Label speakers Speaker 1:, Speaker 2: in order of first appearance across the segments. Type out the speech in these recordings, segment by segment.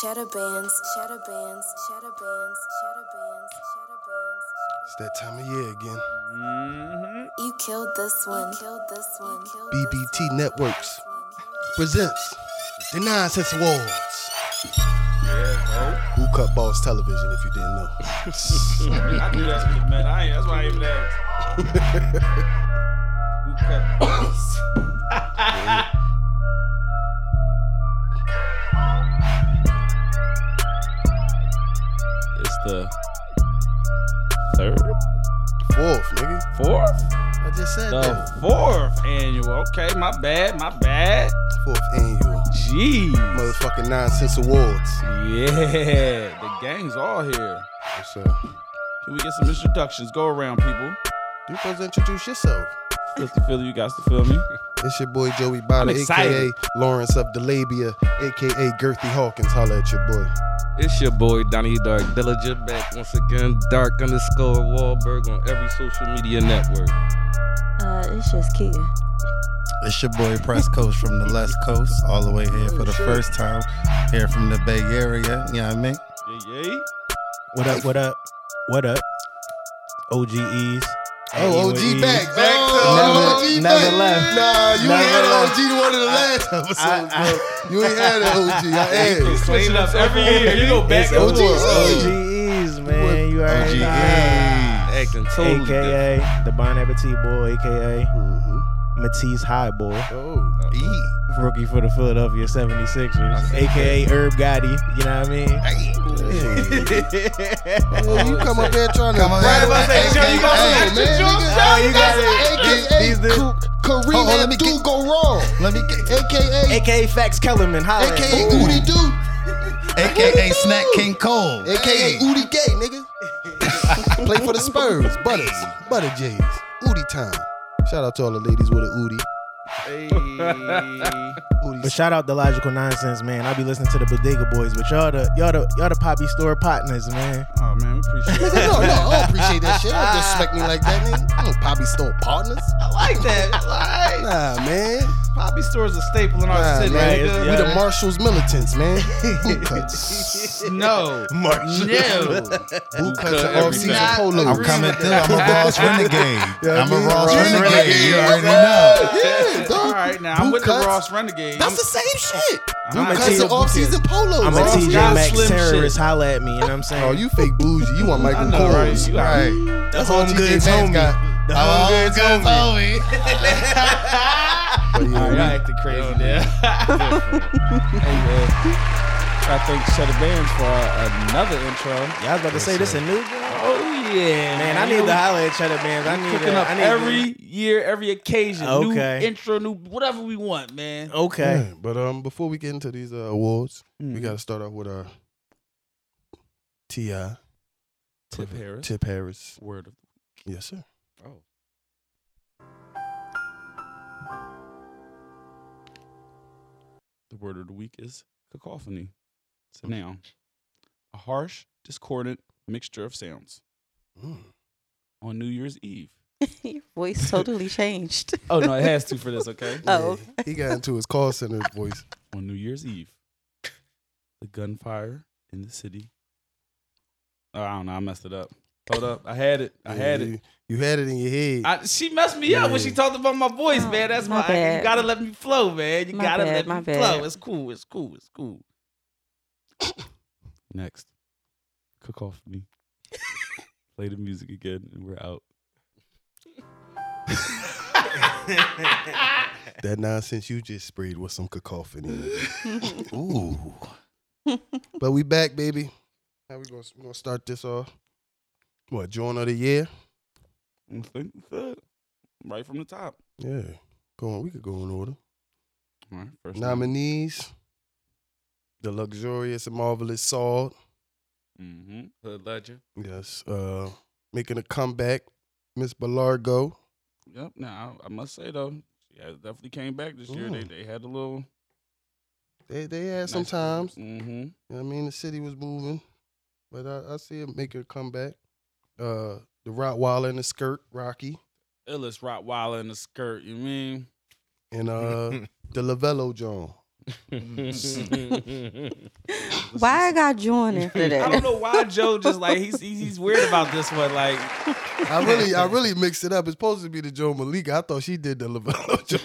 Speaker 1: Shadow bands, shadow bands, shadow bands, shadow bands, shadow bands.
Speaker 2: It's that time of year again.
Speaker 1: You killed this one. You killed this one.
Speaker 2: BBT Networks presents the Nonsense Awards.
Speaker 3: Yeah,
Speaker 2: Who cut Boss Television? If you didn't know,
Speaker 3: bro. I knew that's what it meant. I ain't, that's why I ain't even asked. Who cut balls?
Speaker 4: It's the third,
Speaker 2: fourth nigga.
Speaker 3: Fourth?
Speaker 2: I just said
Speaker 4: no,
Speaker 2: that
Speaker 3: Fourth annual. Okay, my bad, my bad.
Speaker 2: fourth annual
Speaker 3: Jeez.
Speaker 2: motherfucking Nonsense Awards.
Speaker 3: Yeah, the gang's all here.
Speaker 2: What's up?
Speaker 3: Can we get some introductions? Go around, people.
Speaker 2: You supposed to introduce yourself.
Speaker 4: Filthy Philly, you guys to feel me?
Speaker 2: It's your boy Joey Bonner,
Speaker 3: I'm excited.
Speaker 2: aka Lawrence of Delabia, aka Girthy Hawkins. Holla at your boy.
Speaker 5: It's your boy Donnie Dark Dillinger back once again. Dark underscore Wahlberg on every social media network.
Speaker 6: Uh, it's just Kia.
Speaker 7: It's your boy Press Coach from the West Coast, all the way
Speaker 2: Oh,
Speaker 7: here for the first time, here from the Bay Area. You know what I mean?
Speaker 3: Yeah, yeah.
Speaker 8: What up? What up? What up? OGEs.
Speaker 2: Oh, OG
Speaker 8: AUAEs.
Speaker 2: back, back
Speaker 8: Never-
Speaker 2: to never, OG
Speaker 8: never
Speaker 2: back.
Speaker 8: left.
Speaker 2: Nah, you
Speaker 8: Never
Speaker 2: ain't had an
Speaker 8: left.
Speaker 2: OG to one of the last episodes, bro. You ain't had an OG. I
Speaker 3: You
Speaker 2: asked.
Speaker 3: switch it up every year. You go back
Speaker 8: It's
Speaker 3: and
Speaker 2: OG.
Speaker 3: forth.
Speaker 8: OGEs, man. You already know.
Speaker 5: Acting totally different.
Speaker 8: AKA the Bon Appetit Boy, AKA Matisse High Boy,
Speaker 2: Oh, E.
Speaker 8: rookie for the Philadelphia 76ers, AKA Herb Gotti. You know what I mean?
Speaker 2: Hey, you come up there trying to come
Speaker 8: there. Right, I was about to say, Joe, you about to let your jokes out? Oh, You got it. These-
Speaker 2: AKA
Speaker 8: these-
Speaker 2: Ka-
Speaker 7: Hold on,
Speaker 2: Kareem
Speaker 7: Oh, let me
Speaker 2: Abdul
Speaker 7: get-
Speaker 2: go wrong.
Speaker 7: Let me get
Speaker 2: AKA
Speaker 8: AKA Fax Kellerman. Holla. at
Speaker 2: AKA
Speaker 8: me.
Speaker 2: Udi Doo.
Speaker 7: AKA Snack King Cole.
Speaker 2: AKA Udi Gay, nigga. Play for the Spurs. Butters. Butter Jays. Udi time. Shout out to all the ladies with a Udi. Udi.
Speaker 8: But shout out the logical nonsense, man. I'll be listening to the Bodega Boys, but y'all the y'all the y'all the poppy store partners, man.
Speaker 3: Oh, man, we appreciate it.
Speaker 2: Nigga, no, no, I don't appreciate that shit. Don't disrespect me like that, nigga. I don't probably stole partners.
Speaker 3: I like that. I like
Speaker 2: Nah, man.
Speaker 3: Poppy store is a staple in our
Speaker 2: Nah,
Speaker 3: city.
Speaker 2: man.
Speaker 3: nigga.
Speaker 2: We the Marshall's militants, man. Boot cuts.
Speaker 3: No. No.
Speaker 2: Boot cuts
Speaker 5: cut
Speaker 2: and off-season
Speaker 5: everything.
Speaker 2: polos.
Speaker 7: I'm coming through. I'm a Ross Renegade.
Speaker 2: Yeah,
Speaker 7: I'm a
Speaker 2: yeah.
Speaker 7: Ross
Speaker 2: Yeah,
Speaker 7: Renegade. You
Speaker 2: yeah.
Speaker 7: already know.
Speaker 2: Yeah,
Speaker 3: All
Speaker 2: dog.
Speaker 3: right, now
Speaker 2: Boot
Speaker 3: I'm with
Speaker 2: cuts.
Speaker 3: the Ross Renegades.
Speaker 2: That's the same shit. Boot
Speaker 3: I'm not
Speaker 2: cuts
Speaker 3: team
Speaker 2: and
Speaker 3: boot
Speaker 2: off-season polos.
Speaker 8: I'm a
Speaker 2: bro.
Speaker 3: Ross
Speaker 8: TJ
Speaker 3: got
Speaker 8: Maxx
Speaker 3: slim
Speaker 8: terrorist.
Speaker 3: shit.
Speaker 8: Holla at me, you know what I'm saying?
Speaker 2: Oh, you fake bougie. You want
Speaker 3: I
Speaker 2: Michael
Speaker 3: know, right?
Speaker 2: Kors.
Speaker 3: You out.
Speaker 7: Right.
Speaker 2: That's
Speaker 8: home
Speaker 2: all TJ
Speaker 8: goods,
Speaker 2: Maxx
Speaker 8: homie.
Speaker 2: got.
Speaker 8: The
Speaker 7: Oh,
Speaker 8: hungry
Speaker 7: good homie.
Speaker 2: But yeah,
Speaker 3: All
Speaker 2: we-
Speaker 3: right, y'all acting crazy there. hey, man. I think Shut the Bands for uh, another intro.
Speaker 8: Y'all was about to say this a new girl?
Speaker 3: Oh, yeah.
Speaker 8: Man, I
Speaker 3: You
Speaker 8: need
Speaker 3: know,
Speaker 8: to holla at Cheddar Bands. I
Speaker 3: we
Speaker 8: need
Speaker 3: Cooking
Speaker 8: to,
Speaker 3: up
Speaker 8: I need
Speaker 3: every year, every occasion. New
Speaker 8: Okay. Oh,
Speaker 3: intro, new whatever we want, man.
Speaker 8: To, okay.
Speaker 2: Yeah, But um, before we get into these uh, awards, we got to start off with uh, our Ti
Speaker 3: Tip Harris.
Speaker 2: Tip Harris.
Speaker 3: Word of
Speaker 2: Yes, sir.
Speaker 3: Oh. The word of the week is cacophony. It's a noun. A harsh, discordant mixture of sounds.
Speaker 2: Mm.
Speaker 3: On New Year's Eve.
Speaker 6: Your voice totally changed.
Speaker 3: Oh no, it has to for this, okay?
Speaker 6: Oh.
Speaker 2: Yeah, he got into his call center voice.
Speaker 3: On New Year's Eve. The gunfire in the city. Oh, I don't know, I messed it up. Hold up. I had it. I had
Speaker 2: Yeah,
Speaker 3: it.
Speaker 2: You, you had it in your head.
Speaker 3: I, she messed me up when she
Speaker 2: Yeah.
Speaker 3: talked about my voice,
Speaker 6: Oh,
Speaker 3: man. That's
Speaker 6: my
Speaker 3: my. I, you
Speaker 6: bad.
Speaker 3: gotta let me flow, man. You
Speaker 6: My
Speaker 3: gotta
Speaker 6: bad,
Speaker 3: let me
Speaker 6: my bad.
Speaker 3: flow. It's cool. It's cool. It's cool. Next, cook off me. Play the music again, and we're out.
Speaker 2: that nonsense you just sprayed was some cacophony. Ooh. but we back, baby. How we gonna we gonna start this off? What joint of the year?
Speaker 3: I Mm, think that's it. Right from the top.
Speaker 2: Yeah. Go on. We could go in order.
Speaker 3: All right, first
Speaker 2: Nominees: The luxurious and marvelous Saul.
Speaker 3: Mm-hmm.
Speaker 5: Hood Ledger.
Speaker 2: Yes. Uh, making a comeback, Miss Belargo.
Speaker 3: Yep. Now I, I must say though, she has definitely came back this year. They
Speaker 2: Mm.
Speaker 3: they had a little.
Speaker 2: They they had some times.
Speaker 3: Mm-hmm.
Speaker 2: You know what I mean, the city was moving, but I, I see it making a comeback. Uh, the Rottweiler in the skirt, Rocky,
Speaker 3: Illest Rottweiler in the skirt. You mean?
Speaker 2: and uh, the Lavello John.
Speaker 6: Why I got John after
Speaker 4: I don't
Speaker 6: that?
Speaker 4: know why Joe just like he's he's, he's weird about this one. Like
Speaker 2: I really, I really mixed it up. It's supposed to be the Joe Malika. I thought she did the Lavello Joe.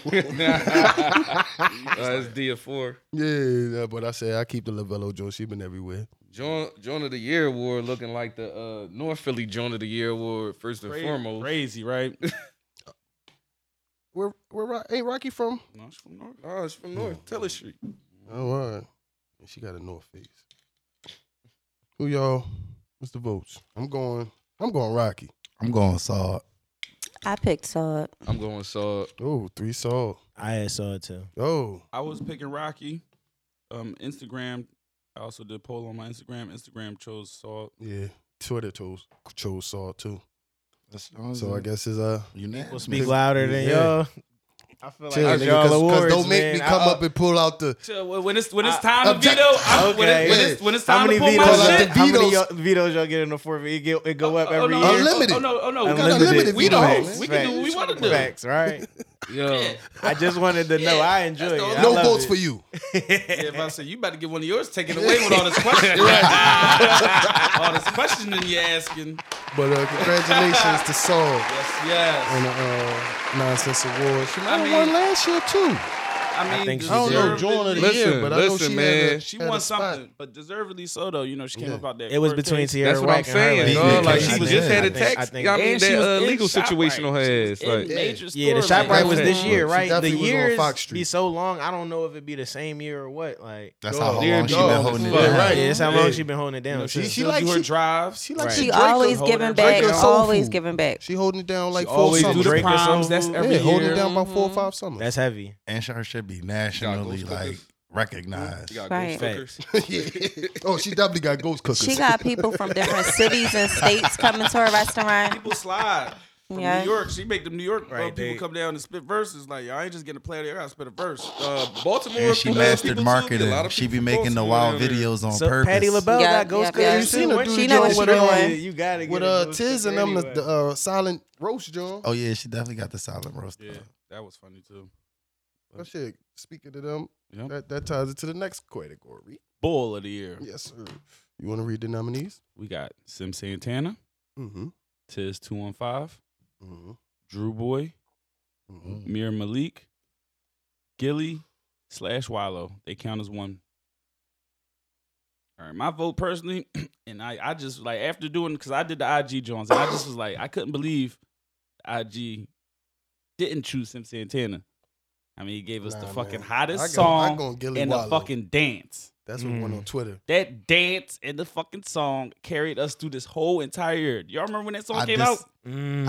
Speaker 5: Uh, it's D of four.
Speaker 2: yeah, but I said I keep the Lavello Joe. She been everywhere.
Speaker 5: Joint Joint of the Year Award looking like the uh, North Philly Joint of the Year Award first and
Speaker 4: crazy,
Speaker 5: foremost.
Speaker 4: crazy, right?
Speaker 2: Where, where Ro- ain't Rocky from?
Speaker 3: No, it's from North.
Speaker 5: Oh, it's from North Teller Street.
Speaker 2: Oh, all right. And She got a North face. Who y'all? What's the votes? I'm going. I'm going Rocky.
Speaker 7: I'm going Saw.
Speaker 6: I picked Saud.
Speaker 5: I'm going saw.
Speaker 2: Oh, three Saul.
Speaker 8: I saw it too.
Speaker 2: Oh,
Speaker 3: I was picking Rocky. Um, Instagram. I also did a poll on my Instagram. Instagram chose Salt.
Speaker 2: yeah. Twitter chose chose Saul too. So
Speaker 7: So
Speaker 2: I guess it's uh.
Speaker 8: We'll
Speaker 7: unanimous.
Speaker 8: speak louder than
Speaker 2: Yeah.
Speaker 8: y'all. I feel like
Speaker 2: chill,
Speaker 8: that's
Speaker 2: nigga,
Speaker 8: y'all awards,
Speaker 2: don't make
Speaker 8: man.
Speaker 2: me come
Speaker 8: I- uh,
Speaker 2: up and pull out the
Speaker 4: So, well, when it's when it's time to
Speaker 2: object-
Speaker 4: veto, I'm- when,
Speaker 8: Okay.
Speaker 4: it, when, it's, when it's time to pull
Speaker 2: vetoes
Speaker 4: my shit,
Speaker 2: are there?
Speaker 8: How many
Speaker 2: Vetoes.
Speaker 8: y'all- vetoes y'all get in the four? It, get, it go up
Speaker 4: oh,
Speaker 8: every
Speaker 4: no,
Speaker 8: year.
Speaker 2: Unlimited.
Speaker 4: Oh no, oh no, we got
Speaker 2: Unlimited
Speaker 4: unlimited. We the
Speaker 2: vetoes.
Speaker 4: host. We can do what we want to do.
Speaker 8: Facts, right?
Speaker 5: Yo,
Speaker 8: I just wanted to know. I enjoy it. I
Speaker 2: no
Speaker 8: love
Speaker 2: votes
Speaker 8: it.
Speaker 2: for you.
Speaker 4: Yeah, if I say you about to get one of yours taken away with all this questioning, all this questioning you're asking.
Speaker 2: But uh, congratulations to Saul
Speaker 4: Yes, yes.
Speaker 2: on the uh, Nonsense Award. She might
Speaker 4: I
Speaker 2: have
Speaker 4: mean-
Speaker 2: won last year too.
Speaker 4: I mean,
Speaker 8: think she
Speaker 2: I don't know
Speaker 8: Deservedly-
Speaker 2: Joan of the
Speaker 5: Listen,
Speaker 2: year, but I know
Speaker 5: listen,
Speaker 2: she
Speaker 5: man.
Speaker 2: Had a,
Speaker 4: She
Speaker 2: had a
Speaker 4: won
Speaker 2: spot.
Speaker 4: something, but deservedly so though. You know, she came
Speaker 2: Yeah.
Speaker 4: about that.
Speaker 8: It was
Speaker 4: court
Speaker 8: between
Speaker 4: case.
Speaker 8: Sierra
Speaker 5: that's what I'm
Speaker 8: Wack and her.
Speaker 5: saying,
Speaker 2: lady.
Speaker 5: dog. Like she
Speaker 2: I
Speaker 5: just
Speaker 2: think-
Speaker 5: had a
Speaker 2: I
Speaker 5: text.
Speaker 8: I think-
Speaker 5: I mean,
Speaker 4: And she
Speaker 5: that
Speaker 4: was
Speaker 5: uh,
Speaker 4: in
Speaker 5: legal
Speaker 4: ShopRite.
Speaker 5: situation on her ass.
Speaker 4: She was
Speaker 5: Like,
Speaker 4: in major
Speaker 8: Yeah, the
Speaker 4: store,
Speaker 8: shot
Speaker 4: man.
Speaker 8: right was this
Speaker 5: She
Speaker 8: year, right? The
Speaker 2: definitely was on
Speaker 8: years
Speaker 2: Fox Street.
Speaker 8: be so long. I don't know if it be the same year or what. Like,
Speaker 7: That's
Speaker 2: Dog,
Speaker 7: how long she
Speaker 2: dear
Speaker 7: been
Speaker 2: dog.
Speaker 7: holding it
Speaker 2: Fuck,
Speaker 7: down.
Speaker 2: right.
Speaker 8: yeah, that's how long
Speaker 2: Yeah.
Speaker 8: she been holding it
Speaker 4: You know,
Speaker 8: down.
Speaker 3: she,
Speaker 8: too.
Speaker 3: she,
Speaker 2: she
Speaker 3: still
Speaker 2: like-
Speaker 3: do her
Speaker 2: she-
Speaker 3: drive.
Speaker 2: She like
Speaker 8: Right.
Speaker 2: she
Speaker 6: She
Speaker 2: Drake
Speaker 6: always
Speaker 2: her-
Speaker 6: giving
Speaker 4: Drake
Speaker 6: back.
Speaker 2: her soul
Speaker 6: Always
Speaker 2: food.
Speaker 6: giving back.
Speaker 2: She holding it down like four
Speaker 3: always do
Speaker 2: summers.
Speaker 3: the
Speaker 8: Drake or
Speaker 3: proms.
Speaker 8: something.
Speaker 3: That's
Speaker 8: Yeah,
Speaker 3: every
Speaker 2: yeah, holding
Speaker 3: year.
Speaker 2: it down about four or five summers.
Speaker 8: That's heavy.
Speaker 7: And her should be
Speaker 5: You
Speaker 7: nationally
Speaker 5: got
Speaker 7: like
Speaker 5: goose
Speaker 7: recognized.
Speaker 5: you got
Speaker 6: Right.
Speaker 5: ghost fuckers.
Speaker 2: yeah. Oh, she definitely got ghost cookers.
Speaker 6: She got people from different cities and states coming to her restaurant.
Speaker 4: People slide. From
Speaker 6: Yeah.
Speaker 4: New York, she make them New York uh,
Speaker 8: Right,
Speaker 4: people
Speaker 8: they-
Speaker 4: come down and spit verses. Like y'all ain't just getting a player, I gotta spit a verse.
Speaker 5: Uh, Baltimore.
Speaker 7: And she
Speaker 5: uh, people
Speaker 7: mastered
Speaker 5: too. A
Speaker 7: marketing.
Speaker 5: lot of
Speaker 7: She be
Speaker 5: people
Speaker 7: making the
Speaker 5: Baltimore
Speaker 7: wild
Speaker 5: down there.
Speaker 7: videos on
Speaker 8: So
Speaker 7: purpose.
Speaker 8: Patty LaBelle
Speaker 6: Yeah,
Speaker 8: got Ghost
Speaker 6: yeah, yeah.
Speaker 8: Cooker.
Speaker 6: You
Speaker 2: seen a dude
Speaker 6: She know what
Speaker 8: you
Speaker 6: she doing.
Speaker 8: You gotta get
Speaker 2: with
Speaker 8: a
Speaker 2: uh
Speaker 8: Ghost
Speaker 2: Tiz
Speaker 8: Cooker
Speaker 2: and them
Speaker 8: anyway.
Speaker 2: the uh, silent roast John.
Speaker 7: Oh yeah, she definitely got the silent roast.
Speaker 3: Yeah, that was funny too.
Speaker 2: That shit. Speaking to them,
Speaker 3: Yep.
Speaker 2: that, that ties it to the next category.
Speaker 3: Bull of the year.
Speaker 2: Yes, sir. You want to read the nominees?
Speaker 3: We got Sim Santana,
Speaker 2: Mm-hmm.
Speaker 3: Tiz two one five,
Speaker 2: Mm-hmm.
Speaker 3: Drew Boy,
Speaker 2: mm-hmm.
Speaker 3: Mir Malik, Gilly slash Wallow. They count as one. All right, my vote personally, and I, I just like after doing because I did the IG Jones, and I just was like, I couldn't believe IG didn't choose Sim Santana. I mean, he gave us the
Speaker 2: Nah,
Speaker 3: fucking
Speaker 2: man.
Speaker 3: hottest
Speaker 2: I go- I
Speaker 3: song
Speaker 2: go on Gilly
Speaker 3: and
Speaker 2: Wallow.
Speaker 3: the fucking dance.
Speaker 2: That's what went on Twitter.
Speaker 3: That dance and the fucking song carried us through this whole entire year. Y'all remember when that song
Speaker 7: I
Speaker 3: came
Speaker 7: dis-
Speaker 3: out?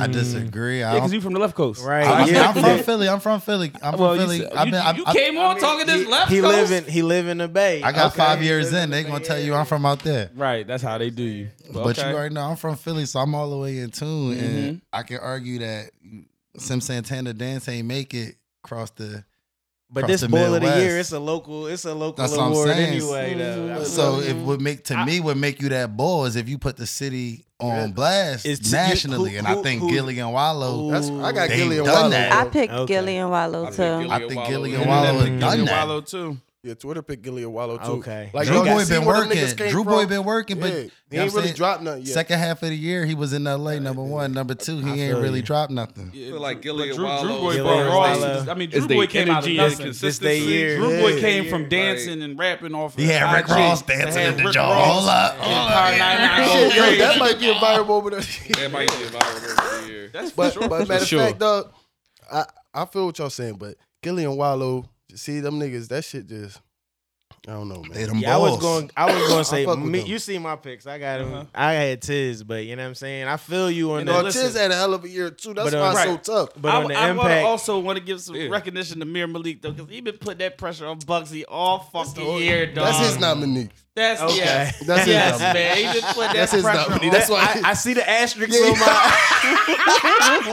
Speaker 7: I disagree. I
Speaker 3: Mm. Yeah, because
Speaker 7: don't,
Speaker 3: you from the left coast,
Speaker 8: Right.
Speaker 7: I mean,
Speaker 8: yeah,
Speaker 7: I'm from Philly. I'm from Philly. I'm
Speaker 3: Well,
Speaker 7: from
Speaker 3: you,
Speaker 7: Philly.
Speaker 3: said-
Speaker 7: I've
Speaker 3: you-
Speaker 7: been. I,
Speaker 3: you
Speaker 7: I,
Speaker 3: came on talking this left
Speaker 8: He
Speaker 3: coast.
Speaker 8: live in he live in the Bay.
Speaker 7: I got
Speaker 8: Okay.
Speaker 7: five
Speaker 8: He
Speaker 7: years
Speaker 8: live
Speaker 7: in. They
Speaker 8: the
Speaker 7: gonna
Speaker 8: Bay
Speaker 7: tell you
Speaker 8: Area.
Speaker 7: I'm from out there.
Speaker 3: Right, that's how they do you.
Speaker 7: But
Speaker 3: okay.
Speaker 7: you already know I'm from Philly, so I'm all the way in tune, and I can argue that Sim Santana dance ain't make it across the.
Speaker 8: But
Speaker 7: across
Speaker 8: this
Speaker 7: the
Speaker 8: bowl of the
Speaker 7: Midwest.
Speaker 8: year, it's a local, it's a local
Speaker 7: That's what I'm
Speaker 8: award
Speaker 7: saying.
Speaker 8: anyway. Though. I
Speaker 7: So
Speaker 8: mean,
Speaker 7: it would make to me would make you that ball is if you put the city on blast
Speaker 8: It's- you-
Speaker 7: nationally,
Speaker 8: who-
Speaker 7: and
Speaker 8: who-
Speaker 7: I think
Speaker 8: who-
Speaker 7: Gilly and Wallow.
Speaker 2: That's I got
Speaker 7: They
Speaker 2: Gilly and
Speaker 7: done
Speaker 2: Wallow.
Speaker 7: that.
Speaker 6: I
Speaker 2: though.
Speaker 6: picked
Speaker 8: Okay.
Speaker 6: Gilly and Wallow
Speaker 5: I
Speaker 6: too.
Speaker 5: think Gilly
Speaker 7: I think Gilly and
Speaker 5: Wallow-
Speaker 8: Mm.
Speaker 7: Wallow have done
Speaker 3: Gillian
Speaker 7: that.
Speaker 3: Wallow too.
Speaker 2: Yeah, Twitter picked Gilly and Wallow too.
Speaker 8: Okay.
Speaker 2: Like
Speaker 7: Drew
Speaker 2: y'all can
Speaker 7: Boy
Speaker 2: see
Speaker 7: been
Speaker 2: where them
Speaker 7: working.
Speaker 2: niggas came
Speaker 7: Drew
Speaker 2: from.
Speaker 7: Boy been working,
Speaker 2: Yeah,
Speaker 7: but
Speaker 2: he
Speaker 7: you know
Speaker 2: ain't
Speaker 7: what I'm
Speaker 2: really
Speaker 7: saying?
Speaker 2: dropped nothing yet.
Speaker 7: Second half of the year, he was in L.A. Number one, number two, he ain't really dropped nothing.
Speaker 5: I feel like Gilly
Speaker 3: But
Speaker 5: and
Speaker 3: Drew, Drew
Speaker 5: Wallow.
Speaker 3: Boy
Speaker 5: is
Speaker 8: Gillian
Speaker 3: brought raw.
Speaker 8: Wallow.
Speaker 3: I mean,
Speaker 5: It's
Speaker 3: Drew Boy
Speaker 5: the
Speaker 3: came out of
Speaker 5: energy and
Speaker 3: nothing.
Speaker 8: This
Speaker 5: consistency.
Speaker 8: they year.
Speaker 3: Drew
Speaker 8: Yeah.
Speaker 3: Boy came from
Speaker 5: Right.
Speaker 3: dancing and rapping off.
Speaker 7: He had
Speaker 3: of
Speaker 7: Rick
Speaker 3: IG.
Speaker 7: Ross
Speaker 3: They
Speaker 7: dancing
Speaker 3: had
Speaker 7: in the
Speaker 3: Rick
Speaker 7: jaw.
Speaker 3: Ross
Speaker 7: Hold up.
Speaker 3: and Power 99
Speaker 2: Shit,
Speaker 3: going
Speaker 2: yo,
Speaker 3: crazy.
Speaker 2: that might be a viral moment. Of
Speaker 5: That might be a viral over the year.
Speaker 3: That's for
Speaker 2: but,
Speaker 3: sure.
Speaker 2: but matter of
Speaker 5: sure.
Speaker 2: fact, dog, I I feel what y'all saying, but Gilly and Wallow, see them niggas, that shit just I don't know,
Speaker 7: They
Speaker 2: man.
Speaker 7: them
Speaker 8: yeah, I was
Speaker 7: balls.
Speaker 8: going. I was going to say,
Speaker 2: fuck with
Speaker 8: me,
Speaker 2: them.
Speaker 8: you see my picks. I got him.
Speaker 3: Uh-huh.
Speaker 8: I had Tiz, but you know what I'm saying. I feel you on
Speaker 3: And
Speaker 8: the.
Speaker 3: then-
Speaker 2: Dog, Tiz
Speaker 3: listen.
Speaker 2: had a hell of a year too. That's
Speaker 8: But, uh,
Speaker 2: why it's
Speaker 3: right.
Speaker 2: so tough.
Speaker 8: but
Speaker 3: I,
Speaker 8: on the
Speaker 3: I wanna
Speaker 8: impact,
Speaker 3: also want to give some
Speaker 5: Yeah.
Speaker 3: recognition to Mir Malik though, because he been putting that pressure on Bugsy all fucking year, dog.
Speaker 2: That's his nominee.
Speaker 3: That's
Speaker 8: Okay.
Speaker 3: yes,
Speaker 2: That's his
Speaker 3: yes,
Speaker 2: nominee.
Speaker 3: man. He been putting that
Speaker 2: That's his
Speaker 3: pressure
Speaker 2: nominee.
Speaker 3: on.
Speaker 2: That's why
Speaker 8: I, I see the asterisk
Speaker 2: Yeah,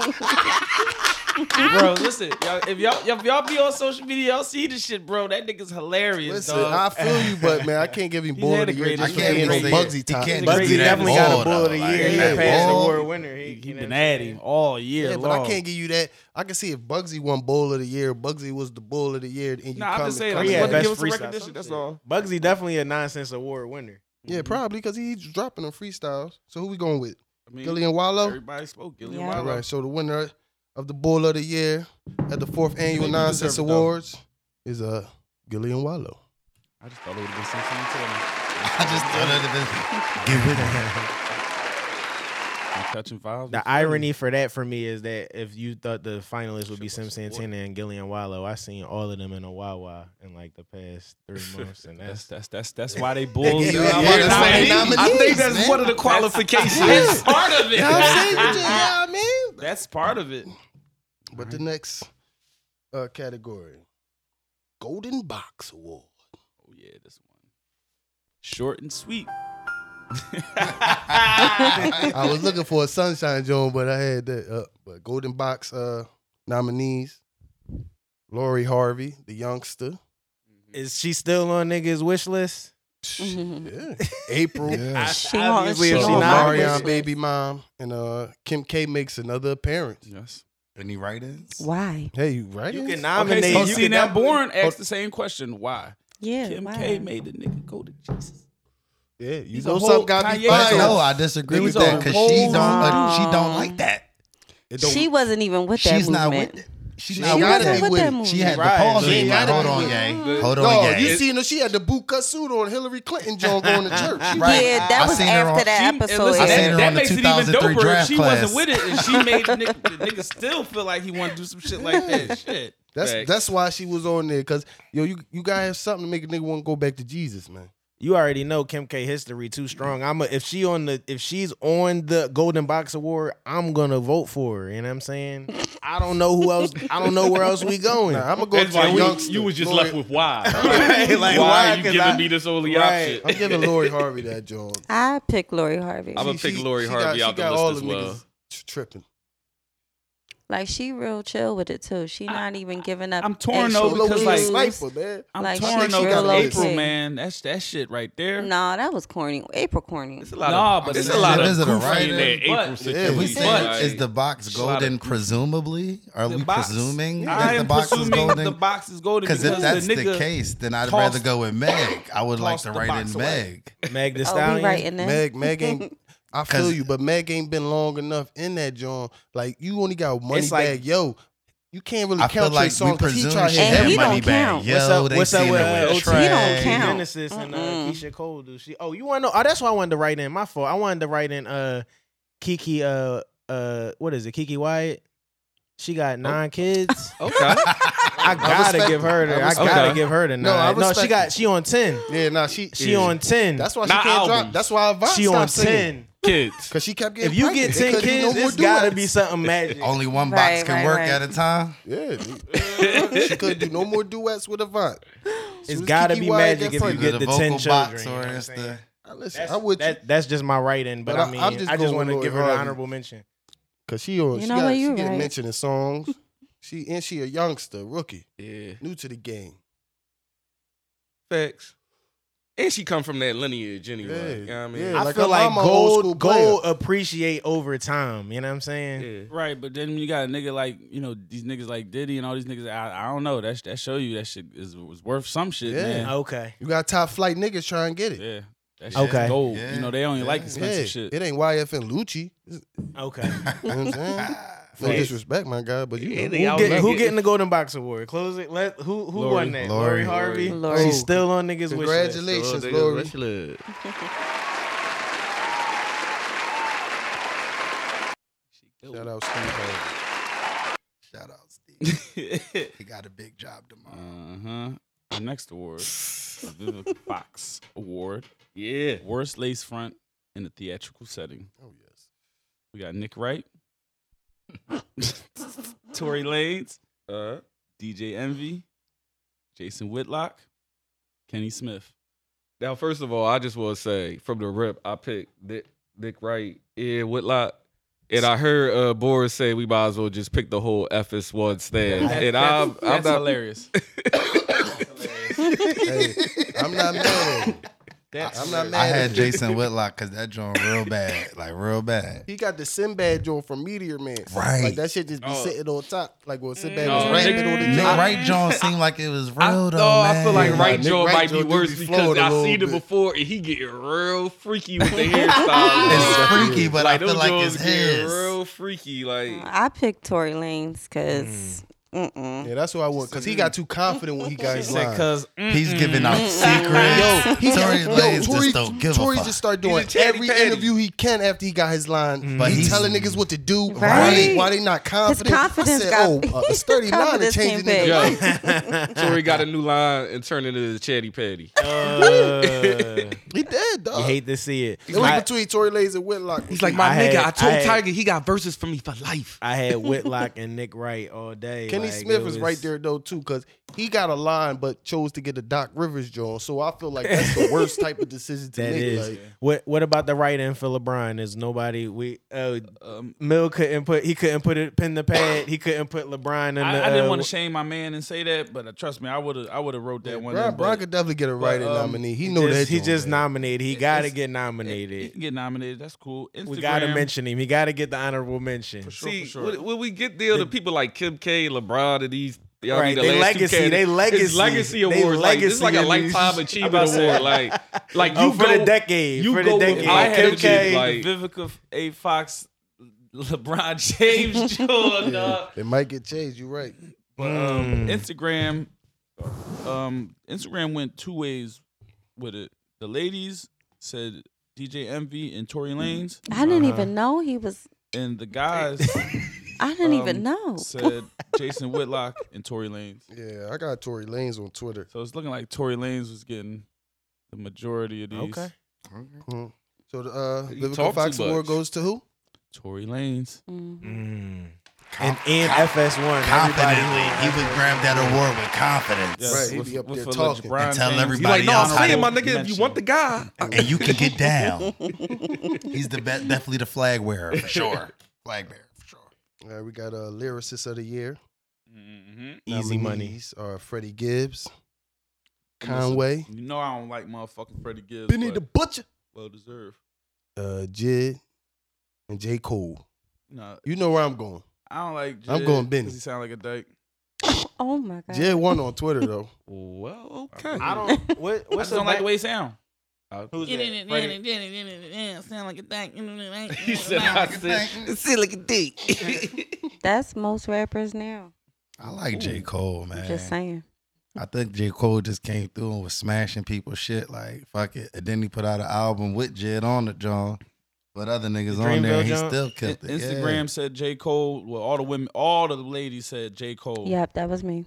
Speaker 8: on my.
Speaker 4: bro, listen, y'all, if y'all if y'all be on social media, y'all see this shit, bro. That nigga's
Speaker 8: uh,
Speaker 4: hilarious,
Speaker 2: Listen,
Speaker 4: dog.
Speaker 2: I feel you, but man, I can't give him bull of
Speaker 4: had
Speaker 2: the
Speaker 4: a
Speaker 2: year.
Speaker 4: great year.
Speaker 2: just for
Speaker 4: I can't
Speaker 2: being on
Speaker 7: say
Speaker 2: Bugsy
Speaker 7: it.
Speaker 2: top.
Speaker 7: He can't
Speaker 2: But
Speaker 7: say
Speaker 8: Bugsy
Speaker 7: that
Speaker 8: definitely
Speaker 7: ball,
Speaker 8: got a bull of the
Speaker 7: though.
Speaker 8: year.
Speaker 7: Like,
Speaker 8: He
Speaker 2: that
Speaker 8: a past
Speaker 2: ball-
Speaker 8: award winner. He,
Speaker 3: He been at him all year
Speaker 2: Yeah, but
Speaker 3: long.
Speaker 2: I can't give you that. I can see if Bugsy won bull of the year, Bugsy was the bull of the year, and you
Speaker 3: Nah, I'm
Speaker 2: come and
Speaker 3: just saying,
Speaker 2: come
Speaker 3: I
Speaker 8: He
Speaker 3: just
Speaker 8: had
Speaker 2: back.
Speaker 3: want to
Speaker 8: best
Speaker 3: give us some
Speaker 8: freestyle,
Speaker 3: recognition.
Speaker 8: some
Speaker 3: That's
Speaker 8: shit.
Speaker 3: all.
Speaker 8: Bugsy definitely a nonsense award winner.
Speaker 2: Yeah, probably because he's dropping them freestyles. So who we going with?
Speaker 3: I mean,
Speaker 2: Gillian Wallow?
Speaker 3: everybody spoke. Gillian
Speaker 6: Yeah.
Speaker 2: All
Speaker 3: Wallow.
Speaker 2: right, so the winner of the bull of the year at the fourth annual
Speaker 3: you
Speaker 2: Nonsense
Speaker 3: deserve it, though.
Speaker 2: Awards is uh Gillian Wallow.
Speaker 3: I just thought it would have been something to
Speaker 7: I just thought it'd have been. Get rid of him.
Speaker 3: me. Touching files.
Speaker 8: The irony for that for me is that if you thought the finalists would be Sim Santana and Gillian Wallow, I seen all of them in a Wawa in like the past three months, and
Speaker 3: That's
Speaker 8: that's
Speaker 3: that's that's that's why they bulls.
Speaker 7: Yeah, I'm about to say,
Speaker 4: I think that's
Speaker 2: nominees,
Speaker 4: one of the qualifications. that's part of it.
Speaker 2: You know what I'm saying? You just- you know what I mean?
Speaker 4: That's part of it.
Speaker 2: But the next uh, category, Golden Box Award.
Speaker 3: Oh yeah, this one. Short and sweet.
Speaker 2: I was looking for a Sunshine Joan, but I had that. Uh, but Golden Box uh, nominees: Lori Harvey, the youngster.
Speaker 8: is she still on niggas wish list?
Speaker 6: Mm-hmm.
Speaker 2: Yeah. April.
Speaker 6: She
Speaker 8: I-
Speaker 6: hard-
Speaker 8: obviously
Speaker 6: she
Speaker 8: if she
Speaker 2: So
Speaker 6: hard
Speaker 8: not-
Speaker 6: with
Speaker 2: Marion,
Speaker 6: it.
Speaker 2: baby mom, and uh, Kim K makes another appearance.
Speaker 3: Yes.
Speaker 7: Any write-ins?
Speaker 6: Why?
Speaker 2: Hey, you right?
Speaker 8: You
Speaker 2: Yes.
Speaker 8: can
Speaker 3: Okay,
Speaker 8: nominate.
Speaker 3: so
Speaker 8: you
Speaker 3: see
Speaker 8: can
Speaker 3: now,
Speaker 8: nominate-
Speaker 3: Born asked the same question. Why?
Speaker 6: Yeah.
Speaker 3: Kim
Speaker 6: why?
Speaker 3: K made the nigga go to Jesus.
Speaker 2: Yeah, you
Speaker 3: He's
Speaker 2: know
Speaker 3: a whole
Speaker 2: something got to be
Speaker 3: Kanye
Speaker 7: But
Speaker 2: fired.
Speaker 3: West.
Speaker 7: no, I disagree
Speaker 3: These
Speaker 7: with that
Speaker 3: are
Speaker 7: because she
Speaker 3: whole-
Speaker 7: don't. Uh, she
Speaker 6: Wow.
Speaker 7: don't like that.
Speaker 2: It don't-
Speaker 6: She wasn't even with that
Speaker 7: She's
Speaker 6: movement.
Speaker 7: not with. She's
Speaker 2: She
Speaker 7: not
Speaker 6: she
Speaker 2: gotta
Speaker 7: with
Speaker 2: be
Speaker 6: wasn't
Speaker 7: it.
Speaker 6: with
Speaker 2: with it.
Speaker 6: that
Speaker 2: She
Speaker 6: movie.
Speaker 7: She had
Speaker 8: Right.
Speaker 7: the pause.
Speaker 2: She
Speaker 7: in.
Speaker 2: gotta
Speaker 7: Hold
Speaker 2: be
Speaker 7: on,
Speaker 2: with
Speaker 7: yay.
Speaker 3: it.
Speaker 7: Hold on,
Speaker 2: No,
Speaker 7: yay.
Speaker 2: you seen her? She had the bootcut suit on, Hillary Clinton junk on the church. She
Speaker 7: Right.
Speaker 6: Yeah,
Speaker 7: I
Speaker 6: that was
Speaker 7: seen her
Speaker 6: after
Speaker 7: on-
Speaker 6: that
Speaker 3: and
Speaker 6: episode.
Speaker 3: listen,
Speaker 7: I seen
Speaker 6: aired.
Speaker 7: her
Speaker 3: that
Speaker 7: on the
Speaker 3: makes it even
Speaker 7: 2003
Speaker 3: doper if
Speaker 7: draft
Speaker 3: she
Speaker 7: class.
Speaker 3: wasn't with it and she made the nigga, the nigga still feel like he want to do some shit like that. Shit.
Speaker 2: That's
Speaker 3: Facts.
Speaker 2: that's why she was on there because yo, you you gotta have something to make a nigga want to go back to Jesus, man.
Speaker 8: You already know Kim K history too strong. I'm a, if she on the if she's on the Golden Box Award, I'm gonna vote for her. You know what I'm saying? I don't know who else. I don't know where else we going.
Speaker 2: Nah, I'm gonna go
Speaker 4: That's why
Speaker 2: to the
Speaker 4: you-
Speaker 2: youngster.
Speaker 4: you was just
Speaker 2: Lori-
Speaker 4: left with why.
Speaker 8: Right, like,
Speaker 4: why,
Speaker 8: why?
Speaker 4: are you
Speaker 8: 'Cause
Speaker 4: giving
Speaker 8: I-
Speaker 4: me this only
Speaker 8: Right.
Speaker 4: option?
Speaker 2: I'm giving Lori Harvey that John.
Speaker 6: I picked Lori Harvey.
Speaker 4: I'm gonna
Speaker 2: She-
Speaker 4: pick
Speaker 2: she-
Speaker 4: Lori
Speaker 2: she got-
Speaker 4: Harvey
Speaker 2: she
Speaker 4: out the
Speaker 2: got
Speaker 4: list
Speaker 2: all
Speaker 4: as
Speaker 2: the
Speaker 4: well.
Speaker 2: niggas t- tripping.
Speaker 6: like she real chill with it too. She not even giving up.
Speaker 3: I'm torn,
Speaker 2: So
Speaker 8: Oh,
Speaker 3: though,
Speaker 2: look,
Speaker 6: extra
Speaker 3: because,
Speaker 2: we
Speaker 6: clues.
Speaker 2: a
Speaker 3: like-
Speaker 2: sniper, man.
Speaker 3: I'm
Speaker 6: Like,
Speaker 3: torn
Speaker 2: she
Speaker 3: over
Speaker 2: got
Speaker 3: because
Speaker 2: all
Speaker 3: April,
Speaker 6: this.
Speaker 3: man. That's that shit right there.
Speaker 6: No, that was corny. April corny.
Speaker 4: It's a lot
Speaker 3: Nah,
Speaker 4: of,
Speaker 3: but
Speaker 4: it's
Speaker 3: it's
Speaker 4: a lot
Speaker 7: a-
Speaker 4: of
Speaker 7: is it a
Speaker 4: goofy
Speaker 7: writer?
Speaker 4: in that April
Speaker 3: But-
Speaker 2: Yeah,
Speaker 7: If we
Speaker 4: situation.
Speaker 7: say
Speaker 3: But-
Speaker 7: is the box
Speaker 4: Shot it.
Speaker 7: golden? Presumably, are
Speaker 3: The
Speaker 7: we
Speaker 3: box-
Speaker 7: presuming
Speaker 3: I
Speaker 7: that the
Speaker 3: am
Speaker 7: box is
Speaker 3: presuming
Speaker 7: golden?
Speaker 3: the box is golden
Speaker 7: Because
Speaker 3: because
Speaker 7: if that's
Speaker 3: the
Speaker 7: the,
Speaker 3: nigga.
Speaker 7: case, then I'd
Speaker 3: tossed-
Speaker 7: rather go with Meg. I would like
Speaker 3: tossed
Speaker 7: to
Speaker 3: the
Speaker 7: write
Speaker 3: box
Speaker 7: in
Speaker 3: away.
Speaker 7: Meg.
Speaker 8: Meg Thee
Speaker 6: Oh, we
Speaker 8: Stallion.
Speaker 6: writing this.
Speaker 2: Meg, Meg ain't. I feel
Speaker 7: 'Cause-
Speaker 2: you, but Meg ain't been long enough in that John. Like you only got money
Speaker 8: It's like-
Speaker 2: bag, yo. You can't really
Speaker 7: I feel
Speaker 2: count your
Speaker 7: like we
Speaker 2: song. 'cause he
Speaker 7: presume
Speaker 2: try to
Speaker 7: she
Speaker 2: hit
Speaker 6: And
Speaker 7: had
Speaker 6: he
Speaker 2: everybody.
Speaker 7: money
Speaker 6: don't
Speaker 7: back.
Speaker 6: count.
Speaker 7: Yo,
Speaker 8: What's up?
Speaker 7: they
Speaker 8: What's up
Speaker 7: seen
Speaker 8: with
Speaker 7: her
Speaker 8: uh,
Speaker 7: with
Speaker 8: OT?
Speaker 7: Trey.
Speaker 6: He don't count.
Speaker 8: Genesis and uh,
Speaker 6: Mm-mm.
Speaker 8: Keisha Cole do she? Oh, you want to know? Oh, that's why I wanted to write in. My fault. I wanted to write in uh Kiki uh uh what is it? Kiki Wyatt. She got nine kids.
Speaker 3: Okay.
Speaker 8: I gotta
Speaker 2: respect
Speaker 8: give her
Speaker 2: it.
Speaker 8: the.
Speaker 2: I
Speaker 8: I,
Speaker 2: respect
Speaker 8: gotta
Speaker 3: it.
Speaker 8: give her the nine.
Speaker 2: No, I
Speaker 8: No, she
Speaker 2: respect
Speaker 8: got
Speaker 2: it.
Speaker 8: she on ten.
Speaker 2: Yeah, nah, she
Speaker 8: She
Speaker 2: yeah.
Speaker 8: on ten.
Speaker 2: That's why she
Speaker 4: Not
Speaker 2: can't drop.
Speaker 4: albums.
Speaker 2: That's why Vine
Speaker 8: Mm. she
Speaker 2: stopped
Speaker 8: on
Speaker 2: singing.
Speaker 8: ten.
Speaker 4: kids.
Speaker 2: Cause she kept getting.
Speaker 8: If you get
Speaker 2: pregnant.
Speaker 8: ten
Speaker 2: It couldn't
Speaker 8: kids,
Speaker 2: no more
Speaker 8: it's gotta
Speaker 2: duets.
Speaker 8: be something magic.
Speaker 7: Only one box
Speaker 6: Right,
Speaker 7: can
Speaker 6: right,
Speaker 7: work
Speaker 6: right.
Speaker 7: at a time.
Speaker 2: Yeah, she couldn't do no more duets with Avant.
Speaker 8: It's gotta
Speaker 2: Kiki
Speaker 8: be
Speaker 2: Wyatt
Speaker 8: magic
Speaker 2: got
Speaker 8: if you
Speaker 2: pregnant.
Speaker 8: get
Speaker 7: Either
Speaker 8: the
Speaker 7: vocal
Speaker 8: ten
Speaker 7: box
Speaker 8: children. you know
Speaker 7: or
Speaker 8: what I'm
Speaker 7: it's
Speaker 8: saying?
Speaker 7: the-
Speaker 2: I- Listen,
Speaker 8: That's,
Speaker 2: I would
Speaker 8: that- that's just my writing, but,
Speaker 2: But I-
Speaker 8: I mean,
Speaker 2: I'm
Speaker 8: i
Speaker 2: just
Speaker 8: just,
Speaker 2: going
Speaker 8: want to
Speaker 2: Lori
Speaker 8: give her an
Speaker 2: Harvey.
Speaker 8: honorable mention.
Speaker 2: because she on.
Speaker 6: You
Speaker 2: she
Speaker 6: know
Speaker 2: got,
Speaker 6: what,
Speaker 2: she
Speaker 6: you
Speaker 2: get
Speaker 6: right.
Speaker 2: mentioned in songs. She and she a youngster, rookie,
Speaker 5: Yeah.
Speaker 2: new to the game.
Speaker 5: Facts. And she come from that lineage anyway.
Speaker 2: Yeah,
Speaker 5: You know what I mean?
Speaker 2: yeah.
Speaker 8: I
Speaker 2: Like,
Speaker 8: feel
Speaker 2: I'm- I'm
Speaker 8: like
Speaker 2: a old school
Speaker 8: gold
Speaker 2: player.
Speaker 8: gold appreciate over time. You know what I'm saying?
Speaker 5: Yeah.
Speaker 3: Right, but then you got a nigga like you know these niggas like Diddy and all these niggas. I, I don't know. That sh- that show you that shit is was worth some shit,
Speaker 2: Yeah.
Speaker 3: man.
Speaker 8: Okay.
Speaker 2: You got top flight niggas try and get it.
Speaker 3: Yeah, that shit's
Speaker 8: Okay.
Speaker 3: gold.
Speaker 7: Yeah.
Speaker 3: You know they only like
Speaker 7: Yeah.
Speaker 3: expensive shit.
Speaker 2: It ain't YF and Lucci. You
Speaker 8: Okay.
Speaker 2: know what I'm saying? No
Speaker 5: Facts.
Speaker 2: disrespect, my guy, but you know.
Speaker 8: who,
Speaker 5: I
Speaker 8: get,
Speaker 5: love
Speaker 8: who
Speaker 5: it.
Speaker 8: getting the Golden Box Award? Close it. Let who who
Speaker 3: Lori.
Speaker 8: won that?
Speaker 7: Lori.
Speaker 8: Lori, Harvey.
Speaker 6: Lori.
Speaker 8: She's still on niggas wish list.
Speaker 2: Congratulations, Lori. Shout out Steve Harvey.
Speaker 7: Shout out, Steve. he got a big job tomorrow.
Speaker 3: Uh huh. The next award, the Vivica Fox Award. Yeah. Worst lace front in a theatrical setting.
Speaker 2: Oh yes.
Speaker 3: We got Nick Wright, Tory Lanez,
Speaker 5: Uh,
Speaker 3: DJ Envy, Jason Whitlock, Kenny Smith.
Speaker 5: now, first of all, I just want to say from the rip, I picked Dick, Dick Wright, Ed Whitlock, And I heard uh, Boris say we might as well just pick the whole FS1 stand.
Speaker 3: That-
Speaker 5: and
Speaker 3: that's-
Speaker 5: I'm, I'm
Speaker 3: that's
Speaker 5: not.
Speaker 3: hilarious.
Speaker 2: Hey, I'm not mad.
Speaker 3: That's
Speaker 2: I'm not mad.
Speaker 7: I had Jason Whitlock because that joint real bad, like real bad.
Speaker 2: He got the Sinbad joint from Meteor Man.
Speaker 7: Right.
Speaker 2: Like that shit just be sitting on top. Like when
Speaker 7: Mm.
Speaker 2: Sinbad was
Speaker 7: Oh,
Speaker 3: No,
Speaker 2: rapping
Speaker 3: Nick-
Speaker 2: on the
Speaker 7: Nick
Speaker 2: joint.
Speaker 7: Wright joint seemed like it was real
Speaker 5: I,
Speaker 7: though.
Speaker 5: no, I feel like
Speaker 7: man.
Speaker 5: right
Speaker 2: Nick
Speaker 5: jaw
Speaker 2: Wright
Speaker 5: might
Speaker 2: jaw
Speaker 5: be
Speaker 2: do
Speaker 5: worse
Speaker 2: be
Speaker 5: because
Speaker 2: flowing a
Speaker 5: I
Speaker 2: little
Speaker 5: seen it
Speaker 2: bit.
Speaker 5: before and he getting real freaky with the hairstyle.
Speaker 7: It's freaky, but I feel
Speaker 5: them
Speaker 7: like
Speaker 5: jaws
Speaker 7: it's
Speaker 5: getting
Speaker 7: his.
Speaker 5: real freaky. Like
Speaker 6: I picked Tory Lanez because
Speaker 2: Yeah, that's what I want. Cause he got too confident when he got his line.
Speaker 4: Because
Speaker 7: He's giving out secrets.
Speaker 2: He-
Speaker 7: uh, Tory
Speaker 2: yo,
Speaker 7: Lanez
Speaker 2: Tory-
Speaker 7: just don't give
Speaker 2: Tory
Speaker 7: a fuck.
Speaker 2: just start doing
Speaker 5: chatty
Speaker 2: every
Speaker 5: patty.
Speaker 2: interview he can after he got his line.
Speaker 7: But
Speaker 2: But he's
Speaker 7: he's-
Speaker 2: telling niggas what to do.
Speaker 6: Right.
Speaker 2: Why, they, why they not confident?
Speaker 6: confidence
Speaker 2: I said,
Speaker 6: got-
Speaker 2: oh, uh, it's 39 to
Speaker 6: confidence
Speaker 2: change the
Speaker 6: came
Speaker 2: nigga.
Speaker 6: back.
Speaker 5: yo, Tory got a new line and turned it into the chatty patty.
Speaker 2: He dead, dog.
Speaker 8: uh, you hate to see it.
Speaker 2: it was
Speaker 8: I,
Speaker 2: between Tory Lanez and Whitlock.
Speaker 5: He's like,
Speaker 8: my
Speaker 5: my
Speaker 8: I
Speaker 5: nigga,
Speaker 8: had-
Speaker 5: I told
Speaker 8: I had-
Speaker 5: Tiger he got verses for me for life.
Speaker 8: I had Whitlock and Nick Wright all day.
Speaker 2: Kenny
Speaker 8: Like,
Speaker 2: Smith is
Speaker 8: it was-
Speaker 2: right there though too, because he got a line but chose to get a Doc Rivers joint. So I feel like that's the worst type of decision to
Speaker 8: That
Speaker 2: make.
Speaker 8: is.
Speaker 2: Like,
Speaker 8: What What about the right end for LeBron? Is nobody we uh,
Speaker 3: Um,
Speaker 8: Mill couldn't put he couldn't put it pin the pad. He couldn't put LeBron in the.
Speaker 3: I, I didn't
Speaker 8: uh,
Speaker 3: want to shame my man and say that, but uh, trust me, I would have I would have wrote that one.
Speaker 2: Brian,
Speaker 3: in,
Speaker 2: Brian
Speaker 3: but
Speaker 2: could definitely get a writing
Speaker 3: um,
Speaker 2: nominee. He know that
Speaker 8: just, he
Speaker 2: joint,
Speaker 8: just
Speaker 2: man.
Speaker 8: nominated. He got to
Speaker 3: it's-
Speaker 8: get
Speaker 3: he
Speaker 8: nominated.
Speaker 3: can get nominated. That's cool. Instagram,
Speaker 8: we got to mention him. He got to get the honorable mention.
Speaker 3: sure,
Speaker 5: See,
Speaker 3: for sure.
Speaker 5: when, when we get there to people like Kim K, LeBron, and these. Y'all
Speaker 8: Right,
Speaker 5: need the
Speaker 8: they
Speaker 5: last
Speaker 8: legacy,
Speaker 5: 2K.
Speaker 8: they
Speaker 5: It's
Speaker 8: legacy.
Speaker 5: legacy
Speaker 8: They
Speaker 5: awards. like, this is like a
Speaker 8: legacy in these-
Speaker 5: lifetime achievement award. Like, like you
Speaker 8: Oh, for the
Speaker 5: go-
Speaker 8: decade,
Speaker 5: you
Speaker 8: for the
Speaker 5: go
Speaker 8: decade.
Speaker 5: with
Speaker 3: I
Speaker 5: Like,
Speaker 3: had
Speaker 5: Kim
Speaker 3: it
Speaker 5: K,
Speaker 3: to
Speaker 5: like,
Speaker 3: like Vivica A. Fox, LeBron James, Jordan. uh, dog.
Speaker 2: It might get changed. You right.
Speaker 3: But
Speaker 8: Mm.
Speaker 3: um, Instagram, um, Instagram went two ways with it. The ladies said DJ Envy and
Speaker 5: Mm.
Speaker 3: Tory Lanez,
Speaker 6: I didn't even know he was.
Speaker 3: and the guys
Speaker 8: Oh,
Speaker 6: I didn't
Speaker 3: Um,
Speaker 6: even know.
Speaker 3: said Jason Whitlock and Tory Lanez.
Speaker 2: Yeah, I got Tory Lanez on Twitter.
Speaker 3: So it's looking like Tory Lanez was getting the majority of these.
Speaker 8: Okay.
Speaker 2: Mhm. So the uh, Vivica
Speaker 5: talk too
Speaker 2: Fox Award
Speaker 5: much.
Speaker 2: goes to who?
Speaker 3: Tory Lanez.
Speaker 6: Mm.
Speaker 8: And and FS1,
Speaker 7: Confidently,
Speaker 8: everybody.
Speaker 7: he would grab that award with confidence.
Speaker 2: Right, he be up there talking.
Speaker 7: And tell
Speaker 3: everybody.
Speaker 7: everybody
Speaker 5: you like, no, I'm
Speaker 7: else how
Speaker 5: saying,
Speaker 7: to-
Speaker 5: my nigga, if you want the guy,
Speaker 7: and you can get down. He's the be- definitely the flag wearer for sure. Flag bearer for sure.
Speaker 2: All right, we got uh, lyricist of the year.
Speaker 5: Mm-hmm.
Speaker 8: Easy money.
Speaker 2: Nominees Are Freddie Gibbs, Conway,
Speaker 3: You know I don't like motherfucking Freddie Gibbs.
Speaker 2: Benny
Speaker 3: but
Speaker 2: the Butcher,
Speaker 3: well deserved.
Speaker 2: uh, Jid, and J Cole.
Speaker 3: No,
Speaker 2: You know where I'm going.
Speaker 3: I don't like. Jid
Speaker 2: I'm going Benny.
Speaker 3: 'cause He sound like a dyke.
Speaker 6: Oh my god.
Speaker 2: Jid won on Twitter though.
Speaker 5: well, okay.
Speaker 8: I don't. What,
Speaker 3: I
Speaker 8: what's
Speaker 3: just don't like
Speaker 8: back-
Speaker 3: the way he sound.
Speaker 5: Uh,
Speaker 8: Who's that? Freddie-
Speaker 5: He said, I said,
Speaker 6: That's most rappers now.
Speaker 7: I like J. Cole, man.
Speaker 6: Just saying.
Speaker 7: I think J. Cole just came through and was smashing people shit like fuck it. And then he put out an album with Jid on it, John. But other niggas on there,
Speaker 8: Dreamville
Speaker 7: he
Speaker 8: joint?
Speaker 7: still killed it. yeah.
Speaker 3: Instagram said J Cole. Well, all the women, all the ladies said J Cole.
Speaker 6: Yep, that was me.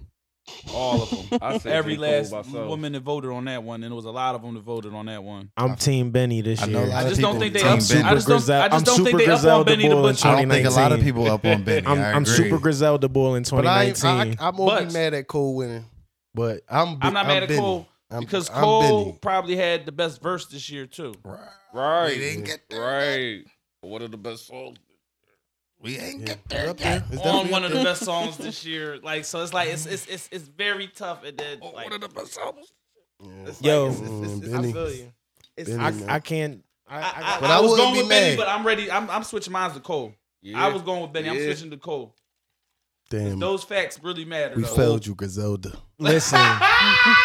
Speaker 3: all of them.
Speaker 5: I said
Speaker 3: Every
Speaker 5: J. Cole
Speaker 3: last
Speaker 5: myself.
Speaker 3: woman that voted on that one, and it was a lot of them that voted on that one.
Speaker 8: I'm Team Benny this
Speaker 7: I know
Speaker 8: year.
Speaker 7: a lot
Speaker 3: I
Speaker 7: of
Speaker 3: just don't
Speaker 7: people
Speaker 3: think they
Speaker 7: team
Speaker 3: up.
Speaker 7: Benny.
Speaker 3: I just don't, I
Speaker 8: Grizel-
Speaker 3: just don't think
Speaker 8: I'm
Speaker 3: they up
Speaker 8: Super
Speaker 3: on
Speaker 8: Griselda
Speaker 3: Benny the
Speaker 8: Bull in
Speaker 3: Butcher.
Speaker 7: I don't think a lot of
Speaker 8: 2019.
Speaker 7: people up on Benny.
Speaker 8: I'm,
Speaker 7: I
Speaker 8: I'm
Speaker 7: agree.
Speaker 8: super Griselda Bull in
Speaker 2: But I, ain't-
Speaker 8: 2019.
Speaker 2: I, I'm gonna
Speaker 3: But-
Speaker 2: be mad at Cole winning. But I'm
Speaker 3: I'm not
Speaker 2: I'm
Speaker 3: mad at
Speaker 2: Benny.
Speaker 3: Cole
Speaker 2: I'm-
Speaker 3: because
Speaker 2: I'm
Speaker 3: Cole
Speaker 2: Benny.
Speaker 3: probably had the best verse this year too.
Speaker 7: We
Speaker 5: right,
Speaker 7: didn't get there.
Speaker 5: right. One of the best songs.
Speaker 7: We ain't
Speaker 2: Yeah,
Speaker 7: get there.
Speaker 2: up there. It's
Speaker 3: On
Speaker 2: definitely
Speaker 3: one
Speaker 2: up
Speaker 3: of the
Speaker 2: there.
Speaker 3: best songs this year, like so, it's like it's it's it's, it's very tough. It did. Like,
Speaker 5: One of the best songs.
Speaker 8: Yo,
Speaker 2: Benny.
Speaker 3: you.
Speaker 2: Benny,
Speaker 8: I,
Speaker 2: man.
Speaker 8: I can't. I,
Speaker 3: I,
Speaker 8: I,
Speaker 3: I,
Speaker 8: got-
Speaker 2: But
Speaker 3: I
Speaker 2: I
Speaker 3: was
Speaker 2: wouldn't
Speaker 3: going
Speaker 2: be
Speaker 3: with
Speaker 2: mad.
Speaker 3: Benny, but I'm ready. I'm I'm switching mine to Cole. I was going with Benny. I'm
Speaker 5: Yeah.
Speaker 3: switching to Cole.
Speaker 2: Damn,
Speaker 3: Those facts really matter.
Speaker 2: we
Speaker 3: though.
Speaker 2: failed you, Griselda.
Speaker 8: listen,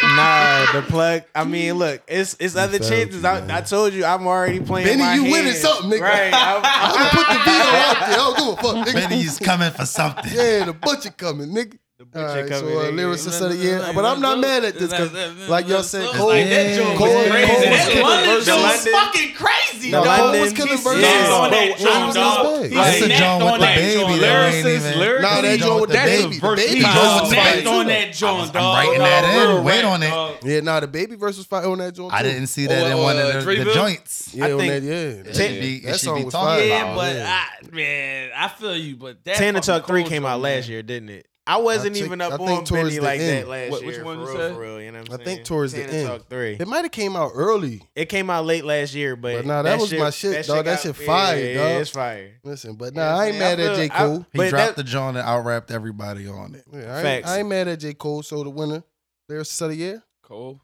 Speaker 8: nah, the plug. I mean, look, it's it's other
Speaker 2: failed
Speaker 8: chances.
Speaker 2: you,
Speaker 8: I,
Speaker 2: man.
Speaker 8: I told you, I'm already playing.
Speaker 2: Benny,
Speaker 8: my
Speaker 2: you
Speaker 8: hand.
Speaker 2: winning something, nigga.
Speaker 8: Right. I'm-
Speaker 2: I done put the video out there. I don't give a fuck, nigga.
Speaker 7: Benny's coming for something.
Speaker 2: Yeah, the butcher coming, nigga. All
Speaker 8: butcher
Speaker 2: right, so
Speaker 8: coming,
Speaker 2: uh,
Speaker 8: nigga.
Speaker 2: lyricist of the year, but I'm not mad at this because, like y'all said, Cole,
Speaker 7: Like, that joke
Speaker 2: Cole,
Speaker 7: was
Speaker 2: Cole,
Speaker 7: crazy.
Speaker 2: Cole,
Speaker 7: That
Speaker 2: was killing
Speaker 8: London
Speaker 2: verses.
Speaker 8: joke was
Speaker 2: London-
Speaker 3: fucking crazy.
Speaker 2: No,
Speaker 3: dog.
Speaker 2: Cole
Speaker 8: London-
Speaker 2: was killing
Speaker 8: he
Speaker 2: verses.
Speaker 8: snapped
Speaker 2: Nah,
Speaker 8: on
Speaker 3: that
Speaker 2: Cole was
Speaker 3: dog.
Speaker 2: big.
Speaker 7: That's the
Speaker 3: Snapped
Speaker 7: John
Speaker 3: on
Speaker 7: with the
Speaker 3: that
Speaker 7: baby.
Speaker 3: joint.
Speaker 7: That ain't
Speaker 5: Lyricist,
Speaker 7: even-
Speaker 5: lyric-
Speaker 2: Nah, that
Speaker 7: John
Speaker 2: joint with the baby. The baby joint
Speaker 7: John
Speaker 2: was
Speaker 7: with the
Speaker 2: fire,
Speaker 3: Snapped
Speaker 7: baby.
Speaker 3: on
Speaker 2: too.
Speaker 3: that joint, dog.
Speaker 7: I'm writing that in.
Speaker 3: Real
Speaker 7: Wait
Speaker 3: rap,
Speaker 7: on it.
Speaker 3: dog.
Speaker 2: Yeah, nah, the baby verse was fire on that joint.
Speaker 7: I
Speaker 2: too.
Speaker 7: didn't see that
Speaker 5: Oh,
Speaker 7: in one
Speaker 5: uh,
Speaker 7: of the, the
Speaker 5: Dreamville?
Speaker 7: joints.
Speaker 2: Yeah,
Speaker 8: I
Speaker 2: on
Speaker 8: think-
Speaker 2: that, yeah.
Speaker 7: It should be,
Speaker 2: That
Speaker 7: it should
Speaker 2: song
Speaker 7: be
Speaker 2: was
Speaker 7: talked
Speaker 2: fire.
Speaker 7: about.
Speaker 3: Yeah, but I, man, I feel you. But that
Speaker 8: Tanner
Speaker 3: fucking
Speaker 8: Talk Three
Speaker 3: Cole
Speaker 8: came
Speaker 3: joint,
Speaker 8: out
Speaker 3: man.
Speaker 8: last year, didn't it? I wasn't
Speaker 2: I think-
Speaker 8: even
Speaker 2: I
Speaker 8: up
Speaker 2: think
Speaker 8: on
Speaker 2: towards
Speaker 8: Benny
Speaker 2: the
Speaker 8: like that
Speaker 2: end.
Speaker 8: last
Speaker 3: What-
Speaker 8: year.
Speaker 3: which one
Speaker 8: for
Speaker 3: you
Speaker 8: real,
Speaker 3: said?
Speaker 8: for real. You know what I'm
Speaker 2: I
Speaker 8: saying?
Speaker 2: think towards the
Speaker 8: Tanner
Speaker 2: end.
Speaker 8: Talk three.
Speaker 2: It might have came out early.
Speaker 8: It came out late last year, but,
Speaker 2: But nah, that was my shit, dawg. That shit fire,
Speaker 8: yeah,
Speaker 2: dawg.
Speaker 8: Yeah, it's fire.
Speaker 2: Listen, but nah, I ain't
Speaker 8: Yeah, I
Speaker 2: mad at
Speaker 8: feel-
Speaker 2: J. Cole.
Speaker 7: He
Speaker 8: But
Speaker 7: dropped
Speaker 8: that-
Speaker 7: the joint and out rapped everybody on it.
Speaker 2: Yeah, I, ain't,
Speaker 8: Facts.
Speaker 2: I ain't mad at J. Cole. So the winner, there's of the year.
Speaker 3: Cole.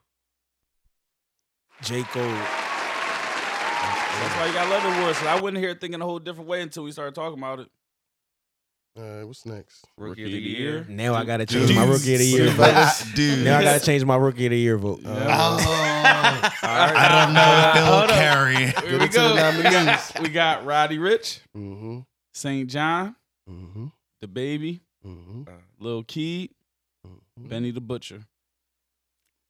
Speaker 8: J Cole.
Speaker 3: That's why you got love awards. 'cause I went here thinking a whole different way until we started talking about it.
Speaker 2: All right, what's next?
Speaker 5: Rookie of the year.
Speaker 8: Now I gotta
Speaker 7: change
Speaker 8: change
Speaker 7: my
Speaker 8: my
Speaker 7: Dude.
Speaker 8: rookie of the year.
Speaker 7: Dude.
Speaker 8: Now I gotta change my rookie of the year
Speaker 2: Uh,
Speaker 8: vote.
Speaker 7: Oh,
Speaker 3: Alright.
Speaker 7: I don't
Speaker 3: Hold up.
Speaker 7: know if they'll carry.
Speaker 3: Here we
Speaker 2: it to the
Speaker 3: go. We
Speaker 2: nominees.
Speaker 3: got, we got Roddy Rich,
Speaker 2: Mm-hmm.
Speaker 3: St. John,
Speaker 2: Mm-hmm.
Speaker 3: The Baby,
Speaker 2: Mm-hmm.
Speaker 3: Lil Kid,
Speaker 2: mm-hmm.
Speaker 3: Benny the Butcher.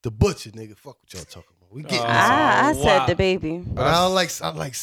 Speaker 2: The butcher, nigga. Fuck what y'all talking about. We getting
Speaker 8: Uh,
Speaker 3: Oh.
Speaker 2: this.
Speaker 6: I, I said
Speaker 3: wow.
Speaker 6: the baby.
Speaker 2: But I don't like. I like.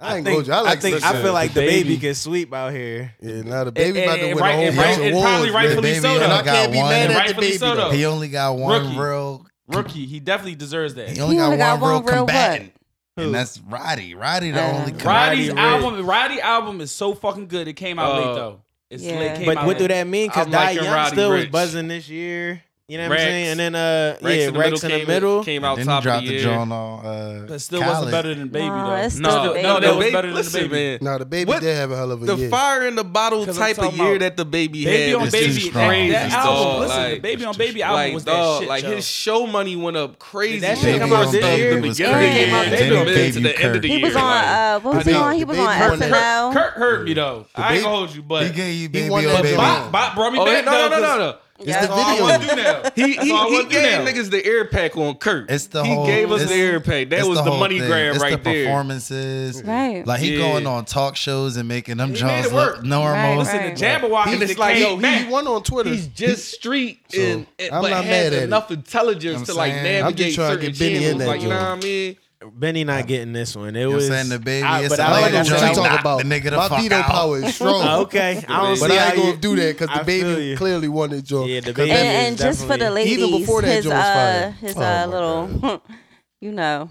Speaker 2: I, ain't
Speaker 8: think,
Speaker 2: go. I like.
Speaker 8: think
Speaker 2: Slim
Speaker 8: I feel
Speaker 2: Shady.
Speaker 8: like the
Speaker 3: Baby.
Speaker 8: baby can sweep out here.
Speaker 2: Yeah, now the baby
Speaker 3: And-
Speaker 2: about to
Speaker 3: and
Speaker 2: win
Speaker 3: right-
Speaker 2: a whole
Speaker 3: and
Speaker 2: bunch
Speaker 3: right-
Speaker 2: of
Speaker 3: and
Speaker 2: awards.
Speaker 3: probably
Speaker 2: man.
Speaker 3: rightfully
Speaker 7: Baby,
Speaker 3: so,
Speaker 7: and
Speaker 3: though.
Speaker 7: I can't be mad
Speaker 3: And
Speaker 7: at the
Speaker 3: rightfully
Speaker 7: baby.
Speaker 3: so,
Speaker 7: though.
Speaker 3: though.
Speaker 7: He only got one
Speaker 3: Rookie.
Speaker 7: real.
Speaker 3: Rookie, he definitely deserves that.
Speaker 7: He only got,
Speaker 6: only got
Speaker 7: one,
Speaker 6: one
Speaker 7: real
Speaker 6: real what?
Speaker 7: combatant,
Speaker 8: Who?
Speaker 7: and that's Roddy. Roddy the
Speaker 6: Uh,
Speaker 7: only.
Speaker 6: Roddy.
Speaker 7: combatant.
Speaker 3: Roddy's
Speaker 8: Roddy
Speaker 3: album, Roddy album is so fucking good. It came out
Speaker 4: Uh,
Speaker 3: late though. It's
Speaker 6: Yeah.
Speaker 3: late. Came
Speaker 8: But
Speaker 3: out
Speaker 8: what do
Speaker 3: late.
Speaker 8: that mean? Because
Speaker 4: I'm
Speaker 8: Dai
Speaker 4: liking
Speaker 8: Young
Speaker 4: Roddy
Speaker 8: still was
Speaker 4: Rich.
Speaker 8: buzzing this year. You know what
Speaker 4: Rex.
Speaker 8: I'm saying? And then uh
Speaker 4: Rex
Speaker 8: yeah,
Speaker 4: in the
Speaker 8: Rex
Speaker 4: middle
Speaker 8: in the
Speaker 4: came,
Speaker 8: middle.
Speaker 4: came out
Speaker 7: Then he
Speaker 4: top of
Speaker 7: dropped
Speaker 4: the
Speaker 7: the
Speaker 4: year.
Speaker 7: joint on. Uh,
Speaker 3: But still
Speaker 7: Khaled.
Speaker 3: wasn't better than Baby
Speaker 6: No,
Speaker 3: though.
Speaker 6: it's
Speaker 4: No,
Speaker 6: still the
Speaker 4: no,
Speaker 6: baby.
Speaker 4: that
Speaker 3: That
Speaker 4: was
Speaker 3: was better than the
Speaker 4: listen,
Speaker 3: baby.
Speaker 4: man.
Speaker 2: Now the baby
Speaker 5: What?
Speaker 2: did have a hell of a
Speaker 5: The
Speaker 2: year.
Speaker 5: fire in the bottle
Speaker 3: 'Cause I'm
Speaker 5: type of
Speaker 3: talking
Speaker 5: year
Speaker 3: about
Speaker 5: that the baby,
Speaker 3: Baby
Speaker 5: had
Speaker 3: on
Speaker 5: was
Speaker 7: too
Speaker 3: Baby,
Speaker 7: strong.
Speaker 3: that, that
Speaker 5: It's
Speaker 3: album,
Speaker 5: too
Speaker 3: listen,
Speaker 5: strong.
Speaker 3: the Baby on Baby album
Speaker 5: like
Speaker 3: was
Speaker 5: dog,
Speaker 3: that shit.
Speaker 5: like
Speaker 3: yo.
Speaker 5: his show money went up crazy.
Speaker 8: that shit
Speaker 5: Baby
Speaker 8: come out
Speaker 5: on
Speaker 8: this
Speaker 5: Baby
Speaker 8: year?
Speaker 5: was
Speaker 6: Yeah.
Speaker 5: crazy.
Speaker 6: Came out
Speaker 5: Then
Speaker 6: this
Speaker 5: the
Speaker 6: year.
Speaker 5: mid to the
Speaker 7: Baby
Speaker 5: end of the
Speaker 6: He
Speaker 5: year,
Speaker 6: was on.
Speaker 5: like-
Speaker 6: Uh, what was
Speaker 2: The
Speaker 6: he on? He
Speaker 2: baby-
Speaker 6: was
Speaker 2: the
Speaker 6: on
Speaker 2: baby won that.
Speaker 6: SNL.
Speaker 3: Kurt hurt me though. I ain't
Speaker 2: baby-
Speaker 3: gonna hold you,
Speaker 7: he
Speaker 3: but
Speaker 7: gave you
Speaker 2: He
Speaker 7: baby
Speaker 2: won
Speaker 7: on
Speaker 2: that
Speaker 7: baby.
Speaker 2: Bob-
Speaker 3: Bop, Bop brought me
Speaker 5: Oh,
Speaker 3: back.
Speaker 5: no,
Speaker 3: though,
Speaker 5: no, no, no,
Speaker 3: 'cause
Speaker 5: no.
Speaker 2: It's the
Speaker 3: That's all I want to
Speaker 2: video.
Speaker 3: do now.
Speaker 5: He, he,
Speaker 3: That's all I
Speaker 5: he
Speaker 3: wanna do
Speaker 5: gave
Speaker 3: now.
Speaker 5: niggas the air pack on Kurt.
Speaker 7: It's the
Speaker 5: he
Speaker 7: whole.
Speaker 5: gave us
Speaker 7: it's-
Speaker 5: the air pack. That
Speaker 7: it's
Speaker 5: was
Speaker 7: the
Speaker 5: the,
Speaker 7: whole
Speaker 5: money
Speaker 7: thing.
Speaker 5: grab
Speaker 7: it's
Speaker 5: right
Speaker 7: the
Speaker 5: there.
Speaker 7: performances.
Speaker 6: Right.
Speaker 7: Like he
Speaker 5: Yeah.
Speaker 7: going on talk shows and making them
Speaker 5: He
Speaker 7: jobs
Speaker 5: made it
Speaker 7: look
Speaker 5: work.
Speaker 7: normal.
Speaker 6: Right, right.
Speaker 3: Jabberwocky
Speaker 5: And
Speaker 3: is
Speaker 5: it's like,
Speaker 3: the
Speaker 5: yo,
Speaker 3: king.
Speaker 5: he-
Speaker 3: Mac.
Speaker 2: He won on Twitter.
Speaker 5: He's just street
Speaker 2: So,
Speaker 5: and, and
Speaker 2: I'm
Speaker 5: but
Speaker 2: not
Speaker 5: has
Speaker 2: mad at it.
Speaker 5: enough intelligence
Speaker 7: I'm
Speaker 5: to like
Speaker 7: saying-
Speaker 5: navigate
Speaker 7: I'm
Speaker 2: just trying to
Speaker 5: certain
Speaker 2: get Benny in
Speaker 5: channels.
Speaker 2: that
Speaker 5: Like, you know what
Speaker 2: joint.
Speaker 5: I mean?
Speaker 8: Benny not getting this one. It
Speaker 7: You know what
Speaker 8: was
Speaker 7: I'm saying? The baby.
Speaker 8: I,
Speaker 7: it's
Speaker 8: but
Speaker 7: a
Speaker 8: I
Speaker 7: lot
Speaker 2: I
Speaker 8: like
Speaker 2: don't know
Speaker 7: of
Speaker 8: that
Speaker 2: what
Speaker 7: jokes.
Speaker 2: you
Speaker 8: joint.
Speaker 7: Knock
Speaker 2: talking about.
Speaker 7: The nigga to
Speaker 2: My
Speaker 7: fuck
Speaker 2: veto
Speaker 7: out.
Speaker 2: power is strong.
Speaker 8: Oh, okay, I
Speaker 2: But
Speaker 8: don't see
Speaker 2: I ain't
Speaker 8: how
Speaker 2: gonna
Speaker 8: you-
Speaker 2: do that because
Speaker 8: I
Speaker 2: the
Speaker 8: feel
Speaker 2: baby
Speaker 8: you.
Speaker 2: clearly won it, Joe.
Speaker 8: Yeah, the
Speaker 2: Because
Speaker 8: baby
Speaker 2: that
Speaker 6: And,
Speaker 8: is
Speaker 2: is-
Speaker 6: and just for the
Speaker 8: definitely-
Speaker 6: ladies,
Speaker 2: Even before that,
Speaker 6: his
Speaker 2: Joe was
Speaker 6: uh,
Speaker 2: fire.
Speaker 6: his
Speaker 2: Oh,
Speaker 6: uh,
Speaker 2: my
Speaker 6: little, you know,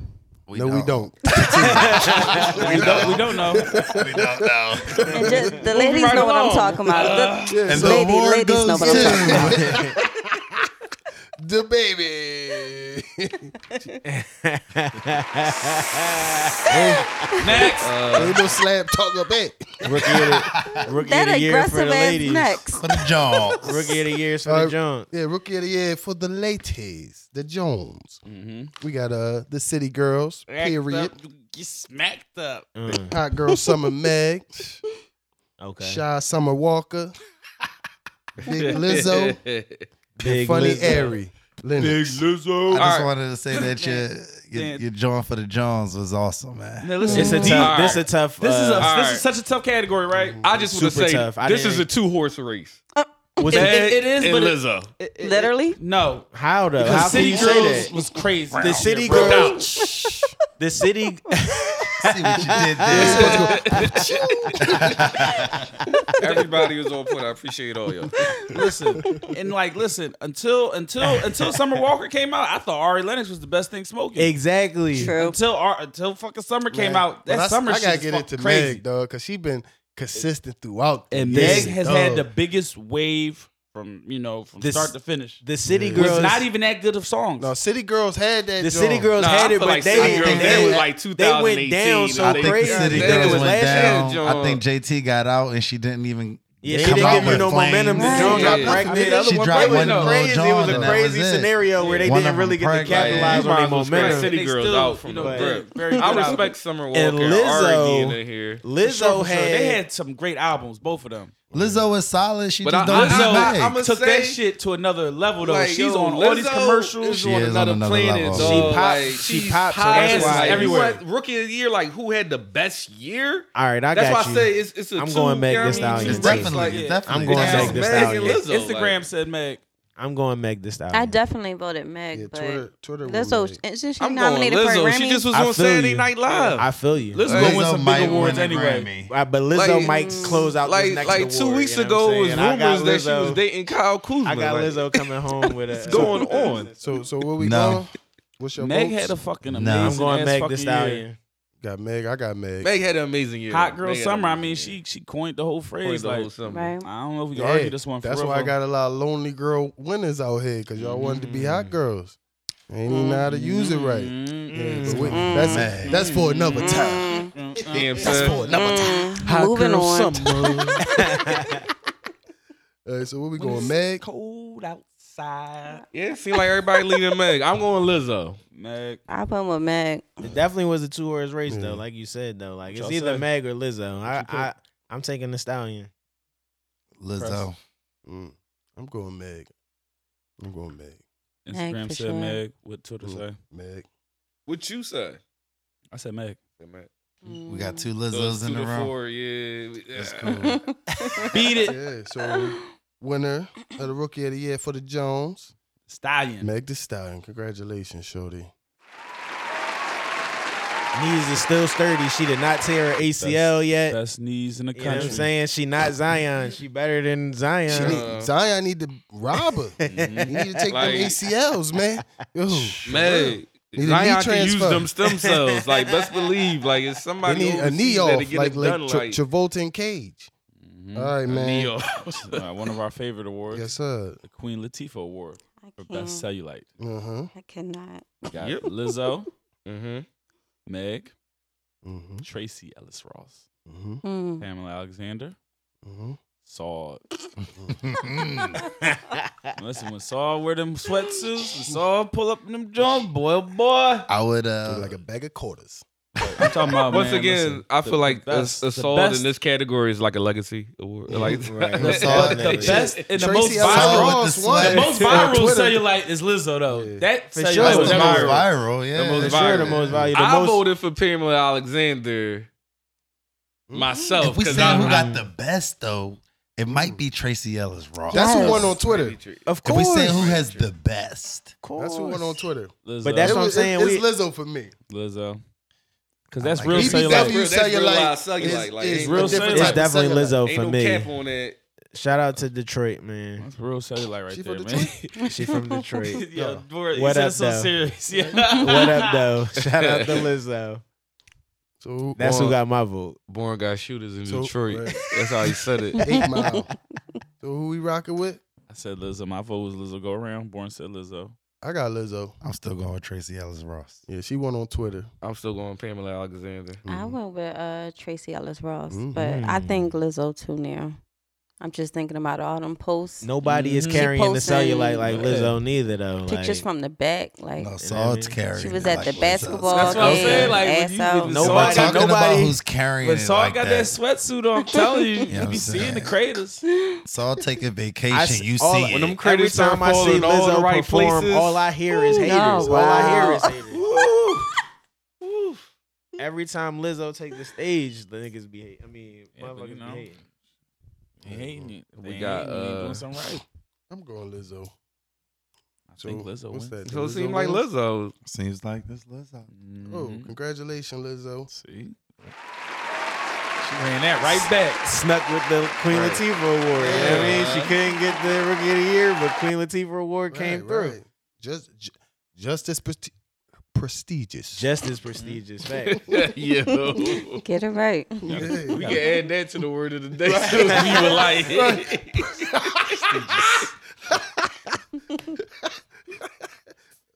Speaker 2: no, we don't.
Speaker 3: We don't, we don't know.
Speaker 7: We don't know.
Speaker 6: and just, the ladies
Speaker 3: right
Speaker 6: know what I'm
Speaker 3: along.
Speaker 6: talking about. The,
Speaker 2: Yeah,
Speaker 7: And
Speaker 2: so
Speaker 7: the
Speaker 6: Lady-
Speaker 7: award
Speaker 6: ladies know
Speaker 7: goes
Speaker 6: what I'm talking
Speaker 7: to.
Speaker 2: the baby.
Speaker 3: Next,
Speaker 2: Ain't no slap talk up it.
Speaker 8: rookie of the, rookie
Speaker 6: that
Speaker 8: of the year for
Speaker 6: aggressive
Speaker 8: the
Speaker 6: ass
Speaker 8: ladies.
Speaker 6: next.
Speaker 7: For the Jones.
Speaker 8: Rookie of the year is for
Speaker 2: Uh,
Speaker 8: the junk.
Speaker 2: Yeah, rookie of the year for the ladies, the Jones. We got uh the city girls. Period.
Speaker 4: You smacked up.
Speaker 8: Mm,
Speaker 2: Hot girl Summer Meg,
Speaker 8: okay,
Speaker 2: shy Summer Walker, Big Lizzo,
Speaker 8: Big
Speaker 2: Funny
Speaker 8: Lizzo.
Speaker 2: Airy, Lennox.
Speaker 7: I
Speaker 3: Lizzo.
Speaker 7: just wanted to say that your your, your joint for the Jones was awesome, man.
Speaker 3: listen,
Speaker 8: It's a
Speaker 3: All
Speaker 8: tough. This a
Speaker 3: right.
Speaker 8: tough.
Speaker 3: This is a,
Speaker 8: uh,
Speaker 3: this is such a tough category, right?
Speaker 5: I just want to
Speaker 8: Super
Speaker 5: say
Speaker 8: tough. I
Speaker 5: this
Speaker 8: didn't-
Speaker 5: is a two horse race.
Speaker 8: was
Speaker 3: it-
Speaker 8: it,
Speaker 3: it- it is,
Speaker 5: and
Speaker 3: but it-
Speaker 5: Lizzo.
Speaker 6: Literally,
Speaker 3: No,
Speaker 8: how though?
Speaker 3: because
Speaker 8: How can
Speaker 3: City
Speaker 8: you
Speaker 3: Girls
Speaker 8: say that?
Speaker 3: was crazy.
Speaker 8: The city
Speaker 3: bro.
Speaker 8: girls. the city.
Speaker 7: See what you did there.
Speaker 5: Everybody was on point. I appreciate all y'all.
Speaker 3: listen, and like, listen. Until until until Summer Walker came out, I thought Ari Lennox was the best thing smoking.
Speaker 8: Exactly.
Speaker 6: True.
Speaker 3: Until Ar- until fucking Summer came
Speaker 2: Man,
Speaker 3: out, that
Speaker 2: but I,
Speaker 3: Summer
Speaker 2: I
Speaker 3: shit
Speaker 2: gotta
Speaker 3: is
Speaker 2: get
Speaker 3: fucking
Speaker 2: into
Speaker 3: crazy.
Speaker 2: Meg though, cause she been consistent throughout. the
Speaker 3: and
Speaker 2: years,
Speaker 3: Meg uh, has
Speaker 8: Oh,
Speaker 2: dog.
Speaker 3: had the biggest wave from you know from
Speaker 8: This-
Speaker 3: start to finish.
Speaker 8: The city
Speaker 2: Yeah.
Speaker 3: It was
Speaker 8: girls.
Speaker 3: not even that good of songs.
Speaker 2: No, city girls had that.
Speaker 8: the city
Speaker 2: joint.
Speaker 8: girls
Speaker 5: Nah, I
Speaker 8: had it,
Speaker 5: feel
Speaker 8: but
Speaker 5: like
Speaker 8: they,
Speaker 5: City
Speaker 8: they,
Speaker 5: Girls, that was like
Speaker 8: they went
Speaker 5: 2018,
Speaker 8: down
Speaker 5: though.
Speaker 8: so
Speaker 7: I think the
Speaker 8: crazy.
Speaker 7: city
Speaker 5: That
Speaker 7: girls
Speaker 5: was
Speaker 7: went
Speaker 8: last
Speaker 7: down.
Speaker 8: year.
Speaker 5: Jones.
Speaker 7: I think JT got out and she didn't even.
Speaker 8: Yeah,
Speaker 7: come
Speaker 8: she didn't
Speaker 7: out
Speaker 8: give you
Speaker 7: with
Speaker 8: no
Speaker 7: flames.
Speaker 8: momentum. The
Speaker 6: Right.
Speaker 8: Jones
Speaker 5: Yeah.
Speaker 8: got
Speaker 5: Yeah.
Speaker 8: pregnant.
Speaker 2: She
Speaker 8: The other one
Speaker 7: dropped
Speaker 8: pregnant.
Speaker 7: one
Speaker 8: It was
Speaker 7: little
Speaker 8: crazy. It was
Speaker 7: John
Speaker 8: a
Speaker 7: and that
Speaker 8: crazy
Speaker 7: was it.
Speaker 8: scenario where they
Speaker 7: One
Speaker 8: didn't
Speaker 7: of
Speaker 8: really
Speaker 7: them
Speaker 8: get to
Speaker 7: pregnant.
Speaker 8: capitalize on
Speaker 5: Miles
Speaker 8: their
Speaker 5: was great.
Speaker 8: momentum.
Speaker 5: City
Speaker 3: They
Speaker 5: girls
Speaker 3: still,
Speaker 5: out from
Speaker 3: you know,
Speaker 5: the
Speaker 3: very-
Speaker 5: grip.
Speaker 3: very
Speaker 5: I
Speaker 3: good
Speaker 5: respect Summer Walker
Speaker 8: And
Speaker 5: and Lizzo,
Speaker 8: Lizzo-
Speaker 5: in here.
Speaker 8: Lizzo
Speaker 3: album. So they
Speaker 8: had
Speaker 3: had some great albums, both of them.
Speaker 7: Lizzo is solid. She
Speaker 5: But
Speaker 7: just
Speaker 5: I-
Speaker 7: don't
Speaker 5: I-
Speaker 7: do
Speaker 5: I-
Speaker 7: big.
Speaker 5: I'ma
Speaker 3: Took
Speaker 5: say-
Speaker 3: that shit to another level though.
Speaker 5: Like,
Speaker 3: She's
Speaker 5: yo,
Speaker 3: on all these
Speaker 5: Lizzo
Speaker 3: commercials.
Speaker 5: is
Speaker 7: She is on another level.
Speaker 5: dog.
Speaker 7: She
Speaker 8: pop-
Speaker 5: Like,
Speaker 8: she
Speaker 5: she's
Speaker 8: popped, so
Speaker 3: that's
Speaker 5: popped.
Speaker 3: why-
Speaker 5: Like,
Speaker 3: everywhere.
Speaker 5: what- rookie of the year, like who had the best year?
Speaker 8: All right, I
Speaker 5: That's
Speaker 8: got
Speaker 5: why I
Speaker 8: you.
Speaker 5: say it's, it's a
Speaker 8: I'm
Speaker 5: two,
Speaker 8: going Meg
Speaker 5: you know what
Speaker 8: Thee
Speaker 5: I mean?
Speaker 8: Stallion,
Speaker 5: It's
Speaker 8: too.
Speaker 5: definitely
Speaker 3: Like,
Speaker 7: Definitely,
Speaker 3: yeah.
Speaker 7: definitely.
Speaker 8: I'm going
Speaker 7: It's
Speaker 8: back
Speaker 7: just
Speaker 8: this
Speaker 7: mad.
Speaker 8: out.
Speaker 5: Meg and
Speaker 8: yeah.
Speaker 5: Lizzo.
Speaker 3: Instagram
Speaker 5: like,
Speaker 3: said Meg.
Speaker 8: I'm going Meg this time.
Speaker 6: I definitely voted Meg,
Speaker 2: Yeah,
Speaker 6: but
Speaker 2: Twitter, Twitter. was
Speaker 6: Lizzo
Speaker 2: Meg.
Speaker 6: isn't she
Speaker 5: I'm going
Speaker 6: nominated for a
Speaker 5: Lizzo.
Speaker 6: Grammy?
Speaker 5: She just was
Speaker 8: I
Speaker 5: on
Speaker 8: feel
Speaker 5: Saturday
Speaker 8: you.
Speaker 5: Night Live.
Speaker 8: I feel you.
Speaker 3: Lizzo
Speaker 5: Lizzo
Speaker 3: gonna win some
Speaker 7: might
Speaker 3: big
Speaker 7: win
Speaker 3: awards
Speaker 7: a
Speaker 3: anyway.
Speaker 7: Grammy.
Speaker 8: Right, but Lizzo
Speaker 5: Like- mm,
Speaker 8: might close out
Speaker 5: like
Speaker 8: this next
Speaker 5: like two
Speaker 8: award,
Speaker 5: weeks
Speaker 8: you know
Speaker 5: ago,
Speaker 8: what
Speaker 5: it
Speaker 8: I'm
Speaker 5: was
Speaker 8: saying? I got
Speaker 5: rumors that she
Speaker 8: Lizzo-
Speaker 5: was dating Kyle Kuzma.
Speaker 8: I got
Speaker 5: like,
Speaker 8: Lizzo coming home with a
Speaker 5: What's going on?
Speaker 2: So, so what we
Speaker 7: No.
Speaker 2: going? What's your
Speaker 3: Meg
Speaker 2: votes?
Speaker 3: had a fucking
Speaker 7: No.
Speaker 3: amazing.
Speaker 8: I'm going
Speaker 3: ass
Speaker 8: Meg
Speaker 3: fucking
Speaker 8: the Stallion.
Speaker 3: year.
Speaker 2: Got Meg. I got Meg.
Speaker 5: Meg had an amazing year.
Speaker 3: Hot girl
Speaker 5: Meg had an
Speaker 3: summer. I
Speaker 5: amazing
Speaker 3: mean,
Speaker 5: year.
Speaker 3: she she coined the whole
Speaker 5: Coined
Speaker 3: phrase.
Speaker 5: the
Speaker 3: like,
Speaker 5: whole summer.
Speaker 6: right?
Speaker 3: I don't know if we can
Speaker 2: Yeah,
Speaker 3: argue this one. For
Speaker 2: That's
Speaker 3: real,
Speaker 2: why I
Speaker 3: for real.
Speaker 2: got a lot of lonely girl winners out here because y'all wanted to be
Speaker 3: Mm-hmm.
Speaker 2: hot girls. Ain't even know how to use it right.
Speaker 3: Mm-hmm.
Speaker 2: Yeah, but wait, that's, that's for another time.
Speaker 3: Mm-hmm.
Speaker 5: Damn,
Speaker 2: That's for
Speaker 5: son.
Speaker 2: another time.
Speaker 6: Mm-hmm. Moving on.
Speaker 2: All right, so where we going, Meg?
Speaker 3: Cold outside.
Speaker 5: Yeah, it seemed like everybody leaving Meg. I'm going Lizzo.
Speaker 3: Meg.
Speaker 6: I put with Meg.
Speaker 8: It definitely was a two horse race though, like you said though. Like it's
Speaker 3: y'all
Speaker 8: either
Speaker 3: say?
Speaker 8: Meg or Lizzo. I, I I'm taking the stallion.
Speaker 7: Lizzo.
Speaker 2: Mm, I'm going Meg. I'm going Meg.
Speaker 3: Instagram
Speaker 6: Meg for
Speaker 3: said
Speaker 6: sure.
Speaker 3: Meg. What Twitter
Speaker 2: Mm.
Speaker 3: say?
Speaker 2: Meg.
Speaker 5: What you say?
Speaker 3: I said Meg.
Speaker 7: We got two
Speaker 5: So it's
Speaker 7: Lizzos in
Speaker 5: two
Speaker 7: the
Speaker 5: to
Speaker 7: room.
Speaker 5: Four, yeah.
Speaker 7: That's
Speaker 5: Yeah.
Speaker 7: cool.
Speaker 3: Beat it.
Speaker 2: Yeah, so winner of the Rookie of the Year for the Jones,
Speaker 3: Stallion.
Speaker 2: Meg Thee Stallion. Congratulations, Shorty.
Speaker 8: Knees is still sturdy. She did not tear her ACL yet.
Speaker 3: Best knees in the
Speaker 8: you know what
Speaker 3: country.
Speaker 8: I'm saying? She not Zion. She better than Zion.
Speaker 2: She
Speaker 5: Uh.
Speaker 2: need, Zion need to rob her. You need to take
Speaker 5: Like-
Speaker 2: them ACLs, man. Yo,
Speaker 5: Meg.
Speaker 2: Need a knee
Speaker 5: Zion can use
Speaker 2: transfer.
Speaker 5: them stem cells. Like, best believe. Like, it's
Speaker 2: they
Speaker 5: somebody
Speaker 2: need a
Speaker 5: overseas
Speaker 2: knee
Speaker 5: that
Speaker 2: off
Speaker 5: to get
Speaker 2: like
Speaker 5: it
Speaker 2: like,
Speaker 5: done,
Speaker 2: Tra-
Speaker 5: like Mm-hmm.
Speaker 2: Travolta and Cage.
Speaker 3: Mhm.
Speaker 2: All right,
Speaker 5: a knee
Speaker 2: man.
Speaker 5: off.
Speaker 3: Uh, one of our favorite awards,
Speaker 2: Yes, sir.
Speaker 3: the Queen Latifah Award for
Speaker 6: I,
Speaker 3: best
Speaker 6: can't.
Speaker 3: cellulite.
Speaker 2: Uh huh.
Speaker 6: I cannot.
Speaker 3: We got
Speaker 5: Yep.
Speaker 3: Lizzo,
Speaker 5: mm-hmm.
Speaker 3: Meg,
Speaker 2: Mm-hmm.
Speaker 3: Tracy Ellis Ross,
Speaker 2: Mm-hmm.
Speaker 6: Mm.
Speaker 3: Pamela Alexander,
Speaker 2: Mm-hmm.
Speaker 3: Saul.
Speaker 7: Mm.
Speaker 2: Mm-hmm.
Speaker 3: Listen, when Saul wear them sweatsuits, when Saul pull up in them joints, boy, oh boy.
Speaker 7: I would uh
Speaker 2: like a bag of quarters.
Speaker 3: I'm talking about
Speaker 5: Once
Speaker 3: Oh, man,
Speaker 5: again,
Speaker 3: listen,
Speaker 5: I
Speaker 3: the
Speaker 5: feel like
Speaker 3: best-
Speaker 5: a, a
Speaker 3: the
Speaker 5: song
Speaker 3: best-
Speaker 5: in this category is like a legacy award. Like
Speaker 8: Right.
Speaker 3: But
Speaker 7: Saul
Speaker 3: the
Speaker 7: nigga.
Speaker 3: best and the
Speaker 2: Tracy
Speaker 3: most
Speaker 2: Ellis
Speaker 3: viral,
Speaker 2: Ross
Speaker 7: the
Speaker 2: won.
Speaker 3: the most
Speaker 2: On
Speaker 3: viral
Speaker 2: Twitter.
Speaker 3: cellulite is Lizzo though.
Speaker 2: Yeah.
Speaker 3: That
Speaker 8: For
Speaker 3: cellulite
Speaker 8: sure.
Speaker 7: That's
Speaker 3: was
Speaker 7: the
Speaker 3: viral.
Speaker 7: most viral, yeah.
Speaker 5: The most
Speaker 8: For sure, the
Speaker 5: viral.
Speaker 8: most valuable. The
Speaker 5: I
Speaker 8: most,
Speaker 5: voted for Pamela Alexander myself
Speaker 7: Mm-hmm.
Speaker 8: Oh,
Speaker 7: If we
Speaker 5: because
Speaker 7: say
Speaker 5: I
Speaker 7: who got the best though, it might be Tracy Ellis Ross.
Speaker 2: That's
Speaker 7: Yes.
Speaker 2: who won on Twitter.
Speaker 8: of
Speaker 7: If
Speaker 8: course.
Speaker 7: we say who has the best,
Speaker 2: That's who won on Twitter.
Speaker 3: Lizzo.
Speaker 8: But that's
Speaker 2: It
Speaker 8: what I'm
Speaker 2: was-
Speaker 8: saying.
Speaker 2: It, it's
Speaker 8: We-
Speaker 2: Lizzo for me.
Speaker 3: Lizzo. Because that's
Speaker 7: like
Speaker 3: real
Speaker 7: it.
Speaker 2: BBW
Speaker 3: cellulite.
Speaker 5: That's real-
Speaker 2: cellulite
Speaker 5: that's real live cellulite,
Speaker 2: is-
Speaker 5: like,
Speaker 2: is
Speaker 5: ain't
Speaker 2: a
Speaker 3: no
Speaker 2: different
Speaker 3: cellulite.
Speaker 8: It's
Speaker 2: type of
Speaker 8: definitely
Speaker 2: cellulite.
Speaker 7: Oh,
Speaker 8: Lizzo
Speaker 5: Ain't
Speaker 8: for
Speaker 5: no
Speaker 8: me.
Speaker 5: cap on that.
Speaker 8: Shout out to Detroit, man.
Speaker 3: That's real cellulite right
Speaker 2: She
Speaker 3: there,
Speaker 2: from
Speaker 3: man.
Speaker 8: She from Detroit.
Speaker 3: Yo, Dora,
Speaker 8: What
Speaker 3: you said
Speaker 8: up,
Speaker 3: so
Speaker 8: though?
Speaker 3: serious.
Speaker 8: what
Speaker 3: Yeah.
Speaker 8: up, though? Shout out to Lizzo.
Speaker 2: So who
Speaker 8: That's who
Speaker 2: won?
Speaker 8: got my vote.
Speaker 5: Born got shooters in
Speaker 2: So-
Speaker 5: Detroit.
Speaker 2: right.
Speaker 5: That's how he said it.
Speaker 2: Eight Mile. So who we rocking with?
Speaker 3: I said Lizzo. My vote was Lizzo. Go around. Born said Lizzo.
Speaker 2: I got Lizzo.
Speaker 7: I'm still going with Tracy Ellis Ross.
Speaker 2: Yeah, she won on Twitter.
Speaker 5: I'm still going Pamela Alexander.
Speaker 6: I
Speaker 3: Mm-hmm.
Speaker 2: Mhm.
Speaker 6: went with uh, Tracy Ellis Ross, but I think Lizzo too now. I'm just thinking about all them posts,
Speaker 8: Nobody is
Speaker 3: Mhm.
Speaker 8: carrying the
Speaker 6: posting-
Speaker 8: cellulite like Lizzo, neither though.
Speaker 6: pictures
Speaker 8: like,
Speaker 6: from the back,
Speaker 7: No,
Speaker 6: like
Speaker 8: know what I
Speaker 7: Saul's
Speaker 8: mean?
Speaker 7: carrying.
Speaker 6: she was
Speaker 7: it
Speaker 6: at
Speaker 7: like
Speaker 6: the
Speaker 7: Lizzo.
Speaker 6: basketball
Speaker 3: That's what I'm
Speaker 6: game,
Speaker 3: saying, like, when you-
Speaker 6: ass
Speaker 3: when
Speaker 6: out.
Speaker 3: Saul
Speaker 7: We're
Speaker 8: Nobody-
Speaker 7: talking about
Speaker 8: nobody-
Speaker 7: who's carrying
Speaker 3: But
Speaker 7: it
Speaker 3: Saul
Speaker 7: like
Speaker 3: got that.
Speaker 7: that.
Speaker 3: sweatsuit on. I'm telling you,
Speaker 7: know
Speaker 3: you
Speaker 7: what
Speaker 3: be
Speaker 7: I'm
Speaker 3: seeing the
Speaker 7: saying?
Speaker 3: craters.
Speaker 7: Saul taking vacation.
Speaker 8: I
Speaker 7: you
Speaker 8: all-
Speaker 7: see
Speaker 8: when
Speaker 7: it.
Speaker 8: them credits every
Speaker 5: start
Speaker 8: time I see
Speaker 5: falling all in
Speaker 8: Lizzo
Speaker 5: the right
Speaker 8: perform,
Speaker 5: places.
Speaker 8: all I hear is
Speaker 6: Ooh,
Speaker 8: haters. All
Speaker 6: no,
Speaker 8: I hear
Speaker 6: wow.
Speaker 8: is haters. Every time Lizzo take the stage, the niggas be hating. I mean,
Speaker 3: Yeah, but
Speaker 8: motherfuckers
Speaker 3: you know.
Speaker 8: be hating.
Speaker 2: Mm-hmm.
Speaker 3: Hating it.
Speaker 5: We
Speaker 3: They
Speaker 5: got,
Speaker 3: hating it, you
Speaker 5: uh,
Speaker 3: doing something right.
Speaker 2: I'm going Lizzo.
Speaker 3: I think Lizzo
Speaker 2: what's
Speaker 3: wins.
Speaker 2: that?
Speaker 5: So it
Speaker 2: Lizzo
Speaker 5: seemed like
Speaker 2: wins?
Speaker 5: Lizzo.
Speaker 7: Seems like this Lizzo.
Speaker 3: Mhm.
Speaker 2: Oh, congratulations, Lizzo.
Speaker 3: See, she ran that right back.
Speaker 8: Snuck with the Queen
Speaker 2: Right.
Speaker 8: Latifah Award. You know what I mean? She
Speaker 3: Yeah.
Speaker 8: couldn't get the Rookie of the Year, but Queen Latifah Award came
Speaker 2: Right,
Speaker 8: through.
Speaker 2: right. Just, ju- just as presti- prestigious.
Speaker 8: Just as prestigious. Fact.
Speaker 5: yeah.
Speaker 6: Get it right.
Speaker 2: Yeah.
Speaker 5: We can add that to the word of the day. So we were like,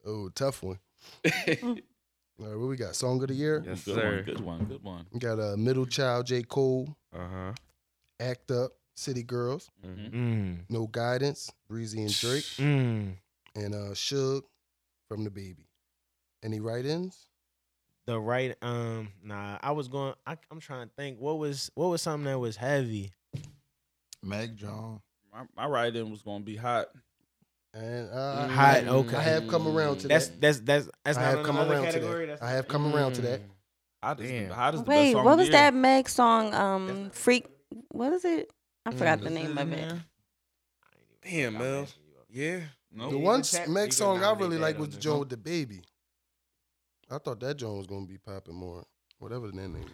Speaker 2: Oh, tough one. All right, what we got? Song of the year.
Speaker 5: yes,
Speaker 3: Good
Speaker 5: sir.
Speaker 3: one. Good one. Good one.
Speaker 2: We got a uh, middle child, J. Cole,
Speaker 5: Uh huh.
Speaker 2: Act Up, City Girls,
Speaker 8: mm.
Speaker 2: No Guidance, Breezy and Drake,
Speaker 8: Mm.
Speaker 2: and uh Suge from the Baby. Any write-ins?
Speaker 8: The right um nah I was going I, I'm trying to think what was what was something that was heavy
Speaker 7: Meg John.
Speaker 3: My, my ride in was gonna be hot.
Speaker 2: And uh, I-
Speaker 8: Hot,
Speaker 2: I-
Speaker 8: okay.
Speaker 2: I have come around to
Speaker 8: that's
Speaker 2: that.
Speaker 8: that's that's that's
Speaker 2: I
Speaker 8: not
Speaker 2: have
Speaker 8: on
Speaker 2: come
Speaker 8: another
Speaker 2: around
Speaker 8: category
Speaker 2: to that.
Speaker 8: that's Mm.
Speaker 2: I have come around to that.
Speaker 3: Hot is
Speaker 5: Damn.
Speaker 3: the, hot is the best
Speaker 6: Wait,
Speaker 3: song
Speaker 6: what
Speaker 3: of the
Speaker 6: was
Speaker 3: year.
Speaker 6: that Meg song? Um, freak. What is it? I
Speaker 3: Mm,
Speaker 6: forgot the name of it.
Speaker 5: Damn, Mel. Yeah.
Speaker 3: No.
Speaker 2: The
Speaker 8: Yeah,
Speaker 2: one
Speaker 8: the chat- you
Speaker 2: Meg
Speaker 8: can
Speaker 2: song I
Speaker 8: nominate
Speaker 2: really
Speaker 8: that
Speaker 2: like
Speaker 8: on
Speaker 2: was the
Speaker 8: there.
Speaker 2: joint with the baby. I thought that joint was gonna be popping more. Whatever that name was.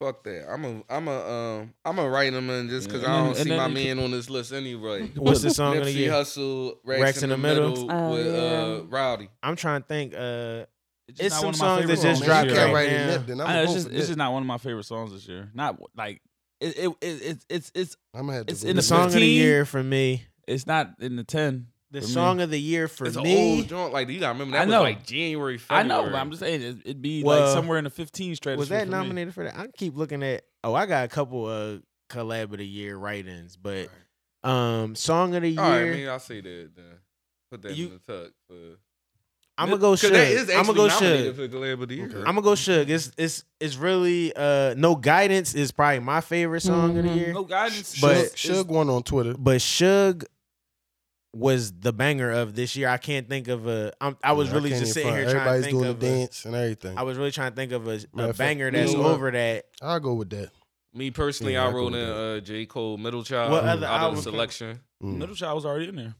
Speaker 5: Fuck that. I'm a I'm a um I'm a write them in just because
Speaker 3: Yeah.
Speaker 5: I
Speaker 3: And
Speaker 5: don't
Speaker 3: then-
Speaker 5: see
Speaker 3: and
Speaker 5: my
Speaker 3: then you
Speaker 5: man on this list anyway.
Speaker 8: What's the song of the
Speaker 5: Nipsey
Speaker 8: year?
Speaker 5: Hustle, Rex, in the, middle,
Speaker 6: Oh,
Speaker 5: with uh,
Speaker 6: yeah.
Speaker 5: Rowdy.
Speaker 8: I'm trying to think. Uh,
Speaker 3: just
Speaker 8: It's
Speaker 3: not
Speaker 8: some
Speaker 3: one of
Speaker 8: songs
Speaker 3: my favorite
Speaker 8: that just
Speaker 3: songs
Speaker 8: dropped
Speaker 3: this
Speaker 8: out
Speaker 3: year.
Speaker 8: right
Speaker 2: and
Speaker 8: now.
Speaker 2: Lipton. I'm
Speaker 3: I know, it's
Speaker 2: gonna
Speaker 3: just
Speaker 2: vote for
Speaker 3: it's just
Speaker 2: Lipton.
Speaker 3: not one of my favorite songs this year. Not like it it, it, it's it's it's
Speaker 2: I'm gonna have to
Speaker 3: it's
Speaker 2: vote
Speaker 3: in the
Speaker 8: The
Speaker 2: for
Speaker 8: song of the
Speaker 3: 15?
Speaker 8: year for me.
Speaker 3: it's not in the ten.
Speaker 8: The
Speaker 3: For me.
Speaker 8: song of the year for
Speaker 5: it's an
Speaker 8: me.
Speaker 5: old joint. Like you gotta remember
Speaker 3: I
Speaker 5: that
Speaker 3: know.
Speaker 5: was like January,
Speaker 3: I
Speaker 5: February.
Speaker 3: know, but I'm just saying it, it'd be
Speaker 8: Well,
Speaker 3: like somewhere in the fifteen straight.
Speaker 8: was that nominated for that? I keep looking at. Oh, I got a couple of collab of the year write-ins, but um, song of the year.
Speaker 5: All right, maybe I'll say that then. Put that
Speaker 8: You-
Speaker 5: in the tuck. For...
Speaker 8: I'm gonna go
Speaker 5: Cause
Speaker 8: Suge.
Speaker 5: that is
Speaker 8: I'm gonna
Speaker 5: actually
Speaker 8: go
Speaker 5: nominated
Speaker 8: Suge.
Speaker 5: for Glad of the Year.
Speaker 8: I'm gonna go Suge. It's it's it's really uh no guidance is probably my favorite song of the
Speaker 6: Mhm.
Speaker 8: year.
Speaker 3: No guidance,
Speaker 8: But-
Speaker 2: Suge, Suge won on Twitter.
Speaker 8: But Suge was the banger of this year. I can't think of a. I'm, I was
Speaker 2: Yeah,
Speaker 8: really
Speaker 2: can't
Speaker 8: just
Speaker 2: even
Speaker 8: sitting here
Speaker 2: front.
Speaker 8: trying
Speaker 2: Everybody's
Speaker 8: to think
Speaker 2: doing
Speaker 8: of.
Speaker 2: the
Speaker 8: A,
Speaker 2: dance and everything.
Speaker 8: I was really trying to think of a,
Speaker 2: Matter
Speaker 8: a
Speaker 2: of fact,
Speaker 8: banger
Speaker 2: you
Speaker 8: that's
Speaker 2: know what?
Speaker 8: over that.
Speaker 2: I'll go with that.
Speaker 5: Me personally,
Speaker 2: Yeah, I
Speaker 5: I
Speaker 2: go
Speaker 5: wrote in
Speaker 2: with
Speaker 5: uh, J Cole Middle Child
Speaker 8: What
Speaker 5: out
Speaker 8: other
Speaker 5: of
Speaker 8: album?
Speaker 5: the selection.
Speaker 2: Mm.
Speaker 3: Middle Child was already in there.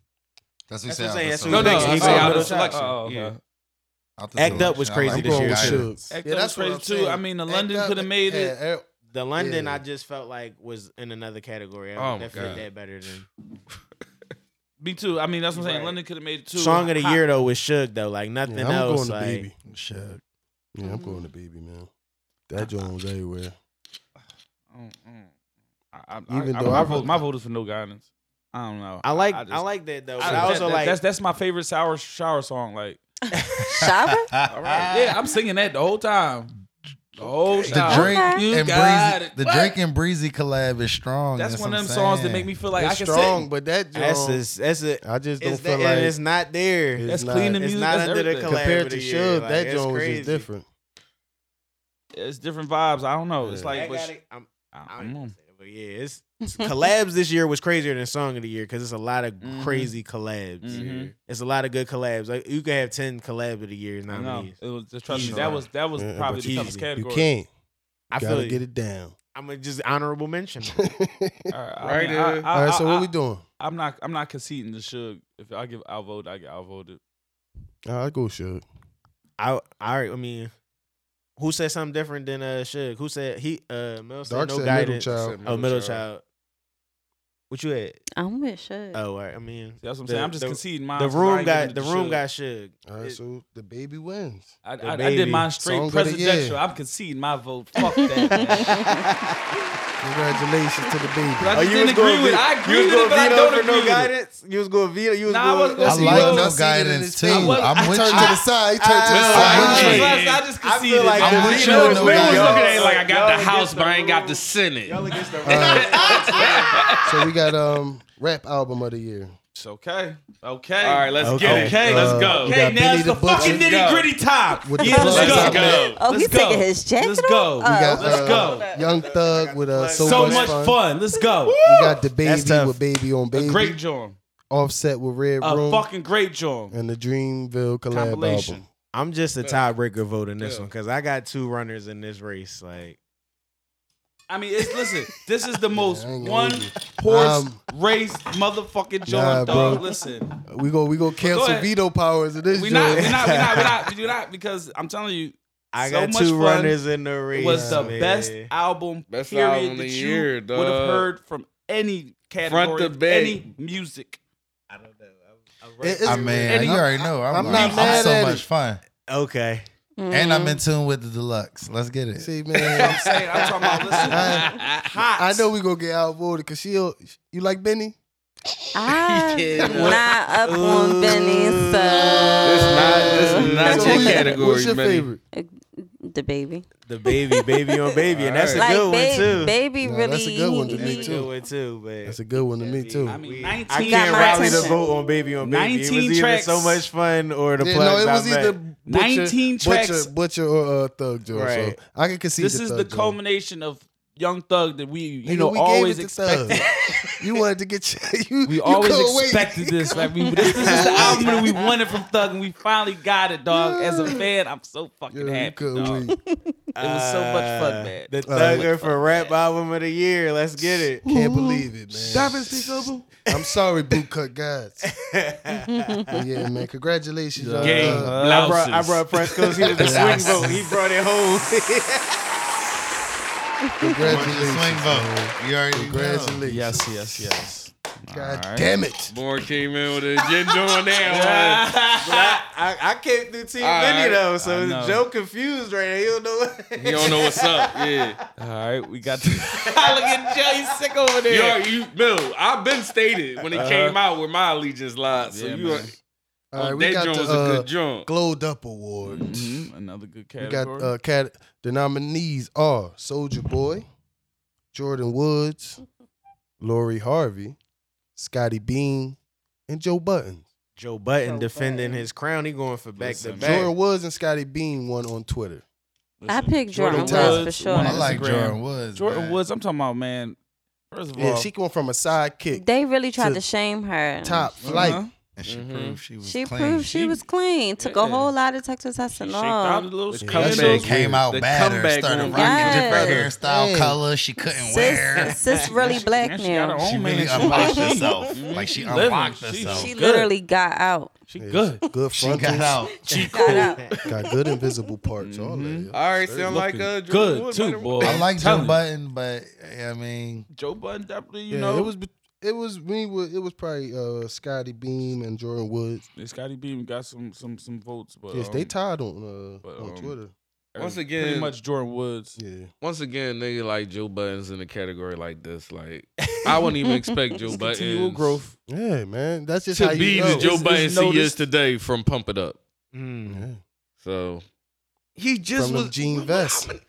Speaker 7: That's
Speaker 8: That's
Speaker 7: what
Speaker 8: what I'm
Speaker 7: I'm
Speaker 8: saying, that's
Speaker 5: No,
Speaker 8: what
Speaker 5: no,
Speaker 8: I'm
Speaker 5: I
Speaker 8: saying.
Speaker 5: say out of
Speaker 8: Middle
Speaker 5: the
Speaker 8: Child.
Speaker 5: selection.
Speaker 3: Oh, okay.
Speaker 5: Yeah.
Speaker 8: Act Up was crazy
Speaker 2: I'm
Speaker 8: this
Speaker 2: going
Speaker 8: year.
Speaker 2: with
Speaker 8: Guidance.
Speaker 2: Suge.
Speaker 3: Act Up was
Speaker 2: what I'm
Speaker 3: crazy too.
Speaker 2: saying.
Speaker 3: I mean, the
Speaker 2: Act
Speaker 3: London
Speaker 2: Up-
Speaker 3: coulda made it.
Speaker 2: Yeah, Act-
Speaker 8: The London
Speaker 2: Yeah.
Speaker 8: I just felt like was in another category. I
Speaker 5: Oh, my
Speaker 8: that fit
Speaker 5: God.
Speaker 8: that better than
Speaker 3: Me too. I mean, that's what I'm saying.
Speaker 8: Right.
Speaker 3: London could have made it too.
Speaker 8: song of the
Speaker 3: Hot.
Speaker 8: year though was Suge though. Like nothing
Speaker 2: Yeah, I'm going
Speaker 8: else.
Speaker 2: to
Speaker 8: like,
Speaker 2: baby.
Speaker 7: Shug.
Speaker 2: Yeah, I'm going to baby, man. That joint was everywhere.
Speaker 3: Mm, mm. I, I,
Speaker 2: Even
Speaker 3: Even I,
Speaker 2: though
Speaker 3: though my,
Speaker 2: I
Speaker 3: vote,
Speaker 2: vote-
Speaker 3: my vote is for no guidance. I don't know.
Speaker 8: I like I,
Speaker 3: just-
Speaker 8: like that though. But
Speaker 3: I-
Speaker 8: I,
Speaker 3: that-
Speaker 8: also
Speaker 3: that-
Speaker 8: like
Speaker 3: that's that's my favorite sour shower song. Like,
Speaker 6: Shower?
Speaker 3: all right, yeah, I'm singing that the whole time. The whole
Speaker 7: The
Speaker 3: shower.
Speaker 7: Drake
Speaker 3: You
Speaker 7: and
Speaker 3: got
Speaker 7: Breezy,
Speaker 3: it.
Speaker 7: the
Speaker 3: What?
Speaker 7: Drake and Breezy collab is strong.
Speaker 3: That's one of them songs that make me feel like I
Speaker 2: it's
Speaker 3: can
Speaker 2: strong,
Speaker 3: sing.
Speaker 2: but that
Speaker 8: that's
Speaker 2: joint,
Speaker 8: a, that's a,
Speaker 2: I just don't
Speaker 8: it's, that,
Speaker 2: feel
Speaker 8: and
Speaker 2: like
Speaker 8: it's not there.
Speaker 2: It's
Speaker 3: That's
Speaker 2: not-
Speaker 3: clean and
Speaker 8: it's
Speaker 3: music.
Speaker 8: not
Speaker 3: that's
Speaker 8: under the
Speaker 3: everything.
Speaker 8: collab.
Speaker 2: compared to
Speaker 8: collaborative year,
Speaker 2: Suge,
Speaker 8: like,
Speaker 2: that
Speaker 8: it's
Speaker 2: joint was
Speaker 8: crazy.
Speaker 2: just different.
Speaker 3: It's different vibes. I don't know. It's
Speaker 2: Yeah.
Speaker 8: I
Speaker 3: like, but
Speaker 8: gotta-
Speaker 3: sh-
Speaker 8: I'm- I
Speaker 3: I
Speaker 8: don't
Speaker 3: don't know.
Speaker 8: even say it, but yeah, it's collabs this year was crazier than song of the year because it's a lot of
Speaker 3: Mhm.
Speaker 8: crazy collabs.
Speaker 3: Mhm.
Speaker 8: It's a lot of good collabs. Like you could have ten collab of the year
Speaker 3: I know.
Speaker 8: nominees.
Speaker 3: It was just trust me.
Speaker 8: Easy.
Speaker 3: That was that was
Speaker 2: Yeah,
Speaker 3: probably
Speaker 2: but
Speaker 3: the toughest
Speaker 8: easy.
Speaker 2: You
Speaker 3: category.
Speaker 2: can't.
Speaker 8: I
Speaker 2: gotta
Speaker 8: feel
Speaker 2: get
Speaker 8: like
Speaker 2: it down.
Speaker 8: I'm gonna just honorable mention.
Speaker 3: All right,
Speaker 5: Right,
Speaker 3: I mean, I,
Speaker 5: uh,
Speaker 3: I,
Speaker 2: All right, so
Speaker 3: I,
Speaker 2: what we doing?
Speaker 3: I, am not I'm not conceding the Suge. If I give I'll vote, I get I'll vote it.
Speaker 2: I'll go Suge.
Speaker 8: I I I mean, who said something different than uh Suge? Who said he uh Mel said
Speaker 2: Dark
Speaker 8: no
Speaker 2: said middle
Speaker 8: guidance.
Speaker 2: child.
Speaker 8: Oh, middle child. What you at?
Speaker 6: I'm with Suge.
Speaker 8: Oh, all right. I mean,
Speaker 3: See, that's what I'm
Speaker 8: The-
Speaker 3: saying. I'm just
Speaker 8: the-
Speaker 3: conceding mine.
Speaker 8: the
Speaker 3: 'cause I
Speaker 8: room
Speaker 3: ain't giving
Speaker 8: got
Speaker 3: it
Speaker 8: the
Speaker 3: to
Speaker 8: room
Speaker 3: Suge.
Speaker 8: got Suge.
Speaker 2: All right, so the baby wins.
Speaker 3: I,
Speaker 8: the
Speaker 3: I, I did
Speaker 8: baby.
Speaker 3: mine straight
Speaker 2: Song of the year.
Speaker 3: presidential. I'm conceding my vote. Fuck that. man.
Speaker 2: Congratulations to the baby.
Speaker 3: I just
Speaker 8: Oh, you
Speaker 3: didn't
Speaker 8: was going
Speaker 3: agree with it. I
Speaker 8: Vito-
Speaker 3: agree with it, but I don't agree with it.
Speaker 8: guidance. You was going veto. You was
Speaker 3: Nah, I
Speaker 8: going.
Speaker 3: wasn't
Speaker 7: I
Speaker 3: Listen,
Speaker 7: like
Speaker 3: yo, I
Speaker 7: no
Speaker 2: seen it in
Speaker 7: guidance
Speaker 2: his
Speaker 7: too.
Speaker 2: face.
Speaker 3: Well,
Speaker 7: I'm
Speaker 2: He
Speaker 7: with
Speaker 2: turned
Speaker 7: you.
Speaker 2: to the side. He turned to the side.
Speaker 8: I- I-
Speaker 2: He
Speaker 5: ah.
Speaker 8: I-
Speaker 2: turned-
Speaker 8: I-
Speaker 3: I just
Speaker 8: I
Speaker 3: conceded.
Speaker 8: feel like
Speaker 7: I'm
Speaker 8: the
Speaker 7: with you
Speaker 8: veto
Speaker 7: on
Speaker 8: is
Speaker 7: no
Speaker 8: Will's
Speaker 7: guidance.
Speaker 8: looking at it
Speaker 5: like I got
Speaker 8: y'all
Speaker 5: the
Speaker 8: against
Speaker 5: house, but I ain't got the
Speaker 8: rules.
Speaker 5: Senate.
Speaker 8: Y'all against the rules.
Speaker 3: Uh,
Speaker 2: So we got um rap album of the year.
Speaker 3: It's okay. Okay.
Speaker 5: All right, let's get it.
Speaker 3: Okay,
Speaker 5: let's
Speaker 2: uh,
Speaker 5: go.
Speaker 2: we
Speaker 3: Okay,
Speaker 2: got
Speaker 3: now
Speaker 2: Benny
Speaker 3: it's
Speaker 2: the
Speaker 3: the, fucking
Speaker 2: Butcher.
Speaker 3: nitty gritty time.
Speaker 2: With the
Speaker 3: yeah, let's
Speaker 2: plugs
Speaker 3: go.
Speaker 2: out
Speaker 5: there.
Speaker 6: Oh, he's
Speaker 3: Let's go.
Speaker 6: taking his jacket
Speaker 3: Let's
Speaker 6: off?
Speaker 3: go.
Speaker 6: Oh.
Speaker 3: We
Speaker 2: We got
Speaker 3: Let's
Speaker 2: uh,
Speaker 3: go.
Speaker 2: Young Thug with uh, so,
Speaker 3: so
Speaker 2: much,
Speaker 3: much
Speaker 2: fun.
Speaker 3: fun. Let's go.
Speaker 2: We got the
Speaker 8: That's
Speaker 2: baby
Speaker 8: tough.
Speaker 2: with baby on baby.
Speaker 3: Great John.
Speaker 2: Offset with Red
Speaker 3: A
Speaker 2: Room
Speaker 3: fucking great John.
Speaker 2: and the Dreamville collab
Speaker 3: Compilation.
Speaker 2: album.
Speaker 8: I'm just a tiebreaker vote in this
Speaker 5: Yeah.
Speaker 8: one because I got two runners in this race. Like
Speaker 3: I mean, it's listen. This is the most
Speaker 2: I ain't gonna
Speaker 3: one
Speaker 2: hold you.
Speaker 3: horse
Speaker 2: Um,
Speaker 3: race motherfucking
Speaker 2: nah,
Speaker 3: John dog.
Speaker 2: bro.
Speaker 3: Listen,
Speaker 2: We go we go cancel
Speaker 3: ahead.
Speaker 2: veto powers of this
Speaker 3: we
Speaker 2: joint.
Speaker 3: not, we not, we not, we not, we not, because I'm telling you,
Speaker 8: I
Speaker 3: So
Speaker 8: got
Speaker 3: Much
Speaker 8: two
Speaker 3: Fun
Speaker 8: runners in the race.
Speaker 3: it was the
Speaker 8: man.
Speaker 3: best album
Speaker 5: Best
Speaker 3: period
Speaker 5: album of
Speaker 3: that
Speaker 5: the
Speaker 3: you
Speaker 5: year,
Speaker 3: would have
Speaker 5: dog.
Speaker 3: heard from any category,
Speaker 5: to
Speaker 3: of
Speaker 5: back.
Speaker 3: any music.
Speaker 2: It- it's-
Speaker 7: I mean,
Speaker 2: and
Speaker 7: Ah, you
Speaker 2: I'm-
Speaker 7: already know. I'm,
Speaker 2: I'm
Speaker 7: like,
Speaker 2: not
Speaker 7: I'm
Speaker 2: mad
Speaker 7: so
Speaker 2: at
Speaker 7: much
Speaker 2: it.
Speaker 7: fun,
Speaker 8: Okay.
Speaker 7: and
Speaker 6: Mm-hmm.
Speaker 7: I'm in tune with the deluxe. Let's get it.
Speaker 2: See man,
Speaker 3: I'm saying, I'm talking about listen,
Speaker 2: I-
Speaker 3: hot.
Speaker 2: I know we gonna get outvoted because she'll. You like Benny?
Speaker 6: mm. I'm not up on Benny,
Speaker 5: This
Speaker 6: so
Speaker 5: is not
Speaker 2: So
Speaker 5: your
Speaker 2: who you-
Speaker 5: category,
Speaker 2: What's your
Speaker 5: Benny.
Speaker 2: favorite?
Speaker 6: the baby.
Speaker 8: The baby, baby on baby, and that's a
Speaker 6: Like
Speaker 8: good one
Speaker 6: baby,
Speaker 8: too.
Speaker 6: baby
Speaker 2: Nah,
Speaker 6: really.
Speaker 2: that's a good one to
Speaker 8: That's
Speaker 2: me
Speaker 8: a
Speaker 2: too.
Speaker 8: good one too,
Speaker 2: That's
Speaker 8: but
Speaker 2: a good one to me too.
Speaker 3: I mean,
Speaker 8: I
Speaker 3: 19,
Speaker 8: can't
Speaker 6: my
Speaker 8: rally the
Speaker 6: attention.
Speaker 8: vote on baby on baby. It was
Speaker 3: 19
Speaker 8: either
Speaker 3: tracks.
Speaker 8: so much fun or the
Speaker 2: Yeah,
Speaker 8: plugs
Speaker 2: no, it was
Speaker 8: I met.
Speaker 2: either Butcher,
Speaker 3: 19
Speaker 2: Butcher,
Speaker 3: tracks.
Speaker 2: Butcher, or uh, Thug Joe.
Speaker 8: Right.
Speaker 2: So I can concede.
Speaker 3: this
Speaker 2: to
Speaker 3: is
Speaker 2: Thug
Speaker 3: the
Speaker 2: Joe.
Speaker 3: culmination of Young Thug that we, you
Speaker 2: Nigga,
Speaker 3: know,
Speaker 2: we gave it
Speaker 3: always
Speaker 2: to
Speaker 3: expected.
Speaker 2: Thug. you wanted to get your, you.
Speaker 3: We
Speaker 2: you
Speaker 3: always
Speaker 2: couldn't wait.
Speaker 3: expected this. Like we, this, this is the album that we wanted from Thug, and we finally got it, dog. As a fan, I'm so fucking
Speaker 2: Yeah, you
Speaker 3: happy,
Speaker 2: couldn't
Speaker 3: dog.
Speaker 2: wait.
Speaker 3: It was so much fun, man.
Speaker 8: The
Speaker 2: Uh,
Speaker 8: Thugger for rap album of the year. Let's get it.
Speaker 2: Can't believe it, man.
Speaker 3: Stop it, speak up, boo.
Speaker 2: I'm sorry, bootcut guys. But yeah, man. Congratulations, y'all. Uh,
Speaker 5: Game
Speaker 8: I brought, I
Speaker 5: blouses.
Speaker 8: brought Presco's. He was the swing vote. He brought it home.
Speaker 7: Swing
Speaker 2: congratulations.
Speaker 7: vote. You already know.
Speaker 2: Congratulations.
Speaker 3: Yes, yes, yes.
Speaker 2: God damn it.
Speaker 5: Born came in with a agenda on that one.
Speaker 8: I, I came through Team
Speaker 5: All
Speaker 8: Vinny
Speaker 5: right.
Speaker 8: though,
Speaker 3: I
Speaker 8: so
Speaker 3: know.
Speaker 8: Joe confused right now. He don't know. What.
Speaker 5: He don't know what's up. Yeah.
Speaker 3: All right, we got the
Speaker 8: Look at Joe, he's sick over there.
Speaker 5: Yo, you Bill, I've been stated when it came out where my allegiance lies. So
Speaker 3: Yeah,
Speaker 5: you
Speaker 3: man.
Speaker 2: Uh-huh.
Speaker 3: Oh,
Speaker 2: All right,
Speaker 5: are,
Speaker 2: we
Speaker 5: that
Speaker 2: got
Speaker 5: joint
Speaker 2: the
Speaker 5: was a
Speaker 2: uh,
Speaker 5: good joint.
Speaker 2: Glowed Up Awards.
Speaker 3: Mhm, another good
Speaker 2: We got
Speaker 3: category.
Speaker 2: uh, cat. The nominees are Soldier Boy, Jordan Woods, Lori Harvey, Scotty Bean, and Joe Buttons.
Speaker 8: Joe Button
Speaker 6: Joe
Speaker 8: defending
Speaker 6: Button.
Speaker 8: his crown. He going for back to
Speaker 3: Listen,
Speaker 8: back.
Speaker 2: Jordan Woods and Scotty Bean won on Twitter.
Speaker 6: I
Speaker 3: Listen,
Speaker 6: picked Jordan,
Speaker 2: Jordan
Speaker 6: Woods for
Speaker 3: Woods,
Speaker 6: sure.
Speaker 3: one
Speaker 7: I
Speaker 3: Instagram.
Speaker 7: like Jordan Woods.
Speaker 3: Jordan
Speaker 7: man.
Speaker 3: Woods. I'm talking about man. First of
Speaker 2: Yeah,
Speaker 3: all,
Speaker 2: she went from a sidekick,
Speaker 6: They really tried
Speaker 2: To
Speaker 6: to, shame her.
Speaker 2: top
Speaker 3: uh-huh.
Speaker 2: flight.
Speaker 7: And she
Speaker 8: Mhm.
Speaker 7: proved she was
Speaker 6: She
Speaker 7: clean.
Speaker 6: proved she,
Speaker 3: She-
Speaker 6: was clean. Took
Speaker 3: Yeah.
Speaker 6: a whole lot of Texas tests
Speaker 3: she
Speaker 6: and
Speaker 3: shaked out a
Speaker 6: all.
Speaker 3: little
Speaker 2: The
Speaker 7: That
Speaker 3: skin.
Speaker 2: comeback
Speaker 7: shit
Speaker 3: nose.
Speaker 7: came out
Speaker 5: The
Speaker 7: better.
Speaker 5: comeback
Speaker 7: Started rocking
Speaker 5: on-
Speaker 6: Yes.
Speaker 7: different hairstyle
Speaker 2: Hey.
Speaker 7: color she couldn't wear.
Speaker 6: Sis, sis really black
Speaker 3: Man, she got her
Speaker 6: now.
Speaker 3: own
Speaker 7: She
Speaker 3: man.
Speaker 7: really unlocked
Speaker 3: she-
Speaker 7: herself. Like she
Speaker 3: Living.
Speaker 7: unlocked
Speaker 3: She-
Speaker 7: herself.
Speaker 6: She
Speaker 3: Good.
Speaker 6: literally got out.
Speaker 3: She
Speaker 2: Yeah,
Speaker 3: good.
Speaker 2: Good
Speaker 7: She
Speaker 2: frontals.
Speaker 7: got out.
Speaker 6: Got out.
Speaker 2: Got good invisible parts. All
Speaker 3: Mm-hmm.
Speaker 2: that. yeah.
Speaker 4: All right, sound like
Speaker 3: Looking
Speaker 4: uh, Jordan
Speaker 3: good
Speaker 4: Woods
Speaker 3: too,
Speaker 4: better-
Speaker 3: boy.
Speaker 7: I like
Speaker 3: Tell
Speaker 7: Joe
Speaker 3: you.
Speaker 7: Button, but I mean,
Speaker 3: Joe Budden definitely, you
Speaker 2: Yeah,
Speaker 3: know,
Speaker 2: it was. bet- It was me. It was probably uh, Scotty Beam and Jordan Woods.
Speaker 3: Scotty Beam got some some some votes, but
Speaker 2: yes, they
Speaker 3: um,
Speaker 2: tied on uh,
Speaker 3: but,
Speaker 2: on
Speaker 3: um,
Speaker 2: Twitter.
Speaker 5: Once
Speaker 3: pretty
Speaker 5: again-
Speaker 3: much Jordan Woods.
Speaker 2: Yeah,
Speaker 5: Once again, nigga, like Joe Buttons in a category like this, like I wouldn't even expect Joe
Speaker 3: Continual
Speaker 5: Buttons
Speaker 3: growth.
Speaker 2: yeah, man. That's just how
Speaker 5: to
Speaker 2: you
Speaker 5: be
Speaker 2: know.
Speaker 5: the
Speaker 3: It's-
Speaker 5: Joe
Speaker 3: it's
Speaker 5: Buttons he is
Speaker 3: noticed.
Speaker 5: today from Pump It Up.
Speaker 8: Mm.
Speaker 2: Yeah.
Speaker 5: So he just
Speaker 2: From them
Speaker 5: was
Speaker 2: jean
Speaker 5: what- what
Speaker 2: vests.
Speaker 5: happened?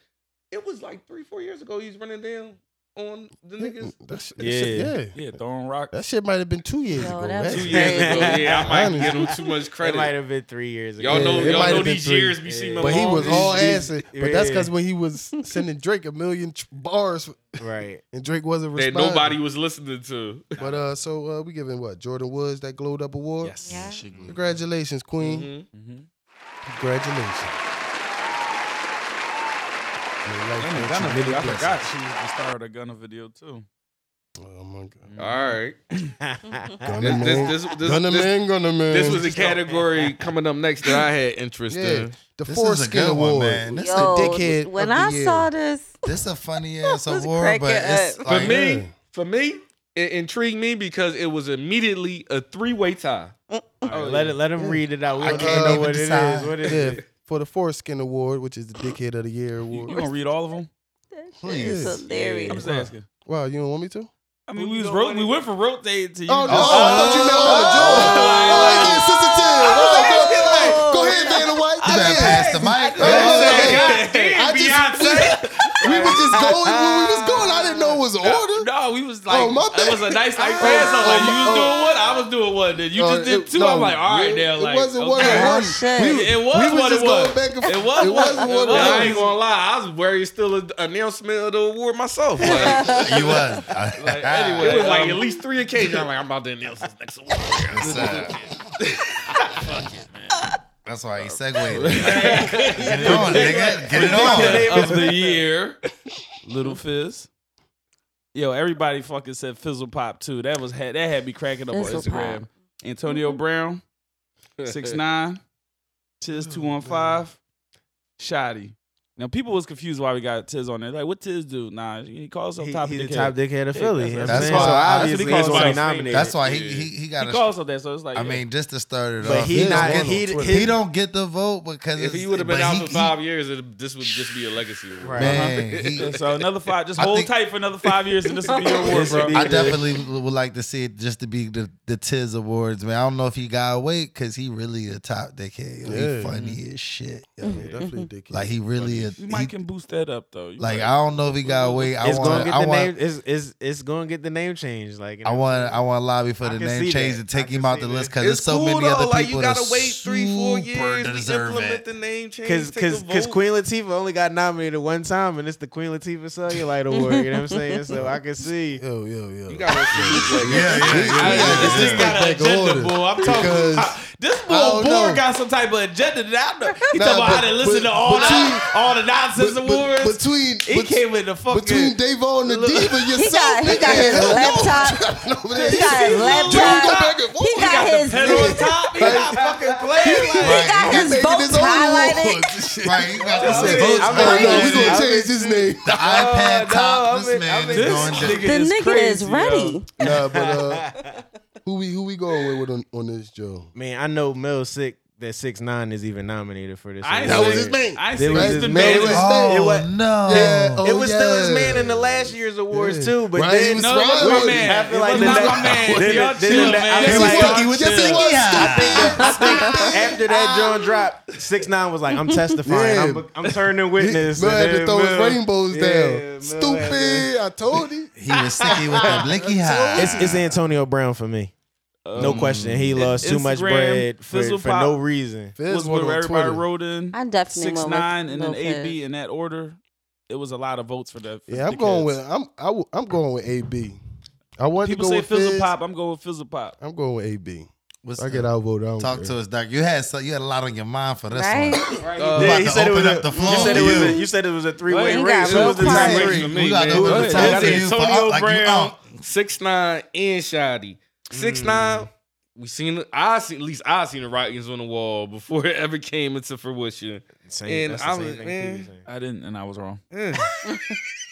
Speaker 5: It was like three, four years ago. He's running down on the niggas.
Speaker 2: That shit,
Speaker 8: Yeah.
Speaker 2: yeah. That shit, yeah.
Speaker 3: Yeah, throwing rock.
Speaker 2: That shit might have been two years
Speaker 6: Yo,
Speaker 2: ago.
Speaker 6: that's
Speaker 5: Two
Speaker 2: Hey.
Speaker 5: years ago, yeah, I might give him
Speaker 2: Honestly.
Speaker 5: too much
Speaker 8: It might
Speaker 5: credit.
Speaker 8: have been three years ago.
Speaker 5: Y'all
Speaker 2: Yeah,
Speaker 5: know,
Speaker 2: it might
Speaker 5: y'all know
Speaker 2: have been
Speaker 5: these
Speaker 2: three.
Speaker 5: years be seem
Speaker 8: Yeah.
Speaker 2: But he
Speaker 5: long.
Speaker 2: was all
Speaker 8: Yeah.
Speaker 2: acid. But that's because
Speaker 8: Yeah.
Speaker 2: when he was sending Drake a million tr- bars
Speaker 8: Right.
Speaker 2: and Drake wasn't
Speaker 5: that
Speaker 2: responding.
Speaker 5: nobody was listening to.
Speaker 2: But uh, so uh, we giving what Jordan Woods that glowed up award.
Speaker 6: Yeah.
Speaker 2: Congratulations, Queen.
Speaker 5: Mhm.
Speaker 3: Mhm.
Speaker 5: Mm-hmm.
Speaker 2: Congratulations. May life
Speaker 3: And the
Speaker 2: grant
Speaker 3: Gunna
Speaker 2: you
Speaker 3: video. I
Speaker 2: many
Speaker 3: forgot
Speaker 2: blessings.
Speaker 3: she was the star of the Gunna video too.
Speaker 2: Oh my God.
Speaker 5: All right,
Speaker 2: Gunna
Speaker 5: this
Speaker 2: man,
Speaker 5: Mm. this this,
Speaker 2: Gunna
Speaker 5: this, this,
Speaker 2: man, Gunna man.
Speaker 5: this was a category coming up next that I had interest
Speaker 2: yeah,
Speaker 5: in.
Speaker 2: the
Speaker 7: This is a
Speaker 2: foreskin
Speaker 7: good one,
Speaker 2: award.
Speaker 7: man. This-
Speaker 2: the dickhead
Speaker 6: When
Speaker 2: of the
Speaker 6: I
Speaker 2: year.
Speaker 6: saw this,
Speaker 7: This a funny ass
Speaker 6: Let's
Speaker 7: award,
Speaker 6: crack
Speaker 7: but
Speaker 6: it
Speaker 7: it's
Speaker 6: up.
Speaker 2: For
Speaker 7: like,
Speaker 2: me,
Speaker 5: Me, for me, it intrigued me because it was immediately a three way tie.
Speaker 3: Oh,
Speaker 8: Let it. Let him read it out. We
Speaker 7: I
Speaker 8: don't
Speaker 7: can't
Speaker 8: know
Speaker 7: even
Speaker 8: what it
Speaker 7: decide.
Speaker 8: is. What is
Speaker 2: Yeah,
Speaker 8: it?
Speaker 2: for the foreskin award, which is the dickhead of the year
Speaker 3: You,
Speaker 2: award.
Speaker 3: you gonna read all of them?
Speaker 7: Please.
Speaker 6: it's hilarious.
Speaker 3: I'm just asking.
Speaker 2: wow, you don't want me
Speaker 3: Oh,
Speaker 2: to?
Speaker 3: I mean, we was ro- we went from rope day to you.
Speaker 2: Oh no!
Speaker 3: just-
Speaker 2: Oh, I thought you meant on the Jordan.
Speaker 3: Oh,
Speaker 2: Oh, yeah, sensitive. Oh, go, go ahead, Vanna White.
Speaker 7: you better pass the mic. bro.
Speaker 2: I
Speaker 5: Damn,
Speaker 2: just, we were just going where we was going. I didn't know it was an order.
Speaker 3: No, we was like,
Speaker 2: Oh, my
Speaker 3: it was a nice like pass. up.
Speaker 2: Oh,
Speaker 3: Like you
Speaker 2: my-
Speaker 3: was doing one, I was doing one. Then you
Speaker 2: Uh,
Speaker 3: just did
Speaker 2: it-
Speaker 3: two.
Speaker 2: no,
Speaker 3: I'm like, all right,
Speaker 2: it-
Speaker 3: now
Speaker 2: it
Speaker 3: like
Speaker 2: wasn't one
Speaker 3: okay.
Speaker 2: of
Speaker 6: Oh,
Speaker 2: Jordan.
Speaker 6: shit.
Speaker 2: We-
Speaker 3: It was
Speaker 2: we was
Speaker 3: what
Speaker 2: just
Speaker 3: it was.
Speaker 2: going back and
Speaker 3: It was
Speaker 2: It
Speaker 3: what-
Speaker 2: was
Speaker 3: it
Speaker 2: what
Speaker 3: was.
Speaker 5: Now, I ain't
Speaker 2: it was.
Speaker 5: gonna lie, I was wearing still an announcement of the award myself. Like,
Speaker 7: Uh, You was. ah,
Speaker 5: like, anyway, it was like at least three occasions. I'm like, I'm about to announce this next award.
Speaker 7: What's up? That's why he segued. Get it on, nigga. Get it on.
Speaker 3: of the year, Little Fizz. Yo, everybody fucking said Fizzle Pop too. That was had that had me cracking up
Speaker 6: Fizzle
Speaker 3: on Instagram.
Speaker 6: Pop.
Speaker 3: Antonio Brown, six nine, Tiz
Speaker 8: Oh,
Speaker 3: two one five, Shotty. Now people was confused why we got Tiz on there. Like, what Tiz do? Nah, he calls himself
Speaker 8: He,
Speaker 3: top
Speaker 8: he
Speaker 3: dickhead.
Speaker 8: the top dickhead of Philly.
Speaker 3: Yeah,
Speaker 8: I'm
Speaker 7: that's
Speaker 8: saying,
Speaker 7: why-
Speaker 8: so
Speaker 7: that's what
Speaker 8: obviously
Speaker 3: he
Speaker 8: that's
Speaker 3: calls
Speaker 8: why he
Speaker 3: himself.
Speaker 8: nominated.
Speaker 7: That's why he he, he got
Speaker 3: He
Speaker 7: a.
Speaker 3: calls himself that, so it's like,
Speaker 7: I mean, just to start it
Speaker 8: But
Speaker 7: off,
Speaker 8: he
Speaker 7: don't
Speaker 8: not-
Speaker 7: get-
Speaker 8: he-
Speaker 7: he,
Speaker 8: he-
Speaker 7: don't get the vote because
Speaker 5: If
Speaker 7: it's-
Speaker 5: he would have been
Speaker 7: but
Speaker 5: out
Speaker 7: he-
Speaker 5: for five years, it, this would just be a legacy award.
Speaker 7: he-
Speaker 8: Right.
Speaker 7: Man, he-
Speaker 3: so another five. Just
Speaker 7: I
Speaker 3: hold
Speaker 7: think-
Speaker 3: tight for another five years, and this will be your award, bro.
Speaker 7: I definitely would like to see it just to be the, the Tiz Awards, man. I don't know if he got away because he really a top dickhead. Yo,
Speaker 2: Yeah.
Speaker 7: He funny as shit. yo.
Speaker 2: Mm-hmm. Definitely dickhead.
Speaker 7: Like he really a
Speaker 3: You
Speaker 7: he-
Speaker 3: might can boost that up though. You
Speaker 7: like
Speaker 3: right.
Speaker 7: I don't know if he got away. I
Speaker 8: It's gonna
Speaker 7: want
Speaker 8: get
Speaker 7: I
Speaker 8: the name.
Speaker 7: want
Speaker 8: It's it's it's gonna get the name change. Like you
Speaker 7: I
Speaker 8: know.
Speaker 7: want I want lobby for
Speaker 8: I
Speaker 7: the
Speaker 8: can
Speaker 7: name
Speaker 8: see
Speaker 7: change
Speaker 8: that.
Speaker 7: to take
Speaker 8: I
Speaker 7: him
Speaker 8: can
Speaker 7: out
Speaker 8: see
Speaker 7: the
Speaker 8: that.
Speaker 7: list because there's so many other people
Speaker 5: Like you gotta
Speaker 7: that
Speaker 5: wait three, four
Speaker 7: super
Speaker 5: years. We
Speaker 7: deserve
Speaker 5: implement
Speaker 7: it.
Speaker 5: the name change.
Speaker 8: Cause,
Speaker 5: take a
Speaker 8: cause, cause
Speaker 5: vote.
Speaker 8: Queen Latifah only got nominated one time, and it's the Queen Latifah Cellulite Award. You know what I'm saying? So I can see.
Speaker 2: yo, yo, yo.
Speaker 5: You gotta see, like,
Speaker 7: Yeah, yeah, yeah. yeah.
Speaker 2: This
Speaker 3: This
Speaker 2: is
Speaker 3: nigga got
Speaker 2: the
Speaker 3: an
Speaker 2: back
Speaker 3: agenda,
Speaker 2: order.
Speaker 3: boy. I'm talking.
Speaker 2: Because-
Speaker 3: I- this boy
Speaker 2: don't
Speaker 3: Borg
Speaker 2: know.
Speaker 3: got some type of agenda that I know. He
Speaker 2: Nah,
Speaker 3: talking about
Speaker 2: but-
Speaker 3: how to listen
Speaker 2: but-
Speaker 3: to all
Speaker 2: but
Speaker 3: the all the nonsense
Speaker 2: But-
Speaker 3: awards.
Speaker 2: but- between
Speaker 3: he
Speaker 2: bet-
Speaker 3: came with the fucking.
Speaker 2: between Davon and the Diva,
Speaker 6: He
Speaker 2: yourself,
Speaker 6: got he got his laptop.
Speaker 2: Dude,
Speaker 6: He got his
Speaker 2: you go
Speaker 6: laptop.
Speaker 2: back and forth.
Speaker 6: He got his
Speaker 3: pedal on top. He not fucking playing. Like,
Speaker 6: he got
Speaker 7: Right.
Speaker 6: his votes highlighted.
Speaker 7: Right, you got to
Speaker 8: I
Speaker 7: say
Speaker 8: mean,
Speaker 7: votes.
Speaker 8: I
Speaker 2: I don't know. We're
Speaker 8: mean, I
Speaker 2: gonna
Speaker 8: mean,
Speaker 2: change his name.
Speaker 7: The iPad top. this man is
Speaker 4: this
Speaker 7: going
Speaker 4: nigga
Speaker 7: to.
Speaker 6: The
Speaker 4: is
Speaker 6: nigga
Speaker 4: crazy, yo.
Speaker 6: is ready.
Speaker 2: nah, but uh, who we who we going with on, on this Joe?
Speaker 8: Man, I know Mel Sick that six nine is even nominated for this.
Speaker 4: I ain't
Speaker 2: That
Speaker 8: award.
Speaker 2: was his man.
Speaker 4: I ain't
Speaker 8: That
Speaker 4: seen
Speaker 8: was
Speaker 4: this
Speaker 8: his
Speaker 4: debate.
Speaker 8: man.
Speaker 4: It was-
Speaker 7: Oh
Speaker 8: it was-
Speaker 7: no!
Speaker 2: Yeah, oh,
Speaker 8: it was still his
Speaker 2: yeah.
Speaker 8: man in the last year's awards
Speaker 2: Yeah.
Speaker 8: too, but
Speaker 2: Right, he
Speaker 8: then
Speaker 2: was
Speaker 4: No, it wasn't my
Speaker 2: Right.
Speaker 4: man.
Speaker 8: I feel like
Speaker 4: it
Speaker 8: the
Speaker 4: was not my
Speaker 8: next-
Speaker 4: man.
Speaker 8: then-
Speaker 4: Y'all
Speaker 8: then
Speaker 4: chill,
Speaker 8: the- I
Speaker 4: man.
Speaker 2: Yes,
Speaker 8: feel like-
Speaker 2: he was. Yes, he was.
Speaker 8: after that John dropped, six nine was like, I'm testifying.
Speaker 2: Yeah.
Speaker 8: I'm, I'm turning
Speaker 2: Stupid.
Speaker 8: witness.
Speaker 2: Mel had
Speaker 8: And
Speaker 2: to
Speaker 8: then
Speaker 2: throw his
Speaker 8: Mel-
Speaker 2: rainbows
Speaker 8: Yeah, Mel
Speaker 2: down.
Speaker 8: had to-
Speaker 2: Stupid. I told you.
Speaker 7: He was sticky with the blinky high.
Speaker 8: It's, it's Antonio Brown for me. no
Speaker 3: Um,
Speaker 8: question. He lost too much
Speaker 3: Instagram,
Speaker 8: bread for,
Speaker 3: Fizzle
Speaker 8: for
Speaker 3: Pop.
Speaker 8: no reason.
Speaker 2: Fizz
Speaker 3: Was
Speaker 2: went
Speaker 3: where
Speaker 2: on
Speaker 3: everybody
Speaker 2: Twitter.
Speaker 3: wrote in.
Speaker 6: I definitely
Speaker 3: Six
Speaker 6: went with
Speaker 3: nine and then
Speaker 6: Lopez.
Speaker 3: AB in that order. It was a lot of votes for that. for
Speaker 2: Yeah, I'm
Speaker 3: the
Speaker 2: going with
Speaker 3: kids.
Speaker 2: I'm I, am i am going with AB. I want
Speaker 3: People
Speaker 2: to go
Speaker 3: say
Speaker 2: with
Speaker 3: Fizzle
Speaker 2: Fizz.
Speaker 3: Pop. I'm going with Fizzle Pop.
Speaker 2: I'm going with AB.
Speaker 7: What's
Speaker 2: I get
Speaker 7: up?
Speaker 2: outvoted. I don't
Speaker 7: Talk
Speaker 2: care.
Speaker 7: to us, Doc. You had so you had a lot on your mind for this
Speaker 6: Right?
Speaker 7: one.
Speaker 3: Uh,
Speaker 7: We
Speaker 8: Yeah,
Speaker 7: about
Speaker 8: he
Speaker 7: to
Speaker 8: said it
Speaker 7: open
Speaker 8: was
Speaker 7: up
Speaker 8: a-
Speaker 7: the
Speaker 8: You
Speaker 7: floor
Speaker 8: said
Speaker 7: for
Speaker 8: it was a,
Speaker 7: you.
Speaker 8: you said it was a three way
Speaker 6: Well, he
Speaker 8: race.
Speaker 6: got
Speaker 8: Who was the
Speaker 6: real
Speaker 8: top
Speaker 6: quiet.
Speaker 8: race?
Speaker 5: for me,
Speaker 7: We got to
Speaker 5: man.
Speaker 7: open
Speaker 5: Go
Speaker 7: the
Speaker 5: ahead.
Speaker 7: top
Speaker 5: That's
Speaker 7: for you for
Speaker 5: Antonio
Speaker 7: up like you
Speaker 5: Brown.
Speaker 7: up.
Speaker 5: Six nine and Shoddy. Six nine. We seen it. I seen at least I seen the writings on the wall before it ever came into fruition.
Speaker 8: Same-
Speaker 5: And
Speaker 8: that's
Speaker 5: I'm
Speaker 8: the same
Speaker 5: like,
Speaker 8: thing
Speaker 5: man.
Speaker 8: Phoebe saying.
Speaker 3: I didn't, and I was wrong.
Speaker 5: Eh.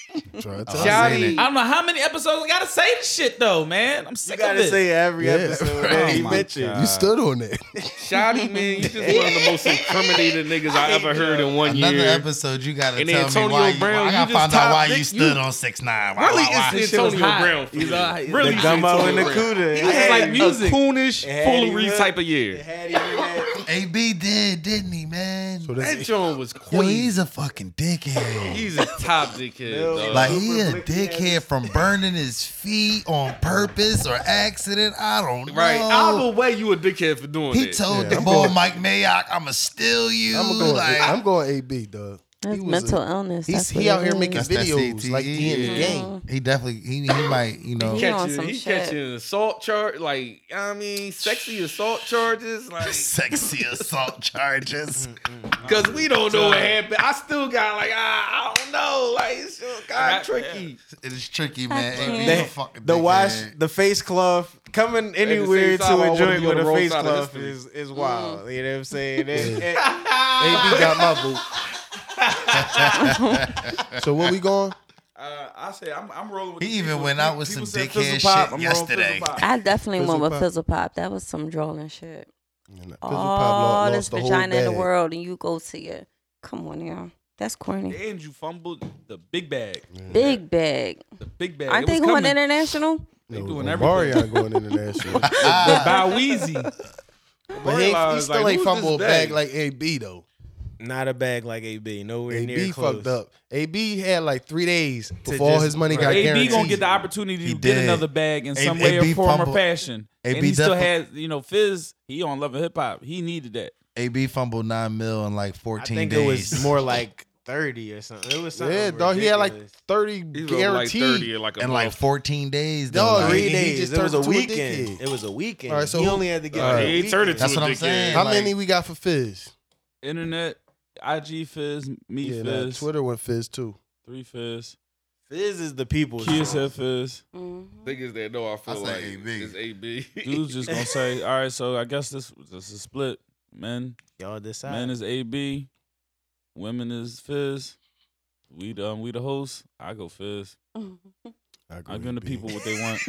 Speaker 2: Try to
Speaker 7: Oh,
Speaker 2: tell
Speaker 7: I seen
Speaker 5: Shoddy.
Speaker 7: it.
Speaker 4: I don't know how many episodes I gotta say this shit though, man. I'm
Speaker 8: You
Speaker 4: sick of
Speaker 8: gotta
Speaker 4: it.
Speaker 8: say every
Speaker 2: Yeah,
Speaker 8: episode
Speaker 2: right.
Speaker 8: that he
Speaker 7: Oh my
Speaker 8: mentioned.
Speaker 2: you. You stood on that.
Speaker 5: Shoddy, man, you just one of the most incriminating niggas I ever heard in one
Speaker 7: Another
Speaker 5: year.
Speaker 7: episode, you gotta
Speaker 5: And
Speaker 7: tell
Speaker 5: Antonio
Speaker 7: me why.
Speaker 5: Brown,
Speaker 7: you, I
Speaker 5: you
Speaker 7: gotta
Speaker 5: just
Speaker 7: find out
Speaker 5: top
Speaker 7: why
Speaker 5: dick-
Speaker 7: you stood on six nine. Why,
Speaker 5: Really,
Speaker 7: why, why?
Speaker 5: it's
Speaker 4: was
Speaker 5: Antonio
Speaker 4: hot.
Speaker 5: Brown. For
Speaker 4: He's
Speaker 5: me.
Speaker 4: all- he-
Speaker 5: really,
Speaker 8: The
Speaker 5: it's
Speaker 8: gumbo and
Speaker 5: Antonio
Speaker 8: the
Speaker 5: Brown.
Speaker 8: cuda.
Speaker 5: He was like music,
Speaker 4: music.
Speaker 5: coonish,
Speaker 8: It had
Speaker 5: foolery
Speaker 8: him.
Speaker 5: type of year.
Speaker 7: AB did, didn't he, man?
Speaker 2: So
Speaker 5: That
Speaker 2: that's
Speaker 5: John was
Speaker 7: Yo,
Speaker 5: crazy.
Speaker 7: he's a fucking dickhead.
Speaker 5: He's a top dickhead.
Speaker 8: No.
Speaker 5: dog.
Speaker 7: Like
Speaker 8: Super
Speaker 7: he a
Speaker 8: blicky ass.
Speaker 7: dickhead from burning his feet on purpose or accident. I don't
Speaker 5: right? I
Speaker 7: know.
Speaker 5: will way you a dickhead for doing
Speaker 7: He
Speaker 5: that.
Speaker 7: told
Speaker 2: Yeah,
Speaker 7: the
Speaker 2: I'm
Speaker 7: boy
Speaker 2: going-
Speaker 7: Mike Mayock, "I'ma steal you."
Speaker 2: I'm going.
Speaker 7: like,
Speaker 2: I'm going AB, dog.
Speaker 6: That's
Speaker 2: He was
Speaker 6: mental
Speaker 2: a-
Speaker 6: illness.
Speaker 2: He's
Speaker 6: That's
Speaker 2: he
Speaker 6: what
Speaker 2: out
Speaker 6: it
Speaker 2: here
Speaker 6: is.
Speaker 2: making
Speaker 7: That's that
Speaker 2: videos
Speaker 7: CTE,
Speaker 2: like he in the
Speaker 5: yeah.
Speaker 2: game.
Speaker 7: he definitely he, he might you know
Speaker 6: He on
Speaker 5: catching,
Speaker 6: some
Speaker 5: he
Speaker 6: shit.
Speaker 5: catching an assault charge, like I mean, sexy assault charges, like
Speaker 7: sexy assault charges.
Speaker 5: because we don't know what happened. I still got like I, I don't know, like it's still kind of tricky.
Speaker 7: It is tricky, man.
Speaker 6: can't.
Speaker 7: AB
Speaker 8: They-
Speaker 7: a fucking
Speaker 8: the
Speaker 7: dickhead.
Speaker 8: wash, the face cloth, coming anywhere
Speaker 5: same time,
Speaker 8: to
Speaker 5: I
Speaker 8: a
Speaker 5: wanna
Speaker 8: joint
Speaker 5: be on
Speaker 8: with
Speaker 5: the
Speaker 8: a
Speaker 5: wrong
Speaker 8: face
Speaker 5: side of
Speaker 8: cloth
Speaker 5: history.
Speaker 8: is, is wild. You know what I'm saying? It- it- AB got my boot.
Speaker 2: So where we going?
Speaker 4: Uh, I say I'm, I'm rolling with.
Speaker 7: He
Speaker 4: the
Speaker 7: even
Speaker 4: people.
Speaker 7: went out with
Speaker 4: People
Speaker 7: some
Speaker 4: said
Speaker 7: dickhead
Speaker 4: Fizzle Pop.
Speaker 7: shit
Speaker 4: I'm rolling
Speaker 7: yesterday.
Speaker 4: Fizzle Pop.
Speaker 6: I definitely
Speaker 2: Fizzle
Speaker 6: went with
Speaker 2: Pop.
Speaker 6: Fizzle Pop. That was some drolling shit.
Speaker 2: Fizzle Pop lo-
Speaker 6: All
Speaker 2: lost
Speaker 6: this
Speaker 2: the whole
Speaker 6: vagina in the
Speaker 2: bag.
Speaker 6: world, and you go to your. Come on, y'all. That's corny.
Speaker 3: And you fumbled the big bag.
Speaker 6: Big bag.
Speaker 3: The big bag.
Speaker 6: Aren't
Speaker 3: It was
Speaker 6: they going
Speaker 3: coming.
Speaker 6: international?
Speaker 2: They
Speaker 3: doing
Speaker 2: Mario going international,
Speaker 7: Ah,
Speaker 3: by Weezy.
Speaker 2: but he, ain't- he
Speaker 5: Realized,
Speaker 2: still
Speaker 5: like,
Speaker 2: ain't
Speaker 5: who's this
Speaker 2: fumble a
Speaker 5: bag?
Speaker 2: bag like AB though.
Speaker 8: Not a bag like AB. Nowhere
Speaker 2: AB
Speaker 8: near close.
Speaker 2: fucked up. AB had like three days before all
Speaker 8: just-
Speaker 2: his money got
Speaker 3: AB
Speaker 2: guaranteed.
Speaker 3: gonna get the opportunity
Speaker 7: He
Speaker 3: to get
Speaker 7: did.
Speaker 3: another bag in
Speaker 7: A-
Speaker 3: some way
Speaker 7: AB
Speaker 3: or form
Speaker 7: fumbled.
Speaker 3: or fashion.
Speaker 7: AB
Speaker 3: and he still
Speaker 7: defi-
Speaker 3: has, you know, Fizz. He on Love and Hip Hop. He needed that.
Speaker 7: AB fumbled nine mil in like
Speaker 8: I
Speaker 7: fourteen
Speaker 8: think
Speaker 7: days.
Speaker 8: it was more like 30 or something. It was something.
Speaker 2: yeah, dog. He had like
Speaker 8: ridiculous.
Speaker 2: thirty
Speaker 5: He was like
Speaker 2: guaranteed.
Speaker 5: thirty and like a
Speaker 7: in like
Speaker 5: month.
Speaker 7: fourteen days. Though,
Speaker 2: Dog,
Speaker 7: like,
Speaker 8: three
Speaker 2: he
Speaker 8: days.
Speaker 2: just
Speaker 8: it was a
Speaker 2: turned into a
Speaker 8: weekend.
Speaker 2: dickhead.
Speaker 8: it was a weekend.
Speaker 2: All right, so
Speaker 8: he
Speaker 2: who-
Speaker 8: only had to get
Speaker 5: All
Speaker 8: a
Speaker 5: right, Uh, he turned it
Speaker 8: weekend.
Speaker 5: to
Speaker 7: That's
Speaker 5: a
Speaker 7: what I'm
Speaker 5: dickhead.
Speaker 7: saying.
Speaker 2: How
Speaker 7: Like-
Speaker 2: many we got for Fizz?
Speaker 3: Internet, IG Fizz, me
Speaker 2: Yeah, nah,
Speaker 3: Fizz,
Speaker 2: Twitter went Fizz too.
Speaker 3: three Fizz,
Speaker 8: Fizz is the people.
Speaker 3: kids have Fizz.
Speaker 6: Mm-hmm.
Speaker 5: Niggas that know I feel
Speaker 7: I say
Speaker 5: like
Speaker 7: AB.
Speaker 5: it's AB.
Speaker 3: Dude's just gonna say, all right, so I guess this this is split. Men,
Speaker 8: Y'all decide.
Speaker 3: men is AB, women is Fizz. We the um, we the host. I go Fizz. I give the people what they want.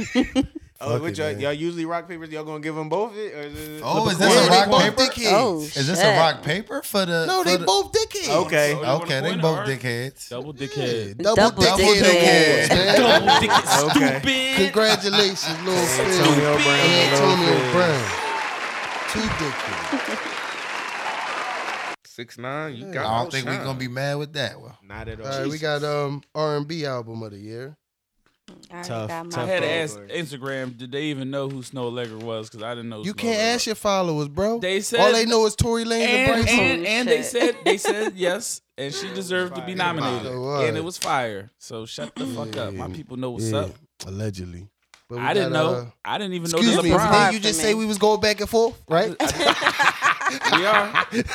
Speaker 8: oh,
Speaker 2: Fuck
Speaker 8: what
Speaker 2: it,
Speaker 8: y'all,
Speaker 2: man.
Speaker 8: y'all usually rock papers. Y'all gonna give them both it? Or is it
Speaker 7: Oh, is
Speaker 2: Yeah,
Speaker 7: this
Speaker 2: they
Speaker 7: a rock
Speaker 2: both
Speaker 7: paper?
Speaker 2: dickheads.
Speaker 6: Oh,
Speaker 7: Is this
Speaker 6: shit.
Speaker 7: a rock paper for the?
Speaker 2: No,
Speaker 7: for
Speaker 2: they
Speaker 7: the-
Speaker 2: both dickheads.
Speaker 8: okay?
Speaker 7: Okay, they
Speaker 3: Point
Speaker 7: both
Speaker 3: of order.
Speaker 7: dickheads.
Speaker 3: Double dickhead.
Speaker 2: Double,
Speaker 6: Double
Speaker 2: dickhead
Speaker 6: dickhead.
Speaker 2: awards, man.
Speaker 8: Okay.
Speaker 2: Congratulations, little Fizz.
Speaker 8: Antonio Brown.
Speaker 2: And Antonio
Speaker 8: Lopez.
Speaker 2: Brown. Two dickheads.
Speaker 5: Six nine, you
Speaker 7: I
Speaker 5: got.
Speaker 7: don't
Speaker 5: no
Speaker 7: think we're
Speaker 5: shine.
Speaker 7: gonna be mad with that one.
Speaker 8: Not at all.
Speaker 2: All right, we got um R and B album of the year.
Speaker 8: Tough,
Speaker 3: I
Speaker 8: tough
Speaker 3: had to
Speaker 8: Fuck
Speaker 3: ask
Speaker 8: over.
Speaker 3: Instagram, did they even know who Snow Allegra was? Because I didn't know.
Speaker 2: You
Speaker 3: Snow
Speaker 2: can't
Speaker 3: Allegra.
Speaker 2: ask your followers, bro.
Speaker 3: They said
Speaker 2: all they know is Tory Lanez and,
Speaker 3: and,
Speaker 2: Bryson.
Speaker 3: and, and they
Speaker 6: Shit.
Speaker 3: said they said yes, and she deserved to be nominated,
Speaker 2: It was.
Speaker 3: and it was fire. So shut the fuck up. My people know what's
Speaker 2: Yeah,
Speaker 3: up.
Speaker 2: Allegedly, but we
Speaker 3: I didn't
Speaker 2: got,
Speaker 3: know.
Speaker 2: uh,
Speaker 3: I didn't even know
Speaker 2: Excuse
Speaker 3: this
Speaker 2: me,
Speaker 3: was
Speaker 6: surprise
Speaker 2: did
Speaker 3: prime.
Speaker 2: you
Speaker 6: for
Speaker 2: just
Speaker 6: me.
Speaker 2: say we was going back and forth, right?
Speaker 3: We are.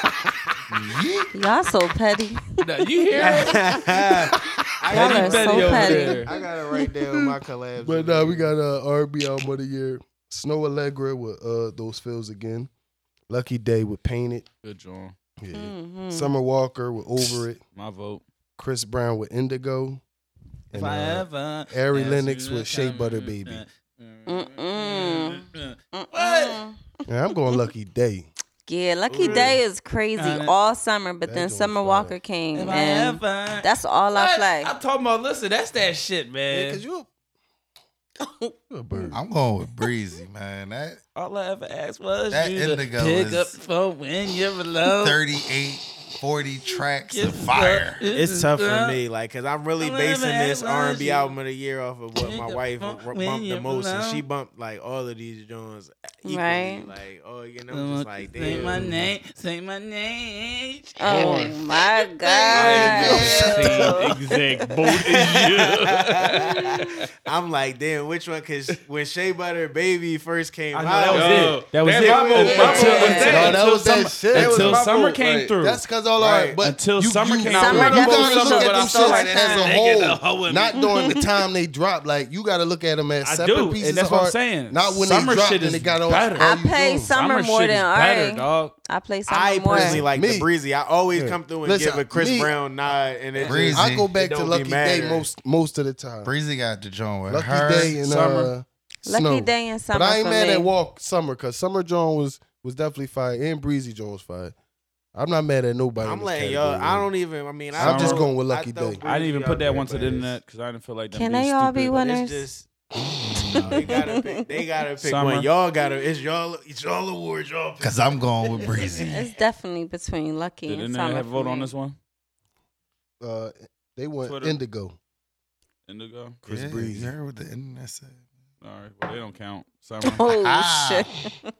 Speaker 6: Y'all so petty.
Speaker 3: No, you hear? it?
Speaker 6: Y'all are
Speaker 3: Betty
Speaker 6: so
Speaker 3: over
Speaker 6: petty.
Speaker 3: there.
Speaker 8: I gotta write down my collabs.
Speaker 2: But uh, we got uh, R&B album of the year. Snow Allegra with uh, those feels again. Lucky Day with Painted.
Speaker 3: Good John.
Speaker 2: Yeah.
Speaker 6: Mhm.
Speaker 3: Hmm.
Speaker 2: Summer Walker with Over It.
Speaker 3: My vote.
Speaker 2: Chris Brown with Indigo, and uh,
Speaker 3: Forever.
Speaker 2: Ari
Speaker 3: As
Speaker 2: Lennox
Speaker 3: you
Speaker 2: with Shea
Speaker 3: come-
Speaker 2: Butter Baby.
Speaker 6: Mm-mm.
Speaker 3: What?
Speaker 2: And I'm going Lucky Day.
Speaker 6: Yeah, Lucky Day is crazy
Speaker 3: Uh,
Speaker 6: all summer, but
Speaker 2: that
Speaker 6: then
Speaker 2: joint
Speaker 6: Summer
Speaker 2: fire.
Speaker 6: Walker came,
Speaker 3: If I
Speaker 6: and
Speaker 3: ever-
Speaker 6: that's all I
Speaker 3: What?
Speaker 6: play.
Speaker 3: I'm talking about, listen, that's that shit, man.
Speaker 2: you a bird.
Speaker 7: I'm going with Breezy, man. That
Speaker 3: all I ever asked was
Speaker 7: That
Speaker 3: you to
Speaker 7: Indigo
Speaker 3: pick
Speaker 7: is
Speaker 3: up the phone when you're alone.
Speaker 7: 38, 40 tracks
Speaker 3: Get
Speaker 7: of fire.
Speaker 3: the-
Speaker 8: It's tough for me, like, cause I'm really
Speaker 3: I'm
Speaker 8: basing
Speaker 3: gonna
Speaker 8: this R
Speaker 3: ask
Speaker 8: and B
Speaker 3: you.
Speaker 8: album of the year off of what my
Speaker 3: Nigga,
Speaker 8: wife
Speaker 3: fuck
Speaker 8: r-
Speaker 3: when
Speaker 8: bumped the
Speaker 3: you
Speaker 8: most, and she
Speaker 3: belong.
Speaker 8: bumped like all of these joints equally.
Speaker 6: Right.
Speaker 8: Like, oh, you
Speaker 3: Don't
Speaker 8: know, just
Speaker 3: want
Speaker 8: like
Speaker 3: you to say my
Speaker 8: damn.
Speaker 3: name, say my name.
Speaker 6: oh my
Speaker 5: Same
Speaker 6: god!
Speaker 5: exact boat as you.
Speaker 8: I'm like, damn, which one? Cause when Shea Butter Baby first came
Speaker 3: I
Speaker 8: out,
Speaker 3: know, that was
Speaker 5: Yo,
Speaker 3: it. That was
Speaker 5: that
Speaker 3: it.
Speaker 5: my mo-
Speaker 3: Until-
Speaker 5: my mo-
Speaker 2: No, that
Speaker 3: until
Speaker 2: was that
Speaker 3: summer-
Speaker 2: shit. That was
Speaker 3: Until
Speaker 2: my
Speaker 3: summer
Speaker 5: vote,
Speaker 3: came
Speaker 5: right.
Speaker 3: through.
Speaker 2: That's because all our
Speaker 8: Right.
Speaker 2: but
Speaker 3: Until summer came
Speaker 6: Summer,
Speaker 2: you
Speaker 6: out.
Speaker 2: gotta
Speaker 6: that's
Speaker 2: look
Speaker 6: what
Speaker 2: at
Speaker 6: summer, but
Speaker 2: them
Speaker 6: I felt
Speaker 2: shits
Speaker 6: like
Speaker 2: as
Speaker 6: that.
Speaker 2: a
Speaker 5: They get the hoe
Speaker 2: whole,
Speaker 5: with
Speaker 2: not during the time they drop. Like you gotta look at them as
Speaker 3: I
Speaker 2: separate
Speaker 3: do,
Speaker 2: pieces
Speaker 3: and that's
Speaker 2: of
Speaker 3: what I'm
Speaker 2: art,
Speaker 3: saying.
Speaker 2: Not when
Speaker 3: Summer
Speaker 2: they dropped
Speaker 3: shit
Speaker 2: and
Speaker 3: is
Speaker 2: they got on.
Speaker 3: better.
Speaker 2: all
Speaker 6: I
Speaker 2: you
Speaker 6: pay
Speaker 2: doing.
Speaker 6: summer more
Speaker 3: shit is
Speaker 6: than
Speaker 3: better,
Speaker 6: Ari.
Speaker 3: dog.
Speaker 6: I play summer
Speaker 8: I
Speaker 6: more.
Speaker 8: personally like
Speaker 2: Me.
Speaker 8: the breezy. I always come through and
Speaker 2: Listen,
Speaker 8: give a Chris
Speaker 2: me-
Speaker 8: Brown nod, and it
Speaker 7: Breezy.
Speaker 8: just,
Speaker 2: I go back
Speaker 8: It
Speaker 2: to
Speaker 8: don't be
Speaker 2: Lucky Day
Speaker 8: matter.
Speaker 2: most most of the time.
Speaker 7: Breezy got the joint with
Speaker 2: Lucky
Speaker 7: her.
Speaker 2: Day and uh,
Speaker 3: Summer.
Speaker 6: Lucky
Speaker 2: Snow.
Speaker 6: Day and Summer
Speaker 2: But I ain't
Speaker 6: for
Speaker 2: mad
Speaker 6: me.
Speaker 2: at Walk Summer because Summer John was was definitely fire and Breezy John was fire. I'm not mad at nobody. in
Speaker 8: I'm
Speaker 2: this
Speaker 8: like, yo,
Speaker 2: category,
Speaker 8: I
Speaker 2: man.
Speaker 8: don't even. I mean, I
Speaker 2: I'm
Speaker 8: don't-
Speaker 2: just going with Lucky
Speaker 8: I throw
Speaker 2: Day.
Speaker 3: I didn't even
Speaker 8: Breezy
Speaker 3: put
Speaker 8: out
Speaker 3: that one to
Speaker 8: there,
Speaker 3: the
Speaker 8: but
Speaker 3: internet because I didn't feel like that.
Speaker 6: Can they all be
Speaker 8: it's-
Speaker 6: winners?
Speaker 8: It's just they gotta pick. They gotta pick
Speaker 3: Summer.
Speaker 8: one. Y'all gotta. It's y'all. It's y'all awards. Y'all. Pick.
Speaker 7: Cause I'm going with Breezy.
Speaker 6: It's definitely between Lucky
Speaker 3: Did
Speaker 6: and
Speaker 3: internet
Speaker 6: Summer.
Speaker 3: have a
Speaker 6: for
Speaker 3: vote on
Speaker 6: me.
Speaker 3: this one?
Speaker 2: Uh, they went
Speaker 3: Twitter.
Speaker 2: Indigo.
Speaker 3: Indigo.
Speaker 2: Chris
Speaker 7: yeah,
Speaker 2: Breezy.
Speaker 7: You heard what the internet said.
Speaker 3: All right, well they don't count. Summer.
Speaker 6: Oh
Speaker 7: Ah.
Speaker 6: shit!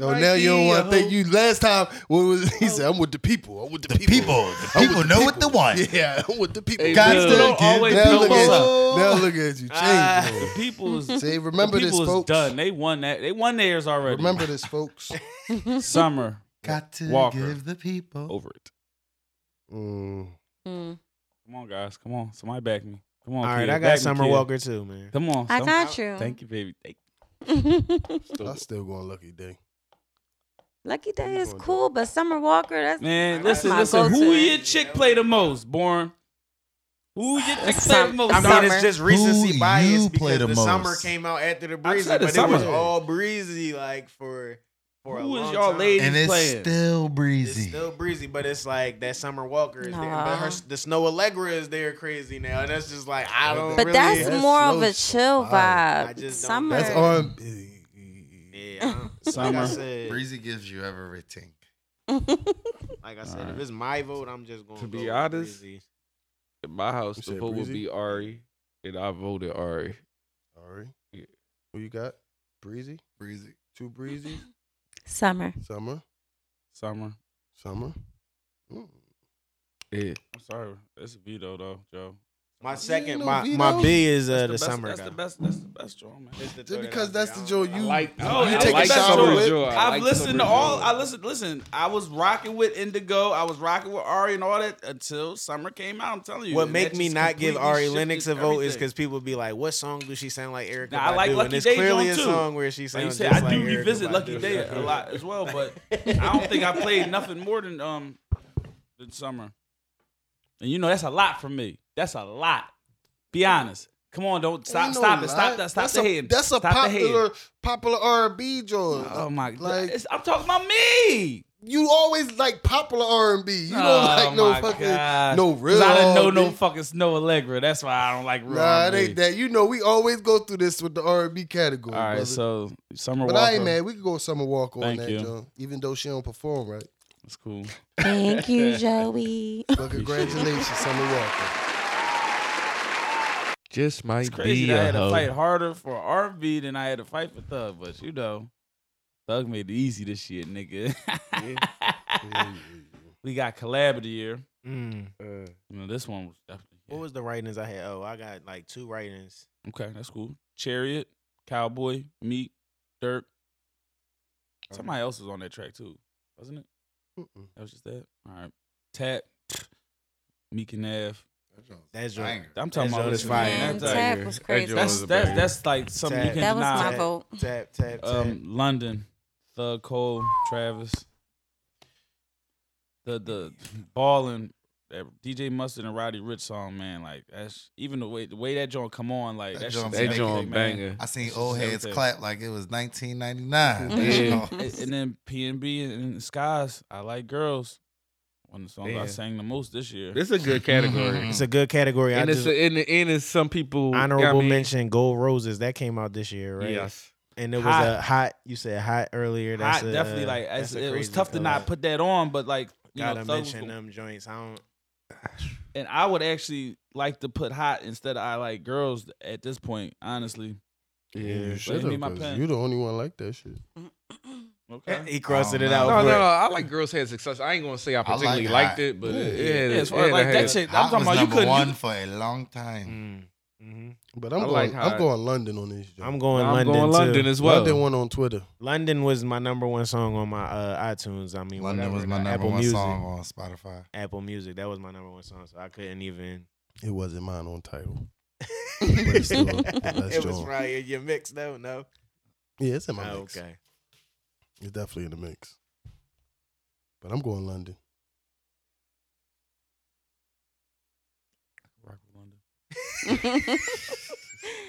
Speaker 2: No, now you don't want to think you. Last time when was he said, "I'm with the people. I'm with the, people.
Speaker 7: the
Speaker 2: I'm with
Speaker 7: people know what they want.
Speaker 2: Yeah, I'm with the people."
Speaker 3: Hey,
Speaker 7: Guys,
Speaker 3: Bill,
Speaker 7: they
Speaker 3: don't
Speaker 7: get
Speaker 3: always
Speaker 2: now,
Speaker 3: people
Speaker 2: look at,
Speaker 3: up.
Speaker 2: now look at you, change.
Speaker 3: The
Speaker 2: man.
Speaker 3: people is
Speaker 2: Say,
Speaker 3: the
Speaker 2: remember this,
Speaker 3: people is
Speaker 2: folks.
Speaker 3: done. They won that. They won theirs already.
Speaker 2: Remember this, folks.
Speaker 3: summer
Speaker 7: Got to
Speaker 3: Walker.
Speaker 7: give the people.
Speaker 5: Oh,
Speaker 3: over it.
Speaker 2: Mm.
Speaker 6: Mm.
Speaker 3: Come on, guys. Come on. Somebody back me. Come on.
Speaker 8: All
Speaker 3: kid.
Speaker 8: right, I
Speaker 3: Back
Speaker 8: got
Speaker 3: me,
Speaker 8: Summer
Speaker 3: kid.
Speaker 8: Walker too, man.
Speaker 3: Come on.
Speaker 6: I
Speaker 3: Summer.
Speaker 6: got you.
Speaker 3: Thank you, baby. Thank
Speaker 2: I'm still going Lucky Day.
Speaker 6: Lucky Day is cool, but Summer Walker, that's
Speaker 3: Man,
Speaker 8: I got
Speaker 3: listen,
Speaker 8: my
Speaker 3: listen.
Speaker 6: go-to.
Speaker 3: Who your chick play the most, Born? Who your chick play the
Speaker 6: Some-
Speaker 3: most?
Speaker 8: I mean,
Speaker 6: Summer.
Speaker 8: it's just recency
Speaker 7: Who
Speaker 8: bias
Speaker 7: you play
Speaker 8: because the,
Speaker 7: the
Speaker 8: summer
Speaker 7: most?
Speaker 8: came out after the breezy,
Speaker 3: said
Speaker 8: but
Speaker 3: the
Speaker 8: it was
Speaker 3: summer.
Speaker 8: all breezy. Like for for a
Speaker 3: Who is
Speaker 8: long
Speaker 3: y'all
Speaker 8: time.
Speaker 3: ladies
Speaker 7: And it's
Speaker 3: playing?
Speaker 7: still
Speaker 8: It's
Speaker 7: Breezy.
Speaker 8: still breezy, but it's like that Summer Walker is there, but her,
Speaker 6: Nah.
Speaker 8: the Snow Allegra is there crazy now, and that's just like I don't.
Speaker 6: But
Speaker 8: really,
Speaker 6: that's
Speaker 2: that's
Speaker 6: more of
Speaker 2: no
Speaker 6: a chill
Speaker 2: fire.
Speaker 8: I
Speaker 6: vibe.
Speaker 8: just don't-
Speaker 6: Summer.
Speaker 2: That's R&B.
Speaker 8: yeah. Like I
Speaker 3: Summer.
Speaker 8: said,
Speaker 7: Breezy gives you everything.
Speaker 8: like I said if it's my vote, I'm just going
Speaker 5: To be
Speaker 8: go with
Speaker 5: honest,
Speaker 8: breezy.
Speaker 5: In my house,
Speaker 2: You
Speaker 5: the
Speaker 2: said
Speaker 5: vote would
Speaker 2: Breezy?
Speaker 5: be Ari, and I voted Ari.
Speaker 2: Sorry.
Speaker 5: Yeah.
Speaker 2: Who you got? Breezy.
Speaker 7: Breezy.
Speaker 2: Two breezy.
Speaker 6: Summer.
Speaker 2: Summer.
Speaker 3: Summer.
Speaker 2: Summer. Mm.
Speaker 5: Yeah.
Speaker 3: I'm sorry. That's a veto though, Joe.
Speaker 8: my
Speaker 2: ain't
Speaker 8: second,
Speaker 2: no
Speaker 8: my,
Speaker 2: veto.
Speaker 8: my B is uh, the,
Speaker 3: That's
Speaker 8: summer.
Speaker 3: That's the
Speaker 8: though.
Speaker 3: best. That's the best draw, man.
Speaker 8: It's the
Speaker 2: Just
Speaker 8: third
Speaker 2: because
Speaker 8: out
Speaker 2: that's the
Speaker 8: there.
Speaker 2: joy
Speaker 8: I
Speaker 2: you,
Speaker 5: like-
Speaker 2: you
Speaker 3: Oh,
Speaker 5: I
Speaker 3: you
Speaker 2: take
Speaker 3: like
Speaker 2: a
Speaker 3: that
Speaker 2: shower
Speaker 3: joy.
Speaker 2: with.
Speaker 5: Joy. I
Speaker 3: I've
Speaker 5: like
Speaker 3: listened to
Speaker 5: Summer
Speaker 3: all.
Speaker 5: Joy.
Speaker 3: I listened. Listen, I was rocking with Indigo. I was rocking with Ari and all that until Summer came out. I'm telling you.
Speaker 8: What
Speaker 3: and
Speaker 8: make
Speaker 3: that
Speaker 8: me
Speaker 3: just
Speaker 8: not give
Speaker 3: completely
Speaker 8: Ari
Speaker 3: shifted
Speaker 8: Lennox a vote is
Speaker 3: everything.
Speaker 8: because people be like, "What song do she sound like Erica?"
Speaker 3: Nah, I like
Speaker 8: Badu?"
Speaker 3: Lucky
Speaker 8: and it's
Speaker 3: Day
Speaker 8: clearly
Speaker 3: Joint,
Speaker 8: a
Speaker 3: too.
Speaker 8: song where she sounds
Speaker 3: Like you said,
Speaker 8: just
Speaker 3: I
Speaker 8: like
Speaker 3: do
Speaker 8: Erykah
Speaker 3: revisit Lucky
Speaker 8: Badu.
Speaker 3: Day a lot as well, but I don't think I played nothing more than um than summer. And you know that's a lot for me. That's a lot. Be honest. Come on, don't stop,
Speaker 2: Ain't no
Speaker 3: stop it, stop
Speaker 2: lie.
Speaker 3: that, stop
Speaker 2: that's
Speaker 3: the
Speaker 2: a,
Speaker 3: hand.
Speaker 2: That's a
Speaker 3: stop the hand.
Speaker 2: popular popular R&B joint.
Speaker 3: Oh my god!
Speaker 2: Like
Speaker 3: It's- I'm talking about me.
Speaker 2: you always like popular R&B. You don't
Speaker 3: Oh
Speaker 2: like no
Speaker 3: my
Speaker 2: fucking
Speaker 3: gosh.
Speaker 2: no
Speaker 3: 'Cause
Speaker 2: real.
Speaker 3: I didn't know no
Speaker 2: R&B.
Speaker 3: fucking Snow Allegra. That's why I don't like real
Speaker 2: Nah, it
Speaker 3: R&B.
Speaker 2: ain't that. You know we always go through this with the R&B category.
Speaker 3: All right,
Speaker 2: brother.
Speaker 3: so Summer
Speaker 2: but
Speaker 3: Walker.
Speaker 2: I ain't mad. We could go Summer Walker on
Speaker 3: Thank
Speaker 2: that
Speaker 3: you.
Speaker 2: joint, even though she don't perform right.
Speaker 3: That's cool.
Speaker 6: Thank you, Joey.
Speaker 2: But congratulations, Summer Walker.
Speaker 5: Just might
Speaker 3: It's crazy
Speaker 5: be
Speaker 3: that I
Speaker 5: a
Speaker 3: had to
Speaker 5: hoe.
Speaker 3: fight harder for RV than I had to fight for Thug, but you know, Thug made it easy this year, nigga. we got collab of the year.
Speaker 8: Mm.
Speaker 3: You know, this one was definitely
Speaker 8: What was the writings I had? Oh, I got like two writings.
Speaker 3: okay. That's cool. Chariot, Cowboy, Meat, Dirk. Somebody else was on that track too, wasn't it?
Speaker 2: Mm-mm.
Speaker 3: That was just that. All right, Tap, Meek and Av.
Speaker 8: That's
Speaker 7: Banger.
Speaker 8: right.
Speaker 3: I'm talking
Speaker 8: That
Speaker 3: about
Speaker 8: joint
Speaker 3: this
Speaker 8: is fire.
Speaker 3: man,
Speaker 6: Man,
Speaker 3: that's,
Speaker 6: Tap
Speaker 3: like-
Speaker 6: was crazy.
Speaker 5: joint
Speaker 3: that's,
Speaker 5: was a
Speaker 3: that's
Speaker 5: banger.
Speaker 3: that's like something you
Speaker 8: Tap.
Speaker 3: can
Speaker 6: That was
Speaker 3: deny.
Speaker 6: my vote.
Speaker 8: Tap tap tap.
Speaker 3: um, London, Thug Cole, Travis, the the ballin that DJ Mustard and Roddy Rich song, man. Like that's even the way the way that joint come on, like
Speaker 7: That
Speaker 3: that,
Speaker 7: joint-
Speaker 3: shit
Speaker 7: that
Speaker 3: make it,
Speaker 5: joint
Speaker 3: man.
Speaker 5: banger.
Speaker 7: I seen old heads
Speaker 3: Everything.
Speaker 7: clap like it was
Speaker 3: Mm-hmm.
Speaker 7: 1999.
Speaker 5: Yeah.
Speaker 3: And and then P and B and Skies, I like girls. One of the songs I
Speaker 5: Yeah.
Speaker 3: sang the most this year.
Speaker 5: This is a good category.
Speaker 7: Mhm.
Speaker 3: Mm-hmm.
Speaker 8: It's a good category.
Speaker 5: and
Speaker 8: I
Speaker 5: it's
Speaker 8: just,
Speaker 5: a, in the end, it's some people
Speaker 8: honorable
Speaker 5: I mean,
Speaker 8: mention Gold Roses that came out this year, right?
Speaker 5: Yes.
Speaker 8: And it was
Speaker 3: Hot.
Speaker 8: a hot. You said hot earlier. That's
Speaker 3: Hot,
Speaker 8: a,
Speaker 3: definitely.
Speaker 8: uh,
Speaker 3: Like
Speaker 8: that's
Speaker 3: it's-
Speaker 8: a
Speaker 3: it was
Speaker 8: crazy
Speaker 3: tough to
Speaker 8: color.
Speaker 3: not put that on, but like you know,
Speaker 8: Gotta
Speaker 3: Thug was
Speaker 8: mention
Speaker 3: the-
Speaker 8: them joints. I don't.
Speaker 3: and I would actually like to put hot instead of I like girls at this point, honestly.
Speaker 2: Yeah, you should
Speaker 3: me my
Speaker 2: have. 'cause
Speaker 3: pen.
Speaker 2: You the only one like that shit.
Speaker 3: Okay.
Speaker 8: He crossed
Speaker 7: don't
Speaker 8: it
Speaker 7: know.
Speaker 2: Oh,
Speaker 8: out.
Speaker 5: No, no,
Speaker 8: for-
Speaker 5: no. I like girls had success. I ain't gonna say I
Speaker 7: like
Speaker 5: particularly
Speaker 7: that.
Speaker 5: liked it, but it,
Speaker 2: Yeah.
Speaker 5: it had,
Speaker 3: Yeah, as
Speaker 5: it
Speaker 3: far as
Speaker 5: had a
Speaker 3: like
Speaker 5: head.
Speaker 3: that shit, I'm
Speaker 7: Hot
Speaker 3: talking
Speaker 7: was
Speaker 3: about you
Speaker 7: number
Speaker 3: couldn't.
Speaker 7: one
Speaker 3: you-
Speaker 7: for a long
Speaker 5: Mm-hmm.
Speaker 7: time.
Speaker 3: Mm-hmm.
Speaker 8: Mhm.
Speaker 2: But I'm
Speaker 5: I
Speaker 2: going.
Speaker 5: like how
Speaker 2: I'm
Speaker 5: I-
Speaker 2: going London on this. Joint.
Speaker 8: I'm going
Speaker 5: I'm
Speaker 8: London.
Speaker 5: going London
Speaker 8: Too.
Speaker 5: as well.
Speaker 2: London one on Twitter.
Speaker 8: London was my number one song on my uh, iTunes. I mean,
Speaker 7: London
Speaker 8: whatever,
Speaker 7: was my
Speaker 8: the
Speaker 7: number
Speaker 8: Apple
Speaker 7: one
Speaker 8: Music.
Speaker 7: song on Spotify.
Speaker 8: Apple Music. That was my number one song, so I couldn't even.
Speaker 2: It wasn't mine on title. it's still the best
Speaker 8: it was
Speaker 2: joint.
Speaker 8: right in your mix, though. No.
Speaker 2: Yeah, it's in my
Speaker 8: Oh,
Speaker 2: mix.
Speaker 8: okay.
Speaker 2: It's definitely in the mix. But I'm going London.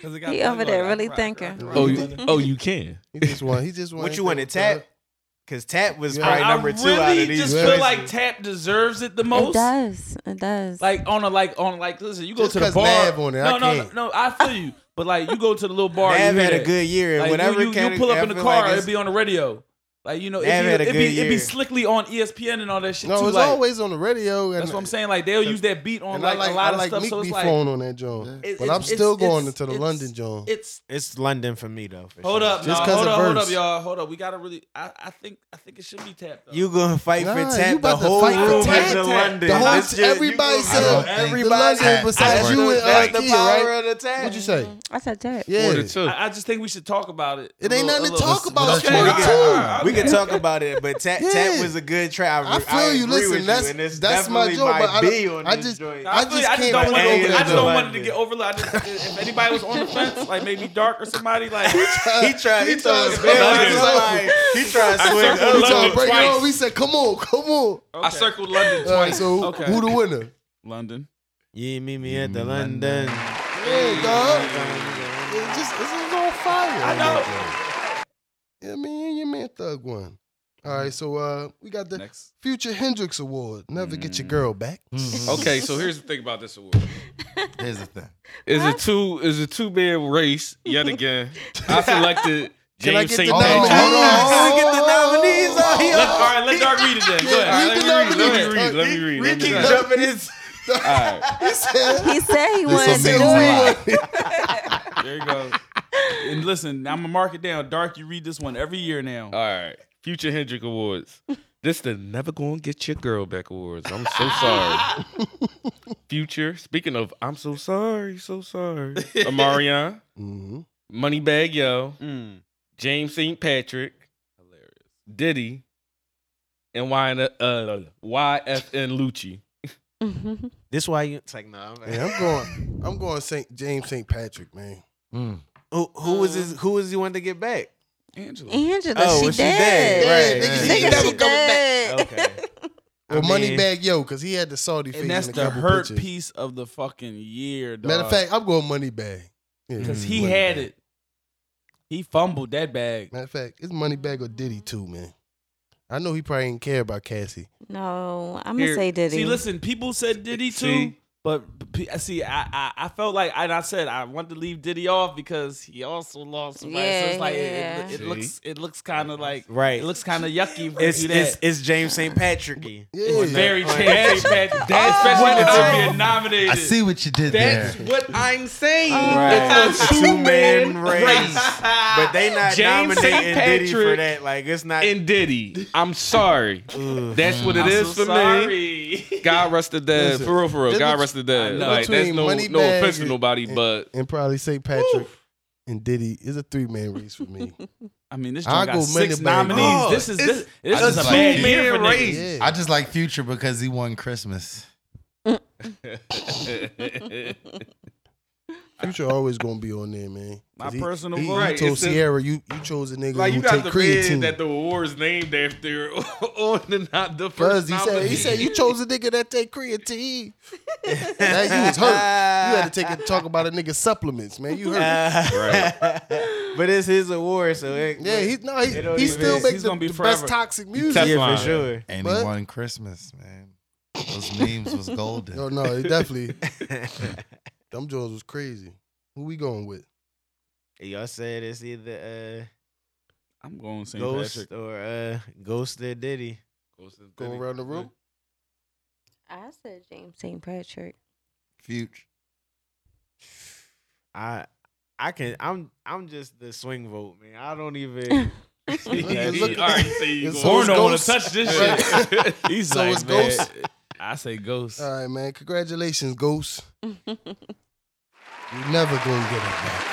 Speaker 6: He over there really thinking.
Speaker 5: Oh, you, oh, you can.
Speaker 2: He just won. He just won.
Speaker 8: What you want to tap? Because tap was
Speaker 2: Yeah.
Speaker 8: probably
Speaker 3: I
Speaker 8: number two
Speaker 3: really
Speaker 8: out of these.
Speaker 3: just
Speaker 8: choices.
Speaker 3: feel like Tap deserves it the
Speaker 6: It
Speaker 3: most.
Speaker 6: does. It does.
Speaker 3: Like on a like on like listen, you go
Speaker 2: Just
Speaker 3: to the
Speaker 2: 'cause
Speaker 3: bar.
Speaker 2: Nav on it,
Speaker 3: no,
Speaker 2: I
Speaker 3: no,
Speaker 2: can't.
Speaker 3: no, no, I feel you. But like you go to the little bar,
Speaker 8: Nav
Speaker 3: you hear
Speaker 8: had a
Speaker 3: that.
Speaker 8: good year, and
Speaker 3: Like,
Speaker 8: whatever
Speaker 3: you, you, you
Speaker 8: category-
Speaker 3: pull up in
Speaker 8: I
Speaker 3: the
Speaker 8: feel
Speaker 3: car,
Speaker 8: like
Speaker 3: it'd be on the radio. Like you know,
Speaker 8: Nav
Speaker 3: it'd
Speaker 8: had a
Speaker 3: be, it'd be,
Speaker 8: good
Speaker 3: it'd be
Speaker 8: year.
Speaker 3: slickly on E ESPN and all that shit
Speaker 2: No,
Speaker 3: too.
Speaker 2: it's
Speaker 3: like,
Speaker 2: always on the radio. And,
Speaker 3: that's what I'm saying. Like they'll use that beat on
Speaker 2: And
Speaker 3: like,
Speaker 2: I like
Speaker 3: a lot
Speaker 2: I
Speaker 3: of
Speaker 2: like
Speaker 3: stuff.
Speaker 2: Meek
Speaker 3: so it's
Speaker 2: be
Speaker 3: like
Speaker 2: flown on that joint.
Speaker 3: It-
Speaker 2: But
Speaker 3: it's-
Speaker 2: I'm still
Speaker 3: it's-
Speaker 2: going
Speaker 3: it's-
Speaker 2: to the
Speaker 3: it's-
Speaker 2: London joint.
Speaker 3: it's
Speaker 8: It's London for me though. For
Speaker 3: Hold
Speaker 8: sure.
Speaker 3: up,
Speaker 2: Just
Speaker 3: nah,
Speaker 2: 'cause
Speaker 3: hold
Speaker 2: of
Speaker 3: up, hold up,
Speaker 2: verse.
Speaker 3: y'all, hold up. We gotta really. I, I think I think it should be tapped. Though.
Speaker 8: You gonna fight
Speaker 2: Nah,
Speaker 8: for
Speaker 2: you
Speaker 8: tap? The
Speaker 2: about to
Speaker 8: whole
Speaker 2: fight for
Speaker 8: room
Speaker 2: tap.
Speaker 8: went to
Speaker 2: The
Speaker 8: London.
Speaker 2: whole-
Speaker 8: This shit-
Speaker 2: everybody
Speaker 8: you gonna-
Speaker 2: said-
Speaker 8: I don't think
Speaker 2: everybody
Speaker 8: the London
Speaker 2: besides
Speaker 8: tap
Speaker 2: you and,
Speaker 8: was
Speaker 2: uh,
Speaker 8: the
Speaker 2: Kid,
Speaker 8: power
Speaker 2: right?
Speaker 8: of the tap.
Speaker 2: What'd you say?
Speaker 6: I said that.
Speaker 2: Yeah.
Speaker 5: Order two.
Speaker 3: I, I just think we should talk about it.
Speaker 2: It
Speaker 3: a
Speaker 2: ain't
Speaker 3: little-
Speaker 2: nothing
Speaker 3: a
Speaker 2: to
Speaker 3: little-
Speaker 2: talk about. It's
Speaker 7: Okay,
Speaker 2: Twenty
Speaker 8: okay,
Speaker 2: two.
Speaker 8: We can talk about it, but Tat Tat
Speaker 2: Yeah.
Speaker 8: was a good try.
Speaker 2: I feel you.
Speaker 8: agree with
Speaker 2: Listen, that's
Speaker 8: and it's
Speaker 2: that's my
Speaker 8: definitely
Speaker 2: joke. But I,
Speaker 8: B
Speaker 2: don't-
Speaker 8: on
Speaker 2: I
Speaker 8: this
Speaker 2: just
Speaker 8: joint.
Speaker 2: I
Speaker 3: feel
Speaker 2: just
Speaker 3: you. I just
Speaker 2: can't
Speaker 3: don't
Speaker 2: put
Speaker 3: want
Speaker 8: it
Speaker 2: it
Speaker 3: to,
Speaker 8: over
Speaker 3: I
Speaker 8: there,
Speaker 3: just don't
Speaker 8: though.
Speaker 3: want it to get overlooked. I just, if anybody was on the fence, like maybe dark or somebody, like
Speaker 8: He tried. He,
Speaker 2: He
Speaker 8: threw
Speaker 2: tried
Speaker 8: his
Speaker 2: to
Speaker 8: man
Speaker 2: swing
Speaker 8: like
Speaker 2: it.
Speaker 8: somebody. He tried to swing
Speaker 5: circled
Speaker 8: up.
Speaker 5: London
Speaker 2: over there.
Speaker 5: twice.
Speaker 2: We said, come on, come on.
Speaker 5: I circled London
Speaker 2: All right,
Speaker 5: twice.
Speaker 2: so
Speaker 3: Okay.
Speaker 2: who the winner?
Speaker 3: London.
Speaker 8: You meet me at the London.
Speaker 2: Yeah, dog. It just it's just on fire.
Speaker 3: I know.
Speaker 2: Yeah, man, your man Thug won. All right, so uh, we got the
Speaker 3: Next. Mm.
Speaker 2: Future Hendrix Award. Never get your girl back.
Speaker 3: Mm-hmm.
Speaker 5: Okay, so here's the thing about this award.
Speaker 7: Here's the thing.
Speaker 5: Is a two is a two man race yet again. I selected
Speaker 2: Can I
Speaker 5: James
Speaker 2: get
Speaker 5: St.
Speaker 2: the nominees?
Speaker 5: Patrick.
Speaker 2: Hold on, hold on, hold on.
Speaker 8: Nominees out here.
Speaker 5: Let, all right, let Dark read it then. Go ahead.
Speaker 2: Read the
Speaker 5: Let me read.
Speaker 2: nominees.
Speaker 5: Let me read. Let me read. Let me
Speaker 2: Keep
Speaker 5: read.
Speaker 2: jumping
Speaker 5: All right.
Speaker 2: He said,
Speaker 6: He said he
Speaker 2: he
Speaker 6: wanted to do
Speaker 2: said
Speaker 6: it.
Speaker 2: who won?
Speaker 3: There you go. And listen, I'm gonna mark it down. Dark, you read this one every year now.
Speaker 5: All right. Future Hendrick Awards. This the Never Gonna Get Your Girl Back Awards. I'm so sorry. Future. Speaking of, I'm so sorry, so sorry. Amarion,
Speaker 2: Mhm.
Speaker 5: Moneybag Yo,
Speaker 3: Mm.
Speaker 5: James St. Patrick, hilarious. Diddy, and YN, uh, YFN Lucci.
Speaker 6: Mhm.
Speaker 8: This why you it's like no.
Speaker 2: Yeah, I'm going. I'm going Saint James St. Patrick, man.
Speaker 8: Who who was his? Who was he wanted to get back?
Speaker 3: Angela.
Speaker 6: Angela,
Speaker 8: Oh,
Speaker 6: she,
Speaker 8: well, she
Speaker 6: dead.
Speaker 8: dead,
Speaker 2: right,
Speaker 6: Nigga,
Speaker 2: right.
Speaker 6: she
Speaker 2: She never coming
Speaker 6: dead.
Speaker 8: Okay. I
Speaker 2: Or
Speaker 8: mean-
Speaker 2: Moneybag Yo, because he had the salty face.
Speaker 3: And that's
Speaker 2: in a
Speaker 3: the
Speaker 2: couple
Speaker 3: hurt
Speaker 2: pictures.
Speaker 3: piece of the fucking year, dog.
Speaker 2: Matter of fact, Mm. I'm going Moneybag.
Speaker 3: because he had it. He fumbled that bag.
Speaker 2: Matter of fact, it's Moneybag or Diddy too, man. I know he probably ain't care about Cassie.
Speaker 6: No, I'm
Speaker 5: Here,
Speaker 6: gonna say Diddy.
Speaker 3: See, listen, people said Diddy too,
Speaker 5: See?
Speaker 3: but p- see, I, I I felt like, and I said I wanted to leave Diddy off because he also lost somebody. so
Speaker 6: Yeah,
Speaker 3: it's like it-
Speaker 6: yeah.
Speaker 3: it, it,
Speaker 5: See?
Speaker 3: looks it looks kind of like
Speaker 8: Right.
Speaker 3: It looks kind of yucky. when
Speaker 8: It's
Speaker 3: you do
Speaker 8: it's
Speaker 3: that.
Speaker 8: it's James St. Patricky.
Speaker 2: Yeah,
Speaker 3: very
Speaker 8: Right.
Speaker 3: chance that Oh,
Speaker 7: what
Speaker 3: especially
Speaker 7: I-
Speaker 3: to be nominated.
Speaker 7: I see what you did
Speaker 5: That's
Speaker 7: there.
Speaker 5: what I'm saying.
Speaker 8: It's a two-man race. But they not
Speaker 5: James St.
Speaker 8: nominating Diddy for
Speaker 5: Patrick
Speaker 8: that. Like it's not.
Speaker 5: and Diddy. I'm sorry.
Speaker 8: Ugh.
Speaker 5: That's what it
Speaker 3: I'm
Speaker 5: is
Speaker 3: so
Speaker 5: for me.
Speaker 3: sorry.
Speaker 5: God rest the dead.
Speaker 2: Listen,
Speaker 5: for real, for real.
Speaker 2: there's
Speaker 5: God
Speaker 2: bet-
Speaker 5: rest the dead.
Speaker 3: know.
Speaker 5: Like that's
Speaker 2: Between
Speaker 5: no
Speaker 2: Money
Speaker 5: no
Speaker 2: Bag
Speaker 5: offense to
Speaker 2: and-
Speaker 5: nobody,
Speaker 2: and-
Speaker 5: but
Speaker 2: and probably St. Patrick and Diddy is a three man race for me.
Speaker 3: I mean, this
Speaker 2: I'll
Speaker 3: joint got
Speaker 2: go
Speaker 3: six
Speaker 2: Money Bag.
Speaker 3: nominees.
Speaker 2: Oh,
Speaker 3: this is this, this
Speaker 7: I
Speaker 3: is a
Speaker 7: just
Speaker 3: bad
Speaker 7: like-
Speaker 3: year for niggas.
Speaker 2: yeah.
Speaker 7: I just like Future because he won Christmas.
Speaker 2: Future always gonna be on there, man. 'Cause
Speaker 3: My
Speaker 2: he-
Speaker 3: personal
Speaker 2: he, he
Speaker 3: vote.
Speaker 5: Right,
Speaker 2: told
Speaker 5: it's a-
Speaker 2: Sierra, you you chose a nigga
Speaker 5: Like
Speaker 2: who
Speaker 5: you
Speaker 2: take
Speaker 5: got the
Speaker 2: creatine.
Speaker 5: creatine. that the award's named after on the not the
Speaker 2: Cause
Speaker 5: first.
Speaker 2: he said he said you chose a nigga that take creatine. now you was hurt. You had to take it talk about a nigga's supplements, man. You hurt.
Speaker 8: but it's his award, so it,
Speaker 2: yeah, he's no, he,
Speaker 8: It don't
Speaker 2: he
Speaker 8: even-
Speaker 2: still
Speaker 3: he's
Speaker 2: makes the,
Speaker 3: gonna be
Speaker 2: the best
Speaker 3: forever.
Speaker 2: toxic music.
Speaker 5: Teflon.
Speaker 8: yeah, for sure.
Speaker 7: Ain't
Speaker 2: But-
Speaker 7: he one Christmas, man. Those memes was golden.
Speaker 2: No, no, it definitely. them Jones was crazy. Who we going with?
Speaker 8: Y'all said it's either
Speaker 3: I'm going
Speaker 8: uh,
Speaker 3: St.
Speaker 8: Ghost
Speaker 3: Patrick.
Speaker 8: or uh, Ghost or Diddy.
Speaker 2: Going around the room.
Speaker 6: I said James St. Patrick.
Speaker 7: Future.
Speaker 8: I I can I'm I'm just the swing vote, man. I don't even
Speaker 2: at-
Speaker 5: All right, so you
Speaker 2: It's
Speaker 5: go.
Speaker 2: all-
Speaker 3: Horn don't want
Speaker 2: Ghost.
Speaker 3: to touch this shit. He's
Speaker 2: So
Speaker 3: like,
Speaker 2: it's
Speaker 3: man,
Speaker 2: Ghost?
Speaker 3: I say ghost.
Speaker 2: All right, man. Congratulations, Ghost. you never gonna get it back.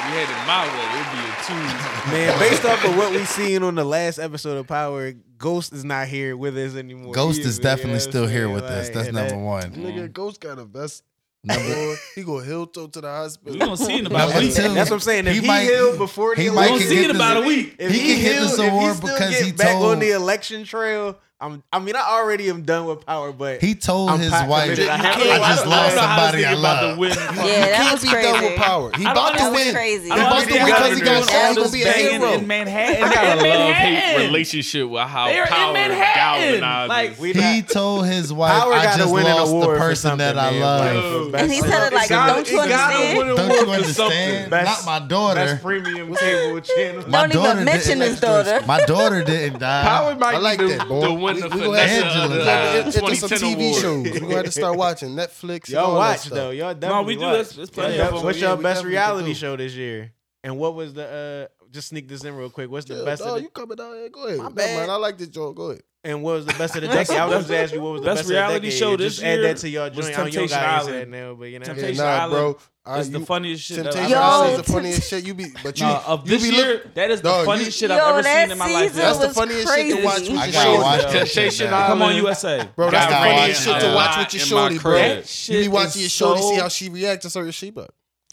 Speaker 5: You had it my way. It'd be a two.
Speaker 8: man, based off of what we seen on the last episode of Power, Ghost is not here with us anymore.
Speaker 7: Ghost is
Speaker 8: either, you know
Speaker 7: definitely
Speaker 8: what I'm
Speaker 7: still here
Speaker 8: saying?
Speaker 7: with us.
Speaker 8: Like,
Speaker 7: That's
Speaker 8: and
Speaker 7: number
Speaker 8: that-
Speaker 7: one.
Speaker 2: Nigga, Ghost got a best.
Speaker 7: Number,
Speaker 2: boy. he go heel toe to the hospital.
Speaker 3: We gonna see in about a
Speaker 7: number
Speaker 3: week.
Speaker 7: two.
Speaker 8: That's what I'm saying. If he,
Speaker 7: might-
Speaker 8: healed before the
Speaker 7: he
Speaker 3: We
Speaker 7: might
Speaker 8: election,
Speaker 3: gonna
Speaker 7: can
Speaker 3: see
Speaker 7: get
Speaker 3: in about a
Speaker 7: this-
Speaker 3: week.
Speaker 8: if
Speaker 7: he
Speaker 8: he,
Speaker 7: can hit
Speaker 8: healed,
Speaker 7: this
Speaker 8: if he
Speaker 7: award
Speaker 8: still
Speaker 7: because
Speaker 8: get
Speaker 7: he
Speaker 8: back on
Speaker 7: told-
Speaker 8: the election trail, I'm, I mean, I already am done with Power, but
Speaker 7: he told
Speaker 8: I'm
Speaker 7: his
Speaker 8: pot
Speaker 7: wife,
Speaker 8: committed. I
Speaker 7: I,
Speaker 8: have-
Speaker 7: just lost somebody I love.
Speaker 6: Yeah,
Speaker 2: you
Speaker 6: that
Speaker 2: can't
Speaker 6: was
Speaker 2: be
Speaker 6: crazy.
Speaker 2: done with power. He
Speaker 3: I
Speaker 2: about to
Speaker 3: don't
Speaker 6: That was
Speaker 2: win.
Speaker 6: crazy.
Speaker 3: I don't
Speaker 2: About to win
Speaker 3: understand
Speaker 2: because he got shot. He
Speaker 3: how they're
Speaker 2: gonna be a
Speaker 3: doing all this
Speaker 2: hero.
Speaker 3: banging in Manhattan.
Speaker 5: I
Speaker 3: They're
Speaker 5: gotta
Speaker 3: in
Speaker 5: love hate
Speaker 3: Manhattan.
Speaker 5: relationship with how
Speaker 3: They're in
Speaker 5: power
Speaker 3: Manhattan.
Speaker 5: galvanizes.
Speaker 3: Like,
Speaker 8: we
Speaker 7: He
Speaker 8: not-
Speaker 7: told his wife,
Speaker 8: Power
Speaker 7: I
Speaker 8: got to
Speaker 7: just
Speaker 8: win an
Speaker 7: lost
Speaker 8: award
Speaker 7: the
Speaker 8: for
Speaker 7: person
Speaker 8: something,
Speaker 7: that I
Speaker 8: man.
Speaker 7: love.
Speaker 8: Like, for
Speaker 6: And he
Speaker 8: best-
Speaker 6: said it like,
Speaker 8: gotta-
Speaker 6: don't you
Speaker 8: it gotta
Speaker 6: understand?
Speaker 8: win an
Speaker 7: Don't
Speaker 8: award
Speaker 7: you
Speaker 8: for something.
Speaker 7: understand?
Speaker 8: Best-
Speaker 7: Not my daughter.
Speaker 8: Best premium cable channel.
Speaker 7: My
Speaker 6: Don't even
Speaker 7: daughter
Speaker 6: mention
Speaker 7: didn't-
Speaker 6: his daughter.
Speaker 7: My daughter didn't die.
Speaker 5: Power might
Speaker 2: I like
Speaker 5: be the,
Speaker 2: that, boy.
Speaker 5: the winner
Speaker 2: We- we
Speaker 5: for
Speaker 2: gonna have
Speaker 5: Nessa of
Speaker 7: Angela
Speaker 5: the,
Speaker 7: now.
Speaker 5: uh,
Speaker 2: It- it- it's some
Speaker 5: 2010
Speaker 2: TV
Speaker 5: award.
Speaker 2: shows. We're gonna have to start watching Netflix. and all
Speaker 8: Y'all
Speaker 2: that
Speaker 8: watch
Speaker 2: stuff.
Speaker 8: though. Y'all definitely
Speaker 3: No, we do.
Speaker 8: watch.
Speaker 3: That's, that's plenty
Speaker 2: Yeah,
Speaker 3: of
Speaker 2: that's
Speaker 3: them.
Speaker 8: What's
Speaker 2: yeah,
Speaker 8: your
Speaker 2: we
Speaker 8: best
Speaker 2: definitely
Speaker 8: reality
Speaker 2: do.
Speaker 8: show this year? And what was the uh just sneak this in real quick. What's the
Speaker 2: Yeah,
Speaker 8: best
Speaker 2: dawg,
Speaker 8: of
Speaker 2: you
Speaker 8: the,
Speaker 2: coming down here? Go ahead.
Speaker 8: My
Speaker 2: Never
Speaker 8: bad.
Speaker 2: mind, I like this joke. Go ahead.
Speaker 8: and what was the best of the decade? I was just asking what was the
Speaker 3: Best
Speaker 8: best,
Speaker 3: reality
Speaker 8: of the decade.
Speaker 3: show
Speaker 8: just
Speaker 3: this
Speaker 8: add
Speaker 3: year
Speaker 8: that to y'all
Speaker 3: was
Speaker 8: joint. I don't y'all
Speaker 3: Temptation
Speaker 8: got that
Speaker 3: Island.
Speaker 8: now, but you know what I'm
Speaker 3: Temptation
Speaker 8: saying?
Speaker 2: Yeah, nah,
Speaker 3: Island
Speaker 2: bro. I-
Speaker 3: It's the
Speaker 2: you-
Speaker 3: funniest shit that I've
Speaker 2: Temptation
Speaker 6: Yo,
Speaker 2: Island is
Speaker 3: ever
Speaker 2: the funniest shit you be. But
Speaker 3: seen.
Speaker 2: you,
Speaker 3: Nah, of
Speaker 2: you
Speaker 3: this
Speaker 2: be
Speaker 3: year,
Speaker 2: look,
Speaker 3: that is
Speaker 2: Dog,
Speaker 3: the
Speaker 2: you-
Speaker 3: funniest shit
Speaker 6: Yo,
Speaker 3: I've ever
Speaker 6: that
Speaker 3: seen in my life.
Speaker 6: season
Speaker 2: That's the
Speaker 6: was
Speaker 2: funniest shit to
Speaker 6: crazy.
Speaker 2: watch with
Speaker 7: I
Speaker 2: your
Speaker 7: gotta
Speaker 2: shorty.
Speaker 7: watch that
Speaker 5: Temptation
Speaker 7: shit
Speaker 5: Island.
Speaker 7: now.
Speaker 3: Come on, USA.
Speaker 2: Bro, that's the
Speaker 5: Gotta
Speaker 2: funniest
Speaker 5: watch
Speaker 2: shit to
Speaker 5: it.
Speaker 2: watch with your
Speaker 5: In my
Speaker 2: shorty, bro.
Speaker 5: crib.
Speaker 3: That
Speaker 2: You
Speaker 3: shit
Speaker 2: be watching your
Speaker 3: is
Speaker 2: shorty, see
Speaker 3: so-
Speaker 2: how she reacts to certain shit, but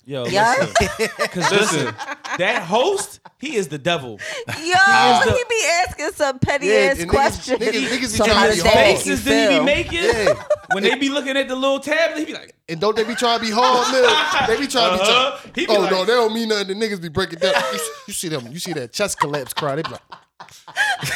Speaker 3: Yo,
Speaker 6: Yeah.
Speaker 3: listen. Because listen, that host, he is the devil.
Speaker 6: Yo, he be asking some petty
Speaker 2: Yeah,
Speaker 6: ass
Speaker 2: and niggas-
Speaker 6: questions.
Speaker 2: niggas- niggas be
Speaker 6: So
Speaker 2: trying
Speaker 6: how
Speaker 2: to
Speaker 6: does
Speaker 2: be
Speaker 6: that
Speaker 2: hard.
Speaker 6: make you
Speaker 3: Faces that he
Speaker 6: feel?
Speaker 3: be making,
Speaker 2: Yeah.
Speaker 3: when they be looking at the little tablet, he be like,
Speaker 2: and don't they be trying to be hard, man? They be trying to be.
Speaker 3: uh-huh.
Speaker 2: tough.
Speaker 3: He be
Speaker 2: Oh
Speaker 3: like,
Speaker 2: no, they don't mean nothing. The niggas be breaking down. You, s- you see them? You see that chest collapse cry? They be like,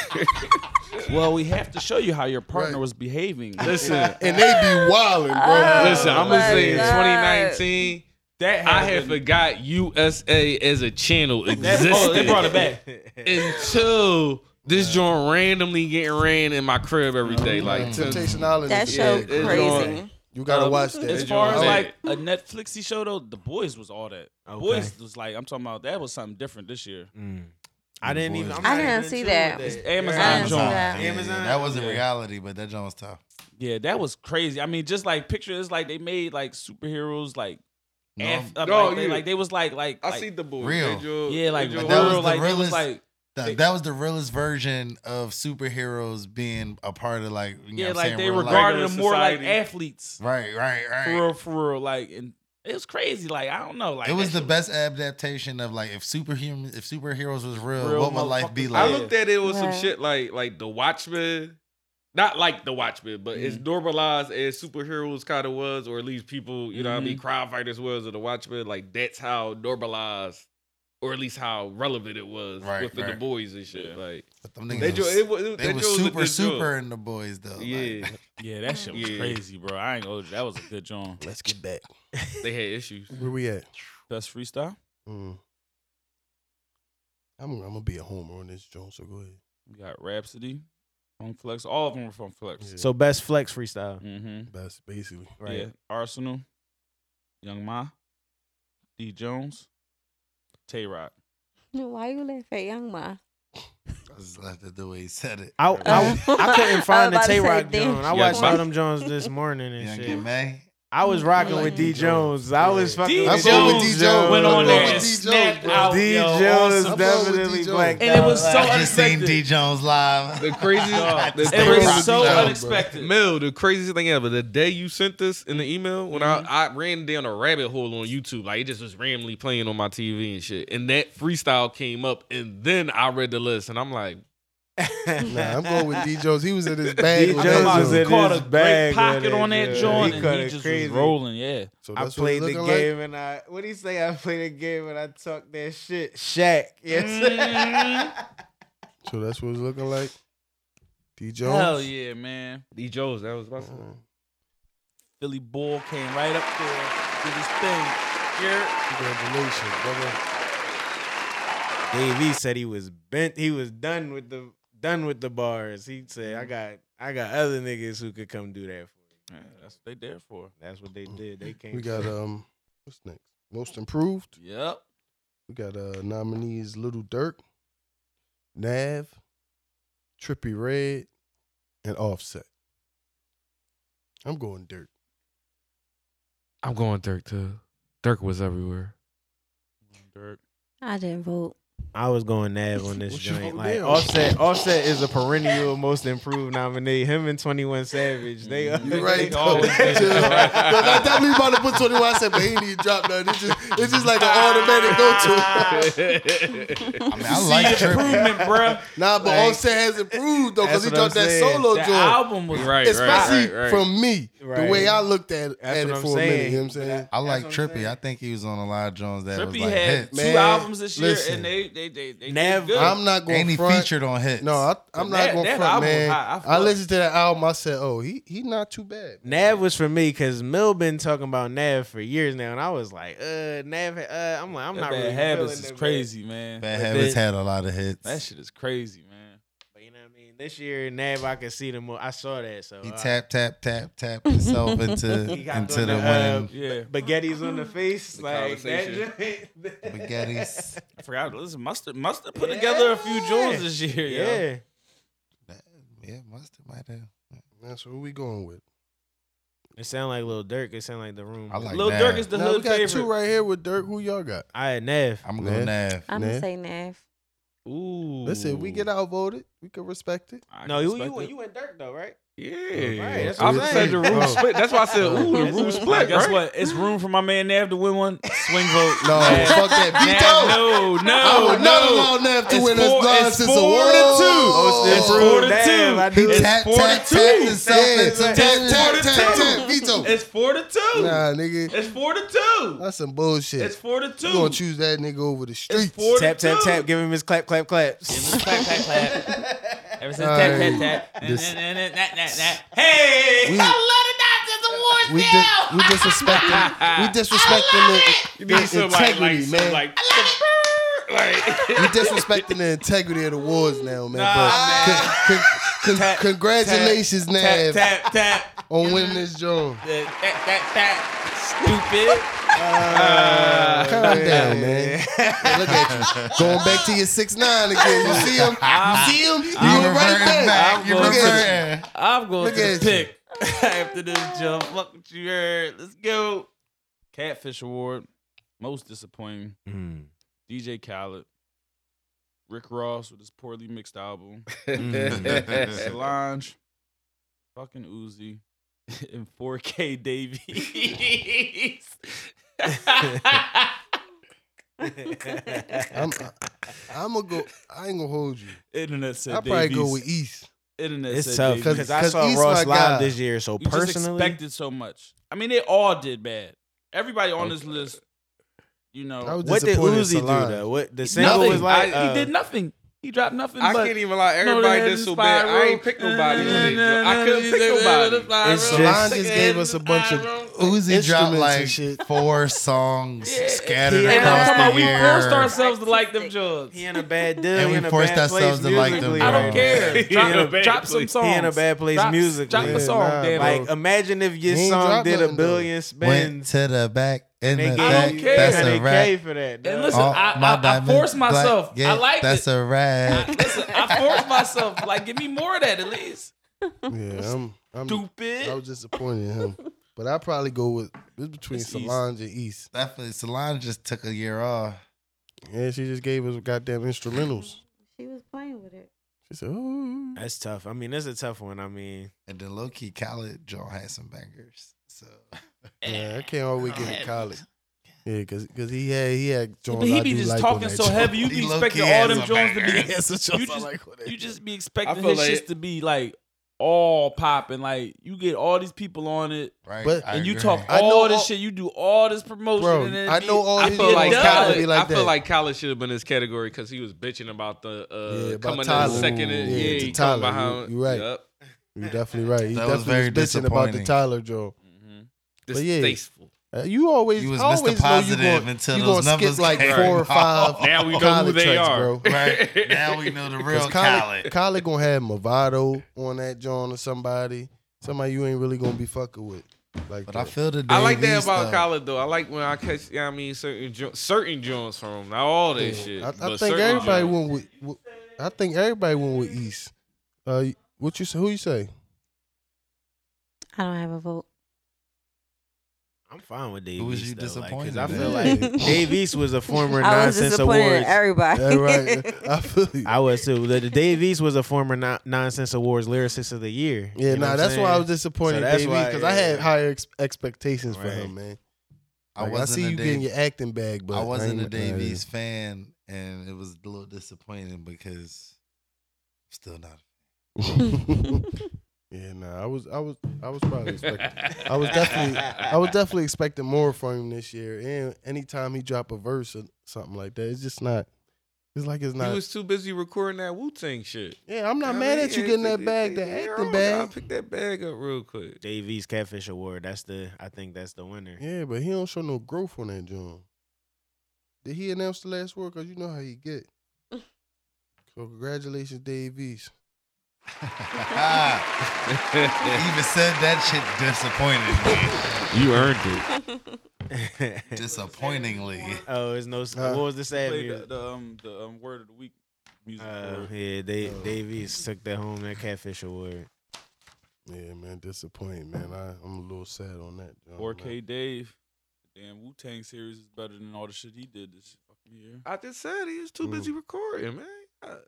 Speaker 3: well, we have to show you how your partner
Speaker 2: Right.
Speaker 3: was behaving.
Speaker 5: Listen,
Speaker 2: and they be wilding,
Speaker 6: Uh-huh.
Speaker 2: bro.
Speaker 5: listen. I'm gonna
Speaker 6: Oh my
Speaker 5: say in
Speaker 6: God.
Speaker 5: 2019,
Speaker 3: That
Speaker 5: I
Speaker 3: had
Speaker 5: had
Speaker 3: been-
Speaker 5: forgot USA as a channel
Speaker 3: that,
Speaker 5: existed.
Speaker 3: oh, they brought it back.
Speaker 5: until this joint randomly getting ran in my crib every
Speaker 2: Mm.
Speaker 5: day. Like to-
Speaker 2: Mm-hmm. Temptation Island.
Speaker 6: That
Speaker 2: is-
Speaker 6: show
Speaker 5: Yeah, it's
Speaker 6: crazy.
Speaker 2: You gotta
Speaker 3: Um,
Speaker 2: watch that.
Speaker 3: As
Speaker 5: They
Speaker 3: far
Speaker 5: doing
Speaker 3: as
Speaker 5: that.
Speaker 3: like a Netflixy show though, The Boys was all that. Boys was like I'm talking about. That was something different this year.
Speaker 8: I didn't even I'm
Speaker 6: I
Speaker 8: not
Speaker 6: didn't
Speaker 8: even
Speaker 6: see
Speaker 8: sure
Speaker 6: that.
Speaker 8: with
Speaker 3: It's Amazon
Speaker 8: Yeah.
Speaker 6: Amazon.
Speaker 3: joint.
Speaker 6: Yeah.
Speaker 7: Yeah,
Speaker 8: Amazon.
Speaker 7: That wasn't
Speaker 3: Yeah.
Speaker 7: reality, but that joint was tough.
Speaker 3: Yeah, that was crazy. I mean, just like picture it's like they made like superheroes like,
Speaker 7: No,
Speaker 3: af- uh,
Speaker 5: No,
Speaker 3: like, they,
Speaker 5: yeah.
Speaker 3: like they was like like,
Speaker 5: I
Speaker 3: like,
Speaker 5: see the boy.
Speaker 7: Real.
Speaker 3: yeah like
Speaker 7: But
Speaker 3: real,
Speaker 7: that was the
Speaker 3: like they was
Speaker 7: realest-
Speaker 3: like
Speaker 7: That, that was the realest version of superheroes being a part of like you know
Speaker 3: yeah
Speaker 7: what I'm
Speaker 3: like
Speaker 7: saying,
Speaker 3: they
Speaker 7: real life.
Speaker 3: regarded
Speaker 5: Regular
Speaker 3: them more like
Speaker 5: society.
Speaker 3: athletes
Speaker 7: right right right.
Speaker 3: for real for real like and it was crazy like I don't know like
Speaker 7: it was
Speaker 3: that
Speaker 7: the best adaptation of like if superhuman if superheroes was real,
Speaker 3: Real
Speaker 7: what would life be
Speaker 3: motherfuckers.
Speaker 5: I
Speaker 7: like?
Speaker 5: looked at it with some
Speaker 6: Yeah.
Speaker 5: shit like like the Watchmen. Not like the Watchmen, but
Speaker 7: Mm-hmm.
Speaker 5: it's normalized as superheroes kind of was, or at least people, you know what I mean,
Speaker 7: Mm-hmm.
Speaker 5: crime fighters was, or the Watchmen. Like that's how normalized, or at least how relevant it was
Speaker 7: Right,
Speaker 5: within the
Speaker 7: right.
Speaker 5: boys and shit. Like
Speaker 7: But them niggas
Speaker 5: they, jo-
Speaker 7: was,
Speaker 5: it, was- it,
Speaker 7: they
Speaker 5: that
Speaker 7: was
Speaker 5: joint a
Speaker 7: super
Speaker 5: good joint.
Speaker 7: super in the boys though. like,
Speaker 5: Yeah,
Speaker 3: shit- yeah that shit was
Speaker 5: Yeah.
Speaker 3: crazy bro I ain't gonna that was a good John
Speaker 2: Let's get back.
Speaker 5: they had issues.
Speaker 2: Where we at?
Speaker 3: best freestyle
Speaker 2: Mm. I'm, I'm gonna be a homer on this, Jones. So go ahead.
Speaker 3: we got Rhapsody Funk Flex all of them were Funk Flex
Speaker 2: Yeah.
Speaker 8: So best flex freestyle.
Speaker 3: mm-hmm
Speaker 2: That's basically
Speaker 3: right yeah. Arsenal Young Ma D Jones Tay Rock
Speaker 6: Why you laugh at Young Ma?
Speaker 7: I just laughed at the way he said it.
Speaker 8: I, I, I couldn't find the
Speaker 6: about to
Speaker 8: Tay
Speaker 6: say,
Speaker 8: Rock
Speaker 6: damn.
Speaker 8: Jones. I
Speaker 5: Yeah,
Speaker 8: watched
Speaker 5: my-
Speaker 8: all them Jones this morning and
Speaker 7: Young
Speaker 8: shit.
Speaker 7: May.
Speaker 8: I was rocking with D Jones. I was fucking
Speaker 3: D
Speaker 2: I'm
Speaker 8: with
Speaker 2: going with
Speaker 3: Jones
Speaker 2: D Jones.
Speaker 3: went
Speaker 2: I'm
Speaker 3: on
Speaker 2: going
Speaker 3: there
Speaker 2: with
Speaker 3: and
Speaker 2: D
Speaker 3: snapped
Speaker 2: bro.
Speaker 3: out.
Speaker 8: D
Speaker 3: yo, on
Speaker 8: Jones
Speaker 3: some-
Speaker 2: I'm going with
Speaker 8: definitely
Speaker 2: D. Jones.
Speaker 8: blacked
Speaker 3: And it
Speaker 8: out.
Speaker 3: was so
Speaker 8: Like,
Speaker 7: I just seen
Speaker 3: unexpected.
Speaker 7: D Jones live.
Speaker 5: The craziest, the
Speaker 3: It was
Speaker 5: craziest-
Speaker 3: so
Speaker 2: Bro.
Speaker 3: unexpected.
Speaker 5: Mel, the craziest thing ever. The day you sent this in the
Speaker 2: Mm-hmm.
Speaker 5: email, when I, I ran down a rabbit hole on YouTube, like it just was randomly playing on my TV and shit. And that freestyle came up, and then I read the list, and I'm like,
Speaker 2: Nah, I'm going with D Jones. He was in his bag.
Speaker 8: D
Speaker 2: with
Speaker 8: Jones
Speaker 2: that
Speaker 8: was
Speaker 2: joint.
Speaker 8: in
Speaker 3: Caught
Speaker 8: his
Speaker 3: a
Speaker 8: bag
Speaker 3: great
Speaker 8: with
Speaker 3: pocket
Speaker 8: it,
Speaker 3: on that
Speaker 8: yeah.
Speaker 3: joint,
Speaker 8: He
Speaker 3: and
Speaker 8: cut
Speaker 3: he
Speaker 8: it
Speaker 3: just
Speaker 8: crazy.
Speaker 3: was rolling. Yeah,
Speaker 2: So
Speaker 8: I
Speaker 2: that's what
Speaker 8: played
Speaker 2: it
Speaker 8: the
Speaker 2: looking like?
Speaker 8: game and I what do you say? I played a game and I talked that shit. Shaq. Yes.
Speaker 3: Mm.
Speaker 2: So that's what it's looking like. D Jones.
Speaker 3: hell yeah, man.
Speaker 5: D. Jones, that was my son.
Speaker 2: Mm-hmm.
Speaker 3: Philly Bull came right up there, did his thing. Yeah.
Speaker 2: Congratulations, brother.
Speaker 8: Dave E said he was bent. He was done with the done with the bars. He said, "I got I got other niggas who could come do that for." you."
Speaker 3: that's what they there for.
Speaker 8: That's what they did. They came.
Speaker 2: We got um, what's next? Most improved.
Speaker 3: Yep.
Speaker 2: We got uh nominees: Little Dirk, Nav, Trippy Red, and Offset. I'm going Dirk.
Speaker 5: I'm going Dirk too. Dirk was everywhere.
Speaker 3: Dirk.
Speaker 6: I didn't vote.
Speaker 8: I was going nav on this
Speaker 2: What you
Speaker 8: joint.
Speaker 2: vote
Speaker 8: Like
Speaker 2: down?
Speaker 8: Offset, Offset is a perennial most improved nominee. Him and Twenty One Savage. They
Speaker 2: You're right.
Speaker 8: they
Speaker 2: though.
Speaker 8: always been-
Speaker 2: Chill. That- that means about to put 21. I said, but he didn't even drop nothing. It's just, it's just like an automatic go to.
Speaker 7: I mean, I like Trippy.
Speaker 2: Nah, but
Speaker 8: Like,
Speaker 2: Offset has improved though because
Speaker 8: that's
Speaker 2: he
Speaker 8: what
Speaker 2: dropped
Speaker 8: I'm
Speaker 2: that
Speaker 8: saying.
Speaker 2: solo
Speaker 3: The
Speaker 2: joint.
Speaker 3: album was
Speaker 5: right,
Speaker 2: Especially
Speaker 5: right, right, right.
Speaker 2: from me,
Speaker 8: Right.
Speaker 2: the way I looked at,
Speaker 8: That's
Speaker 2: at it
Speaker 8: what I'm
Speaker 2: for a minute.
Speaker 8: saying.
Speaker 2: You know what I'm saying?
Speaker 7: I like
Speaker 8: That's what I'm
Speaker 7: Trippy.
Speaker 8: saying.
Speaker 7: I think he was on a lot of Jones that was
Speaker 3: Trippy
Speaker 7: like
Speaker 3: had
Speaker 7: hits.
Speaker 3: two
Speaker 2: Man,
Speaker 3: albums this year,
Speaker 2: listen.
Speaker 3: and they they they they
Speaker 8: Nav-
Speaker 3: did good.
Speaker 2: I'm not going
Speaker 7: And he
Speaker 2: front.
Speaker 7: featured on hits.
Speaker 2: No, I, I'm
Speaker 3: That-
Speaker 2: not going
Speaker 3: that
Speaker 2: front,
Speaker 3: album was
Speaker 2: man.
Speaker 3: hot. I
Speaker 2: I,
Speaker 3: fucked.
Speaker 2: listened to that album. I said, "Oh, he he not too bad."
Speaker 8: Nav was for me because Mill been talking about Nav for years now, and I was like, uh, Nav. Uh, I'm like, I'm
Speaker 3: That
Speaker 8: not
Speaker 3: Bad
Speaker 8: really
Speaker 3: habits
Speaker 8: feeling
Speaker 3: is
Speaker 8: it, but-
Speaker 3: crazy, man.
Speaker 7: Bad
Speaker 8: But
Speaker 7: Habits
Speaker 8: then-
Speaker 7: had a lot of hits.
Speaker 3: That shit is crazy, man.
Speaker 8: But you know what I mean. This year, Nav, I could see them. more. I saw that. So
Speaker 7: He
Speaker 8: uh,
Speaker 7: tap tap tap tap himself into
Speaker 8: He got
Speaker 7: into
Speaker 8: done
Speaker 7: the
Speaker 8: the, uh,
Speaker 7: winning
Speaker 3: Yeah,
Speaker 8: Baguetti's on the face,
Speaker 5: The
Speaker 8: like
Speaker 5: conversation.
Speaker 8: that. joint-
Speaker 7: spaghetti's.
Speaker 3: I forgot. Listen, mustard mustard put together a few joints this year. Yeah,
Speaker 8: Yeah.
Speaker 7: Yeah, mustard might have.
Speaker 2: That's who we going with.
Speaker 8: It sound like Lil Durk. It sound like the room.
Speaker 7: I like
Speaker 3: Lil
Speaker 7: Nav.
Speaker 3: Durk is the
Speaker 2: Now, we
Speaker 3: hood
Speaker 2: got
Speaker 3: favorite.
Speaker 2: two right here with Dirk. Who y'all got?
Speaker 8: I had Nev.
Speaker 7: I'm gonna go Nav.
Speaker 6: I'm
Speaker 2: Nav?
Speaker 6: gonna say Nav.
Speaker 5: Ooh.
Speaker 2: Listen, we get outvoted. We can respect it.
Speaker 3: I
Speaker 8: No,
Speaker 3: can
Speaker 8: you
Speaker 3: respect
Speaker 8: you
Speaker 3: it.
Speaker 8: you went Dirk though, right?
Speaker 5: Yeah.
Speaker 8: Right, that's what
Speaker 5: I
Speaker 8: I'm
Speaker 5: said
Speaker 8: saying.
Speaker 5: the room
Speaker 2: Oh.
Speaker 5: split. That's why I said, ooh, the
Speaker 3: That's
Speaker 5: room
Speaker 3: what-
Speaker 5: split.
Speaker 3: Guess
Speaker 5: right?
Speaker 3: what? It's room for my man Nav to win one. Swing vote.
Speaker 2: No,
Speaker 3: Nav.
Speaker 2: fuck that.
Speaker 3: Nav,
Speaker 2: Vito.
Speaker 3: no, no,
Speaker 2: I would not allow
Speaker 3: no.
Speaker 2: Nav to
Speaker 3: It's
Speaker 2: win us
Speaker 3: four-
Speaker 2: blind
Speaker 3: it's
Speaker 2: since a
Speaker 3: four to
Speaker 2: war.
Speaker 3: two.
Speaker 8: It's
Speaker 3: Oh,
Speaker 8: four to
Speaker 3: Nav,
Speaker 8: two.
Speaker 3: I
Speaker 7: He
Speaker 3: do. It's
Speaker 7: tap
Speaker 3: four
Speaker 7: tap
Speaker 3: to two.
Speaker 7: tapped himself
Speaker 2: Yeah,
Speaker 7: into
Speaker 2: tap,
Speaker 7: winning.
Speaker 2: tap, tap,
Speaker 3: two.
Speaker 2: tap, Vito.
Speaker 3: It's four to two.
Speaker 2: Nah, nigga,
Speaker 3: It's four to two.
Speaker 2: that's some bullshit.
Speaker 3: It's four to
Speaker 2: You gonna
Speaker 3: two.
Speaker 2: choose that nigga over the streets?
Speaker 3: four to
Speaker 8: Tap tap
Speaker 3: two.
Speaker 8: tap. Give him his clap clap clap.
Speaker 3: clap, clap, clap. Ever since
Speaker 2: All
Speaker 3: tap,
Speaker 2: right.
Speaker 3: tap, tap.
Speaker 2: This-
Speaker 3: Nah, nah, nah, nah, nah, nah. Hey!
Speaker 2: We-
Speaker 3: I love the Nazis
Speaker 2: We dis- we disrespecting we disrespecting the,
Speaker 5: You
Speaker 2: the
Speaker 5: need something like, like,
Speaker 2: integrity,
Speaker 5: something
Speaker 2: man.
Speaker 5: like, like,
Speaker 2: we disrespecting the integrity of the wars now, man.
Speaker 3: Nah,
Speaker 2: but
Speaker 3: man.
Speaker 2: con- con- con-
Speaker 3: Tap,
Speaker 2: congratulations, Nav,
Speaker 3: Tap, tap.
Speaker 2: on winning this job.
Speaker 3: Yeah, Tap, tap, tap. Stupid.
Speaker 2: Calm down, man. Look at you. Going back to your six nine again. You see him?
Speaker 3: Ah.
Speaker 2: You see him? You're
Speaker 7: You
Speaker 2: going right back.
Speaker 7: reverting back. You
Speaker 2: Look at
Speaker 7: reverting.
Speaker 3: I'm going
Speaker 2: Look
Speaker 3: to the
Speaker 2: at
Speaker 3: pick after this jump. Fuck what you heard. Let's go. Catfish Award. Most disappointing. DJ Khaled. Rick Ross with his poorly mixed album.
Speaker 7: Mm.
Speaker 3: Solange. Fucking Uzi. And 4K Davies.
Speaker 2: you. I'm, I'm gonna go. I ain't gonna hold you.
Speaker 3: Internet said
Speaker 2: I probably
Speaker 3: Davies.
Speaker 2: go with E. East.
Speaker 3: Internet
Speaker 8: It's
Speaker 3: said
Speaker 8: tough
Speaker 3: Davies.
Speaker 8: because I
Speaker 2: 'Cause
Speaker 8: saw
Speaker 2: East my
Speaker 8: Ross
Speaker 2: guy.
Speaker 8: live this year. So
Speaker 3: We just
Speaker 8: personally,
Speaker 3: expected so much. I mean, they all did bad. Everybody on this list, you know,
Speaker 2: I was
Speaker 8: what did
Speaker 2: disappointed in
Speaker 8: Uzi do
Speaker 2: Solange.
Speaker 8: though? What the
Speaker 3: nothing.
Speaker 8: single was like?
Speaker 3: I-
Speaker 8: uh,
Speaker 3: he did nothing. He dropped nothing.
Speaker 5: I
Speaker 3: but
Speaker 5: can't even lie.
Speaker 3: No,
Speaker 5: Everybody
Speaker 3: that
Speaker 5: did
Speaker 3: is
Speaker 5: so bad. I ain't
Speaker 3: viral.
Speaker 5: pick nobody.
Speaker 3: Na, na, na,
Speaker 5: I couldn't
Speaker 3: na,
Speaker 5: pick
Speaker 3: na, na,
Speaker 5: nobody.
Speaker 3: na, na,
Speaker 8: It's
Speaker 3: na, na,
Speaker 8: just-
Speaker 2: Solange just
Speaker 3: na,
Speaker 2: gave
Speaker 3: na,
Speaker 2: us a
Speaker 3: na,
Speaker 2: bunch
Speaker 3: na,
Speaker 2: of-
Speaker 3: na.
Speaker 7: Uzi dropped
Speaker 2: Instruments and
Speaker 7: like
Speaker 2: shit.
Speaker 7: four songs
Speaker 3: Yeah,
Speaker 7: scattered
Speaker 8: yeah.
Speaker 3: And I'm
Speaker 7: across
Speaker 3: talking about
Speaker 7: the
Speaker 3: we forced
Speaker 7: year.
Speaker 3: ourselves to like them jobs.
Speaker 8: He in a bad deal.
Speaker 7: And
Speaker 8: he
Speaker 7: we
Speaker 8: in a
Speaker 7: forced
Speaker 8: bad
Speaker 7: ourselves
Speaker 8: place
Speaker 7: to like them
Speaker 8: musically,
Speaker 3: I
Speaker 7: dudes. Yeah.
Speaker 3: don't care.
Speaker 5: He in a
Speaker 3: Drop,
Speaker 5: bad
Speaker 3: drop some
Speaker 5: place.
Speaker 3: songs.
Speaker 8: He in a bad place
Speaker 3: drop,
Speaker 8: musically.
Speaker 3: Drop
Speaker 2: Yeah,
Speaker 3: a song,
Speaker 2: nah,
Speaker 3: damn
Speaker 2: bro.
Speaker 3: it.
Speaker 8: Like imagine if your
Speaker 2: He ain't
Speaker 8: song
Speaker 2: dropped
Speaker 8: did a
Speaker 2: nothing, though.
Speaker 8: billion
Speaker 7: Went
Speaker 8: spins.
Speaker 7: to the back and
Speaker 8: They
Speaker 7: the
Speaker 8: gave
Speaker 7: back.
Speaker 8: you
Speaker 3: care.
Speaker 7: That's
Speaker 3: And
Speaker 7: a
Speaker 8: they
Speaker 7: wrap.
Speaker 8: paid for that.
Speaker 3: And
Speaker 8: dog.
Speaker 3: listen,
Speaker 7: All
Speaker 3: I-
Speaker 7: my
Speaker 3: I- I
Speaker 7: diamonds
Speaker 3: forced
Speaker 7: black.
Speaker 3: myself. I
Speaker 7: Yeah,
Speaker 3: liked
Speaker 7: That's
Speaker 3: it.
Speaker 7: a wrap.
Speaker 3: Listen, I forced myself. Like, give me more of that at least.
Speaker 2: Yeah, I'm. I'm
Speaker 3: Stupid.
Speaker 2: I was disappointed in him, but But I probably go with it's between
Speaker 3: It's East.
Speaker 2: Solange and East.
Speaker 7: Definitely, Solange just took a year off.
Speaker 2: Yeah, she just gave us goddamn instrumentals.
Speaker 6: She was playing with it.
Speaker 2: She said, "Oh,
Speaker 8: That's tough. I mean, that's a tough one. I mean,
Speaker 7: And then low key, Khaled John had some bangers. So
Speaker 2: yeah, I can't always get in college." Yeah, cause, cause he had he had
Speaker 3: Yeah,
Speaker 2: Jones.
Speaker 3: but he
Speaker 2: I
Speaker 3: be
Speaker 2: do
Speaker 3: just
Speaker 2: like on
Speaker 3: talking
Speaker 2: that
Speaker 3: so
Speaker 2: joint.
Speaker 3: heavy. You
Speaker 7: He
Speaker 3: be
Speaker 7: low-key
Speaker 3: expecting
Speaker 7: had
Speaker 3: all them
Speaker 7: some
Speaker 3: Jones to be.
Speaker 7: bangers.
Speaker 3: You
Speaker 7: I
Speaker 3: just,
Speaker 7: like what they
Speaker 3: you
Speaker 7: do.
Speaker 3: just be expecting
Speaker 5: feel
Speaker 3: his
Speaker 5: like-
Speaker 3: shits to be like all popping. Like you get all these people on it,
Speaker 7: right,
Speaker 2: But-
Speaker 7: I
Speaker 3: and you
Speaker 7: agree.
Speaker 3: talk
Speaker 2: I know
Speaker 3: all this
Speaker 2: all-
Speaker 3: shit. You do all this promotion,
Speaker 2: Bro,
Speaker 3: and then
Speaker 2: I
Speaker 3: be-
Speaker 2: know all
Speaker 3: I
Speaker 2: these
Speaker 3: feel
Speaker 2: niggas
Speaker 3: like
Speaker 2: on
Speaker 3: Khaled.
Speaker 2: be like
Speaker 5: I feel
Speaker 2: that.
Speaker 5: like Khaled should have been in this category because he was bitching about the uh,
Speaker 2: Yeah, about
Speaker 5: coming
Speaker 2: Tyler.
Speaker 5: in second.
Speaker 2: Ooh.
Speaker 5: And,
Speaker 2: Yeah,
Speaker 5: yeah,
Speaker 2: to
Speaker 5: he
Speaker 2: Tyler.
Speaker 5: come behind.
Speaker 2: You- you right.
Speaker 5: Yep.
Speaker 2: You're definitely right. He
Speaker 7: That was
Speaker 2: definitely
Speaker 7: very
Speaker 2: was bitching about the
Speaker 7: disappointing.
Speaker 2: Tyler Joe.
Speaker 3: Mm-hmm.
Speaker 2: But yeah.
Speaker 5: Distasteful.
Speaker 2: Uh, you always
Speaker 7: You was
Speaker 2: I always
Speaker 7: Mr. Positive
Speaker 2: know you gonna,
Speaker 7: until
Speaker 2: you
Speaker 7: those
Speaker 2: gonna skip
Speaker 7: numbers
Speaker 2: like
Speaker 7: came
Speaker 2: four or
Speaker 7: out.
Speaker 2: five.
Speaker 5: Now we know who
Speaker 2: Khaled
Speaker 5: they
Speaker 2: tracks,
Speaker 5: are.
Speaker 2: bro.
Speaker 7: right now we know the
Speaker 2: Because
Speaker 7: real Khaled.
Speaker 2: Khaled, Khaled gonna have Movado on that John or somebody, somebody you ain't really gonna be fucking with. Like,
Speaker 7: But
Speaker 2: that.
Speaker 7: I feel the
Speaker 5: I like
Speaker 7: Dave
Speaker 5: that
Speaker 7: East
Speaker 5: about
Speaker 7: stuff.
Speaker 5: Khaled though. I like when I catch, you know what I mean, certain jo- certain joints from him. Not all that shit.
Speaker 2: I, I
Speaker 5: but
Speaker 2: think
Speaker 5: certain
Speaker 2: everybody
Speaker 5: joints.
Speaker 2: went with, with- I think everybody went with East. Uh, what you say? Who you say?
Speaker 6: I don't have a vote.
Speaker 8: I'm fine with Dave.
Speaker 7: Who was
Speaker 8: East,
Speaker 7: you
Speaker 8: though, like, 'cause
Speaker 7: disappointed
Speaker 8: I feel
Speaker 2: in?
Speaker 8: like Dave East was a former
Speaker 6: I was
Speaker 8: nonsense
Speaker 6: disappointed in
Speaker 8: awards.
Speaker 6: everybody.
Speaker 2: Yeah, right. I feel you.
Speaker 8: I was too. The, the Dave East was a former non- nonsense awards lyricist of the year.
Speaker 2: yeah,
Speaker 8: You know
Speaker 2: nah,
Speaker 8: what
Speaker 2: that's
Speaker 8: I'm
Speaker 2: why I
Speaker 8: saying?
Speaker 2: was disappointed
Speaker 8: So
Speaker 2: in
Speaker 8: that's
Speaker 2: Dave
Speaker 8: why-
Speaker 2: because I had
Speaker 8: yeah.
Speaker 2: higher ex- expectations for him,
Speaker 8: Right.
Speaker 2: man.
Speaker 7: I
Speaker 2: Like, I,
Speaker 7: wasn't
Speaker 2: see
Speaker 7: a
Speaker 2: you
Speaker 7: Dave-
Speaker 2: getting your acting bag, but
Speaker 7: I wasn't
Speaker 2: ain't
Speaker 7: a
Speaker 2: with that.
Speaker 7: Davies fan, and it was a little disappointing because I'm still not.
Speaker 2: yeah, nah, I was, I was, I was probably expecting. I was definitely, I was definitely expecting more from him this year. And anytime he drop a verse or something like that, it's just not. It's like it's not.
Speaker 5: He was too busy recording that Wu Tang shit.
Speaker 2: yeah, I'm not
Speaker 5: I
Speaker 2: mad
Speaker 5: mean,
Speaker 2: at you
Speaker 5: yeah,
Speaker 2: getting that
Speaker 5: yeah,
Speaker 2: bag,
Speaker 5: yeah,
Speaker 2: that
Speaker 5: yeah,
Speaker 2: acting
Speaker 5: I
Speaker 2: bag.
Speaker 5: I'll pick that bag up real quick.
Speaker 8: Dave East Catfish Award. That's the I think that's the winner.
Speaker 2: Yeah, but he don't show no growth on that joint. Did he announce the last word? Cause you know how he get. So congratulations, Dave East.
Speaker 7: even said that shit disappointed
Speaker 5: You earned it.
Speaker 7: me. Disappointingly.
Speaker 8: oh, it's no.
Speaker 2: Huh?
Speaker 8: what was the sad
Speaker 3: Play
Speaker 8: music?
Speaker 3: the, the, um, the um, word of the week music.
Speaker 8: Uh,
Speaker 3: for it.
Speaker 8: yeah, Dave,
Speaker 2: Oh.
Speaker 8: Dave East took that home that Catfish Award.
Speaker 2: Yeah, man, disappointing, man. I, I'm a little sad on that. joint, man.
Speaker 3: 4K Dave. Damn, Wu Tang series is better than all the shit he did this fucking year.
Speaker 5: I just said he was too
Speaker 2: Mm.
Speaker 5: busy recording, man. I, I mean,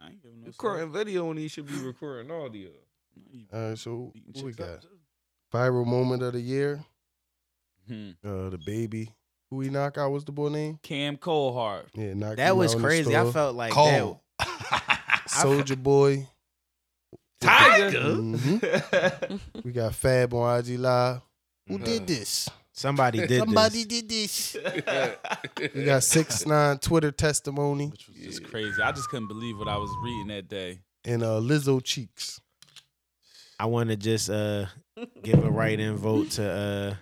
Speaker 3: I ain't giving no.
Speaker 5: recording video and he should be recording audio.
Speaker 2: All right, so
Speaker 3: Beating
Speaker 2: what we
Speaker 3: chicks up
Speaker 2: got
Speaker 3: too.
Speaker 2: viral moment of the year.
Speaker 3: Hmm.
Speaker 2: Uh, the baby who he knocked out was the boy name.
Speaker 3: Cam Coldhard.
Speaker 2: Yeah, knocked
Speaker 8: That
Speaker 2: him
Speaker 8: was
Speaker 2: out in the
Speaker 8: crazy. I
Speaker 2: store.
Speaker 8: felt like
Speaker 7: Cole.
Speaker 2: Soldier Boy.
Speaker 5: Tiger.
Speaker 2: Mhm. we got Fab on IG Live.
Speaker 7: Mm-hmm.
Speaker 2: Who did this?
Speaker 8: that somebody did
Speaker 2: Somebody
Speaker 8: this.
Speaker 2: did this. we got six nine Twitter testimony
Speaker 3: Which was just crazy. I just couldn't believe what I was reading that day.
Speaker 2: and uh, Lizzo cheeks.
Speaker 8: I want to just uh give a write-in vote to uh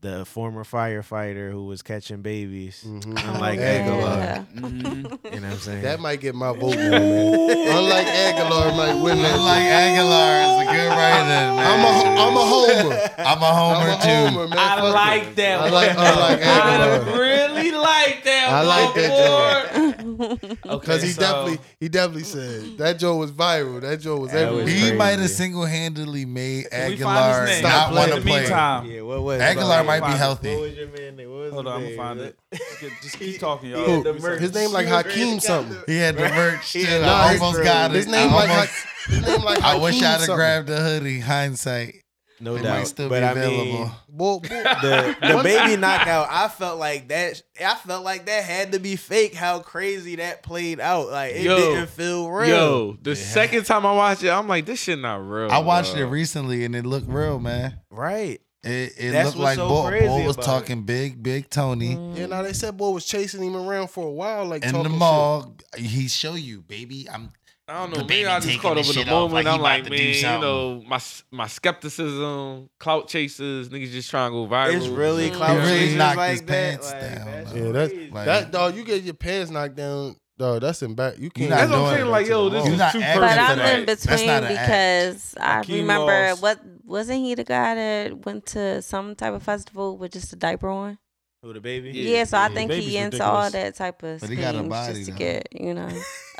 Speaker 8: the former firefighter who was catching babies.
Speaker 2: Mhm.
Speaker 7: Mm-hmm.
Speaker 8: Unlike
Speaker 2: Oh,
Speaker 8: Aguilar,
Speaker 2: yeah.
Speaker 8: you know what I'm saying?
Speaker 2: That might get my vote, man. Unlike Aguilar, might win that.
Speaker 7: Unlike Aguilar is a good writer, man.
Speaker 2: I'm a, I'm a homer.
Speaker 7: I'm a homer
Speaker 2: I'm a
Speaker 7: too.
Speaker 2: homer, man.
Speaker 3: I
Speaker 2: Fuck it.
Speaker 3: like that
Speaker 2: I
Speaker 3: one.
Speaker 2: like, I like
Speaker 3: I
Speaker 2: Aguilar.
Speaker 3: really like that
Speaker 2: I
Speaker 3: one.
Speaker 2: like that
Speaker 3: boy.
Speaker 2: Because
Speaker 3: Okay,
Speaker 2: he
Speaker 3: so-
Speaker 2: definitely, he definitely said that Joe was viral. That Joe was
Speaker 8: That was
Speaker 2: everywhere.
Speaker 8: It's
Speaker 7: He
Speaker 8: crazy.
Speaker 7: might have single handedly made
Speaker 3: Can we find his
Speaker 7: Aguilar
Speaker 3: name?
Speaker 7: not
Speaker 2: Stop
Speaker 7: want
Speaker 2: playing.
Speaker 7: to
Speaker 3: In the
Speaker 7: play.
Speaker 3: meantime,
Speaker 8: yeah, what was
Speaker 7: Aguilar
Speaker 8: it?
Speaker 7: might be
Speaker 3: Find-
Speaker 8: What
Speaker 7: healthy.
Speaker 8: was your man? name? What was
Speaker 3: hold on,
Speaker 8: his
Speaker 3: I'm gonna
Speaker 8: name?
Speaker 3: find it. Get- Just keep talking, y'all.
Speaker 2: Who?
Speaker 8: the merch.
Speaker 2: His name like Hakeem something.
Speaker 7: He had the merch too.
Speaker 2: Nah,
Speaker 7: I
Speaker 2: his-
Speaker 7: almost got it.
Speaker 2: His name
Speaker 7: I,
Speaker 2: like
Speaker 7: almost-
Speaker 2: Ha- his name like
Speaker 7: I wish
Speaker 2: Hakeem
Speaker 7: I'd have
Speaker 2: something.
Speaker 7: grabbed the hoodie. Hindsight,
Speaker 8: No
Speaker 7: it
Speaker 8: doubt.
Speaker 7: might still
Speaker 8: but
Speaker 7: be
Speaker 8: I
Speaker 7: available.
Speaker 8: mean,
Speaker 2: Boy, boy.
Speaker 8: the, the baby knockout, I felt like that. I felt like that had to be fake. How crazy that played out! Like it
Speaker 5: Yo.
Speaker 8: didn't feel real.
Speaker 5: Yo, the second time I watched it, I'm like, this shit not real.
Speaker 8: Oh,
Speaker 7: I watched it
Speaker 5: bro.
Speaker 7: recently and it looked real, man.
Speaker 8: Right?
Speaker 7: It, it
Speaker 8: That's
Speaker 7: looked
Speaker 8: what's
Speaker 7: like
Speaker 8: so
Speaker 7: Bo,
Speaker 8: crazy
Speaker 7: Bo was
Speaker 8: about
Speaker 7: talking big, big Tony
Speaker 6: Mm.
Speaker 8: Mm-hmm.
Speaker 2: Yeah, now they said boy was chasing him around for a while, like
Speaker 7: in the
Speaker 2: talking
Speaker 7: mall. He show you, baby. I'm
Speaker 5: I don't
Speaker 7: The
Speaker 5: know.
Speaker 7: baby
Speaker 5: Maybe I just
Speaker 7: taking
Speaker 5: caught
Speaker 7: the
Speaker 5: over the
Speaker 7: shit off,
Speaker 5: moment.
Speaker 7: like he
Speaker 5: I'm
Speaker 7: about
Speaker 5: like,
Speaker 7: to do
Speaker 5: man, you
Speaker 7: something.
Speaker 5: know, my my skepticism, clout chasers, niggas just trying to go viral. Mm-hmm.
Speaker 8: It's really
Speaker 6: He
Speaker 8: cloud
Speaker 7: really
Speaker 8: chasers
Speaker 7: knocked
Speaker 8: like
Speaker 7: his
Speaker 8: that.
Speaker 7: pants
Speaker 8: like,
Speaker 7: down,
Speaker 8: That's
Speaker 7: though.
Speaker 2: Shit. Yeah, that's
Speaker 8: crazy.
Speaker 7: like,
Speaker 2: that dog. You get your pants knocked down, dog. That's embar You can't.
Speaker 7: not
Speaker 5: That's what
Speaker 7: doing
Speaker 5: I'm
Speaker 7: it
Speaker 5: saying. Like,
Speaker 2: Oh,
Speaker 5: yo, this
Speaker 7: You
Speaker 5: is
Speaker 7: not
Speaker 5: too
Speaker 7: acting
Speaker 5: perfect.
Speaker 6: But
Speaker 7: for
Speaker 6: I'm
Speaker 7: that.
Speaker 6: in
Speaker 7: That's
Speaker 6: between
Speaker 7: not an act.
Speaker 6: because I
Speaker 3: Hakeem
Speaker 6: remember
Speaker 3: lost.
Speaker 6: what wasn't he the guy that went to some type of festival with just a diaper on?
Speaker 8: Who the baby?
Speaker 6: Yeah, so I think
Speaker 3: Baby's
Speaker 6: he into all
Speaker 3: ridiculous.
Speaker 6: that type of
Speaker 7: But he got a
Speaker 6: schemes
Speaker 7: body,
Speaker 6: just to
Speaker 7: though.
Speaker 6: get you know.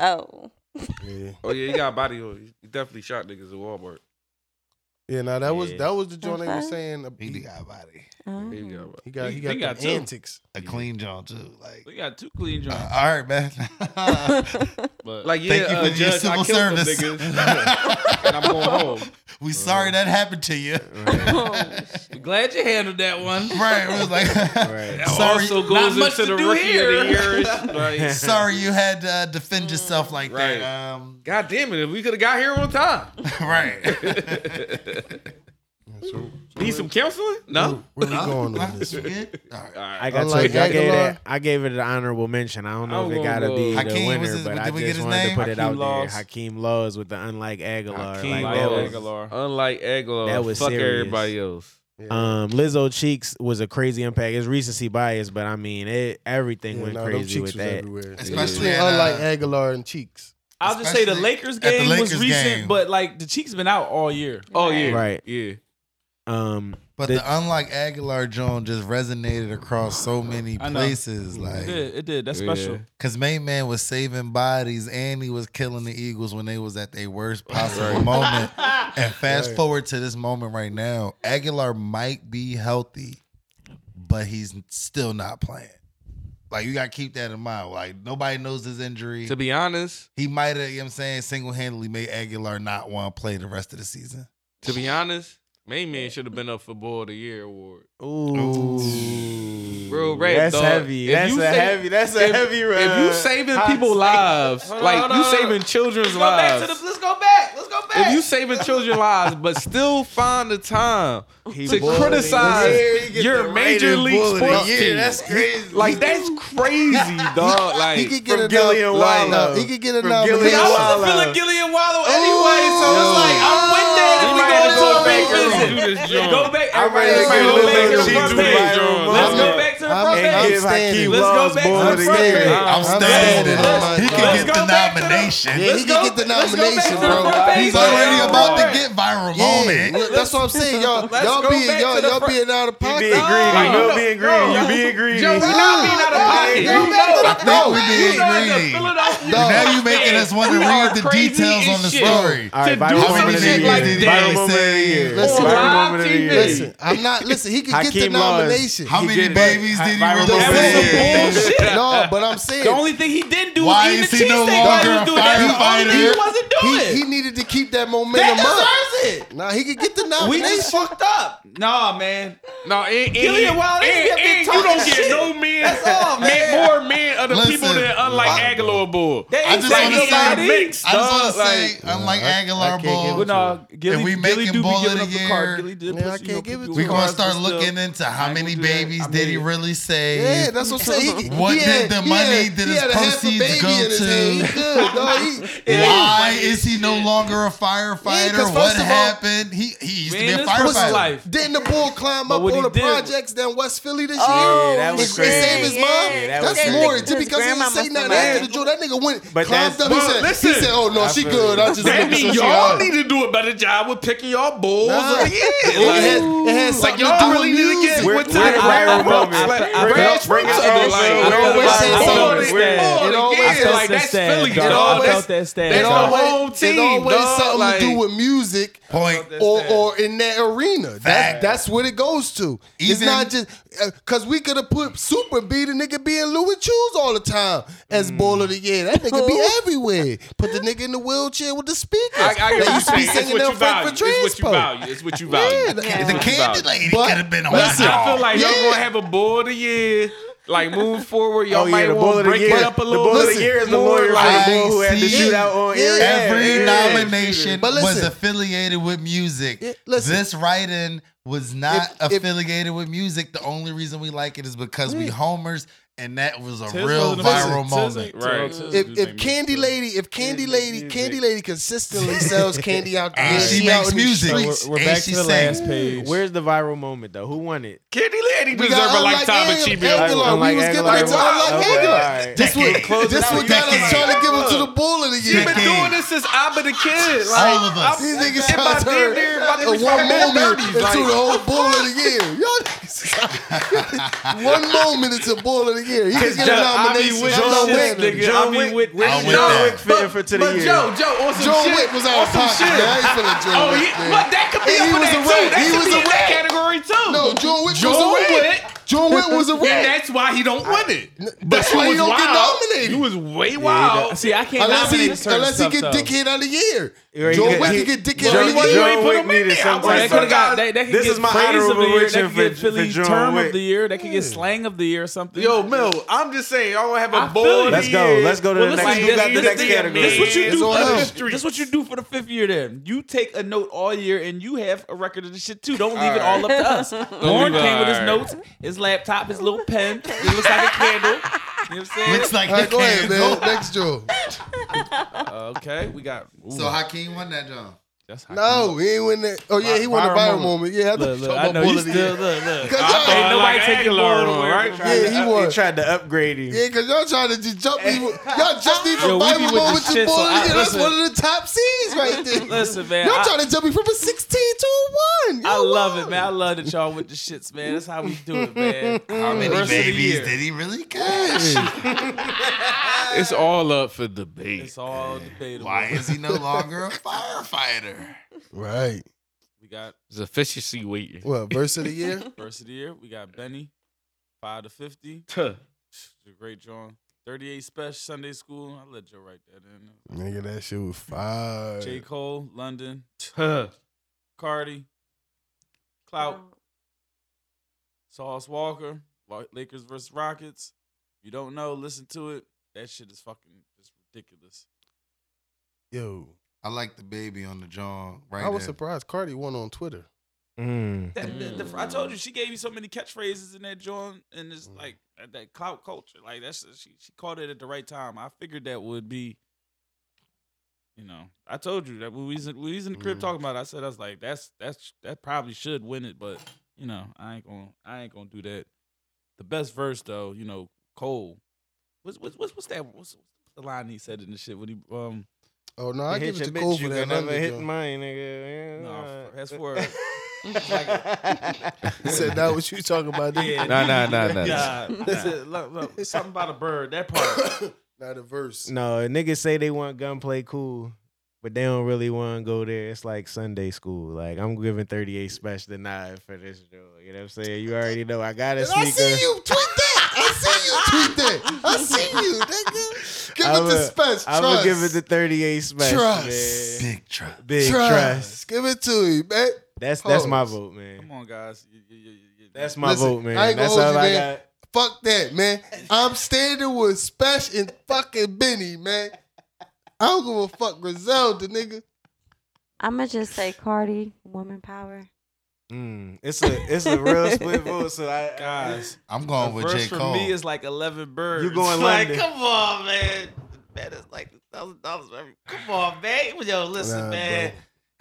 Speaker 6: oh,
Speaker 2: Yeah.
Speaker 5: Oh yeah, you got a body. on. You definitely shot niggas at Walmart.
Speaker 2: Yeah, now that was
Speaker 3: Yeah.
Speaker 2: that was the joint they were
Speaker 6: Okay.
Speaker 2: saying. uh,
Speaker 7: He
Speaker 2: He,
Speaker 7: got a body.
Speaker 6: Oh.
Speaker 5: There you go, bro.
Speaker 2: he got he
Speaker 3: He-
Speaker 2: got,
Speaker 3: he got
Speaker 2: them
Speaker 3: two.
Speaker 2: antics.
Speaker 7: A clean John too. Like,
Speaker 3: We got two clean joints.
Speaker 7: uh, all right, man.
Speaker 3: but
Speaker 5: Like, yeah,
Speaker 7: Thank you
Speaker 5: uh,
Speaker 7: for your
Speaker 5: judge, I
Speaker 7: civil
Speaker 5: killed them
Speaker 7: service.
Speaker 5: niggas, and I'm going home.
Speaker 7: we sorry that happened to you.
Speaker 3: glad you handled that one.
Speaker 7: Right. It was like,
Speaker 5: That
Speaker 7: sorry,
Speaker 5: also
Speaker 3: Not
Speaker 5: goes
Speaker 3: much
Speaker 5: into
Speaker 3: to
Speaker 5: the
Speaker 3: do
Speaker 5: rookie of the
Speaker 3: here.
Speaker 5: year. It's like,
Speaker 7: sorry you had to uh, defend yourself like
Speaker 5: Right.
Speaker 7: that. Um,
Speaker 5: God damn it! If we could have got here on time,
Speaker 7: right.
Speaker 5: need some counseling. No,
Speaker 2: Where we going on this? one?
Speaker 7: Good? All right.
Speaker 8: I got
Speaker 2: Unlike
Speaker 8: to. I gave,
Speaker 2: Aguilar.
Speaker 8: that, I gave it an honorable mention. I don't know
Speaker 5: I'm
Speaker 8: if it
Speaker 5: gonna
Speaker 8: got to
Speaker 5: go-
Speaker 8: be the
Speaker 7: Hakeem, was
Speaker 8: winner,
Speaker 7: his-
Speaker 8: but
Speaker 7: did
Speaker 8: I
Speaker 7: we get
Speaker 8: just
Speaker 7: his
Speaker 8: wanted to
Speaker 7: name?
Speaker 8: put it out
Speaker 3: Hakeem Laws.
Speaker 8: there. Hakeem Laws with the unlike Aguilar.
Speaker 5: Hakeem
Speaker 8: like,
Speaker 5: Laws.
Speaker 8: that was,
Speaker 3: Aguilar.
Speaker 5: unlike Aguilar,
Speaker 8: That was
Speaker 5: fuck
Speaker 8: serious.
Speaker 5: everybody else.
Speaker 8: um, Lizzo cheeks was a crazy impact. It's recency bias, but I mean, it everything
Speaker 2: Yeah,
Speaker 8: went
Speaker 2: no, them
Speaker 8: crazy
Speaker 2: cheeks
Speaker 8: with
Speaker 2: was
Speaker 8: that.
Speaker 2: everywhere.
Speaker 7: Especially
Speaker 2: Yeah.
Speaker 7: in, uh,
Speaker 2: unlike Aguilar and cheeks.
Speaker 3: I'll just say the
Speaker 7: Especially
Speaker 3: Lakers
Speaker 7: at the
Speaker 3: game was
Speaker 7: Lakers
Speaker 3: recent,
Speaker 7: game.
Speaker 3: but like the cheeks been out all year.
Speaker 5: Oh yeah,
Speaker 8: Right.
Speaker 5: yeah.
Speaker 8: Um,
Speaker 7: But
Speaker 8: The-
Speaker 7: the, unlike Aguilar Jones just resonated across so many
Speaker 3: I know.
Speaker 7: places.
Speaker 3: It
Speaker 7: Like,
Speaker 3: did. It did. That's
Speaker 5: Yeah.
Speaker 3: special.
Speaker 7: because Main Man was saving bodies and he was killing the Eagles when they was at their worst possible
Speaker 5: Right.
Speaker 7: moment. And fast
Speaker 2: Right.
Speaker 7: forward to this moment right now, Aguilar might be healthy, but he's still not playing. Like, you got to keep that in mind. Like, nobody knows his injury.
Speaker 5: To be honest,
Speaker 7: He might have, you know what I'm saying, single handedly made Aguilar not want to play the rest of the season.
Speaker 5: to be honest, Main Man should have been up for Ball of the Year award.
Speaker 8: ooh,
Speaker 5: Real rap,
Speaker 8: that's
Speaker 5: dog.
Speaker 8: heavy.
Speaker 5: If
Speaker 8: That's
Speaker 5: you
Speaker 8: a
Speaker 5: say-
Speaker 8: heavy. That's a
Speaker 5: if-
Speaker 8: heavy.
Speaker 5: if
Speaker 8: uh,
Speaker 5: you saving
Speaker 8: hot
Speaker 5: people
Speaker 8: take.
Speaker 5: lives,
Speaker 3: Hold on,
Speaker 5: like
Speaker 3: hold on,
Speaker 5: you
Speaker 3: hold on.
Speaker 5: saving children's
Speaker 3: Let's go back to
Speaker 5: lives,
Speaker 3: the. Let's go back. Let's go back.
Speaker 5: if you saving children's lives, but still find the time
Speaker 8: He
Speaker 5: to
Speaker 8: bullied.
Speaker 5: criticize your major league sports team,
Speaker 7: crazy.
Speaker 5: like that's crazy, dog. Like
Speaker 2: He could get
Speaker 8: from
Speaker 2: a
Speaker 8: Gillian
Speaker 2: nom-
Speaker 8: Wallow.
Speaker 2: no, He could get a
Speaker 8: From Gillian
Speaker 2: nomination.
Speaker 3: I was
Speaker 8: Wallow.
Speaker 3: a feeling Gillian Wallow anyway, so it's like I'm with that. If
Speaker 5: Oh. We
Speaker 3: we
Speaker 5: might
Speaker 3: going
Speaker 5: as
Speaker 3: to
Speaker 5: well
Speaker 3: a
Speaker 5: make
Speaker 3: revisit,
Speaker 5: this- do this
Speaker 3: Yeah,
Speaker 5: joint.
Speaker 3: go back.
Speaker 8: I'm
Speaker 3: Everybody,
Speaker 8: ready to
Speaker 3: everybody
Speaker 8: give
Speaker 3: go back to
Speaker 8: Lil
Speaker 3: the
Speaker 8: Cheeks
Speaker 3: front
Speaker 8: the
Speaker 3: page.
Speaker 8: viral
Speaker 3: Let's go
Speaker 8: moment.
Speaker 3: back to the
Speaker 2: I'm-
Speaker 3: front
Speaker 2: I'm
Speaker 3: page.
Speaker 8: Give Hakeem
Speaker 2: Let's
Speaker 3: go
Speaker 8: Laws
Speaker 3: back to
Speaker 8: ball
Speaker 3: the
Speaker 8: of the
Speaker 3: front
Speaker 8: year.
Speaker 3: page.
Speaker 7: I'm
Speaker 2: I'm
Speaker 7: standing.
Speaker 2: standing.
Speaker 7: on it. He
Speaker 3: Let's
Speaker 7: can get
Speaker 3: go
Speaker 7: the
Speaker 3: back to the-
Speaker 7: nomination.
Speaker 2: Yeah, he
Speaker 3: go-
Speaker 2: could get the
Speaker 3: let's go back
Speaker 2: nomination,
Speaker 3: to the
Speaker 2: bro.
Speaker 3: front page.
Speaker 7: He's already
Speaker 3: Yeah.
Speaker 7: about to get viral
Speaker 2: Yeah,
Speaker 7: moment.
Speaker 2: look, that's what I'm saying. Y'all,
Speaker 3: Let's
Speaker 2: y'all
Speaker 3: go
Speaker 2: being
Speaker 3: back
Speaker 2: y'all,
Speaker 3: to the
Speaker 2: y'all
Speaker 3: fir-
Speaker 2: being out of
Speaker 8: You
Speaker 2: pocket.
Speaker 8: being greedy.
Speaker 3: No,
Speaker 8: No being greedy. You being
Speaker 3: Joe,
Speaker 8: greedy.
Speaker 3: we're not being out of
Speaker 2: no,
Speaker 3: pocket. You
Speaker 2: no,
Speaker 3: know,
Speaker 2: no, no,
Speaker 3: I think
Speaker 2: we
Speaker 3: you
Speaker 7: being
Speaker 3: know as a
Speaker 7: greedy.
Speaker 3: Philadelphia
Speaker 7: Now
Speaker 3: fan,
Speaker 7: you making us want to
Speaker 3: we are
Speaker 7: read the
Speaker 3: crazy
Speaker 7: details
Speaker 3: as
Speaker 7: on the
Speaker 3: shit.
Speaker 7: story.
Speaker 8: All right,
Speaker 3: To
Speaker 8: viral
Speaker 3: do
Speaker 7: How
Speaker 8: moment
Speaker 7: many
Speaker 8: of
Speaker 3: some
Speaker 8: the
Speaker 3: shit
Speaker 7: niggas
Speaker 3: like
Speaker 7: did
Speaker 8: year.
Speaker 7: they
Speaker 3: that
Speaker 8: Viral moment of the year.
Speaker 2: Listen,
Speaker 8: Viral
Speaker 3: live
Speaker 8: moment of the
Speaker 3: TV.
Speaker 8: year.
Speaker 2: Listen, I'm not. Listen, he could get the
Speaker 8: Hakeem Laws.
Speaker 2: nomination.
Speaker 7: How
Speaker 8: He
Speaker 7: many
Speaker 8: getting
Speaker 7: babies
Speaker 8: viral
Speaker 7: did he really
Speaker 8: moment of the
Speaker 7: say?
Speaker 8: year.
Speaker 3: That was some bullshit.
Speaker 2: No, but I'm saying
Speaker 3: The only thing he didn't do
Speaker 7: Why
Speaker 3: was eat
Speaker 7: is
Speaker 3: the
Speaker 7: he no
Speaker 3: cheesesteak while he
Speaker 7: longer
Speaker 3: was
Speaker 7: a
Speaker 3: doing that. That's the only thing he
Speaker 7: firefighter?
Speaker 3: wasn't
Speaker 2: he,
Speaker 3: doing.
Speaker 2: he needed to keep that momentum
Speaker 3: that deserves it.
Speaker 2: up. Nah, he could get the nomination.
Speaker 3: We just fucked up. Nah, man.
Speaker 5: no, and,
Speaker 3: Gillian
Speaker 5: and,
Speaker 3: Wilde, they
Speaker 5: and-
Speaker 3: just been
Speaker 5: and you
Speaker 3: talking
Speaker 5: don't
Speaker 3: shit.
Speaker 5: get no men,
Speaker 3: That's all,
Speaker 5: men-
Speaker 3: man.
Speaker 5: more men of the people
Speaker 7: Listen,
Speaker 5: than unlike
Speaker 7: I-
Speaker 5: Aguilar Bull.
Speaker 3: They
Speaker 7: I
Speaker 3: ain't
Speaker 7: just
Speaker 3: say
Speaker 7: wanna say-
Speaker 3: nobody.
Speaker 5: Mixed,
Speaker 7: I just want
Speaker 5: dog,
Speaker 7: to
Speaker 5: like-
Speaker 7: say, unlike
Speaker 2: I- I
Speaker 7: Aguilar
Speaker 2: can't give
Speaker 7: Bull,
Speaker 2: it
Speaker 3: But nah, Gilly,
Speaker 7: we
Speaker 3: Gilly
Speaker 7: making
Speaker 3: do be
Speaker 7: Bull of
Speaker 3: giving
Speaker 7: the
Speaker 3: up the
Speaker 7: year,
Speaker 3: card. Gilly did
Speaker 2: man,
Speaker 3: put-
Speaker 2: I
Speaker 3: you
Speaker 2: can't
Speaker 3: know,
Speaker 2: give it
Speaker 3: put
Speaker 2: to him.
Speaker 7: we're
Speaker 3: two
Speaker 7: going to
Speaker 3: cards,
Speaker 7: start
Speaker 3: but
Speaker 7: looking
Speaker 3: still.
Speaker 7: into how
Speaker 3: I
Speaker 7: many
Speaker 3: mean, yeah,
Speaker 7: babies
Speaker 3: I
Speaker 7: did he
Speaker 3: mean-
Speaker 7: really
Speaker 2: Yeah,
Speaker 7: save?
Speaker 2: that's what I'm saying. He-
Speaker 7: What
Speaker 2: he
Speaker 7: did
Speaker 2: had-
Speaker 7: the
Speaker 2: he
Speaker 7: money,
Speaker 2: had-
Speaker 7: did
Speaker 2: he
Speaker 7: his
Speaker 2: had a half a
Speaker 7: proceeds
Speaker 2: baby
Speaker 7: go
Speaker 2: in his
Speaker 7: to?
Speaker 2: hand. He good, dog. He-
Speaker 7: Why is he no longer a
Speaker 2: Yeah, 'cause
Speaker 7: firefighter?
Speaker 2: first
Speaker 7: What
Speaker 2: of all-
Speaker 7: happened? He he used
Speaker 3: Man,
Speaker 7: to be a
Speaker 3: this person's
Speaker 7: firefighter.
Speaker 3: life.
Speaker 2: Didn't the bull climb
Speaker 3: But
Speaker 2: up
Speaker 3: what
Speaker 2: on
Speaker 3: he
Speaker 2: the
Speaker 3: did-
Speaker 2: projects down West Philly
Speaker 8: Oh,
Speaker 2: this year?
Speaker 8: Yeah, that
Speaker 2: It, it
Speaker 8: was
Speaker 6: It's- it's
Speaker 2: saved
Speaker 8: crazy.
Speaker 2: his
Speaker 6: Yeah,
Speaker 2: mom.
Speaker 8: that was
Speaker 2: that's
Speaker 8: crazy.
Speaker 2: more
Speaker 6: His
Speaker 2: just because he
Speaker 6: grandma
Speaker 2: didn't say
Speaker 6: must
Speaker 2: nothing
Speaker 6: have
Speaker 2: after
Speaker 6: been-
Speaker 2: the Joe. That nigga went
Speaker 8: But
Speaker 2: climbed
Speaker 8: that's-
Speaker 2: up. He
Speaker 5: Bro,
Speaker 2: said,
Speaker 5: listen.
Speaker 2: he said, "Oh no,
Speaker 8: I
Speaker 2: she
Speaker 8: feel
Speaker 2: good.
Speaker 8: you.
Speaker 2: I just
Speaker 5: That
Speaker 2: making sure
Speaker 5: means
Speaker 2: she
Speaker 5: y'all
Speaker 2: all
Speaker 5: need to do a better job with picking y'all bulls.
Speaker 2: Nah.
Speaker 5: Like, yeah,
Speaker 2: It
Speaker 5: like,
Speaker 2: had, it had
Speaker 5: like
Speaker 2: something to do
Speaker 5: y'all
Speaker 2: with
Speaker 5: really need to get
Speaker 2: music.
Speaker 8: We're-
Speaker 5: with
Speaker 8: we're
Speaker 5: time.
Speaker 8: at viral moments.
Speaker 5: Branch
Speaker 8: Bring us
Speaker 5: Brooks,
Speaker 8: all,
Speaker 5: like,
Speaker 8: like,
Speaker 5: I
Speaker 8: we
Speaker 5: felt
Speaker 8: always
Speaker 5: like-
Speaker 8: said
Speaker 5: I felt
Speaker 8: something.
Speaker 5: like-
Speaker 3: We're-
Speaker 5: Oh,
Speaker 2: it always-
Speaker 5: yeah,
Speaker 2: I
Speaker 3: felt
Speaker 5: like,
Speaker 3: that
Speaker 5: that's
Speaker 3: stab,
Speaker 5: Philly,
Speaker 3: dog.
Speaker 5: dog.
Speaker 3: I felt
Speaker 5: That's-
Speaker 3: that stab,
Speaker 5: That's the
Speaker 3: dog.
Speaker 5: home
Speaker 2: It
Speaker 5: team,
Speaker 2: always
Speaker 5: dog.
Speaker 2: something to
Speaker 5: like,
Speaker 2: do with music
Speaker 7: Point.
Speaker 2: or, or in that arena. That's
Speaker 7: Fact.
Speaker 2: that's what it goes to. it's
Speaker 7: Even-
Speaker 2: not just because we could have put Super B the nigga be in Louis Shoes all the time as
Speaker 5: Mm.
Speaker 2: Bull of the Year. That nigga be everywhere. Put the nigga in the wheelchair with the speakers.
Speaker 5: I, I get
Speaker 2: they
Speaker 5: what
Speaker 2: used to be
Speaker 5: you're saying. It's
Speaker 2: singing
Speaker 5: what
Speaker 2: them
Speaker 5: you
Speaker 2: Frank
Speaker 5: value.
Speaker 2: for
Speaker 5: It's what you
Speaker 2: Transpo.
Speaker 5: value. It's what you value.
Speaker 2: Yeah,
Speaker 5: It's
Speaker 2: that-
Speaker 5: what
Speaker 7: The
Speaker 5: you
Speaker 7: candy
Speaker 5: value.
Speaker 7: lady
Speaker 2: But-
Speaker 7: could have been on
Speaker 2: listen,
Speaker 7: the
Speaker 5: I feel like
Speaker 2: Yeah.
Speaker 5: y'all gonna have a bull of the year. Like moving forward, y'all
Speaker 8: Oh, yeah,
Speaker 5: might
Speaker 8: the bull
Speaker 5: want
Speaker 8: of
Speaker 5: to
Speaker 8: the
Speaker 5: break
Speaker 8: year.
Speaker 5: it up a
Speaker 8: The
Speaker 5: little.
Speaker 8: bull of the
Speaker 5: listen,
Speaker 8: year is the
Speaker 5: more
Speaker 8: lawyer
Speaker 5: like-
Speaker 8: for the bull who had the
Speaker 2: see
Speaker 8: shootout on
Speaker 2: Yeah.
Speaker 8: Erie.
Speaker 7: Every
Speaker 8: Yeah.
Speaker 7: nomination
Speaker 2: But
Speaker 7: was
Speaker 2: listen.
Speaker 7: affiliated with music.
Speaker 2: Yeah, listen.
Speaker 7: this writing was not
Speaker 2: If- if-
Speaker 7: affiliated with music. The only reason we like it is because we homers, and that was a
Speaker 3: Tiz
Speaker 7: real
Speaker 3: wasn't a- Listen,
Speaker 7: viral
Speaker 3: Tiz
Speaker 7: moment.
Speaker 3: ain't- Tiz-
Speaker 5: Right.
Speaker 3: Tiz
Speaker 2: If,
Speaker 3: do
Speaker 2: if
Speaker 3: make
Speaker 2: Candy
Speaker 3: music.
Speaker 2: Lady, if Candy Lady, Candy Lady consistently sells candy out the
Speaker 7: And
Speaker 2: year,
Speaker 7: she
Speaker 2: out
Speaker 7: makes
Speaker 2: in the
Speaker 7: music.
Speaker 2: streets.
Speaker 3: we're, we're
Speaker 7: and
Speaker 3: back
Speaker 7: she
Speaker 3: to the
Speaker 7: sang.
Speaker 3: last page.
Speaker 8: Where's the viral moment though? Who won it?
Speaker 5: Candy Lady
Speaker 2: We
Speaker 5: deserve
Speaker 2: got
Speaker 5: a
Speaker 2: Unlike
Speaker 5: lifetime
Speaker 2: Ang-
Speaker 5: achievement.
Speaker 2: Ang- Aguilar, we was giving it to Unlike
Speaker 8: Okay,
Speaker 2: Aguilar.
Speaker 8: all right.
Speaker 2: This
Speaker 7: Decade.
Speaker 2: what this
Speaker 7: Close
Speaker 2: what
Speaker 7: it
Speaker 2: got
Speaker 7: out,
Speaker 2: us
Speaker 7: decade.
Speaker 2: trying to give him to the bull of the
Speaker 5: She
Speaker 2: year.
Speaker 5: been
Speaker 7: Decade.
Speaker 5: doing this since I've been a kid. Like,
Speaker 7: All of us.
Speaker 5: I'm
Speaker 2: These niggas
Speaker 5: in my
Speaker 2: trying to turn
Speaker 5: damn near about to
Speaker 2: a
Speaker 5: be
Speaker 2: one
Speaker 5: fucking
Speaker 2: moment into
Speaker 5: thirties, like-
Speaker 2: the whole bull of the year. Y'all niggas One moment it's a ball of the year. He can get a nomination.
Speaker 8: John Wick,
Speaker 2: Wick,
Speaker 8: John Wick, Wick,
Speaker 7: I'm with
Speaker 8: John
Speaker 7: that.
Speaker 8: Wick fitting for to the
Speaker 4: But
Speaker 8: year.
Speaker 4: Joe, Joe, on some
Speaker 2: John
Speaker 4: shit,
Speaker 2: Wick was
Speaker 4: on
Speaker 2: out of
Speaker 4: some
Speaker 2: pocket.
Speaker 4: shit.
Speaker 2: Man. I ain't feeling John
Speaker 4: Oh,
Speaker 2: Wick,
Speaker 4: he,
Speaker 2: man.
Speaker 4: but that could be
Speaker 2: He
Speaker 4: up for
Speaker 2: was
Speaker 4: that
Speaker 2: a
Speaker 4: too.
Speaker 2: rat.
Speaker 4: That
Speaker 2: He
Speaker 4: should
Speaker 2: was
Speaker 4: be
Speaker 2: a
Speaker 4: in that
Speaker 2: rat.
Speaker 4: category too.
Speaker 2: No, John Wick was
Speaker 4: John
Speaker 2: a rat.
Speaker 4: Wick.
Speaker 2: John Wick was a
Speaker 4: And
Speaker 2: rat.
Speaker 4: that's why he don't win it.
Speaker 2: That's why
Speaker 4: you
Speaker 2: he don't get
Speaker 4: wild.
Speaker 2: nominated.
Speaker 4: You was way
Speaker 3: Wow.
Speaker 4: wild.
Speaker 3: See, I can't
Speaker 2: unless he,
Speaker 3: nominate certain
Speaker 2: unless he
Speaker 3: stuff,
Speaker 2: get
Speaker 3: though.
Speaker 2: dickhead out of the year.
Speaker 8: Right,
Speaker 2: John
Speaker 8: he-
Speaker 2: Wick
Speaker 8: he-
Speaker 2: could get dickhead
Speaker 8: John-
Speaker 2: out of the
Speaker 8: John
Speaker 2: year.
Speaker 4: ain't put
Speaker 8: Wick
Speaker 4: him in
Speaker 8: needed
Speaker 4: there.
Speaker 8: some
Speaker 4: I
Speaker 3: They
Speaker 8: type
Speaker 4: would've
Speaker 8: of-
Speaker 3: could got they, they could
Speaker 8: This
Speaker 3: get
Speaker 8: is my
Speaker 3: praise of
Speaker 8: honorable
Speaker 3: the year. They
Speaker 8: mention
Speaker 3: could
Speaker 8: for-
Speaker 3: get
Speaker 8: for
Speaker 3: Philly
Speaker 8: John
Speaker 3: term of
Speaker 8: Wick.
Speaker 3: the year. They could get slang of the year or something.
Speaker 4: Yo, Mill, I'm just saying, y'all gonna have a
Speaker 3: I
Speaker 4: boy.
Speaker 3: feel you.
Speaker 4: of the
Speaker 8: Let's go.
Speaker 4: year.
Speaker 8: Let's go to
Speaker 3: Well,
Speaker 8: the
Speaker 3: listen,
Speaker 8: next,
Speaker 3: this-
Speaker 8: the
Speaker 3: this-
Speaker 8: next
Speaker 3: this-
Speaker 8: category.
Speaker 3: This what you
Speaker 2: It's
Speaker 3: do.
Speaker 2: on
Speaker 3: For
Speaker 2: him.
Speaker 3: the fifth, this what you do for the fifth year. Then you take a note all year and you have a record of the shit too. Don't leave it all up to us. Lauren
Speaker 5: leave it-
Speaker 3: came with his
Speaker 5: all right.
Speaker 3: notes, his laptop, his little pen. It looks like a candle. You know what I'm saying?
Speaker 7: Looks like
Speaker 2: All right,
Speaker 7: the
Speaker 2: go ahead,
Speaker 7: candle.
Speaker 2: man. Next Joe.
Speaker 3: okay, we got. Ooh,
Speaker 7: So Hakeem won that John.
Speaker 3: that's hot.
Speaker 2: No, he ain't win that. Oh yeah, he won the
Speaker 3: Viral
Speaker 2: viral
Speaker 3: moment.
Speaker 2: moment. Yeah, I thought
Speaker 3: Look,
Speaker 2: you
Speaker 3: look,
Speaker 2: were
Speaker 3: I
Speaker 2: talking
Speaker 3: know
Speaker 2: about
Speaker 3: you
Speaker 2: bull of the
Speaker 3: still
Speaker 2: year.
Speaker 3: look, look.
Speaker 2: Cause
Speaker 3: Ain't
Speaker 2: y'all,
Speaker 3: nobody take your
Speaker 5: Aguilar
Speaker 3: ball
Speaker 5: on,
Speaker 3: away.
Speaker 5: right?
Speaker 2: yeah, he
Speaker 8: They
Speaker 2: won.
Speaker 8: tried to upgrade him.
Speaker 2: Yeah, cause y'all trying to just jump me. with- Y'all just need
Speaker 3: Yo,
Speaker 2: a
Speaker 3: we be
Speaker 2: viral
Speaker 3: with the
Speaker 2: moment to
Speaker 3: shit,
Speaker 2: bull
Speaker 3: so
Speaker 2: of the
Speaker 3: I-
Speaker 2: year. That's
Speaker 3: listen.
Speaker 2: one of the top seeds right there.
Speaker 3: Listen, man.
Speaker 2: Y'all
Speaker 3: I-
Speaker 2: trying to jump me from a 16 to a 1.
Speaker 3: I
Speaker 2: Y'all
Speaker 3: love
Speaker 2: wild.
Speaker 3: it, man. I love that y'all with the shits, man. That's how we do it, man.
Speaker 7: How many
Speaker 3: Worst of the
Speaker 7: babies
Speaker 3: year.
Speaker 7: did he really catch?
Speaker 5: It's all up for debate.
Speaker 3: It's all debatable.
Speaker 7: Why is he no longer a firefighter?
Speaker 2: Right.
Speaker 3: We got
Speaker 5: It's efficiency waiting.
Speaker 2: What, verse of the year?
Speaker 3: first of the year. We got Benny, five to fifty.
Speaker 5: Tuh.
Speaker 3: The great John, thirty-eight special Sunday school. I let Joe write that in.
Speaker 2: Nigga, that shit was fire.
Speaker 3: J Cole, London,
Speaker 5: Tuh.
Speaker 3: Cardi, Clout, Sauce Walker, Wa- Lakers versus Rockets. If you don't know, listen to it. That shit is fucking just ridiculous.
Speaker 2: Yo,
Speaker 7: I like the baby on the John right
Speaker 2: I was
Speaker 7: there.
Speaker 2: surprised Cardi won on Twitter.
Speaker 8: Mm. Mm.
Speaker 3: That, the, the, I told you she gave you so many catchphrases in that joint, and it's like that, that clout culture. Like that's uh, she she caught it at the right time. I figured that would be, you know, I told you that when we was, in- when we was in the
Speaker 8: Mm.
Speaker 3: crib talking about. it, I said I was like, that's that's that probably should win it, but you know, I ain't gonna I ain't gonna do that. The best verse though, you know, Cole. What's what's what's, what's that? What's, what's the line he said in the shit when he um
Speaker 2: Oh, no, I
Speaker 8: You
Speaker 2: give
Speaker 8: hit
Speaker 2: it to
Speaker 8: your
Speaker 2: Cole
Speaker 8: bitch,
Speaker 2: for
Speaker 8: you
Speaker 2: that.
Speaker 8: can never
Speaker 2: London
Speaker 8: hit
Speaker 2: joint.
Speaker 8: mine, nigga.
Speaker 3: no
Speaker 8: Yeah.
Speaker 3: that's word.
Speaker 2: He said that what you talking about. didn't he?
Speaker 3: Yeah.
Speaker 5: Nah, nah, nah, nah.
Speaker 3: Yeah, that's it. Look, look, something about a bird. That part.
Speaker 2: Not a verse.
Speaker 8: no, niggas say they want gunplay cool, but they don't really want to go there. It's like Sunday school. Like I'm giving 38 special to nine for this joint. You know what I'm saying? You already know I got a
Speaker 2: And I see
Speaker 8: sneaker.
Speaker 2: you tweet that. I see you tweet that. I see you, nigga. Give it
Speaker 8: I'ma-
Speaker 2: to Spence.
Speaker 8: I'm gonna
Speaker 2: Trust.
Speaker 8: give it the 38 special.
Speaker 2: Trust.
Speaker 8: Man.
Speaker 7: Big truck.
Speaker 8: Big trust.
Speaker 2: Give it to him, man.
Speaker 8: That's that's my
Speaker 2: Pause.
Speaker 8: vote, man.
Speaker 3: Come on, guys. You- you- you- you- you-
Speaker 8: That's my
Speaker 2: Listen,
Speaker 8: vote, man.
Speaker 2: I ain't gonna
Speaker 8: that's
Speaker 2: hold
Speaker 8: all
Speaker 2: you,
Speaker 8: I
Speaker 2: man.
Speaker 8: got.
Speaker 2: Fuck that, man. I'm standing with Special and fucking Benny, man. I don't give a fuck Griselda, nigga.
Speaker 6: I'ma just say Cardi, woman power.
Speaker 8: Mm, it's a it's a real split vote. So I,
Speaker 3: guys.
Speaker 7: I'm going
Speaker 3: the
Speaker 7: with
Speaker 3: verse
Speaker 7: J.
Speaker 3: for
Speaker 7: Cole.
Speaker 3: me is like eleven birds.
Speaker 8: You going
Speaker 3: like,
Speaker 8: London.
Speaker 3: Come on, man. Man, it's like thousand dollars. Come on, man. Yo, listen,
Speaker 2: Nah,
Speaker 3: man.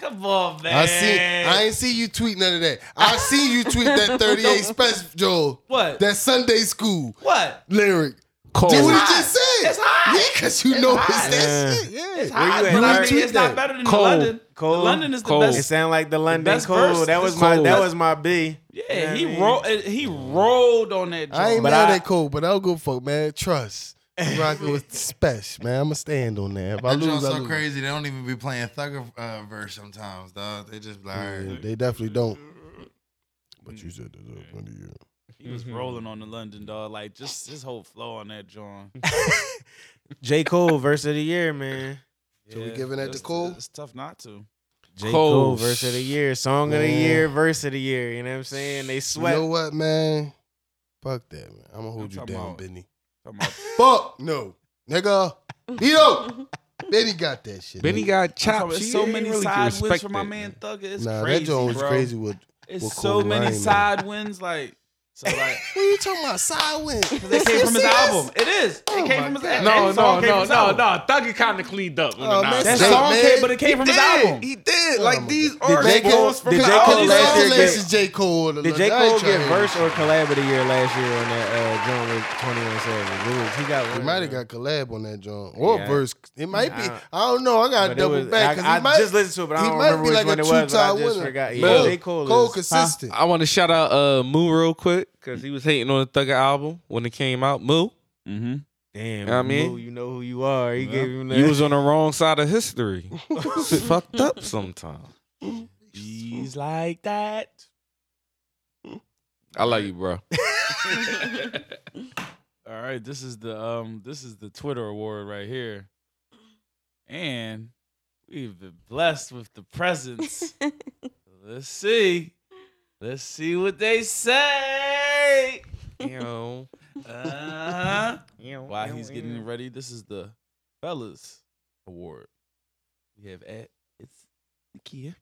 Speaker 3: Come on, man.
Speaker 2: I see. I ain't see you tweet none of that. I see you tweet that 38 special, Joel.
Speaker 3: What?
Speaker 2: That Sunday school
Speaker 3: what?
Speaker 2: lyric.
Speaker 5: Cole.
Speaker 2: Did what
Speaker 3: hot.
Speaker 2: he just said?
Speaker 3: It's hot.
Speaker 2: Yeah, because you know it's
Speaker 3: hot.
Speaker 2: that
Speaker 8: Yeah.
Speaker 2: shit. Yeah.
Speaker 3: It's hot,
Speaker 8: you at,
Speaker 3: but I
Speaker 8: Larry?
Speaker 3: mean, it's not better than
Speaker 5: Cole.
Speaker 3: London.
Speaker 8: Cole.
Speaker 3: London is the
Speaker 5: Cole.
Speaker 8: It
Speaker 3: best.
Speaker 8: sound like the London
Speaker 3: best
Speaker 8: Cold.
Speaker 3: verse
Speaker 8: That
Speaker 3: is
Speaker 8: was my that
Speaker 5: Cold.
Speaker 8: was my B.
Speaker 3: Yeah,
Speaker 8: You know
Speaker 3: he
Speaker 8: what I mean?
Speaker 3: rolled. He rolled on that. Joint.
Speaker 2: I ain't
Speaker 8: But
Speaker 2: mad
Speaker 8: I-
Speaker 2: at Cole, but I don't give a fuck, man. Trust. I'm rocking with Spech, man. I'm going to stand on that. If I
Speaker 7: That
Speaker 2: lose,
Speaker 7: joint's
Speaker 2: I
Speaker 7: so
Speaker 2: lose.
Speaker 7: crazy. They don't even be playing Thugger uh, verse sometimes, dog. They just be like, all right.
Speaker 2: Yeah, they definitely don't. But you said that up under you.
Speaker 3: He was
Speaker 8: Mm-hmm.
Speaker 3: rolling on the London dog. Like just his whole flow on that joint.
Speaker 8: J Cole verse of the year, man.
Speaker 2: So we giving that to Cole?
Speaker 3: It's tough not to.
Speaker 8: J Cole,
Speaker 5: Cole.
Speaker 8: verse of the year, song of the
Speaker 2: Man.
Speaker 8: year, verse of the year. You know what I'm saying? They sweat.
Speaker 2: You know what, man? Fuck that, man. I'm going to hold
Speaker 3: I'm
Speaker 2: you
Speaker 3: talking
Speaker 2: down,
Speaker 3: about-
Speaker 2: Benny.
Speaker 3: Come on.
Speaker 2: Fuck no. Nigga. Vito. Benny got that shit.
Speaker 5: Benny
Speaker 2: nigga.
Speaker 3: Top,
Speaker 5: got chopped.
Speaker 3: it's
Speaker 5: She
Speaker 3: so
Speaker 5: ain't
Speaker 3: many
Speaker 5: really
Speaker 3: side wins
Speaker 5: respected.
Speaker 3: for my man Thugger. It's
Speaker 2: Nah,
Speaker 3: crazy,
Speaker 2: that joint was
Speaker 3: bro.
Speaker 2: crazy with
Speaker 3: It's
Speaker 2: with
Speaker 3: so
Speaker 2: Cole
Speaker 3: many
Speaker 2: Ryan, man.
Speaker 3: side wins. Like So like,
Speaker 2: What are you talking about? Sidewind.
Speaker 3: it came from his album. It is.
Speaker 2: Oh
Speaker 3: it came
Speaker 2: my
Speaker 3: from his
Speaker 2: God.
Speaker 3: album.
Speaker 5: No,
Speaker 3: That song came from
Speaker 5: no, no,
Speaker 3: his
Speaker 5: no,
Speaker 3: album.
Speaker 5: no. Thuggy kind of cleaned up. on the
Speaker 2: Oh,
Speaker 5: Nas.
Speaker 2: man.
Speaker 3: That
Speaker 2: Dang,
Speaker 3: song
Speaker 2: man.
Speaker 3: came, but it came from his album.
Speaker 5: He Oh did. Like these
Speaker 2: Did
Speaker 5: are
Speaker 2: J. Cole,
Speaker 5: goals
Speaker 2: did
Speaker 5: from
Speaker 2: J.
Speaker 5: the
Speaker 2: Cole
Speaker 5: album.
Speaker 8: last year
Speaker 2: Congratulations,
Speaker 8: get-
Speaker 2: J. Cole.
Speaker 8: Did J. Cole get verse or collab of the year last year on that uh, joint with 21 Savage? It was- He got
Speaker 2: He
Speaker 8: one.
Speaker 2: might have got collab on that joint or
Speaker 8: Yeah.
Speaker 2: verse. It might be.
Speaker 8: Nah.
Speaker 2: I don't know. I got to
Speaker 8: But it
Speaker 2: double
Speaker 8: was-
Speaker 2: back
Speaker 8: I, I
Speaker 2: because
Speaker 8: just listened to it, but I
Speaker 2: he
Speaker 8: don't
Speaker 2: might
Speaker 8: remember
Speaker 2: be
Speaker 8: which
Speaker 2: like a
Speaker 8: one it was. But I
Speaker 2: two-time
Speaker 8: just
Speaker 2: winner.
Speaker 8: forgot. Yeah,
Speaker 2: Bro,
Speaker 8: J. Cole,
Speaker 2: Cole
Speaker 8: is,
Speaker 2: consistent.
Speaker 5: I want to shout out uh, Moo real quick because he was hating on the Thugger album when it came out. Moo,
Speaker 3: Mm-hmm.
Speaker 8: Damn,
Speaker 5: I mean-
Speaker 8: Moo, you know who you are. He gave him that.
Speaker 5: you was on the wrong side of history. It's fucked up sometimes.
Speaker 3: He's like that.
Speaker 5: I like you, bro.
Speaker 3: All right, this is the um, this is the Twitter award right here, and we've been blessed with the presents. Let's see, let's see what they say.
Speaker 5: You know,
Speaker 3: Uh-huh.
Speaker 5: you know,
Speaker 3: While he's getting ready, this is the fellas award. We have at it's Kia.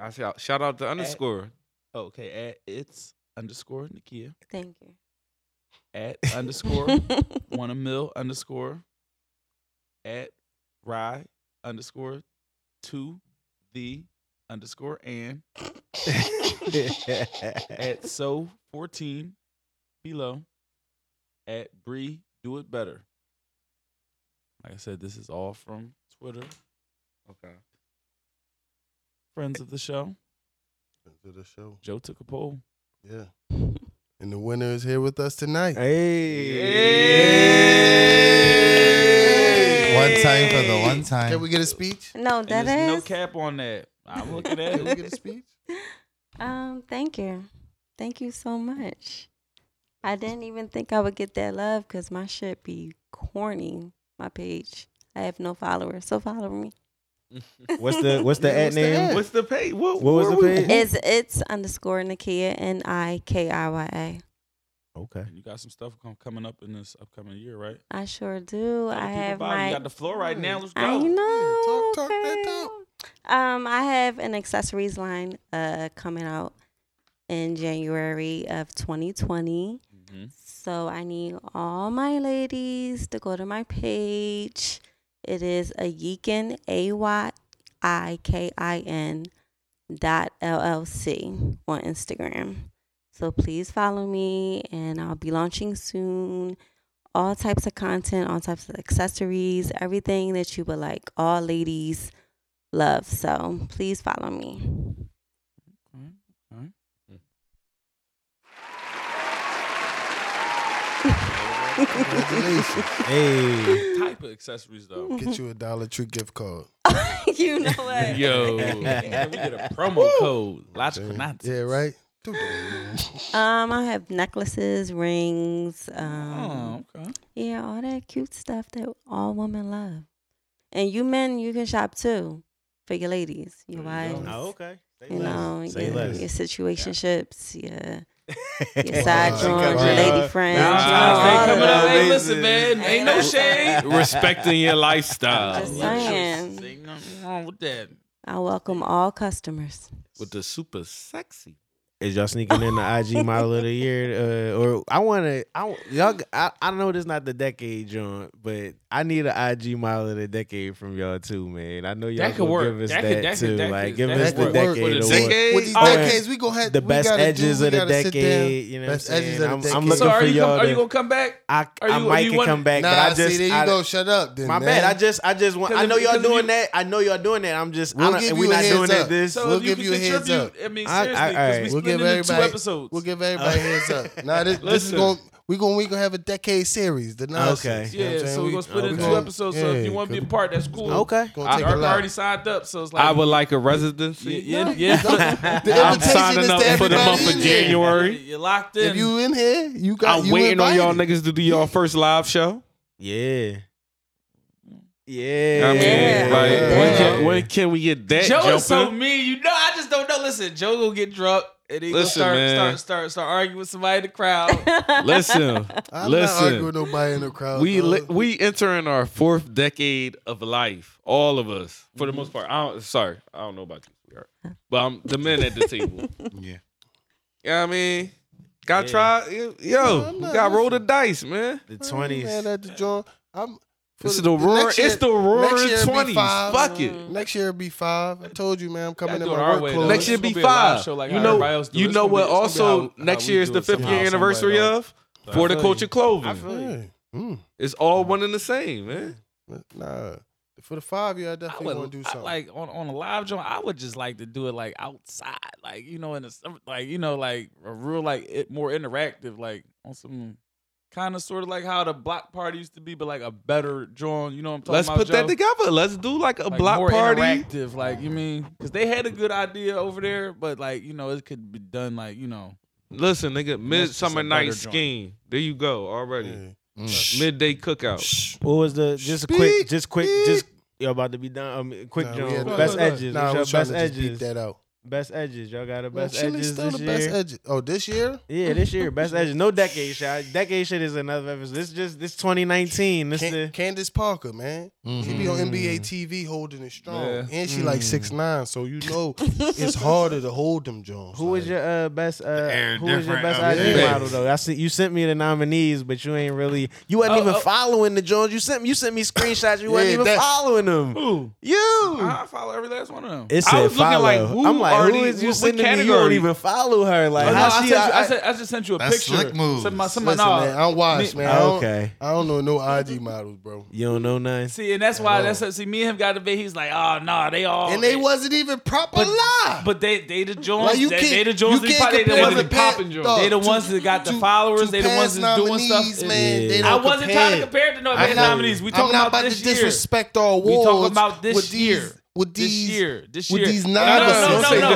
Speaker 5: I shout, shout out to underscore.
Speaker 3: Oh, Okay, at it's underscore Nikia
Speaker 6: Thank you.
Speaker 3: at underscore one a mil underscore at rye underscore to the underscore and at so 14 below at Bree do it better. Like I said, this is all from Twitter.
Speaker 5: Okay.
Speaker 3: Friends of the show.
Speaker 2: To the show.
Speaker 3: Joe took a poll.
Speaker 2: Yeah. And the winner is here with us tonight.
Speaker 8: hey.
Speaker 7: One time for the one time.
Speaker 2: Can we get a speech?
Speaker 6: no,
Speaker 3: And
Speaker 6: that
Speaker 3: there's
Speaker 6: is.
Speaker 3: no cap on that. I'm looking at
Speaker 2: Can we
Speaker 3: it.
Speaker 2: get a speech?
Speaker 6: Um, thank you. Thank you so much. I didn't even think I would get that love because my shit be corny. My page. I have no followers, so follow me.
Speaker 8: What's the what's the
Speaker 2: Yeah,
Speaker 8: at
Speaker 2: what's the
Speaker 8: name?
Speaker 2: at?
Speaker 5: What's the pay? What,
Speaker 8: What was
Speaker 5: where
Speaker 8: the
Speaker 5: we-
Speaker 8: page?
Speaker 6: It's it's underscore Nakia N I K I Y A.
Speaker 8: Okay.
Speaker 3: And you got some stuff com- coming up in this upcoming year, right?
Speaker 6: I sure
Speaker 3: Tell
Speaker 6: do.
Speaker 3: the
Speaker 6: I
Speaker 3: people
Speaker 6: have
Speaker 3: about it.
Speaker 6: my
Speaker 3: You got the floor right now. Let's go.
Speaker 6: I know.
Speaker 2: talk- talk that
Speaker 6: okay.
Speaker 2: talk.
Speaker 6: Um, I have an accessories line uh coming out in January of 2020.
Speaker 3: Mhm.
Speaker 6: So I need all my ladies to go to my page. It is a Yeekin A Y I K I N dot LLC on Instagram. So please follow me and I'll be launching soon. All types of content, all types of accessories, everything that you would like. All ladies love. So please follow me.
Speaker 2: Congratulations.
Speaker 8: Hey.
Speaker 3: Type of accessories though.
Speaker 6: Mm.
Speaker 2: Get you a Dollar Tree gift card.
Speaker 6: you know what?
Speaker 5: Yo,
Speaker 3: And we get a promo code. Logical nonsense.
Speaker 2: Yeah, right? Dude.
Speaker 6: Um, I have necklaces, rings, um,
Speaker 3: Oh, okay.
Speaker 6: yeah, all that cute stuff that all women love. And you men, you can shop too for your ladies, your wives,
Speaker 8: Oh, okay. Say
Speaker 6: you
Speaker 8: less.
Speaker 6: know,
Speaker 8: Say
Speaker 6: your,
Speaker 8: less.
Speaker 6: your situationships, yeah. your,
Speaker 8: Wow.
Speaker 6: side
Speaker 2: She
Speaker 6: joints,
Speaker 2: got
Speaker 6: your
Speaker 2: you.
Speaker 6: lady friends, you know,
Speaker 3: Valentine's Day
Speaker 6: all of
Speaker 3: coming up.
Speaker 6: that.
Speaker 3: Hey, listen, man. Ain't no shade.
Speaker 5: respecting your lifestyle
Speaker 6: Just saying.
Speaker 3: Ain't nothing wrong with that.
Speaker 6: I welcome all customers.
Speaker 5: with the super sexy.
Speaker 8: Is y'all sneaking in the IG model of the year? Uh, or I want to, I y'all, I, I know this not the decade joint, but I need an IG model of the decade from y'all too, man. I know y'all
Speaker 3: That could
Speaker 8: gonna
Speaker 3: work.
Speaker 8: give us that,
Speaker 3: That could- that could-
Speaker 8: too.
Speaker 3: that
Speaker 8: like,
Speaker 3: could-
Speaker 8: give
Speaker 3: that
Speaker 8: us
Speaker 3: could
Speaker 8: the
Speaker 3: work.
Speaker 8: decade award,
Speaker 5: With the
Speaker 2: With these
Speaker 5: Oh, yeah.
Speaker 2: decades, we gonna have
Speaker 8: the
Speaker 2: we
Speaker 8: best
Speaker 2: gotta do-
Speaker 8: edges
Speaker 2: we
Speaker 8: of the
Speaker 2: gotta sit
Speaker 8: decade.
Speaker 2: down.
Speaker 8: You know, what I'm
Speaker 2: Best edges
Speaker 8: saying?
Speaker 2: of the
Speaker 8: I'm,
Speaker 2: decade.
Speaker 8: I'm looking
Speaker 3: So are
Speaker 8: for
Speaker 3: you,
Speaker 8: y'all.
Speaker 3: gonna, are
Speaker 8: to-
Speaker 3: you gonna come back?
Speaker 8: I,
Speaker 3: are
Speaker 8: I
Speaker 3: you-
Speaker 8: might
Speaker 3: you
Speaker 8: can
Speaker 3: wanna-
Speaker 8: come back,
Speaker 2: Nah,
Speaker 8: but I just,
Speaker 2: see, there you
Speaker 8: I,
Speaker 2: go. Shut up. Then,
Speaker 8: My
Speaker 2: man.
Speaker 8: bad. I just I just want. I know y'all
Speaker 3: Because if you-
Speaker 8: doing that. I know y'all doing that. I'm just.
Speaker 2: We'll
Speaker 8: I don't,
Speaker 2: give
Speaker 8: and
Speaker 2: you
Speaker 8: we
Speaker 2: a
Speaker 8: not doing
Speaker 2: heads
Speaker 8: it
Speaker 2: up.
Speaker 8: this.
Speaker 3: So
Speaker 2: We'll
Speaker 3: if you
Speaker 2: give you a heads
Speaker 3: contribute,
Speaker 2: up.
Speaker 3: I mean,
Speaker 8: I- I-
Speaker 3: seriously, because we
Speaker 8: all right.
Speaker 2: We'll
Speaker 3: split
Speaker 2: give
Speaker 3: it into two
Speaker 2: everybody-
Speaker 3: episodes.
Speaker 2: We'll give everybody a heads up. Nah, this, this is
Speaker 5: Listen.
Speaker 2: going. We going. We gonna have a decade series. The nonsense.
Speaker 8: Okay.
Speaker 2: You know what I'm
Speaker 3: yeah,
Speaker 2: saying?
Speaker 3: so we're
Speaker 2: We-
Speaker 3: gonna split it into
Speaker 2: okay.
Speaker 3: two episodes. So if you
Speaker 2: Yeah,
Speaker 3: want to be a
Speaker 2: good.
Speaker 3: part, that's cool.
Speaker 8: okay.
Speaker 2: Gonna take
Speaker 3: I
Speaker 2: a lot.
Speaker 3: already signed up, so it's like
Speaker 5: I would like a
Speaker 3: Yeah,
Speaker 5: residency.
Speaker 3: yeah, yeah.
Speaker 2: The
Speaker 5: I'm
Speaker 2: invitation is
Speaker 5: signing
Speaker 2: to
Speaker 5: up for the
Speaker 2: everybody
Speaker 5: month
Speaker 2: in
Speaker 5: of
Speaker 2: here.
Speaker 5: January.
Speaker 3: You're locked in.
Speaker 2: If you in here, you got.
Speaker 5: I'm
Speaker 2: you
Speaker 5: waiting on
Speaker 2: invited.
Speaker 5: y'all niggas to do y'all first live show.
Speaker 8: Yeah.
Speaker 5: I
Speaker 8: Yeah.
Speaker 5: mean,
Speaker 6: Yeah.
Speaker 5: like, When, can,
Speaker 8: Yeah.
Speaker 5: when can we get that
Speaker 3: Joe is so
Speaker 5: jumping?
Speaker 3: mean. You know, I just don't know. Listen, Joe gonna get drunk and he gonna
Speaker 5: Listen,
Speaker 3: start,
Speaker 5: man.
Speaker 3: start start start arguing with somebody in the crowd.
Speaker 5: Listen,
Speaker 2: I'm not arguing
Speaker 5: listen.
Speaker 2: with nobody in the crowd.
Speaker 5: We
Speaker 2: dog.
Speaker 5: li- we entering our fourth decade of life, all of us, for the most part. I don't, sorry, I don't know about you, sweetheart. but I'm the men at the table.
Speaker 7: Yeah.
Speaker 5: You know what I mean? Got
Speaker 8: Yeah.
Speaker 5: tried. Yo,
Speaker 2: I'm not
Speaker 5: got roll the
Speaker 2: listening.
Speaker 5: dice, man.
Speaker 8: The
Speaker 2: I'm
Speaker 8: twenties.
Speaker 2: mad at the joint. I'm. for
Speaker 5: This is
Speaker 2: the-
Speaker 5: the roar.
Speaker 2: next year-
Speaker 5: It's the roaring
Speaker 2: year it'll be
Speaker 5: twenties.
Speaker 2: five. Mm.
Speaker 5: Fuck it.
Speaker 2: Next year it'll be five. I told you, man. I'm coming
Speaker 3: Gotta
Speaker 2: in
Speaker 3: do it
Speaker 2: my
Speaker 3: our
Speaker 2: work
Speaker 3: way, though.
Speaker 2: clothes.
Speaker 5: Next year
Speaker 3: It's gonna
Speaker 5: be
Speaker 3: be a live
Speaker 5: five.
Speaker 3: show like
Speaker 5: you
Speaker 3: how
Speaker 5: know,
Speaker 3: everybody else do.
Speaker 5: you
Speaker 3: It's
Speaker 5: know
Speaker 3: gonna be-
Speaker 5: what?
Speaker 3: it's gonna be
Speaker 5: Also,
Speaker 3: how- how
Speaker 5: next
Speaker 3: we
Speaker 5: year is
Speaker 3: do
Speaker 5: the
Speaker 3: it
Speaker 5: fifth
Speaker 3: somehow,
Speaker 5: year
Speaker 3: some way,
Speaker 5: anniversary
Speaker 3: dog.
Speaker 5: of for the
Speaker 8: feel
Speaker 5: culture
Speaker 8: you. I
Speaker 5: clothing.
Speaker 8: feel you.
Speaker 2: Yeah. Mm.
Speaker 5: It's all one and the same, man.
Speaker 2: Nah. For the five year, I
Speaker 3: I
Speaker 2: definitely want
Speaker 3: would
Speaker 2: to do
Speaker 3: I,
Speaker 2: something.
Speaker 3: like on, on a live joint. I would just like to do it like outside, like you know, in a summer- like you know, like a real like it, more interactive, like on some kind of sort of like how the block party used to be, but like a better joint. You know what I'm talking
Speaker 5: Let's
Speaker 3: about?
Speaker 5: put that
Speaker 3: Joe?
Speaker 5: together. Let's do like a
Speaker 3: Like,
Speaker 5: block
Speaker 3: more
Speaker 5: party.
Speaker 3: interactive, like you mean, because they had a good idea over there, but like you know, it could be done like you know,
Speaker 5: Listen, nigga,
Speaker 3: just a
Speaker 5: midsummer
Speaker 3: better
Speaker 5: night
Speaker 3: joint.
Speaker 5: scheme. There you go already.
Speaker 2: Yeah. Mm.
Speaker 5: Midday cookout.
Speaker 8: What was the just a quick, just quick, just y'all about to be done. Um, quick,
Speaker 2: Nah, we
Speaker 8: Jones.
Speaker 2: had to-
Speaker 8: best
Speaker 3: Nah,
Speaker 8: edges.
Speaker 2: Nah, I
Speaker 8: What's
Speaker 2: was
Speaker 8: your
Speaker 2: trying
Speaker 8: best
Speaker 2: to just beat
Speaker 8: edges.
Speaker 2: that out.
Speaker 8: Best edges. Y'all got a
Speaker 2: Man,
Speaker 8: best
Speaker 2: Chili's
Speaker 8: edges
Speaker 2: still
Speaker 8: this
Speaker 2: the
Speaker 8: year.
Speaker 2: best edges. Oh, this year?
Speaker 8: Yeah, this year, best edges. No decade shot. Decade shit is another episode. This just this 2019. This
Speaker 2: Can-
Speaker 8: the
Speaker 2: Candace Parker, man. She be on
Speaker 3: Mm-hmm.
Speaker 2: NBA TV holding it strong. And she like six
Speaker 3: Mm.
Speaker 2: nine, so you know it's harder to hold them Jones.
Speaker 8: who was your uh, best uh,
Speaker 7: air
Speaker 8: who was your
Speaker 7: different
Speaker 8: best
Speaker 7: of
Speaker 8: IG
Speaker 5: this.
Speaker 8: model though? I see you sent me the nominees, but you ain't really you wasn't
Speaker 3: Oh,
Speaker 8: even
Speaker 3: oh.
Speaker 8: following the Jones. You sent me you sent me screenshots. You wasn't
Speaker 2: Yeah,
Speaker 8: even
Speaker 2: that-
Speaker 8: following them.
Speaker 3: ooh,
Speaker 8: You.
Speaker 3: I follow every last one of them.
Speaker 8: It
Speaker 5: I was
Speaker 8: said
Speaker 5: looking like,
Speaker 8: follow.
Speaker 5: who
Speaker 8: I'm like,
Speaker 5: are
Speaker 8: who
Speaker 5: these-
Speaker 8: is you
Speaker 5: what- what
Speaker 8: sending me? You don't
Speaker 5: category?
Speaker 8: even follow her. Like,
Speaker 3: Oh, no,
Speaker 8: how
Speaker 3: I, sent
Speaker 8: she?
Speaker 3: you, I,
Speaker 8: I-
Speaker 3: said, I just sent you a
Speaker 7: That's
Speaker 3: picture.
Speaker 7: slick moves.
Speaker 3: Send my, send my,
Speaker 2: Listen,
Speaker 3: nah.
Speaker 2: man, I don't watch,
Speaker 3: Me-
Speaker 2: man. I don't,
Speaker 8: okay,
Speaker 2: I don't know no IG models, bro.
Speaker 8: you don't know nothing.
Speaker 3: See, and that's why that's see me and him got to be. He's like, oh no, they all
Speaker 2: And they wasn't even proper
Speaker 3: But-
Speaker 2: live.
Speaker 3: But they they the Jones.
Speaker 2: Like, you
Speaker 3: they,
Speaker 2: can't-
Speaker 3: they the Jones.
Speaker 2: you
Speaker 3: They,
Speaker 2: can't
Speaker 3: probably the
Speaker 2: compare
Speaker 3: ones
Speaker 2: the
Speaker 3: that
Speaker 2: past-
Speaker 3: popping
Speaker 2: dog,
Speaker 3: Jones. They the
Speaker 2: to-
Speaker 3: ones that got the
Speaker 2: to-
Speaker 3: followers.
Speaker 2: to
Speaker 3: They the ones
Speaker 2: past
Speaker 3: that's doing
Speaker 2: nominees,
Speaker 3: stuff.
Speaker 2: Man,
Speaker 8: Yeah.
Speaker 2: they
Speaker 3: I
Speaker 2: don't
Speaker 3: wasn't trying
Speaker 2: compare.
Speaker 3: to compare it to no
Speaker 2: I'm
Speaker 3: best
Speaker 2: not-
Speaker 3: nominees. We
Speaker 2: I'm
Speaker 3: talking
Speaker 2: not
Speaker 3: about,
Speaker 2: about,
Speaker 3: this
Speaker 2: to
Speaker 3: year.
Speaker 2: disrespect our awards.
Speaker 3: We talking about this
Speaker 2: with these,
Speaker 3: year.
Speaker 2: With these,
Speaker 3: this year, this
Speaker 2: with
Speaker 3: year.
Speaker 2: these
Speaker 3: no, no, no,
Speaker 2: novices.
Speaker 3: no,
Speaker 2: Say
Speaker 3: no,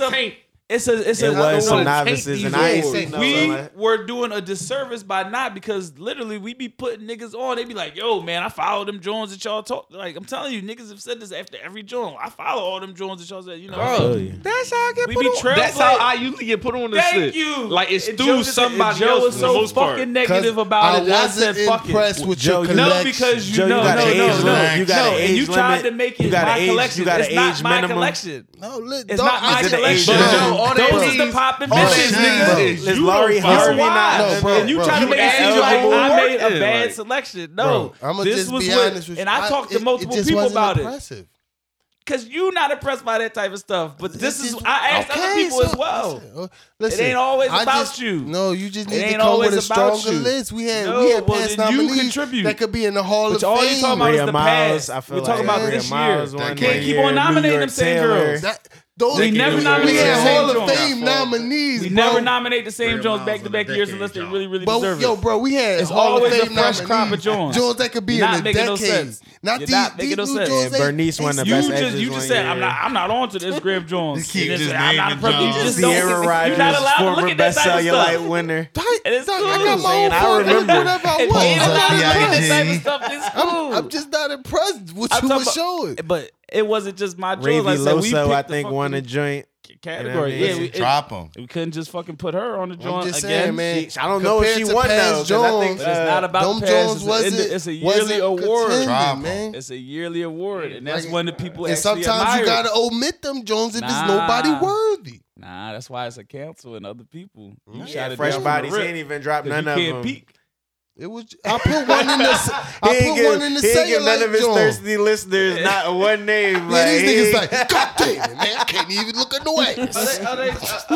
Speaker 5: disrespect.
Speaker 3: It's a, it's a, it's a.
Speaker 8: It
Speaker 3: I don't
Speaker 8: was some
Speaker 3: wanna take
Speaker 8: novices,
Speaker 3: these
Speaker 8: and I ain't
Speaker 3: awards.
Speaker 8: saying
Speaker 3: We
Speaker 8: nothing.
Speaker 3: were doing a disservice by not because literally we be putting niggas on. They be like, "Yo, man, I follow them Jones that y'all talk." Like I'm telling you, niggas have said this after every Jones. I follow all them Jones that y'all said. You know,
Speaker 5: Bro,
Speaker 8: feel you.
Speaker 5: that's how I get
Speaker 3: We
Speaker 5: put
Speaker 3: be
Speaker 5: on. That's
Speaker 3: trailblazing.
Speaker 5: how I usually get put on this
Speaker 3: Thank
Speaker 5: shit.
Speaker 3: you.
Speaker 5: Like it's
Speaker 3: And Joe
Speaker 5: through
Speaker 3: just- and
Speaker 5: somebody
Speaker 3: Joe
Speaker 5: else
Speaker 3: is
Speaker 5: for
Speaker 3: so
Speaker 5: the most part.
Speaker 3: fucking
Speaker 2: 'Cause
Speaker 3: negative about
Speaker 2: I
Speaker 3: it. that I said,
Speaker 2: wasn't
Speaker 3: fuck
Speaker 2: impressed
Speaker 3: it.
Speaker 2: with
Speaker 8: Joe,
Speaker 2: your
Speaker 8: you-
Speaker 3: No,
Speaker 2: collection.
Speaker 3: because you
Speaker 8: Joe, you
Speaker 3: know,
Speaker 8: got
Speaker 3: no, no,
Speaker 8: an age
Speaker 3: no,
Speaker 8: limit. You got
Speaker 3: no.
Speaker 8: an
Speaker 3: and you
Speaker 8: age
Speaker 3: tried
Speaker 8: limit.
Speaker 3: to make it
Speaker 8: You got
Speaker 3: my
Speaker 8: an age-
Speaker 3: collection.
Speaker 8: you got an
Speaker 3: it's not
Speaker 8: age
Speaker 3: my
Speaker 8: minimum.
Speaker 3: collection.
Speaker 2: No, look,
Speaker 3: It's
Speaker 2: dog,
Speaker 3: not my
Speaker 8: Is it an age
Speaker 3: collection.
Speaker 8: limit?
Speaker 3: Joe, all
Speaker 5: Bro,
Speaker 3: those is the
Speaker 5: these-
Speaker 3: popping
Speaker 2: all
Speaker 3: bitches,
Speaker 2: that
Speaker 3: nigga.
Speaker 2: shit,
Speaker 5: is
Speaker 8: Is
Speaker 5: you
Speaker 8: Laurie
Speaker 5: a
Speaker 3: It's
Speaker 8: Harvey
Speaker 5: fucking-
Speaker 8: not?
Speaker 2: No, bro,
Speaker 5: and you
Speaker 2: bro.
Speaker 5: try
Speaker 3: You
Speaker 5: to make it seem
Speaker 3: asked
Speaker 8: L-
Speaker 5: like
Speaker 3: like I
Speaker 5: I
Speaker 3: made a bad selection. No,
Speaker 2: I'ma
Speaker 3: this
Speaker 2: just
Speaker 3: was
Speaker 2: be
Speaker 3: what,
Speaker 2: honest with you.
Speaker 3: and I, talked to
Speaker 2: it-
Speaker 3: multiple
Speaker 2: it just
Speaker 3: people
Speaker 2: wasn't
Speaker 3: about it
Speaker 2: impressive.
Speaker 3: because you're not impressed by that type of stuff. But this is I asked other
Speaker 2: Okay,
Speaker 3: people
Speaker 2: so-
Speaker 3: as well.
Speaker 2: listen, oh, Listen,
Speaker 3: ain't always
Speaker 2: I
Speaker 3: about
Speaker 2: just-
Speaker 3: you.
Speaker 2: No, you just
Speaker 3: It
Speaker 2: need to
Speaker 3: ain't
Speaker 2: come with a
Speaker 3: always about
Speaker 2: stronger
Speaker 3: you.
Speaker 2: list. We had
Speaker 3: No,
Speaker 2: we had
Speaker 3: well,
Speaker 2: past
Speaker 3: then you
Speaker 2: nominees
Speaker 3: contribute.
Speaker 2: that could be in the Hall
Speaker 3: But
Speaker 2: of
Speaker 3: all you
Speaker 2: Fame.
Speaker 3: talking about is
Speaker 8: Rhea
Speaker 3: the
Speaker 8: Miles,
Speaker 3: past.
Speaker 8: I feel
Speaker 3: We're talking
Speaker 8: like
Speaker 3: about
Speaker 8: Rhea
Speaker 3: this
Speaker 8: Miles
Speaker 3: year.
Speaker 8: one
Speaker 3: Can't keep
Speaker 8: year,
Speaker 3: on nominating
Speaker 8: New
Speaker 3: them
Speaker 8: York
Speaker 3: same
Speaker 8: Taylor.
Speaker 3: girls.
Speaker 2: that, those
Speaker 3: They never nominated
Speaker 2: we had
Speaker 3: the same
Speaker 2: Hall of
Speaker 3: Jones.
Speaker 2: Fame nominees.
Speaker 3: We
Speaker 2: bro.
Speaker 3: never nominate the same
Speaker 7: Rhea
Speaker 3: Jones
Speaker 7: Miles
Speaker 3: back to back
Speaker 7: on a
Speaker 3: years
Speaker 7: decade,
Speaker 3: unless they
Speaker 7: y'all.
Speaker 3: really, really
Speaker 2: But
Speaker 3: deserve
Speaker 2: yo,
Speaker 3: it.
Speaker 2: bro, we had
Speaker 3: It's
Speaker 2: Hall of
Speaker 3: always a
Speaker 2: Fame
Speaker 3: fresh crop of
Speaker 2: nominees.
Speaker 3: Jones.
Speaker 2: Jones that could be
Speaker 3: You're
Speaker 2: in
Speaker 3: not
Speaker 2: a
Speaker 3: making no
Speaker 2: decade.
Speaker 3: sense.
Speaker 2: Not
Speaker 3: You're
Speaker 2: these,
Speaker 3: not making
Speaker 2: these
Speaker 3: no
Speaker 2: new
Speaker 3: sense.
Speaker 2: Jones.
Speaker 8: Yeah, Bernice won the
Speaker 3: You
Speaker 8: best
Speaker 3: just
Speaker 8: edges
Speaker 3: you just
Speaker 8: one
Speaker 3: said
Speaker 8: year.
Speaker 3: I'm not I'm not on to this Graham Jones.
Speaker 7: Just keep
Speaker 3: And it's-
Speaker 7: just
Speaker 3: I'm not
Speaker 7: naming
Speaker 3: impressed. You
Speaker 7: Jones.
Speaker 3: just don't-
Speaker 8: Sierra
Speaker 3: You're not
Speaker 8: Rogers,
Speaker 3: allowed to
Speaker 8: former
Speaker 3: look at that
Speaker 8: best
Speaker 3: type of stuff.
Speaker 8: cellulite winner.
Speaker 3: And it's
Speaker 2: I
Speaker 3: cool.
Speaker 2: got my
Speaker 8: saying,
Speaker 2: own
Speaker 8: I
Speaker 2: phone. I
Speaker 8: remember.
Speaker 2: do whatever I
Speaker 3: And-
Speaker 2: want.
Speaker 3: and
Speaker 7: Pulls
Speaker 2: I'm
Speaker 3: I'm
Speaker 7: up
Speaker 3: not
Speaker 7: the
Speaker 2: not-
Speaker 3: impressed with that
Speaker 7: IG.
Speaker 3: type of stuff. It's cool.
Speaker 2: I'm, I'm just not impressed with
Speaker 3: I'm
Speaker 2: you
Speaker 3: talking
Speaker 2: was
Speaker 3: about-
Speaker 2: showing.
Speaker 3: but it wasn't just my
Speaker 8: Ravi
Speaker 3: choice. Like I said, we
Speaker 8: Loso,
Speaker 3: picked
Speaker 8: I
Speaker 3: the
Speaker 8: think,
Speaker 3: fucking
Speaker 8: won a joint.
Speaker 3: category.
Speaker 8: You know what I mean?
Speaker 3: yeah, we, it-
Speaker 7: Drop them.
Speaker 3: we couldn't just fucking put her on the joint
Speaker 2: I'm just
Speaker 3: again.
Speaker 2: saying, man.
Speaker 8: She- I don't know if
Speaker 2: compared
Speaker 8: she
Speaker 2: to
Speaker 8: won
Speaker 2: past
Speaker 8: though. 'cause I think
Speaker 2: Jones,
Speaker 3: But it's not about
Speaker 2: Dom
Speaker 3: the
Speaker 2: Jones
Speaker 3: past.
Speaker 2: wasn't.
Speaker 3: It's, a, it's a
Speaker 2: wasn't
Speaker 3: yearly award.
Speaker 2: contending,
Speaker 7: Drop 'em.
Speaker 2: man.
Speaker 3: It's a yearly award, and that's
Speaker 2: Like,
Speaker 3: when the people
Speaker 2: And
Speaker 3: actually
Speaker 2: sometimes you
Speaker 3: admire it.
Speaker 2: gotta omit them Jones if it's
Speaker 3: Nah.
Speaker 2: nobody worthy.
Speaker 3: Nah, that's why it's a council and other people. You
Speaker 2: Yeah,
Speaker 3: shot it
Speaker 8: Fresh
Speaker 3: down from
Speaker 8: bodies.
Speaker 3: the
Speaker 8: He
Speaker 3: rip
Speaker 8: ain't even dropped
Speaker 3: 'cause
Speaker 8: none
Speaker 3: you
Speaker 8: of
Speaker 3: can't
Speaker 8: them.
Speaker 3: peak.
Speaker 2: It was. I put one in the. s-
Speaker 8: He
Speaker 2: I
Speaker 8: ain't
Speaker 2: put
Speaker 8: give-
Speaker 2: one in the
Speaker 8: he ain't give none of
Speaker 2: cellulite
Speaker 8: his
Speaker 2: Jones.
Speaker 8: thirsty list. There's not one name. Like,
Speaker 2: Yeah, these niggas
Speaker 8: he-
Speaker 2: like, God damn it, man! I can't even look at no ass.
Speaker 4: Are they, are they,
Speaker 2: What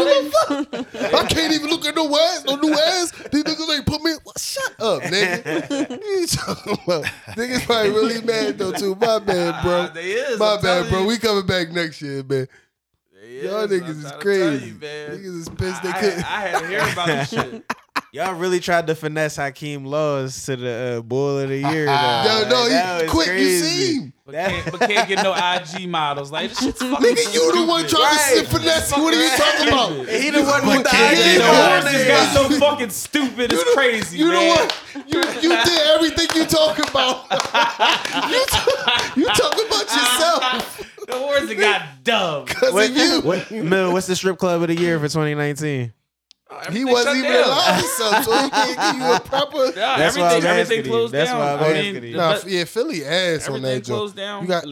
Speaker 2: the fuck? I can't even look at no ass, no new ass. These niggas ain't put me. What? Shut up, nigga. you talking about? Niggas probably really mad though too. My bad, bro.
Speaker 4: they is.
Speaker 2: My
Speaker 4: I'm
Speaker 2: bad,
Speaker 4: telling
Speaker 2: bro.
Speaker 4: you.
Speaker 2: We coming back next year, man.
Speaker 4: They is.
Speaker 2: Y'all
Speaker 4: I'm
Speaker 2: niggas is
Speaker 4: trying to tell
Speaker 2: crazy.
Speaker 4: you, man.
Speaker 2: niggas is pissed. They
Speaker 4: I,
Speaker 2: couldn't.
Speaker 4: I had to hear about this shit.
Speaker 8: Y'all really tried to finesse Hakeem Laws to the uh, bull of the year. Though.
Speaker 2: no,
Speaker 8: Like,
Speaker 2: no,
Speaker 8: that
Speaker 2: he,
Speaker 8: was
Speaker 2: quick. You
Speaker 8: crazy.
Speaker 2: see him.
Speaker 3: But can't, but can't get no IG models. Like this shit's fucking.
Speaker 2: Nigga, you the one trying
Speaker 8: Right.
Speaker 2: to sit finesse. What are you talking about?
Speaker 8: He the one
Speaker 7: But
Speaker 8: with the
Speaker 7: can't
Speaker 8: idea.
Speaker 3: The
Speaker 7: get no
Speaker 8: though.
Speaker 3: horns
Speaker 7: idea.
Speaker 3: has got so fucking stupid. It's crazy,
Speaker 2: You
Speaker 3: man.
Speaker 2: the one. You, you did everything you talk about. you, talk, you talk about yourself.
Speaker 3: The horns that got dumb.
Speaker 2: 'Cause
Speaker 8: What,
Speaker 2: of you.
Speaker 8: what, Mill, what's the strip club of the year for 2019?
Speaker 2: He wasn't even
Speaker 3: down.
Speaker 2: allowed some, so he can't give you a proper.
Speaker 3: Yeah,
Speaker 8: That's why
Speaker 3: Uh, everything,
Speaker 8: I'm asking
Speaker 3: everything
Speaker 8: you.
Speaker 3: closed
Speaker 8: That's
Speaker 3: down.
Speaker 8: why I'm
Speaker 3: I mean,
Speaker 8: asking you.
Speaker 3: the
Speaker 2: Nah,
Speaker 3: best-
Speaker 2: yeah, Philly ass on
Speaker 3: everything
Speaker 2: that joke.
Speaker 3: closed down.
Speaker 2: You got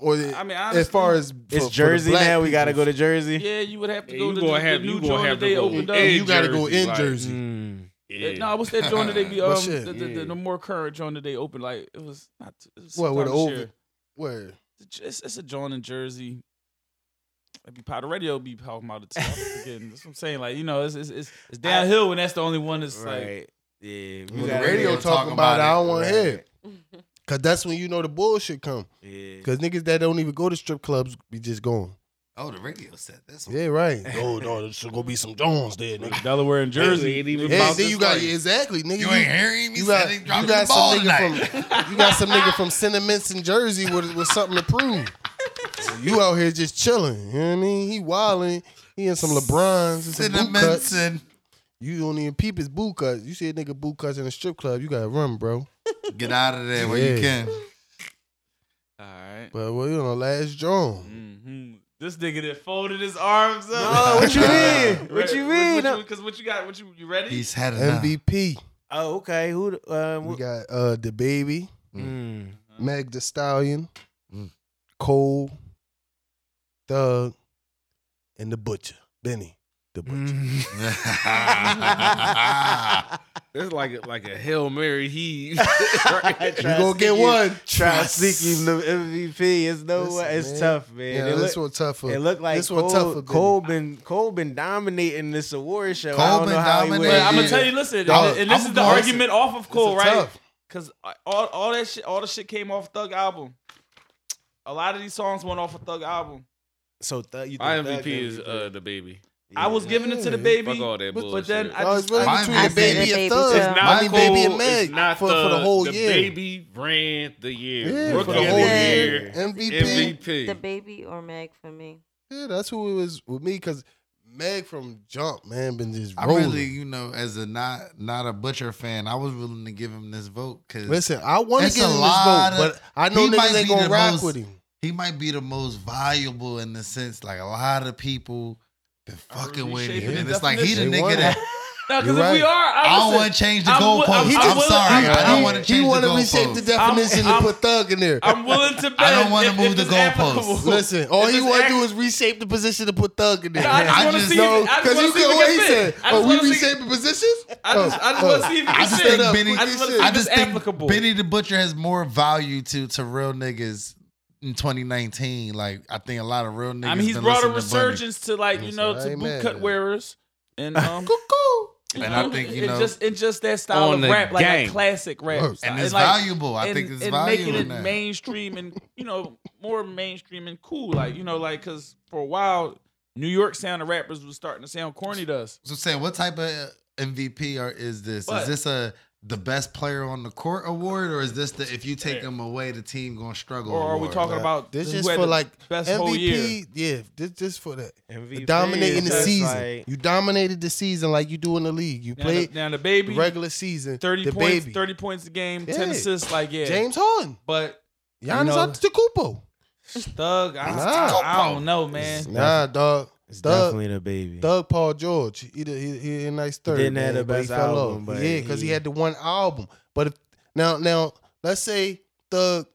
Speaker 2: Or the-
Speaker 3: I mean,
Speaker 2: as far
Speaker 3: honestly,
Speaker 2: as for- for
Speaker 8: It's
Speaker 2: the
Speaker 8: Jersey
Speaker 2: black
Speaker 8: now. We got to
Speaker 2: people,
Speaker 8: go to Jersey.
Speaker 3: yeah, you would have to
Speaker 5: Yeah,
Speaker 3: go
Speaker 5: you
Speaker 3: to
Speaker 5: gonna
Speaker 3: the,
Speaker 5: have-
Speaker 3: the
Speaker 5: you
Speaker 3: new
Speaker 5: gonna
Speaker 3: joint
Speaker 5: have
Speaker 3: that
Speaker 5: to
Speaker 3: they
Speaker 5: go
Speaker 3: opened up.
Speaker 5: in
Speaker 2: you got to go
Speaker 5: Jersey,
Speaker 2: in
Speaker 5: like-
Speaker 2: Jersey.
Speaker 8: Mm-hmm. Mm.
Speaker 5: Yeah.
Speaker 3: No, what's that joint that they be
Speaker 2: But
Speaker 3: um
Speaker 2: shit.
Speaker 3: the, the, the, the more current joint that they opened? Like it was not. It was
Speaker 2: What, with the
Speaker 3: sometime this
Speaker 2: oval-
Speaker 3: year.
Speaker 2: Where?
Speaker 3: It's, it's a joint in Jersey. It be part of radio be talking about it. too. I keep forgetting. that's what I'm saying. Like you know, it's it's it's, it's downhill when that's the only one that's like.
Speaker 8: Right. Yeah.
Speaker 7: When
Speaker 2: the
Speaker 7: gotta
Speaker 2: radio
Speaker 7: hear
Speaker 2: talking
Speaker 7: them
Speaker 2: about, it,
Speaker 7: talk about
Speaker 2: I
Speaker 7: it.
Speaker 2: don't want to hear it.
Speaker 6: Mhm.
Speaker 2: Cause that's when you know the bullshit come.
Speaker 8: Yeah.
Speaker 2: Cause niggas that don't even go to strip clubs be just going.
Speaker 7: Oh, the radio set. That's what
Speaker 2: Yeah, right. oh no, there's gonna be some Jones there, nigga.
Speaker 3: Delaware and Jersey.
Speaker 5: ain't even
Speaker 2: Yeah,
Speaker 5: about
Speaker 2: and then
Speaker 5: this
Speaker 2: you got
Speaker 5: life.
Speaker 2: exactly, nigga.
Speaker 7: you ain't hearing me.
Speaker 2: you
Speaker 7: You
Speaker 2: got-
Speaker 7: got,
Speaker 2: you
Speaker 7: dropping
Speaker 2: got
Speaker 7: the
Speaker 2: some
Speaker 7: ball
Speaker 2: nigga
Speaker 7: tonight.
Speaker 2: you got some nigga from Sentiments in Jersey with, with something to prove. You out here just chilling. You know what I mean? He wilding. He in some LeBrons and some boot
Speaker 7: Cinnamons
Speaker 2: cuts.
Speaker 7: and
Speaker 2: You don't even peep his boot cuts. You see a nigga boot cuts in a strip club, you gotta run, bro.
Speaker 7: get out of there when you
Speaker 2: Yeah.
Speaker 7: can.
Speaker 3: All right.
Speaker 2: But well, you know, last drawn.
Speaker 3: hmm This nigga that folded his arms up.
Speaker 8: Oh, what you mean?
Speaker 3: Right.
Speaker 8: What you mean?
Speaker 3: What, Because what, you got? What you you ready?
Speaker 7: He's had enough.
Speaker 2: MVP.
Speaker 8: Oh, okay. Who? the- Uh,
Speaker 2: We
Speaker 8: wh-
Speaker 2: got uh the baby,
Speaker 8: mm.
Speaker 2: Meg the Stallion, Cole, Thug, and the Butcher. Benny. The Butcher.
Speaker 5: That's like a, like a hail mary. He
Speaker 2: You gonna get one.
Speaker 8: Try to sneak him the MVP. It's no
Speaker 2: Listen,
Speaker 8: way. It's
Speaker 2: man.
Speaker 8: tough, man.
Speaker 2: Yeah,
Speaker 8: it,
Speaker 2: this
Speaker 8: look,
Speaker 2: one tougher.
Speaker 8: it look like
Speaker 2: this one
Speaker 8: Cole,
Speaker 2: tougher,
Speaker 8: Cole been Cole been dominating this award show. I
Speaker 7: Cole
Speaker 8: don't
Speaker 7: been
Speaker 8: know how he
Speaker 7: dominating.
Speaker 8: went.
Speaker 3: I'm gonna
Speaker 7: Yeah.
Speaker 3: tell you. Listen,
Speaker 2: Dog,
Speaker 3: and this
Speaker 7: I'm
Speaker 3: is the
Speaker 7: gonna-
Speaker 3: argument off of Cole,
Speaker 2: It's
Speaker 3: right?
Speaker 2: tough.
Speaker 3: Cause all, all that shit, all the shit came off Thug album. A lot of these songs went off a Thug album.
Speaker 8: So Thug, you think
Speaker 5: My
Speaker 8: Thug
Speaker 5: MVP is
Speaker 8: MVP?
Speaker 5: uh, the baby.
Speaker 8: Yeah. Oh,
Speaker 3: I was giving it to the
Speaker 2: Yeah,
Speaker 3: baby,
Speaker 5: fuck all that
Speaker 3: but, but then
Speaker 5: bullshit.
Speaker 3: I
Speaker 2: No, Oh, it's
Speaker 3: just
Speaker 2: really
Speaker 7: I-
Speaker 2: between
Speaker 7: I
Speaker 2: the
Speaker 7: said
Speaker 2: baby
Speaker 6: the
Speaker 2: and
Speaker 6: baby
Speaker 2: Thug.
Speaker 6: too. It's
Speaker 5: not
Speaker 2: Mine,
Speaker 5: Cole,
Speaker 2: baby and Meg
Speaker 5: it's not
Speaker 2: for, for the whole year.
Speaker 5: baby ran the year.
Speaker 2: Yeah,
Speaker 5: Rookie
Speaker 2: for the
Speaker 5: of
Speaker 2: whole
Speaker 5: the
Speaker 6: year.
Speaker 5: year.
Speaker 2: MVP.
Speaker 5: MVP.
Speaker 6: The baby or Meg for me.
Speaker 2: Yeah, that's who it was with me because Meg from Jump, man, been just
Speaker 7: I
Speaker 2: rolling.
Speaker 7: really, you know, as a not not a butcher fan, I was willing to give him this vote because
Speaker 2: Listen, I want to
Speaker 7: That's
Speaker 2: give
Speaker 7: a
Speaker 2: him this vote,
Speaker 7: lot of-
Speaker 2: but I know
Speaker 7: he might
Speaker 2: niggas ain't
Speaker 7: be
Speaker 2: gonna
Speaker 7: the
Speaker 2: rock
Speaker 7: most-
Speaker 2: with him.
Speaker 7: he might be the most valuable in the sense like a lot of people been fucking with him,
Speaker 3: reshaping
Speaker 7: and
Speaker 3: the
Speaker 7: it's like he the
Speaker 2: definition. They
Speaker 7: nigga
Speaker 2: want
Speaker 7: that
Speaker 3: no,
Speaker 2: You're
Speaker 3: because if
Speaker 2: right.
Speaker 3: we are,
Speaker 7: I don't
Speaker 3: I
Speaker 7: want to change the
Speaker 3: I'm wi-
Speaker 7: goalpost.
Speaker 3: I'm-
Speaker 7: I'm,
Speaker 3: I'm willing-
Speaker 7: sorry,
Speaker 3: I'm-
Speaker 7: I don't
Speaker 3: I'm-
Speaker 7: want to
Speaker 2: He
Speaker 7: change the
Speaker 2: want to
Speaker 7: goalpost.
Speaker 2: reshape the definition
Speaker 3: I'm-
Speaker 2: and put Thug in there.
Speaker 3: I'm willing to bet.
Speaker 7: I don't wanna
Speaker 3: if-
Speaker 7: move
Speaker 3: if
Speaker 7: the
Speaker 3: it's applicable.
Speaker 7: goalposts.
Speaker 2: Listen, all
Speaker 3: If
Speaker 2: he
Speaker 3: it's
Speaker 2: want to
Speaker 3: act-
Speaker 2: do is reshape the position to put Thug in there.
Speaker 3: No, I just
Speaker 7: I
Speaker 3: want to
Speaker 7: just-
Speaker 3: see.
Speaker 2: no,
Speaker 3: if- I just
Speaker 2: because
Speaker 3: wanna
Speaker 2: you
Speaker 3: see
Speaker 2: get
Speaker 3: if it
Speaker 2: what
Speaker 3: can
Speaker 2: he
Speaker 3: fit.
Speaker 2: said.
Speaker 3: I
Speaker 2: Are
Speaker 3: just
Speaker 2: we
Speaker 3: wanna see-
Speaker 2: reshaping positions?
Speaker 3: I just, I just
Speaker 8: Oh.
Speaker 3: want to see if it
Speaker 7: I
Speaker 3: can
Speaker 7: just
Speaker 3: fit.
Speaker 7: think Benny-
Speaker 3: I just wanna see
Speaker 7: I
Speaker 3: if
Speaker 7: just
Speaker 3: it's
Speaker 7: think
Speaker 3: applicable.
Speaker 7: Benny the Butcher has more value to to real niggas in 2019. Like I think a lot of real niggas.
Speaker 3: I mean, he's
Speaker 7: been
Speaker 3: brought a
Speaker 7: listening to Bunny.
Speaker 3: resurgence to like you
Speaker 2: Listen,
Speaker 3: know
Speaker 2: I
Speaker 3: to
Speaker 2: ain't
Speaker 3: boot
Speaker 2: mad
Speaker 3: cut
Speaker 2: at it.
Speaker 3: wearers and um. you
Speaker 7: And I
Speaker 3: know,
Speaker 7: think, you
Speaker 3: it
Speaker 7: know,
Speaker 3: just it's just that style
Speaker 5: on
Speaker 3: of
Speaker 5: the
Speaker 3: rap, like
Speaker 5: gang.
Speaker 3: a classic rap,
Speaker 2: Word.
Speaker 7: and
Speaker 3: style.
Speaker 7: it's
Speaker 3: like,
Speaker 7: valuable. I
Speaker 3: and,
Speaker 7: think it's
Speaker 3: and
Speaker 7: valuable.
Speaker 3: making it
Speaker 7: in that.
Speaker 3: mainstream and you know more mainstream and cool. Like you know, like because for a while, New York sound of rappers was starting to sound corny to us.
Speaker 7: so saying, what type of MVP are, is this?
Speaker 3: But-
Speaker 7: Is this a the best player on the court award, or is this the if you take him away, the team gonna struggle?
Speaker 3: Or are we
Speaker 7: award?
Speaker 3: talking about
Speaker 2: This
Speaker 3: who
Speaker 2: just
Speaker 3: had
Speaker 2: for
Speaker 3: the
Speaker 2: like
Speaker 3: best whole year?
Speaker 2: MVP. Yeah, this just for that.
Speaker 8: MVP
Speaker 2: dominating
Speaker 8: is
Speaker 2: the
Speaker 8: just
Speaker 2: season.
Speaker 8: like-
Speaker 2: you dominated the season like you do in the league. You
Speaker 3: Now the,
Speaker 2: played
Speaker 3: now the baby,
Speaker 2: regular season.
Speaker 3: thirty
Speaker 2: the
Speaker 3: points,
Speaker 2: baby.
Speaker 3: thirty points a game, ten
Speaker 2: Yeah.
Speaker 3: assists. Like yeah,
Speaker 2: James Harden.
Speaker 3: but
Speaker 2: Giannis
Speaker 3: know-
Speaker 2: Antetokounmpo.
Speaker 3: Thug, I,
Speaker 2: Nah.
Speaker 3: I don't know, man.
Speaker 2: Nah, dog.
Speaker 8: It's
Speaker 2: Thug-
Speaker 8: definitely the baby.
Speaker 2: Thug Paul George. He, the- he, he a nice third.
Speaker 8: didn't have
Speaker 2: man,
Speaker 8: the
Speaker 2: but he
Speaker 8: best
Speaker 2: fell
Speaker 8: album,
Speaker 2: off.
Speaker 8: but
Speaker 2: yeah, because he
Speaker 8: he-
Speaker 2: had the one album. But if now now let's say Thug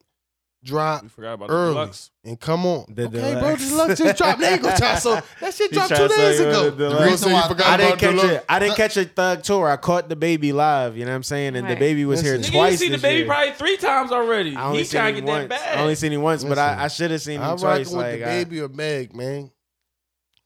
Speaker 2: drop
Speaker 3: We forgot about
Speaker 2: Early.
Speaker 3: the deluxe.
Speaker 2: and come on.
Speaker 8: The
Speaker 2: okay, bro,
Speaker 8: Deluxe.
Speaker 2: the deluxe just dropped. They ain't gonna try so that shit
Speaker 8: He
Speaker 2: dropped
Speaker 8: tried
Speaker 2: two
Speaker 8: to
Speaker 2: days
Speaker 8: say,
Speaker 2: ago.
Speaker 8: uh, the
Speaker 2: You
Speaker 8: Deluxe.
Speaker 2: gonna say you
Speaker 7: I
Speaker 2: forgot
Speaker 8: I didn't
Speaker 2: about
Speaker 8: catch
Speaker 2: Deluxe?
Speaker 8: it. I didn't catch a thug tour. I caught the baby live. You know what I'm saying? And the
Speaker 6: Right.
Speaker 8: baby was
Speaker 2: Listen.
Speaker 8: here
Speaker 2: Nigga,
Speaker 3: Nigga,
Speaker 8: twice.
Speaker 3: you seen the
Speaker 8: this
Speaker 3: baby
Speaker 8: year.
Speaker 3: probably three times already.
Speaker 8: I only
Speaker 3: He
Speaker 8: seen
Speaker 3: trying to
Speaker 8: him
Speaker 3: get that
Speaker 8: once.
Speaker 3: bag.
Speaker 8: I only seen him once, but
Speaker 2: Listen,
Speaker 8: I, I should have seen him
Speaker 2: I'm
Speaker 8: twice.
Speaker 2: rocking with
Speaker 8: Like
Speaker 2: the
Speaker 8: I,
Speaker 2: baby or Meg, man.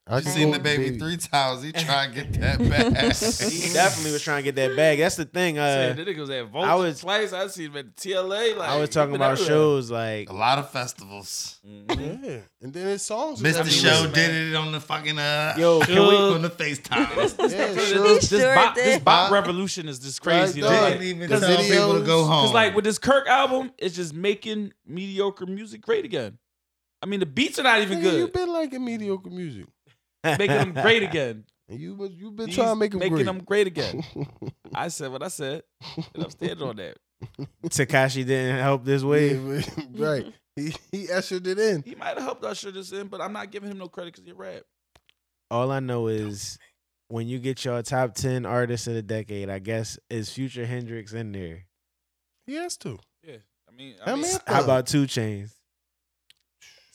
Speaker 2: I
Speaker 7: You
Speaker 2: just
Speaker 7: seen
Speaker 2: go
Speaker 7: the
Speaker 2: with
Speaker 7: baby three times. He trying to get that back.
Speaker 8: he definitely was trying to get that bag. That's the thing.
Speaker 3: Said
Speaker 8: Uh,
Speaker 3: the nigga was at
Speaker 8: I
Speaker 3: Volta
Speaker 8: was-
Speaker 3: Place. I seen him at the TLA. Like
Speaker 8: I was talking
Speaker 3: he been
Speaker 8: about
Speaker 3: everywhere.
Speaker 8: shows like
Speaker 7: a lot of festivals.
Speaker 3: Mm-hmm.
Speaker 2: Yeah, and then his songs.
Speaker 7: Missed
Speaker 2: I
Speaker 7: the
Speaker 2: mean,
Speaker 7: show,
Speaker 2: listen,
Speaker 7: did it on the fucking uh,
Speaker 8: Yo, can we-
Speaker 7: on the FaceTime.
Speaker 2: Yeah,
Speaker 3: This,
Speaker 2: sure.
Speaker 6: He
Speaker 3: this
Speaker 6: sure
Speaker 3: bop, this
Speaker 6: did.
Speaker 3: bop revolution is just crazy.
Speaker 2: Right, dog.
Speaker 3: Right,
Speaker 7: didn't even
Speaker 2: Cause
Speaker 7: tell people
Speaker 2: videos-
Speaker 7: to go
Speaker 3: Because
Speaker 7: home.
Speaker 3: like with this Kirk album, it's just making mediocre music great again. I mean, the beats are not even
Speaker 2: nigga, You
Speaker 3: good.
Speaker 2: been liking mediocre music,
Speaker 3: Making them great again.
Speaker 2: and you was- you been
Speaker 3: He's
Speaker 2: trying to make them
Speaker 3: making
Speaker 2: great.
Speaker 3: them great again. I said what I said, and I'm standing on that.
Speaker 8: Takashi didn't help this wave.
Speaker 2: Yeah, but- right. He he ushered it in.
Speaker 3: He might have helped usher this in, but I'm not giving him no credit because he rap.
Speaker 8: All I know is when you get your top ten artists of the decade, I guess is Future Hendrix in there.
Speaker 2: He has to.
Speaker 3: Yeah, I mean,
Speaker 2: I
Speaker 3: I mean,
Speaker 2: mean,
Speaker 8: How about Two Chains?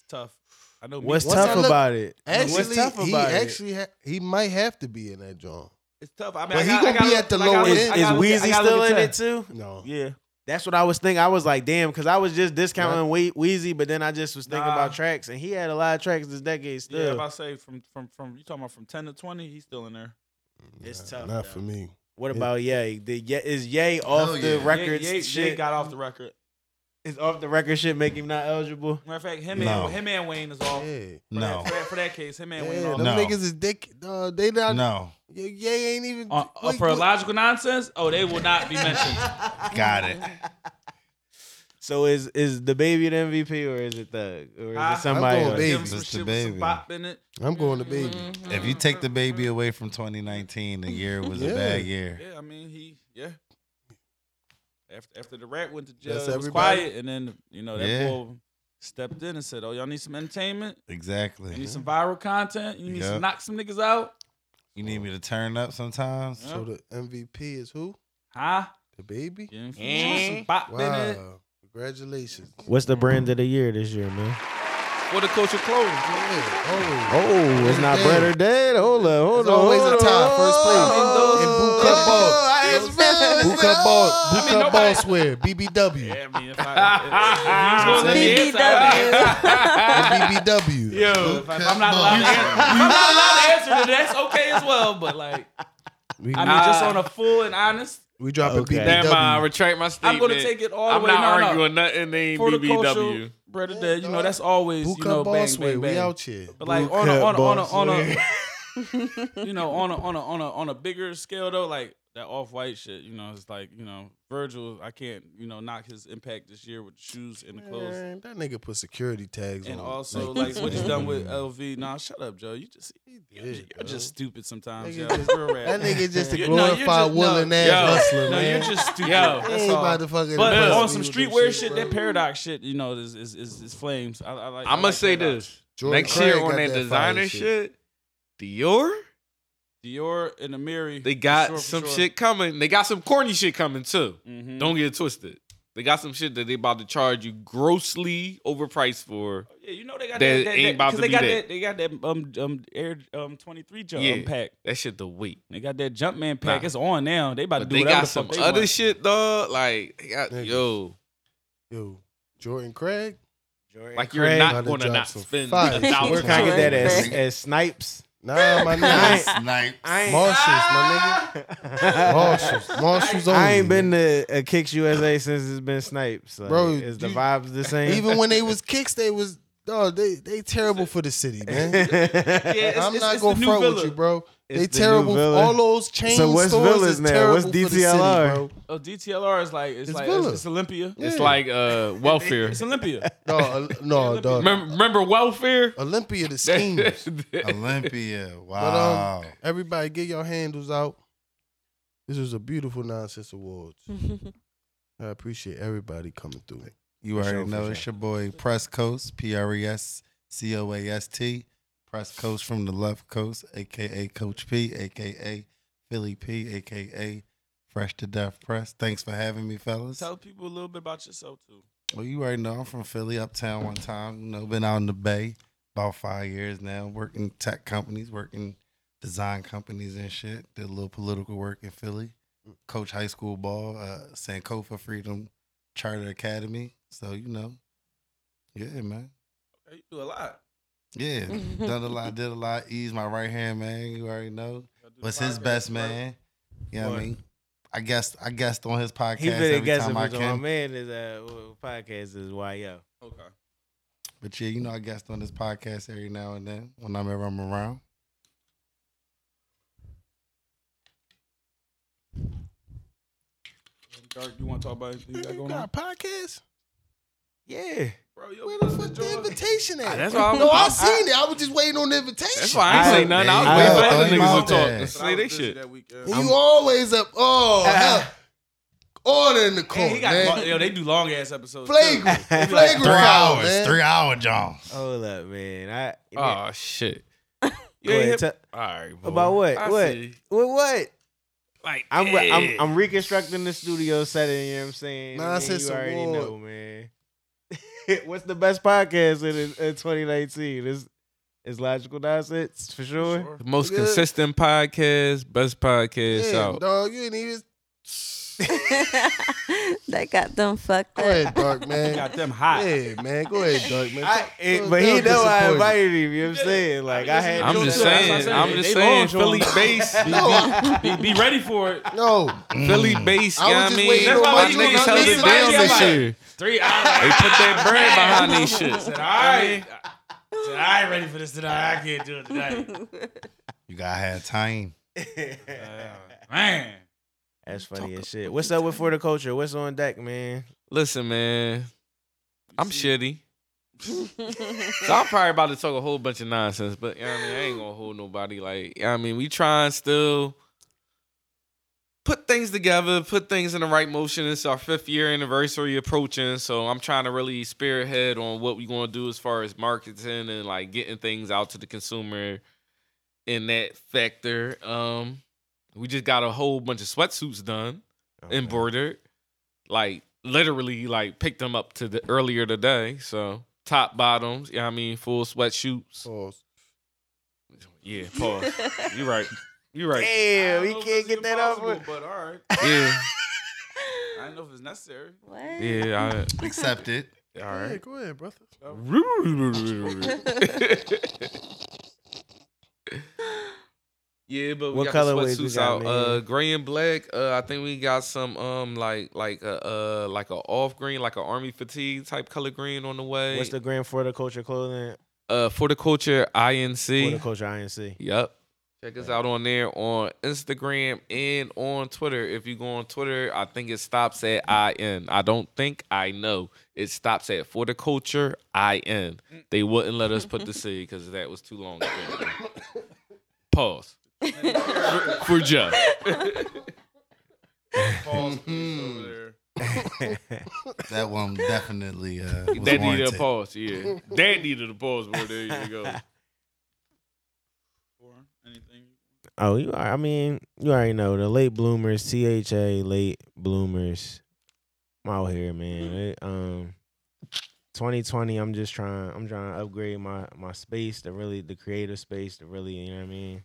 Speaker 3: tough. I know.
Speaker 8: What's,
Speaker 2: What's
Speaker 8: tough
Speaker 2: that look-
Speaker 8: about it?
Speaker 2: Actually,
Speaker 8: What's tough
Speaker 2: he
Speaker 8: about it?
Speaker 2: actually ha- he might have to be in that joint.
Speaker 3: It's tough. I mean,
Speaker 2: But
Speaker 3: I
Speaker 2: he
Speaker 3: gotta-
Speaker 2: gonna
Speaker 3: I gotta
Speaker 2: be
Speaker 3: look-
Speaker 2: at the
Speaker 3: I gotta
Speaker 2: lower end.
Speaker 3: look I
Speaker 8: Is
Speaker 3: gotta look at- I
Speaker 8: Weezy
Speaker 3: gotta
Speaker 8: still
Speaker 3: look
Speaker 8: in
Speaker 3: at
Speaker 8: it too?
Speaker 2: No,
Speaker 3: Yeah.
Speaker 8: That's what I was thinking. I was like, damn, because I was just discounting Wee- Weezy, but then I just was thinking
Speaker 3: Nah.
Speaker 8: about tracks, and he had a lot of tracks this decade
Speaker 3: Yeah, if
Speaker 8: still.
Speaker 3: I say from from from you talking about from ten to twenty, he's still in there.
Speaker 8: It's
Speaker 2: Nah,
Speaker 8: tough,
Speaker 2: Not
Speaker 8: though.
Speaker 2: for me.
Speaker 8: what about Ye? Did Ye is Ye off
Speaker 7: Hell
Speaker 8: the
Speaker 7: yeah.
Speaker 8: record
Speaker 3: Ye, Ye,
Speaker 8: shit?
Speaker 3: Ye got off the record.
Speaker 8: is off the record shit make him not eligible?
Speaker 3: Matter of fact, him
Speaker 7: No.
Speaker 3: and him and Wayne is off. For
Speaker 2: Yeah,
Speaker 7: No.
Speaker 3: that, for, that, for that case, him
Speaker 2: yeah
Speaker 3: and Wayne off.
Speaker 2: them
Speaker 7: No.
Speaker 2: niggas is dick. Uh, they not.
Speaker 7: No.
Speaker 2: Yeah, Ye ain't even.
Speaker 3: Uh, uh,
Speaker 2: wait,
Speaker 3: for
Speaker 2: wait.
Speaker 3: logical nonsense, oh, they will not be mentioned.
Speaker 7: Got it.
Speaker 8: So is is the baby the MVP or is it Thug or is
Speaker 3: Ah, I'm
Speaker 8: it somebody?
Speaker 2: going
Speaker 8: else?
Speaker 2: Baby.
Speaker 3: Give him some
Speaker 7: Just
Speaker 3: shit
Speaker 7: the
Speaker 3: with some
Speaker 7: baby.
Speaker 3: bop in it.
Speaker 2: I'm going to baby.
Speaker 8: Mm-hmm.
Speaker 3: Mm-hmm.
Speaker 7: If you take the baby away from 2019, the year was
Speaker 2: Yeah.
Speaker 7: a bad year.
Speaker 3: Yeah, I mean he yeah. After after the rat went to jail,
Speaker 2: That's
Speaker 3: it was
Speaker 2: everybody.
Speaker 3: quiet, and then you know that
Speaker 7: Yeah.
Speaker 3: boy stepped in and said, "Oh, y'all need some entertainment.
Speaker 7: Exactly.
Speaker 3: You
Speaker 2: Mm-hmm.
Speaker 3: need some viral content. You need
Speaker 7: Yeah.
Speaker 3: to knock some niggas out,
Speaker 7: You need me to turn up sometimes?
Speaker 2: So the MVP is who?
Speaker 3: huh?
Speaker 2: The baby.
Speaker 3: You know,
Speaker 6: Eh.
Speaker 3: some bop in it.
Speaker 2: Wow. Congratulations.
Speaker 8: What's the brand of the year this year, man?
Speaker 3: What a culture clothes.
Speaker 2: Yeah. Oh.
Speaker 8: Oh, it's not
Speaker 2: Damn.
Speaker 8: bread or dead. Hold up, hold
Speaker 2: It's
Speaker 8: on.
Speaker 2: always
Speaker 8: hold
Speaker 2: a
Speaker 8: on.
Speaker 2: tie. First place. And boot cut ball. Boot cut ball. Boot cut ball swear. BBW.
Speaker 3: Yeah, I mean, if I, if, if, if, if, if,
Speaker 2: BBW.
Speaker 3: if, I- if I'm not allowed to answer, if I'm not allowed to answer, then that's okay as well. But like,
Speaker 2: We,
Speaker 3: I mean, just on a full and honest,
Speaker 2: we dropping
Speaker 8: Okay.
Speaker 2: BBW.
Speaker 5: Never mind. I retract my
Speaker 3: I'm
Speaker 5: statement.
Speaker 3: gonna take it all
Speaker 5: I'm
Speaker 3: the way.
Speaker 5: not
Speaker 3: no,
Speaker 5: arguing nothing. They ain't
Speaker 3: no. Protocultural,
Speaker 5: BBW.
Speaker 3: bread or dead. You know, that's always
Speaker 2: Boot
Speaker 3: you
Speaker 2: cut
Speaker 3: know,
Speaker 2: ball
Speaker 3: bang,
Speaker 2: swear.
Speaker 3: bang,
Speaker 2: We
Speaker 3: bang.
Speaker 2: out here.
Speaker 3: But like on a on a on a on a you know on a on a on a on a bigger scale though, like that off white shit. You know, it's like you know Virgil. I can't you know knock his impact this year with the shoes and the clothes.
Speaker 2: Man, that nigga put security tags
Speaker 3: And
Speaker 2: on.
Speaker 3: also, like, what you done with LV? Nah, shut up, Joe. You just you're,
Speaker 2: did, bro.
Speaker 3: just stupid sometimes,
Speaker 2: Nigga
Speaker 3: yo.
Speaker 2: just-
Speaker 3: Real rap.
Speaker 2: that nigga just a
Speaker 3: You- no, you're
Speaker 2: glorified
Speaker 3: just-
Speaker 2: woolen
Speaker 3: no,
Speaker 2: ass
Speaker 5: yo.
Speaker 2: hustler,
Speaker 3: no,
Speaker 2: man.
Speaker 3: you're just stupid.
Speaker 5: Yo.
Speaker 2: He
Speaker 3: that's
Speaker 2: ain't
Speaker 3: all.
Speaker 2: about to fucking
Speaker 3: But
Speaker 2: impress
Speaker 3: on
Speaker 2: me
Speaker 3: some
Speaker 2: with them
Speaker 3: streetwear shit,
Speaker 2: bro.
Speaker 3: that paradox shit, you know, is is is, is flames. I, I like. I
Speaker 5: I'm gonna
Speaker 3: like
Speaker 5: say
Speaker 3: Paradox.
Speaker 5: this
Speaker 2: Jordan
Speaker 5: next
Speaker 2: Craig
Speaker 5: year
Speaker 2: got
Speaker 5: on that
Speaker 2: that fire
Speaker 5: designer shit. Dior,
Speaker 3: Dior and Amiri.
Speaker 5: they got some shit coming. They got some corny shit coming too.
Speaker 3: Mm-hmm.
Speaker 5: Don't get it twisted. They got some shit that they about to charge you grossly overpriced for.
Speaker 3: Yeah, you know they got that.
Speaker 5: That
Speaker 3: that, that
Speaker 5: ain't about
Speaker 3: 'cause
Speaker 5: to
Speaker 3: they
Speaker 5: be
Speaker 3: got
Speaker 5: that.
Speaker 3: that. They got that um um Air um 23 jump
Speaker 5: Yeah.
Speaker 3: pack.
Speaker 5: That shit the weight.
Speaker 3: They got that Jumpman pack.
Speaker 5: Nah.
Speaker 3: It's on now. They about to
Speaker 5: But
Speaker 3: do
Speaker 5: they
Speaker 3: whatever
Speaker 5: got
Speaker 3: the
Speaker 5: some
Speaker 3: fuck they
Speaker 5: other
Speaker 3: want.
Speaker 5: shit, dog. Like they got
Speaker 2: Niggas.
Speaker 5: yo,
Speaker 2: Yo, Jordan Craig.
Speaker 5: like you're
Speaker 8: Craig.
Speaker 5: not
Speaker 2: About to
Speaker 5: gonna
Speaker 2: drop
Speaker 5: not
Speaker 2: some
Speaker 5: spend
Speaker 2: fire.
Speaker 5: a
Speaker 8: Where
Speaker 5: thousand.
Speaker 8: can I get that as,
Speaker 6: Craig.
Speaker 8: as snipes?
Speaker 2: Nah, my nigga.
Speaker 7: Snipe.
Speaker 8: I ain't,
Speaker 2: Marshalls, my nigga. Marshalls, Marshalls only.
Speaker 8: I ain't been to a Kicks USA since it's been snipes. Like,
Speaker 2: Bro,
Speaker 8: is the
Speaker 2: you-
Speaker 8: vibes the same?
Speaker 2: Even when they was kicks, they was dog. They they terrible for the city, man.
Speaker 3: Yeah, it's,
Speaker 2: I'm
Speaker 3: it's,
Speaker 2: not
Speaker 3: it's
Speaker 2: gonna
Speaker 3: the new
Speaker 2: front
Speaker 3: villa.
Speaker 2: with you, bro.
Speaker 8: It's
Speaker 2: they
Speaker 8: the new
Speaker 2: terrible.
Speaker 8: villa.
Speaker 2: All those chain
Speaker 8: So what's
Speaker 2: stores
Speaker 8: villas
Speaker 2: is
Speaker 8: now?
Speaker 2: terrible
Speaker 8: What's
Speaker 2: for the city,
Speaker 8: DTLR?
Speaker 2: bro.
Speaker 3: Oh, DTLR is like it's,
Speaker 2: It's
Speaker 3: like it's,
Speaker 2: Villa.
Speaker 3: it's Olympia.
Speaker 5: It's
Speaker 2: Yeah.
Speaker 5: like uh welfare.
Speaker 3: It's Olympia.
Speaker 2: No, uh, no, dog.
Speaker 5: remember, remember welfare?
Speaker 2: Olympia the schemes.
Speaker 7: Olympia.
Speaker 2: But
Speaker 7: Wow.
Speaker 2: um, everybody, get your handles out. This was a beautiful nonsense awards. I appreciate everybody coming through.
Speaker 7: you
Speaker 2: for
Speaker 7: already
Speaker 2: sure, for
Speaker 7: know
Speaker 2: sure.
Speaker 7: it's your boy Press Coast, P R E S C O A S T. Press Coast from the left coast, aka Coach P, aka Philly P, aka Fresh to Death Press. Thanks for having me, fellas.
Speaker 3: Tell people a little bit about yourself too.
Speaker 7: Well, you already know I'm from Philly, uptown one time. You know, been out in the Bay about five years now, working tech companies, working design companies and shit. Did a little political work in Philly. Coach high school ball, uh, Sankofa Freedom Charter Academy. So, you know, yeah, man.
Speaker 3: Hey, You do a lot.
Speaker 7: Yeah, done a lot, did a lot. Ease my right hand man, you already know. Was his best man. You know what I mean? I guess I guessed on his podcast
Speaker 8: he really
Speaker 7: every
Speaker 8: guessing
Speaker 7: time I
Speaker 8: because my
Speaker 7: can.
Speaker 8: man is uh well, podcast is YO.
Speaker 3: Okay.
Speaker 7: But yeah, you know, I guest on this podcast every now and then when I'm ever I'm around.
Speaker 3: Dark, you want to talk about anything you got
Speaker 2: You
Speaker 3: going on?
Speaker 2: got a podcast?
Speaker 8: Yeah.
Speaker 3: Bro,
Speaker 2: Where the fuck the invitation at?
Speaker 5: That's why I'm-
Speaker 2: no, I seen it. I was just waiting on the invitation.
Speaker 5: That's why I ain't say nothing. I
Speaker 7: I-
Speaker 5: was
Speaker 7: I-
Speaker 5: waiting
Speaker 7: I-
Speaker 5: for other niggas to
Speaker 7: I-
Speaker 5: talk. and Say they shit.
Speaker 2: And you always up. Oh, hell. Order in the court,
Speaker 3: Hey, he got
Speaker 2: man.
Speaker 3: long- yo, they do long ass episodes. too.
Speaker 2: Flagrant.
Speaker 8: Three
Speaker 2: Flagrant. foul, man.
Speaker 7: hour Jones.
Speaker 8: Hold up, man. I
Speaker 5: Oh shit.
Speaker 8: Go
Speaker 5: You ain't
Speaker 8: ahead,
Speaker 5: hit-
Speaker 8: tell-
Speaker 5: All right, boy.
Speaker 8: about what?
Speaker 5: I
Speaker 8: what?
Speaker 5: see.
Speaker 8: What? What?
Speaker 5: Like
Speaker 8: I'm, I'm
Speaker 5: yeah.
Speaker 8: I'm reconstructing the studio setting. You know what I'm saying?
Speaker 2: Nonsense
Speaker 8: you already
Speaker 2: award.
Speaker 8: know, man. What's the best podcast in, in 2019? Is is logical nonsense for sure.
Speaker 5: The most
Speaker 2: Yeah.
Speaker 5: consistent podcast, best podcast
Speaker 2: Damn,
Speaker 5: out.
Speaker 2: dog, you ain't even.
Speaker 6: that got them fucked
Speaker 2: Go
Speaker 6: up.
Speaker 2: ahead, Dark Man.
Speaker 3: Got them hot.
Speaker 2: Yeah, man. Go ahead, Dark Man.
Speaker 8: I,
Speaker 2: Don't-
Speaker 8: it, but he
Speaker 2: don't
Speaker 8: know I
Speaker 2: disappoint me.
Speaker 8: invited him. You know what I'm saying? Like I had.
Speaker 5: I'm
Speaker 3: Yo,
Speaker 5: just
Speaker 3: that's what I
Speaker 5: saying.
Speaker 3: said.
Speaker 5: I'm
Speaker 3: They-
Speaker 5: just
Speaker 3: they
Speaker 5: saying.
Speaker 3: long, John.
Speaker 5: Philly based.
Speaker 3: Be, be ready for it.
Speaker 2: No,
Speaker 5: Philly based.
Speaker 2: I was
Speaker 5: You know what I
Speaker 2: just
Speaker 5: mean?
Speaker 2: waiting on
Speaker 3: That's
Speaker 2: my
Speaker 3: why you
Speaker 2: niggas
Speaker 3: gonna
Speaker 2: to
Speaker 3: let
Speaker 2: sit
Speaker 3: me
Speaker 2: down
Speaker 3: invite
Speaker 2: this
Speaker 3: you.
Speaker 2: year.
Speaker 3: Three hours.
Speaker 5: They put that bread behind these shits.
Speaker 3: All right. I ain't ready for this tonight. I can't do it tonight.
Speaker 7: You gotta have time.
Speaker 3: Man.
Speaker 8: That's funny as shit. What's up with for the culture? What's on deck, man?
Speaker 5: Listen, man. I'm shitty. so I'm probably about to talk a whole bunch of nonsense, but you know what I mean? I ain't gonna hold nobody like you know what I mean, we try and still put things together, put things in the right motion. It's our fifth year anniversary approaching, so I'm trying to really spearhead on what we gonna do as far as marketing and like getting things out to the consumer in that factor. Um we just got a whole bunch of sweatsuits done embroidered. Like literally like picked them up to the earlier today. So top bottoms, you know what I mean, full sweatshoots.
Speaker 2: Pause.
Speaker 5: Yeah, pause. you right. You right.
Speaker 8: Damn, we can't get that off. of-
Speaker 3: But all right.
Speaker 5: Yeah.
Speaker 3: I don't know if it's necessary.
Speaker 6: What?
Speaker 5: Yeah.
Speaker 7: Accept it.
Speaker 5: I, all
Speaker 2: Yeah,
Speaker 5: right.
Speaker 2: go ahead, brother.
Speaker 5: yeah, but we
Speaker 8: What
Speaker 5: got the
Speaker 8: colorways we
Speaker 5: sweatsuits
Speaker 8: got,
Speaker 5: out.
Speaker 8: man?
Speaker 5: Uh, gray and black. Uh, I think we got some um like like a uh like a off green, like a army fatigue type color green on the way.
Speaker 8: What's the grand for the culture clothing?
Speaker 5: uh for the culture
Speaker 8: For the
Speaker 5: INC.
Speaker 8: culture INC.
Speaker 5: Yep. Check us out on there on Instagram and on Twitter. If you go on Twitter, I think it stops at IN. I don't think I know. It stops at for the culture IN. They wouldn't let us put the C because that was too long. Pause. for, for Joe.
Speaker 3: Mm-hmm.
Speaker 7: That one definitely uh, was
Speaker 5: That needed a
Speaker 7: warranted.
Speaker 5: pause. Yeah. That needed a pause, boy. There you go.
Speaker 3: Anything?
Speaker 8: Oh, you. are- I mean, you already know the late bloomers, THA late bloomers. I'm out here, man. It, um, 2020. I'm just trying. I'm trying to upgrade my my space to really the creative space to really. You know what I mean?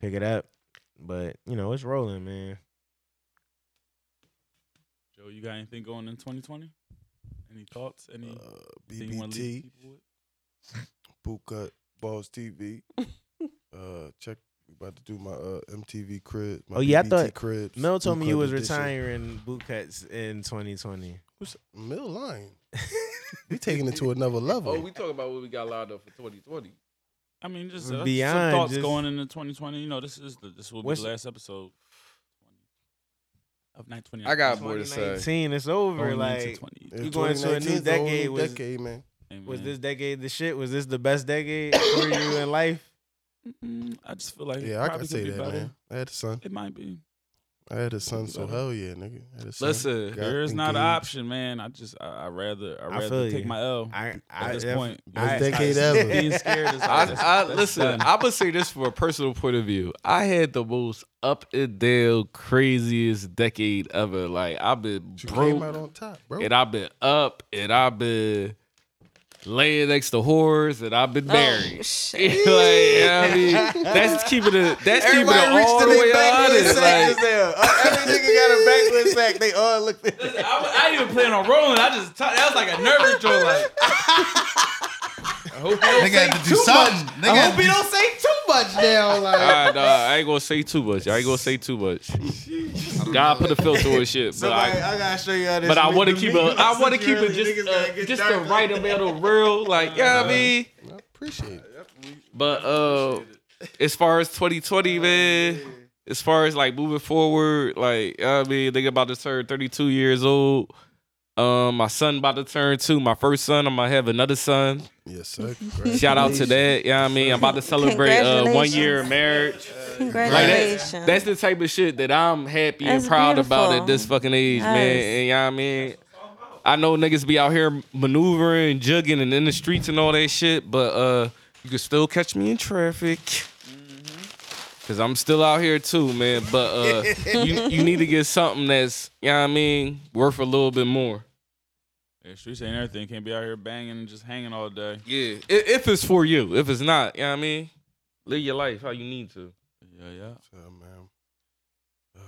Speaker 8: Pick it up, but you know it's rolling, man.
Speaker 3: Joe, you got anything going in 2020? Any thoughts? Any
Speaker 2: Uh,
Speaker 3: thing you want to leave
Speaker 2: BBT,
Speaker 3: people with?
Speaker 2: Bootcut, Balls TV. Uh, check. We about to do my uh MTV crib. My
Speaker 8: Oh, yeah, I
Speaker 2: BBT
Speaker 8: thought
Speaker 2: cribs,
Speaker 8: Mel told me
Speaker 2: Bootcut
Speaker 8: you was
Speaker 2: edition.
Speaker 8: retiring boot cuts in 2020.
Speaker 2: Who's- Mel lying. we taking it to another level.
Speaker 5: Oh, we talking about what we got lined up for 2020.
Speaker 3: I mean, just uh,
Speaker 8: Beyond,
Speaker 3: some thoughts
Speaker 8: just-
Speaker 3: going into 2020. You know, this is the, this will be
Speaker 8: What's-
Speaker 3: the last episode of 920.
Speaker 5: I got more to say.
Speaker 8: 2019, it's over. Like, you going to a new
Speaker 2: 2019's the whole
Speaker 8: decade was-
Speaker 2: decade, man.
Speaker 8: was this decade the shit? Was this the best decade for you in life?
Speaker 3: Mm, I just feel like it
Speaker 2: Yeah, I
Speaker 3: probably
Speaker 2: can say
Speaker 3: could be
Speaker 2: that,
Speaker 3: better.
Speaker 2: man. I had a son.
Speaker 3: It might be.
Speaker 2: I had a son, so
Speaker 3: better.
Speaker 2: hell yeah, nigga. I had a son.
Speaker 5: Listen,
Speaker 2: Got
Speaker 3: There is not an
Speaker 2: engaged.
Speaker 3: option, man. I just I, I rather I
Speaker 8: I
Speaker 3: rather
Speaker 8: feel
Speaker 3: take
Speaker 8: you.
Speaker 3: my L.
Speaker 8: I, I
Speaker 3: at this
Speaker 8: def-
Speaker 3: point.
Speaker 2: Best
Speaker 8: I-
Speaker 2: decade ever.
Speaker 3: Being scared is
Speaker 5: I,
Speaker 3: that's-
Speaker 5: I
Speaker 3: that's
Speaker 5: listen.
Speaker 3: done.
Speaker 5: I'm gonna say this from a personal point of view. I had the most up and down, craziest decade ever. Like I've been
Speaker 2: You came out
Speaker 5: broke,
Speaker 2: on top, bro.
Speaker 5: and I've been up, and I've been laying next to whores, and I've been married.
Speaker 6: Oh,
Speaker 5: like,
Speaker 6: shit.
Speaker 5: you know what I mean, that's keeping it. That's
Speaker 8: Everybody
Speaker 5: keeping it
Speaker 8: reached
Speaker 5: all
Speaker 8: to
Speaker 5: the
Speaker 8: their
Speaker 5: way
Speaker 8: backless
Speaker 5: honest.
Speaker 8: sack
Speaker 5: Like,
Speaker 8: just now. Uh, Every nigga got a backless sack. They all look.
Speaker 3: I, I ain't even plan on rolling. I just that was like a nervous joint. Like
Speaker 7: They got to do something. They got to do
Speaker 8: don't say too much now. Like,
Speaker 5: Nah, nah, I ain't gonna say too much. I ain't gonna say too much. God put a filter on shit, but I,
Speaker 8: somebody, I, gotta show you how this.
Speaker 5: But I
Speaker 8: week
Speaker 5: want to
Speaker 8: the
Speaker 5: keep it.
Speaker 8: meat-
Speaker 5: I want to
Speaker 8: since
Speaker 5: keep it
Speaker 8: really niggas
Speaker 5: just
Speaker 8: gotta
Speaker 5: uh,
Speaker 8: get Uh-huh.
Speaker 5: just
Speaker 8: dark
Speaker 5: the
Speaker 8: like
Speaker 5: right
Speaker 8: that.
Speaker 5: amount of real, like yeah, I mean.
Speaker 2: I appreciate it.
Speaker 5: But uh, as far as 2020, man, as far as like moving forward, like I mean, nigga about to turn 32 years old. Um, my son about to turn two. My first son, I'm gonna have another son.
Speaker 2: Yes, sir.
Speaker 5: Shout out to that. Yeah, I mean, I'm about to celebrate uh, one year of marriage.
Speaker 6: Congratulations.
Speaker 5: That's the type of shit that I'm happy and
Speaker 6: That's
Speaker 5: proud about
Speaker 6: beautiful.
Speaker 5: at this fucking age,
Speaker 6: Yes.
Speaker 5: man. And you know what I mean? I know niggas be out here maneuvering and jugging and in the streets and all that shit, but uh you can still catch me in traffic.
Speaker 8: Mm-hmm.
Speaker 5: Cause I'm still out here too, man. But uh you, you need to get something that's, you know what I mean, worth a little bit more.
Speaker 3: Yeah, streets ain't everything. Can't be out here banging and just hanging all day.
Speaker 5: Yeah, i- if it's for you, if it's not, you know what I mean. Live your life how you need to.
Speaker 3: Yeah, yeah.
Speaker 2: So, man. Uh,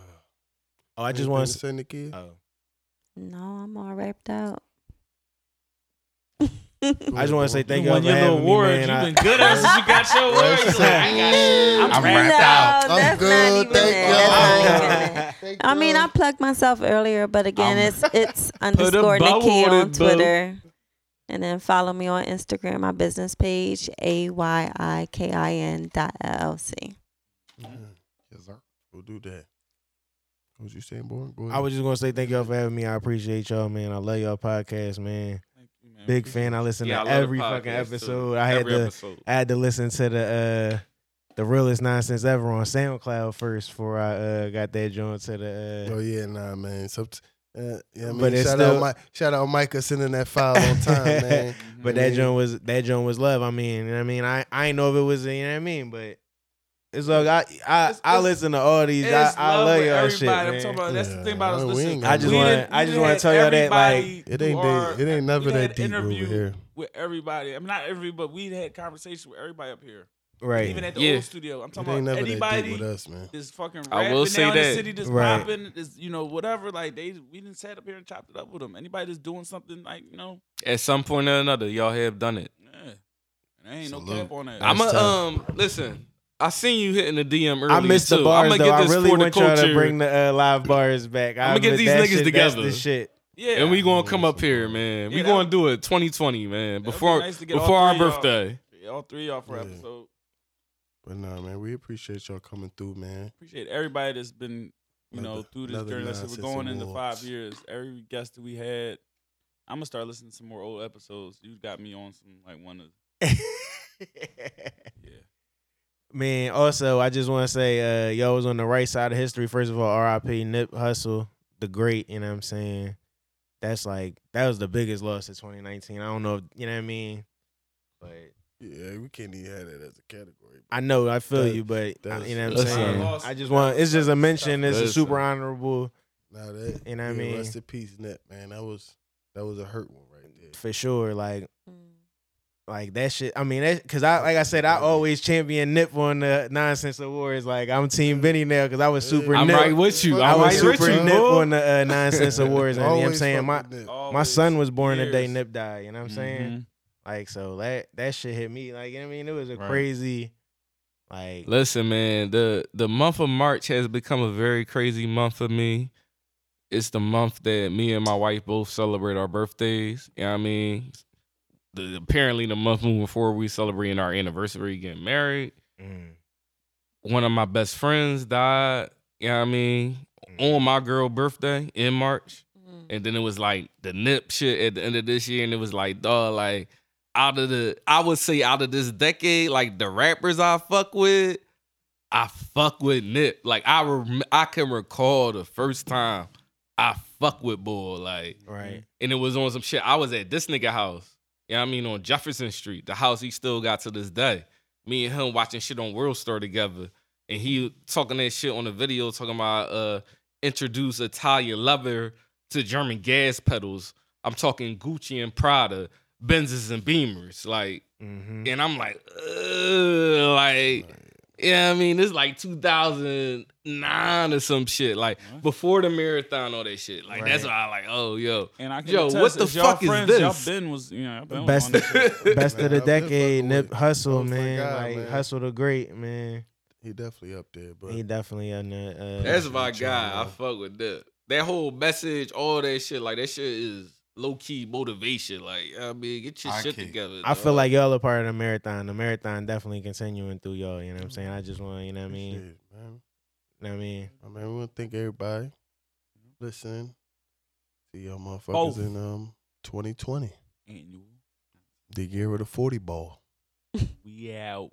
Speaker 8: Oh, I just want to.
Speaker 2: send the kid.
Speaker 8: Oh.
Speaker 6: No, I'm all wrapped out.
Speaker 8: I just want to say thank
Speaker 3: you
Speaker 8: y'all
Speaker 3: won
Speaker 8: for
Speaker 3: your little
Speaker 8: having me,
Speaker 3: award.
Speaker 8: man.
Speaker 3: You've
Speaker 8: I-
Speaker 3: been good ever since you got your award. You're like, I got
Speaker 7: I'm
Speaker 6: no,
Speaker 7: wrapped out.
Speaker 2: I'm
Speaker 6: that's
Speaker 2: good,
Speaker 6: not even
Speaker 2: thank
Speaker 6: it. That's
Speaker 2: y'all.
Speaker 6: not even it. I mean, I plugged myself earlier, but again, it's it's underscore
Speaker 3: bow
Speaker 6: Nikki
Speaker 3: on it,
Speaker 6: on
Speaker 3: boo.
Speaker 6: Twitter, and then follow me on Instagram. My business page a y i k i n dot llc.
Speaker 2: Mm-hmm. Yes, sir. We'll do that. What was you saying, boy? Go ahead.
Speaker 8: I was just gonna say thank y'all for having me. I appreciate y'all, man. I love y'all podcast, man.
Speaker 3: you, man.
Speaker 8: Big fan. I listen
Speaker 5: Yeah, I
Speaker 8: to
Speaker 5: love the
Speaker 8: every fucking
Speaker 5: podcast, too.
Speaker 8: episode. I had
Speaker 5: Every
Speaker 8: to
Speaker 5: episode.
Speaker 8: I had to listen to the uh the realest nonsense ever on SoundCloud first before I uh got that joint to the
Speaker 2: Oh
Speaker 8: uh,
Speaker 2: yeah, nah, man. So, uh, yeah, I mean,
Speaker 8: But it's
Speaker 2: shout
Speaker 8: still-
Speaker 2: out, Mike, shout out, Micah sending that file on time, man.
Speaker 3: Mm-hmm.
Speaker 8: But
Speaker 5: Mm-hmm.
Speaker 8: that joint was that joint was love. I mean, you know what I mean, I I ain't know if it was you know what I mean, but it's like I I I
Speaker 3: it's-
Speaker 8: listen to all these. I,
Speaker 3: It's
Speaker 8: I
Speaker 3: love
Speaker 8: love
Speaker 3: with
Speaker 8: y'all
Speaker 3: everybody.
Speaker 8: shit,
Speaker 3: I'm
Speaker 8: man.
Speaker 3: talking about that's
Speaker 2: Yeah,
Speaker 3: the thing about us.
Speaker 2: we ain't
Speaker 3: Listen,
Speaker 2: got I just
Speaker 3: we
Speaker 8: wanna-
Speaker 3: didn't-
Speaker 8: I
Speaker 3: we
Speaker 8: just
Speaker 3: didn't
Speaker 8: wanna
Speaker 3: have
Speaker 8: tell y'all that, like-
Speaker 3: everybody
Speaker 2: It ain't
Speaker 3: who
Speaker 2: da-
Speaker 3: are-
Speaker 2: it ain't never
Speaker 3: we had
Speaker 2: that deep over
Speaker 3: interview
Speaker 2: here.
Speaker 3: With everybody, I'm mean, not everybody, but we had conversations with everybody up here,
Speaker 8: Right.
Speaker 3: even at the
Speaker 5: Yeah.
Speaker 3: old studio. I'm
Speaker 2: It
Speaker 3: talking
Speaker 2: ain't
Speaker 3: about
Speaker 2: never that deep
Speaker 3: anybody
Speaker 2: with us, man.
Speaker 3: that's fucking rapping
Speaker 5: I will say
Speaker 3: now in the
Speaker 5: that.
Speaker 3: city, that's
Speaker 8: Right.
Speaker 3: popping, is you know whatever. Like they, we didn't sat up here and chopped it up with them. Anybody that's doing something like you know,
Speaker 5: At some point or another, y'all have done it.
Speaker 3: yeah. And there ain't no
Speaker 7: Salute.
Speaker 3: cap on that.
Speaker 5: I'm a
Speaker 8: tough.
Speaker 5: um. Listen, I seen you hitting the DM earlier.
Speaker 8: I missed
Speaker 5: too.
Speaker 8: the bars
Speaker 5: I'ma
Speaker 8: though.
Speaker 5: get
Speaker 8: I
Speaker 5: this
Speaker 8: really
Speaker 5: for the
Speaker 8: want y'all to
Speaker 5: culture,
Speaker 8: bring the uh, live bars back.
Speaker 5: I'ma get
Speaker 8: admit
Speaker 5: these
Speaker 8: that
Speaker 5: niggas
Speaker 8: shit-
Speaker 5: together.
Speaker 8: That's the shit.
Speaker 3: yeah,
Speaker 5: and we gonna come up here, man.
Speaker 3: Yeah,
Speaker 5: we
Speaker 3: that-
Speaker 5: gonna do it 2020, man.
Speaker 3: be
Speaker 5: Before
Speaker 3: nice to get all
Speaker 5: before our
Speaker 3: three of y'all.
Speaker 5: birthday.
Speaker 3: all three of y'all for
Speaker 2: Yeah.
Speaker 3: episode.
Speaker 2: But nah, man, we appreciate y'all coming through, man.
Speaker 3: appreciate everybody that's been, you know,
Speaker 2: Another-
Speaker 3: through this
Speaker 2: another
Speaker 3: journey. Let's say we're
Speaker 2: nonsense
Speaker 3: going into
Speaker 2: awards.
Speaker 3: five years. Every guest that we had, I'm gonna start listening to some more old episodes. You got me on some like one of yeah.
Speaker 8: Man, also I just want to say, uh, y'all was on the right side of history. First of all, R.I.P. Nip Hustle, the great. You know what I'm saying? That's like that was the biggest loss of 2019. I don't know, if, you know what I mean? But
Speaker 2: Yeah, we can't even have that as a category.
Speaker 8: I know I feel
Speaker 2: That-
Speaker 8: you, but I,
Speaker 2: that's-
Speaker 8: you know what I'm
Speaker 5: listen.
Speaker 8: saying.
Speaker 3: Loss-
Speaker 8: I just want it's just a mention. It's a
Speaker 5: Listen.
Speaker 8: super honorable
Speaker 2: Now that,
Speaker 8: You know what I
Speaker 2: yeah,
Speaker 8: mean?
Speaker 2: Rest in peace, Net, man. That was that was a hurt one right there.
Speaker 8: for sure. Like
Speaker 3: Mm-hmm.
Speaker 8: like that shit. I mean, that because I like I said, I always champion Nip on the nonsense awards. Like I'm Team Benny now because I was super.
Speaker 5: I'm
Speaker 8: Nip.
Speaker 5: right with you.
Speaker 8: I
Speaker 5: I'm
Speaker 8: was
Speaker 5: right
Speaker 8: super
Speaker 5: with you,
Speaker 8: Nip
Speaker 5: boy.
Speaker 8: on the uh, nonsense awards. And you know what I'm saying my my son was born the day
Speaker 3: years.
Speaker 8: Nip died. You know what I'm saying?
Speaker 5: Mm-hmm.
Speaker 8: Like so that that shit hit me. Like you know what I mean, it was a crazy. Like
Speaker 5: Listen, man, the the month of March has become a very crazy month for me. It's the month that me and my wife both celebrate our birthdays. You know what I mean? The, apparently, the month moving forward, we celebrating our anniversary, getting married.
Speaker 8: mm,
Speaker 5: One of my best friends died. You know what I mean? On my girl birthday in March. And then it was like the nip shit at the end of this year, and it was like, dog, like out of the, I would say out of this decade, like the rappers I fuck with, I fuck with nip. Like I, rem- I can recall the first time I fuck with boy, like,
Speaker 8: right.
Speaker 5: and it was on some shit. I was at this nigga house, you know what I mean, on Jefferson Street, the house he still got to this day. Me and him watching shit on World Star together, and he talking that shit on the video, talking about uh introduce Italian leather to German gas pedals. I'm talking Gucci and Prada, Benzes and Beamers, like,
Speaker 8: hmm
Speaker 5: and I'm like, Ugh, like. Yeah, I mean, it's like 2009 or some shit, like
Speaker 3: Mm-hmm.
Speaker 5: before the marathon, all that shit. Like that's
Speaker 8: Right.
Speaker 5: why I like, oh yo,
Speaker 3: And I can
Speaker 5: Yo,
Speaker 3: attest,
Speaker 5: what the
Speaker 3: it's y'all
Speaker 5: fuck is
Speaker 3: friends, Y'all
Speaker 5: this?
Speaker 3: been was you know y'all been
Speaker 8: Best-
Speaker 3: was on that shit.
Speaker 8: Best of
Speaker 2: Man,
Speaker 8: the
Speaker 2: I've been
Speaker 8: decade,
Speaker 2: fucking
Speaker 8: Nip
Speaker 2: with-
Speaker 8: hustle,
Speaker 2: fucking with
Speaker 8: man.
Speaker 2: God,
Speaker 8: like
Speaker 2: man.
Speaker 8: hustle the great, man.
Speaker 2: He definitely up there, but
Speaker 8: He definitely on the. Uh,
Speaker 5: that's my
Speaker 2: Appreciate
Speaker 5: guy. I
Speaker 2: y'all.
Speaker 5: fuck with that. That whole message, all that shit, like that shit is low key motivation. Like I mean, get your
Speaker 7: I
Speaker 5: shit
Speaker 7: can't-
Speaker 5: together.
Speaker 8: I feel
Speaker 5: dog.
Speaker 8: like y'all are part of the marathon. The marathon definitely continuing through y'all. You know what I'm saying? I just want, you know what I mean?
Speaker 2: Shit, man.
Speaker 8: You know what I mean?
Speaker 2: I mean, we want to thank everybody listening. See y'all motherfuckers
Speaker 3: Oh.
Speaker 2: in um 2020,
Speaker 3: Annual.
Speaker 2: the year of the 40 ball.
Speaker 3: We out.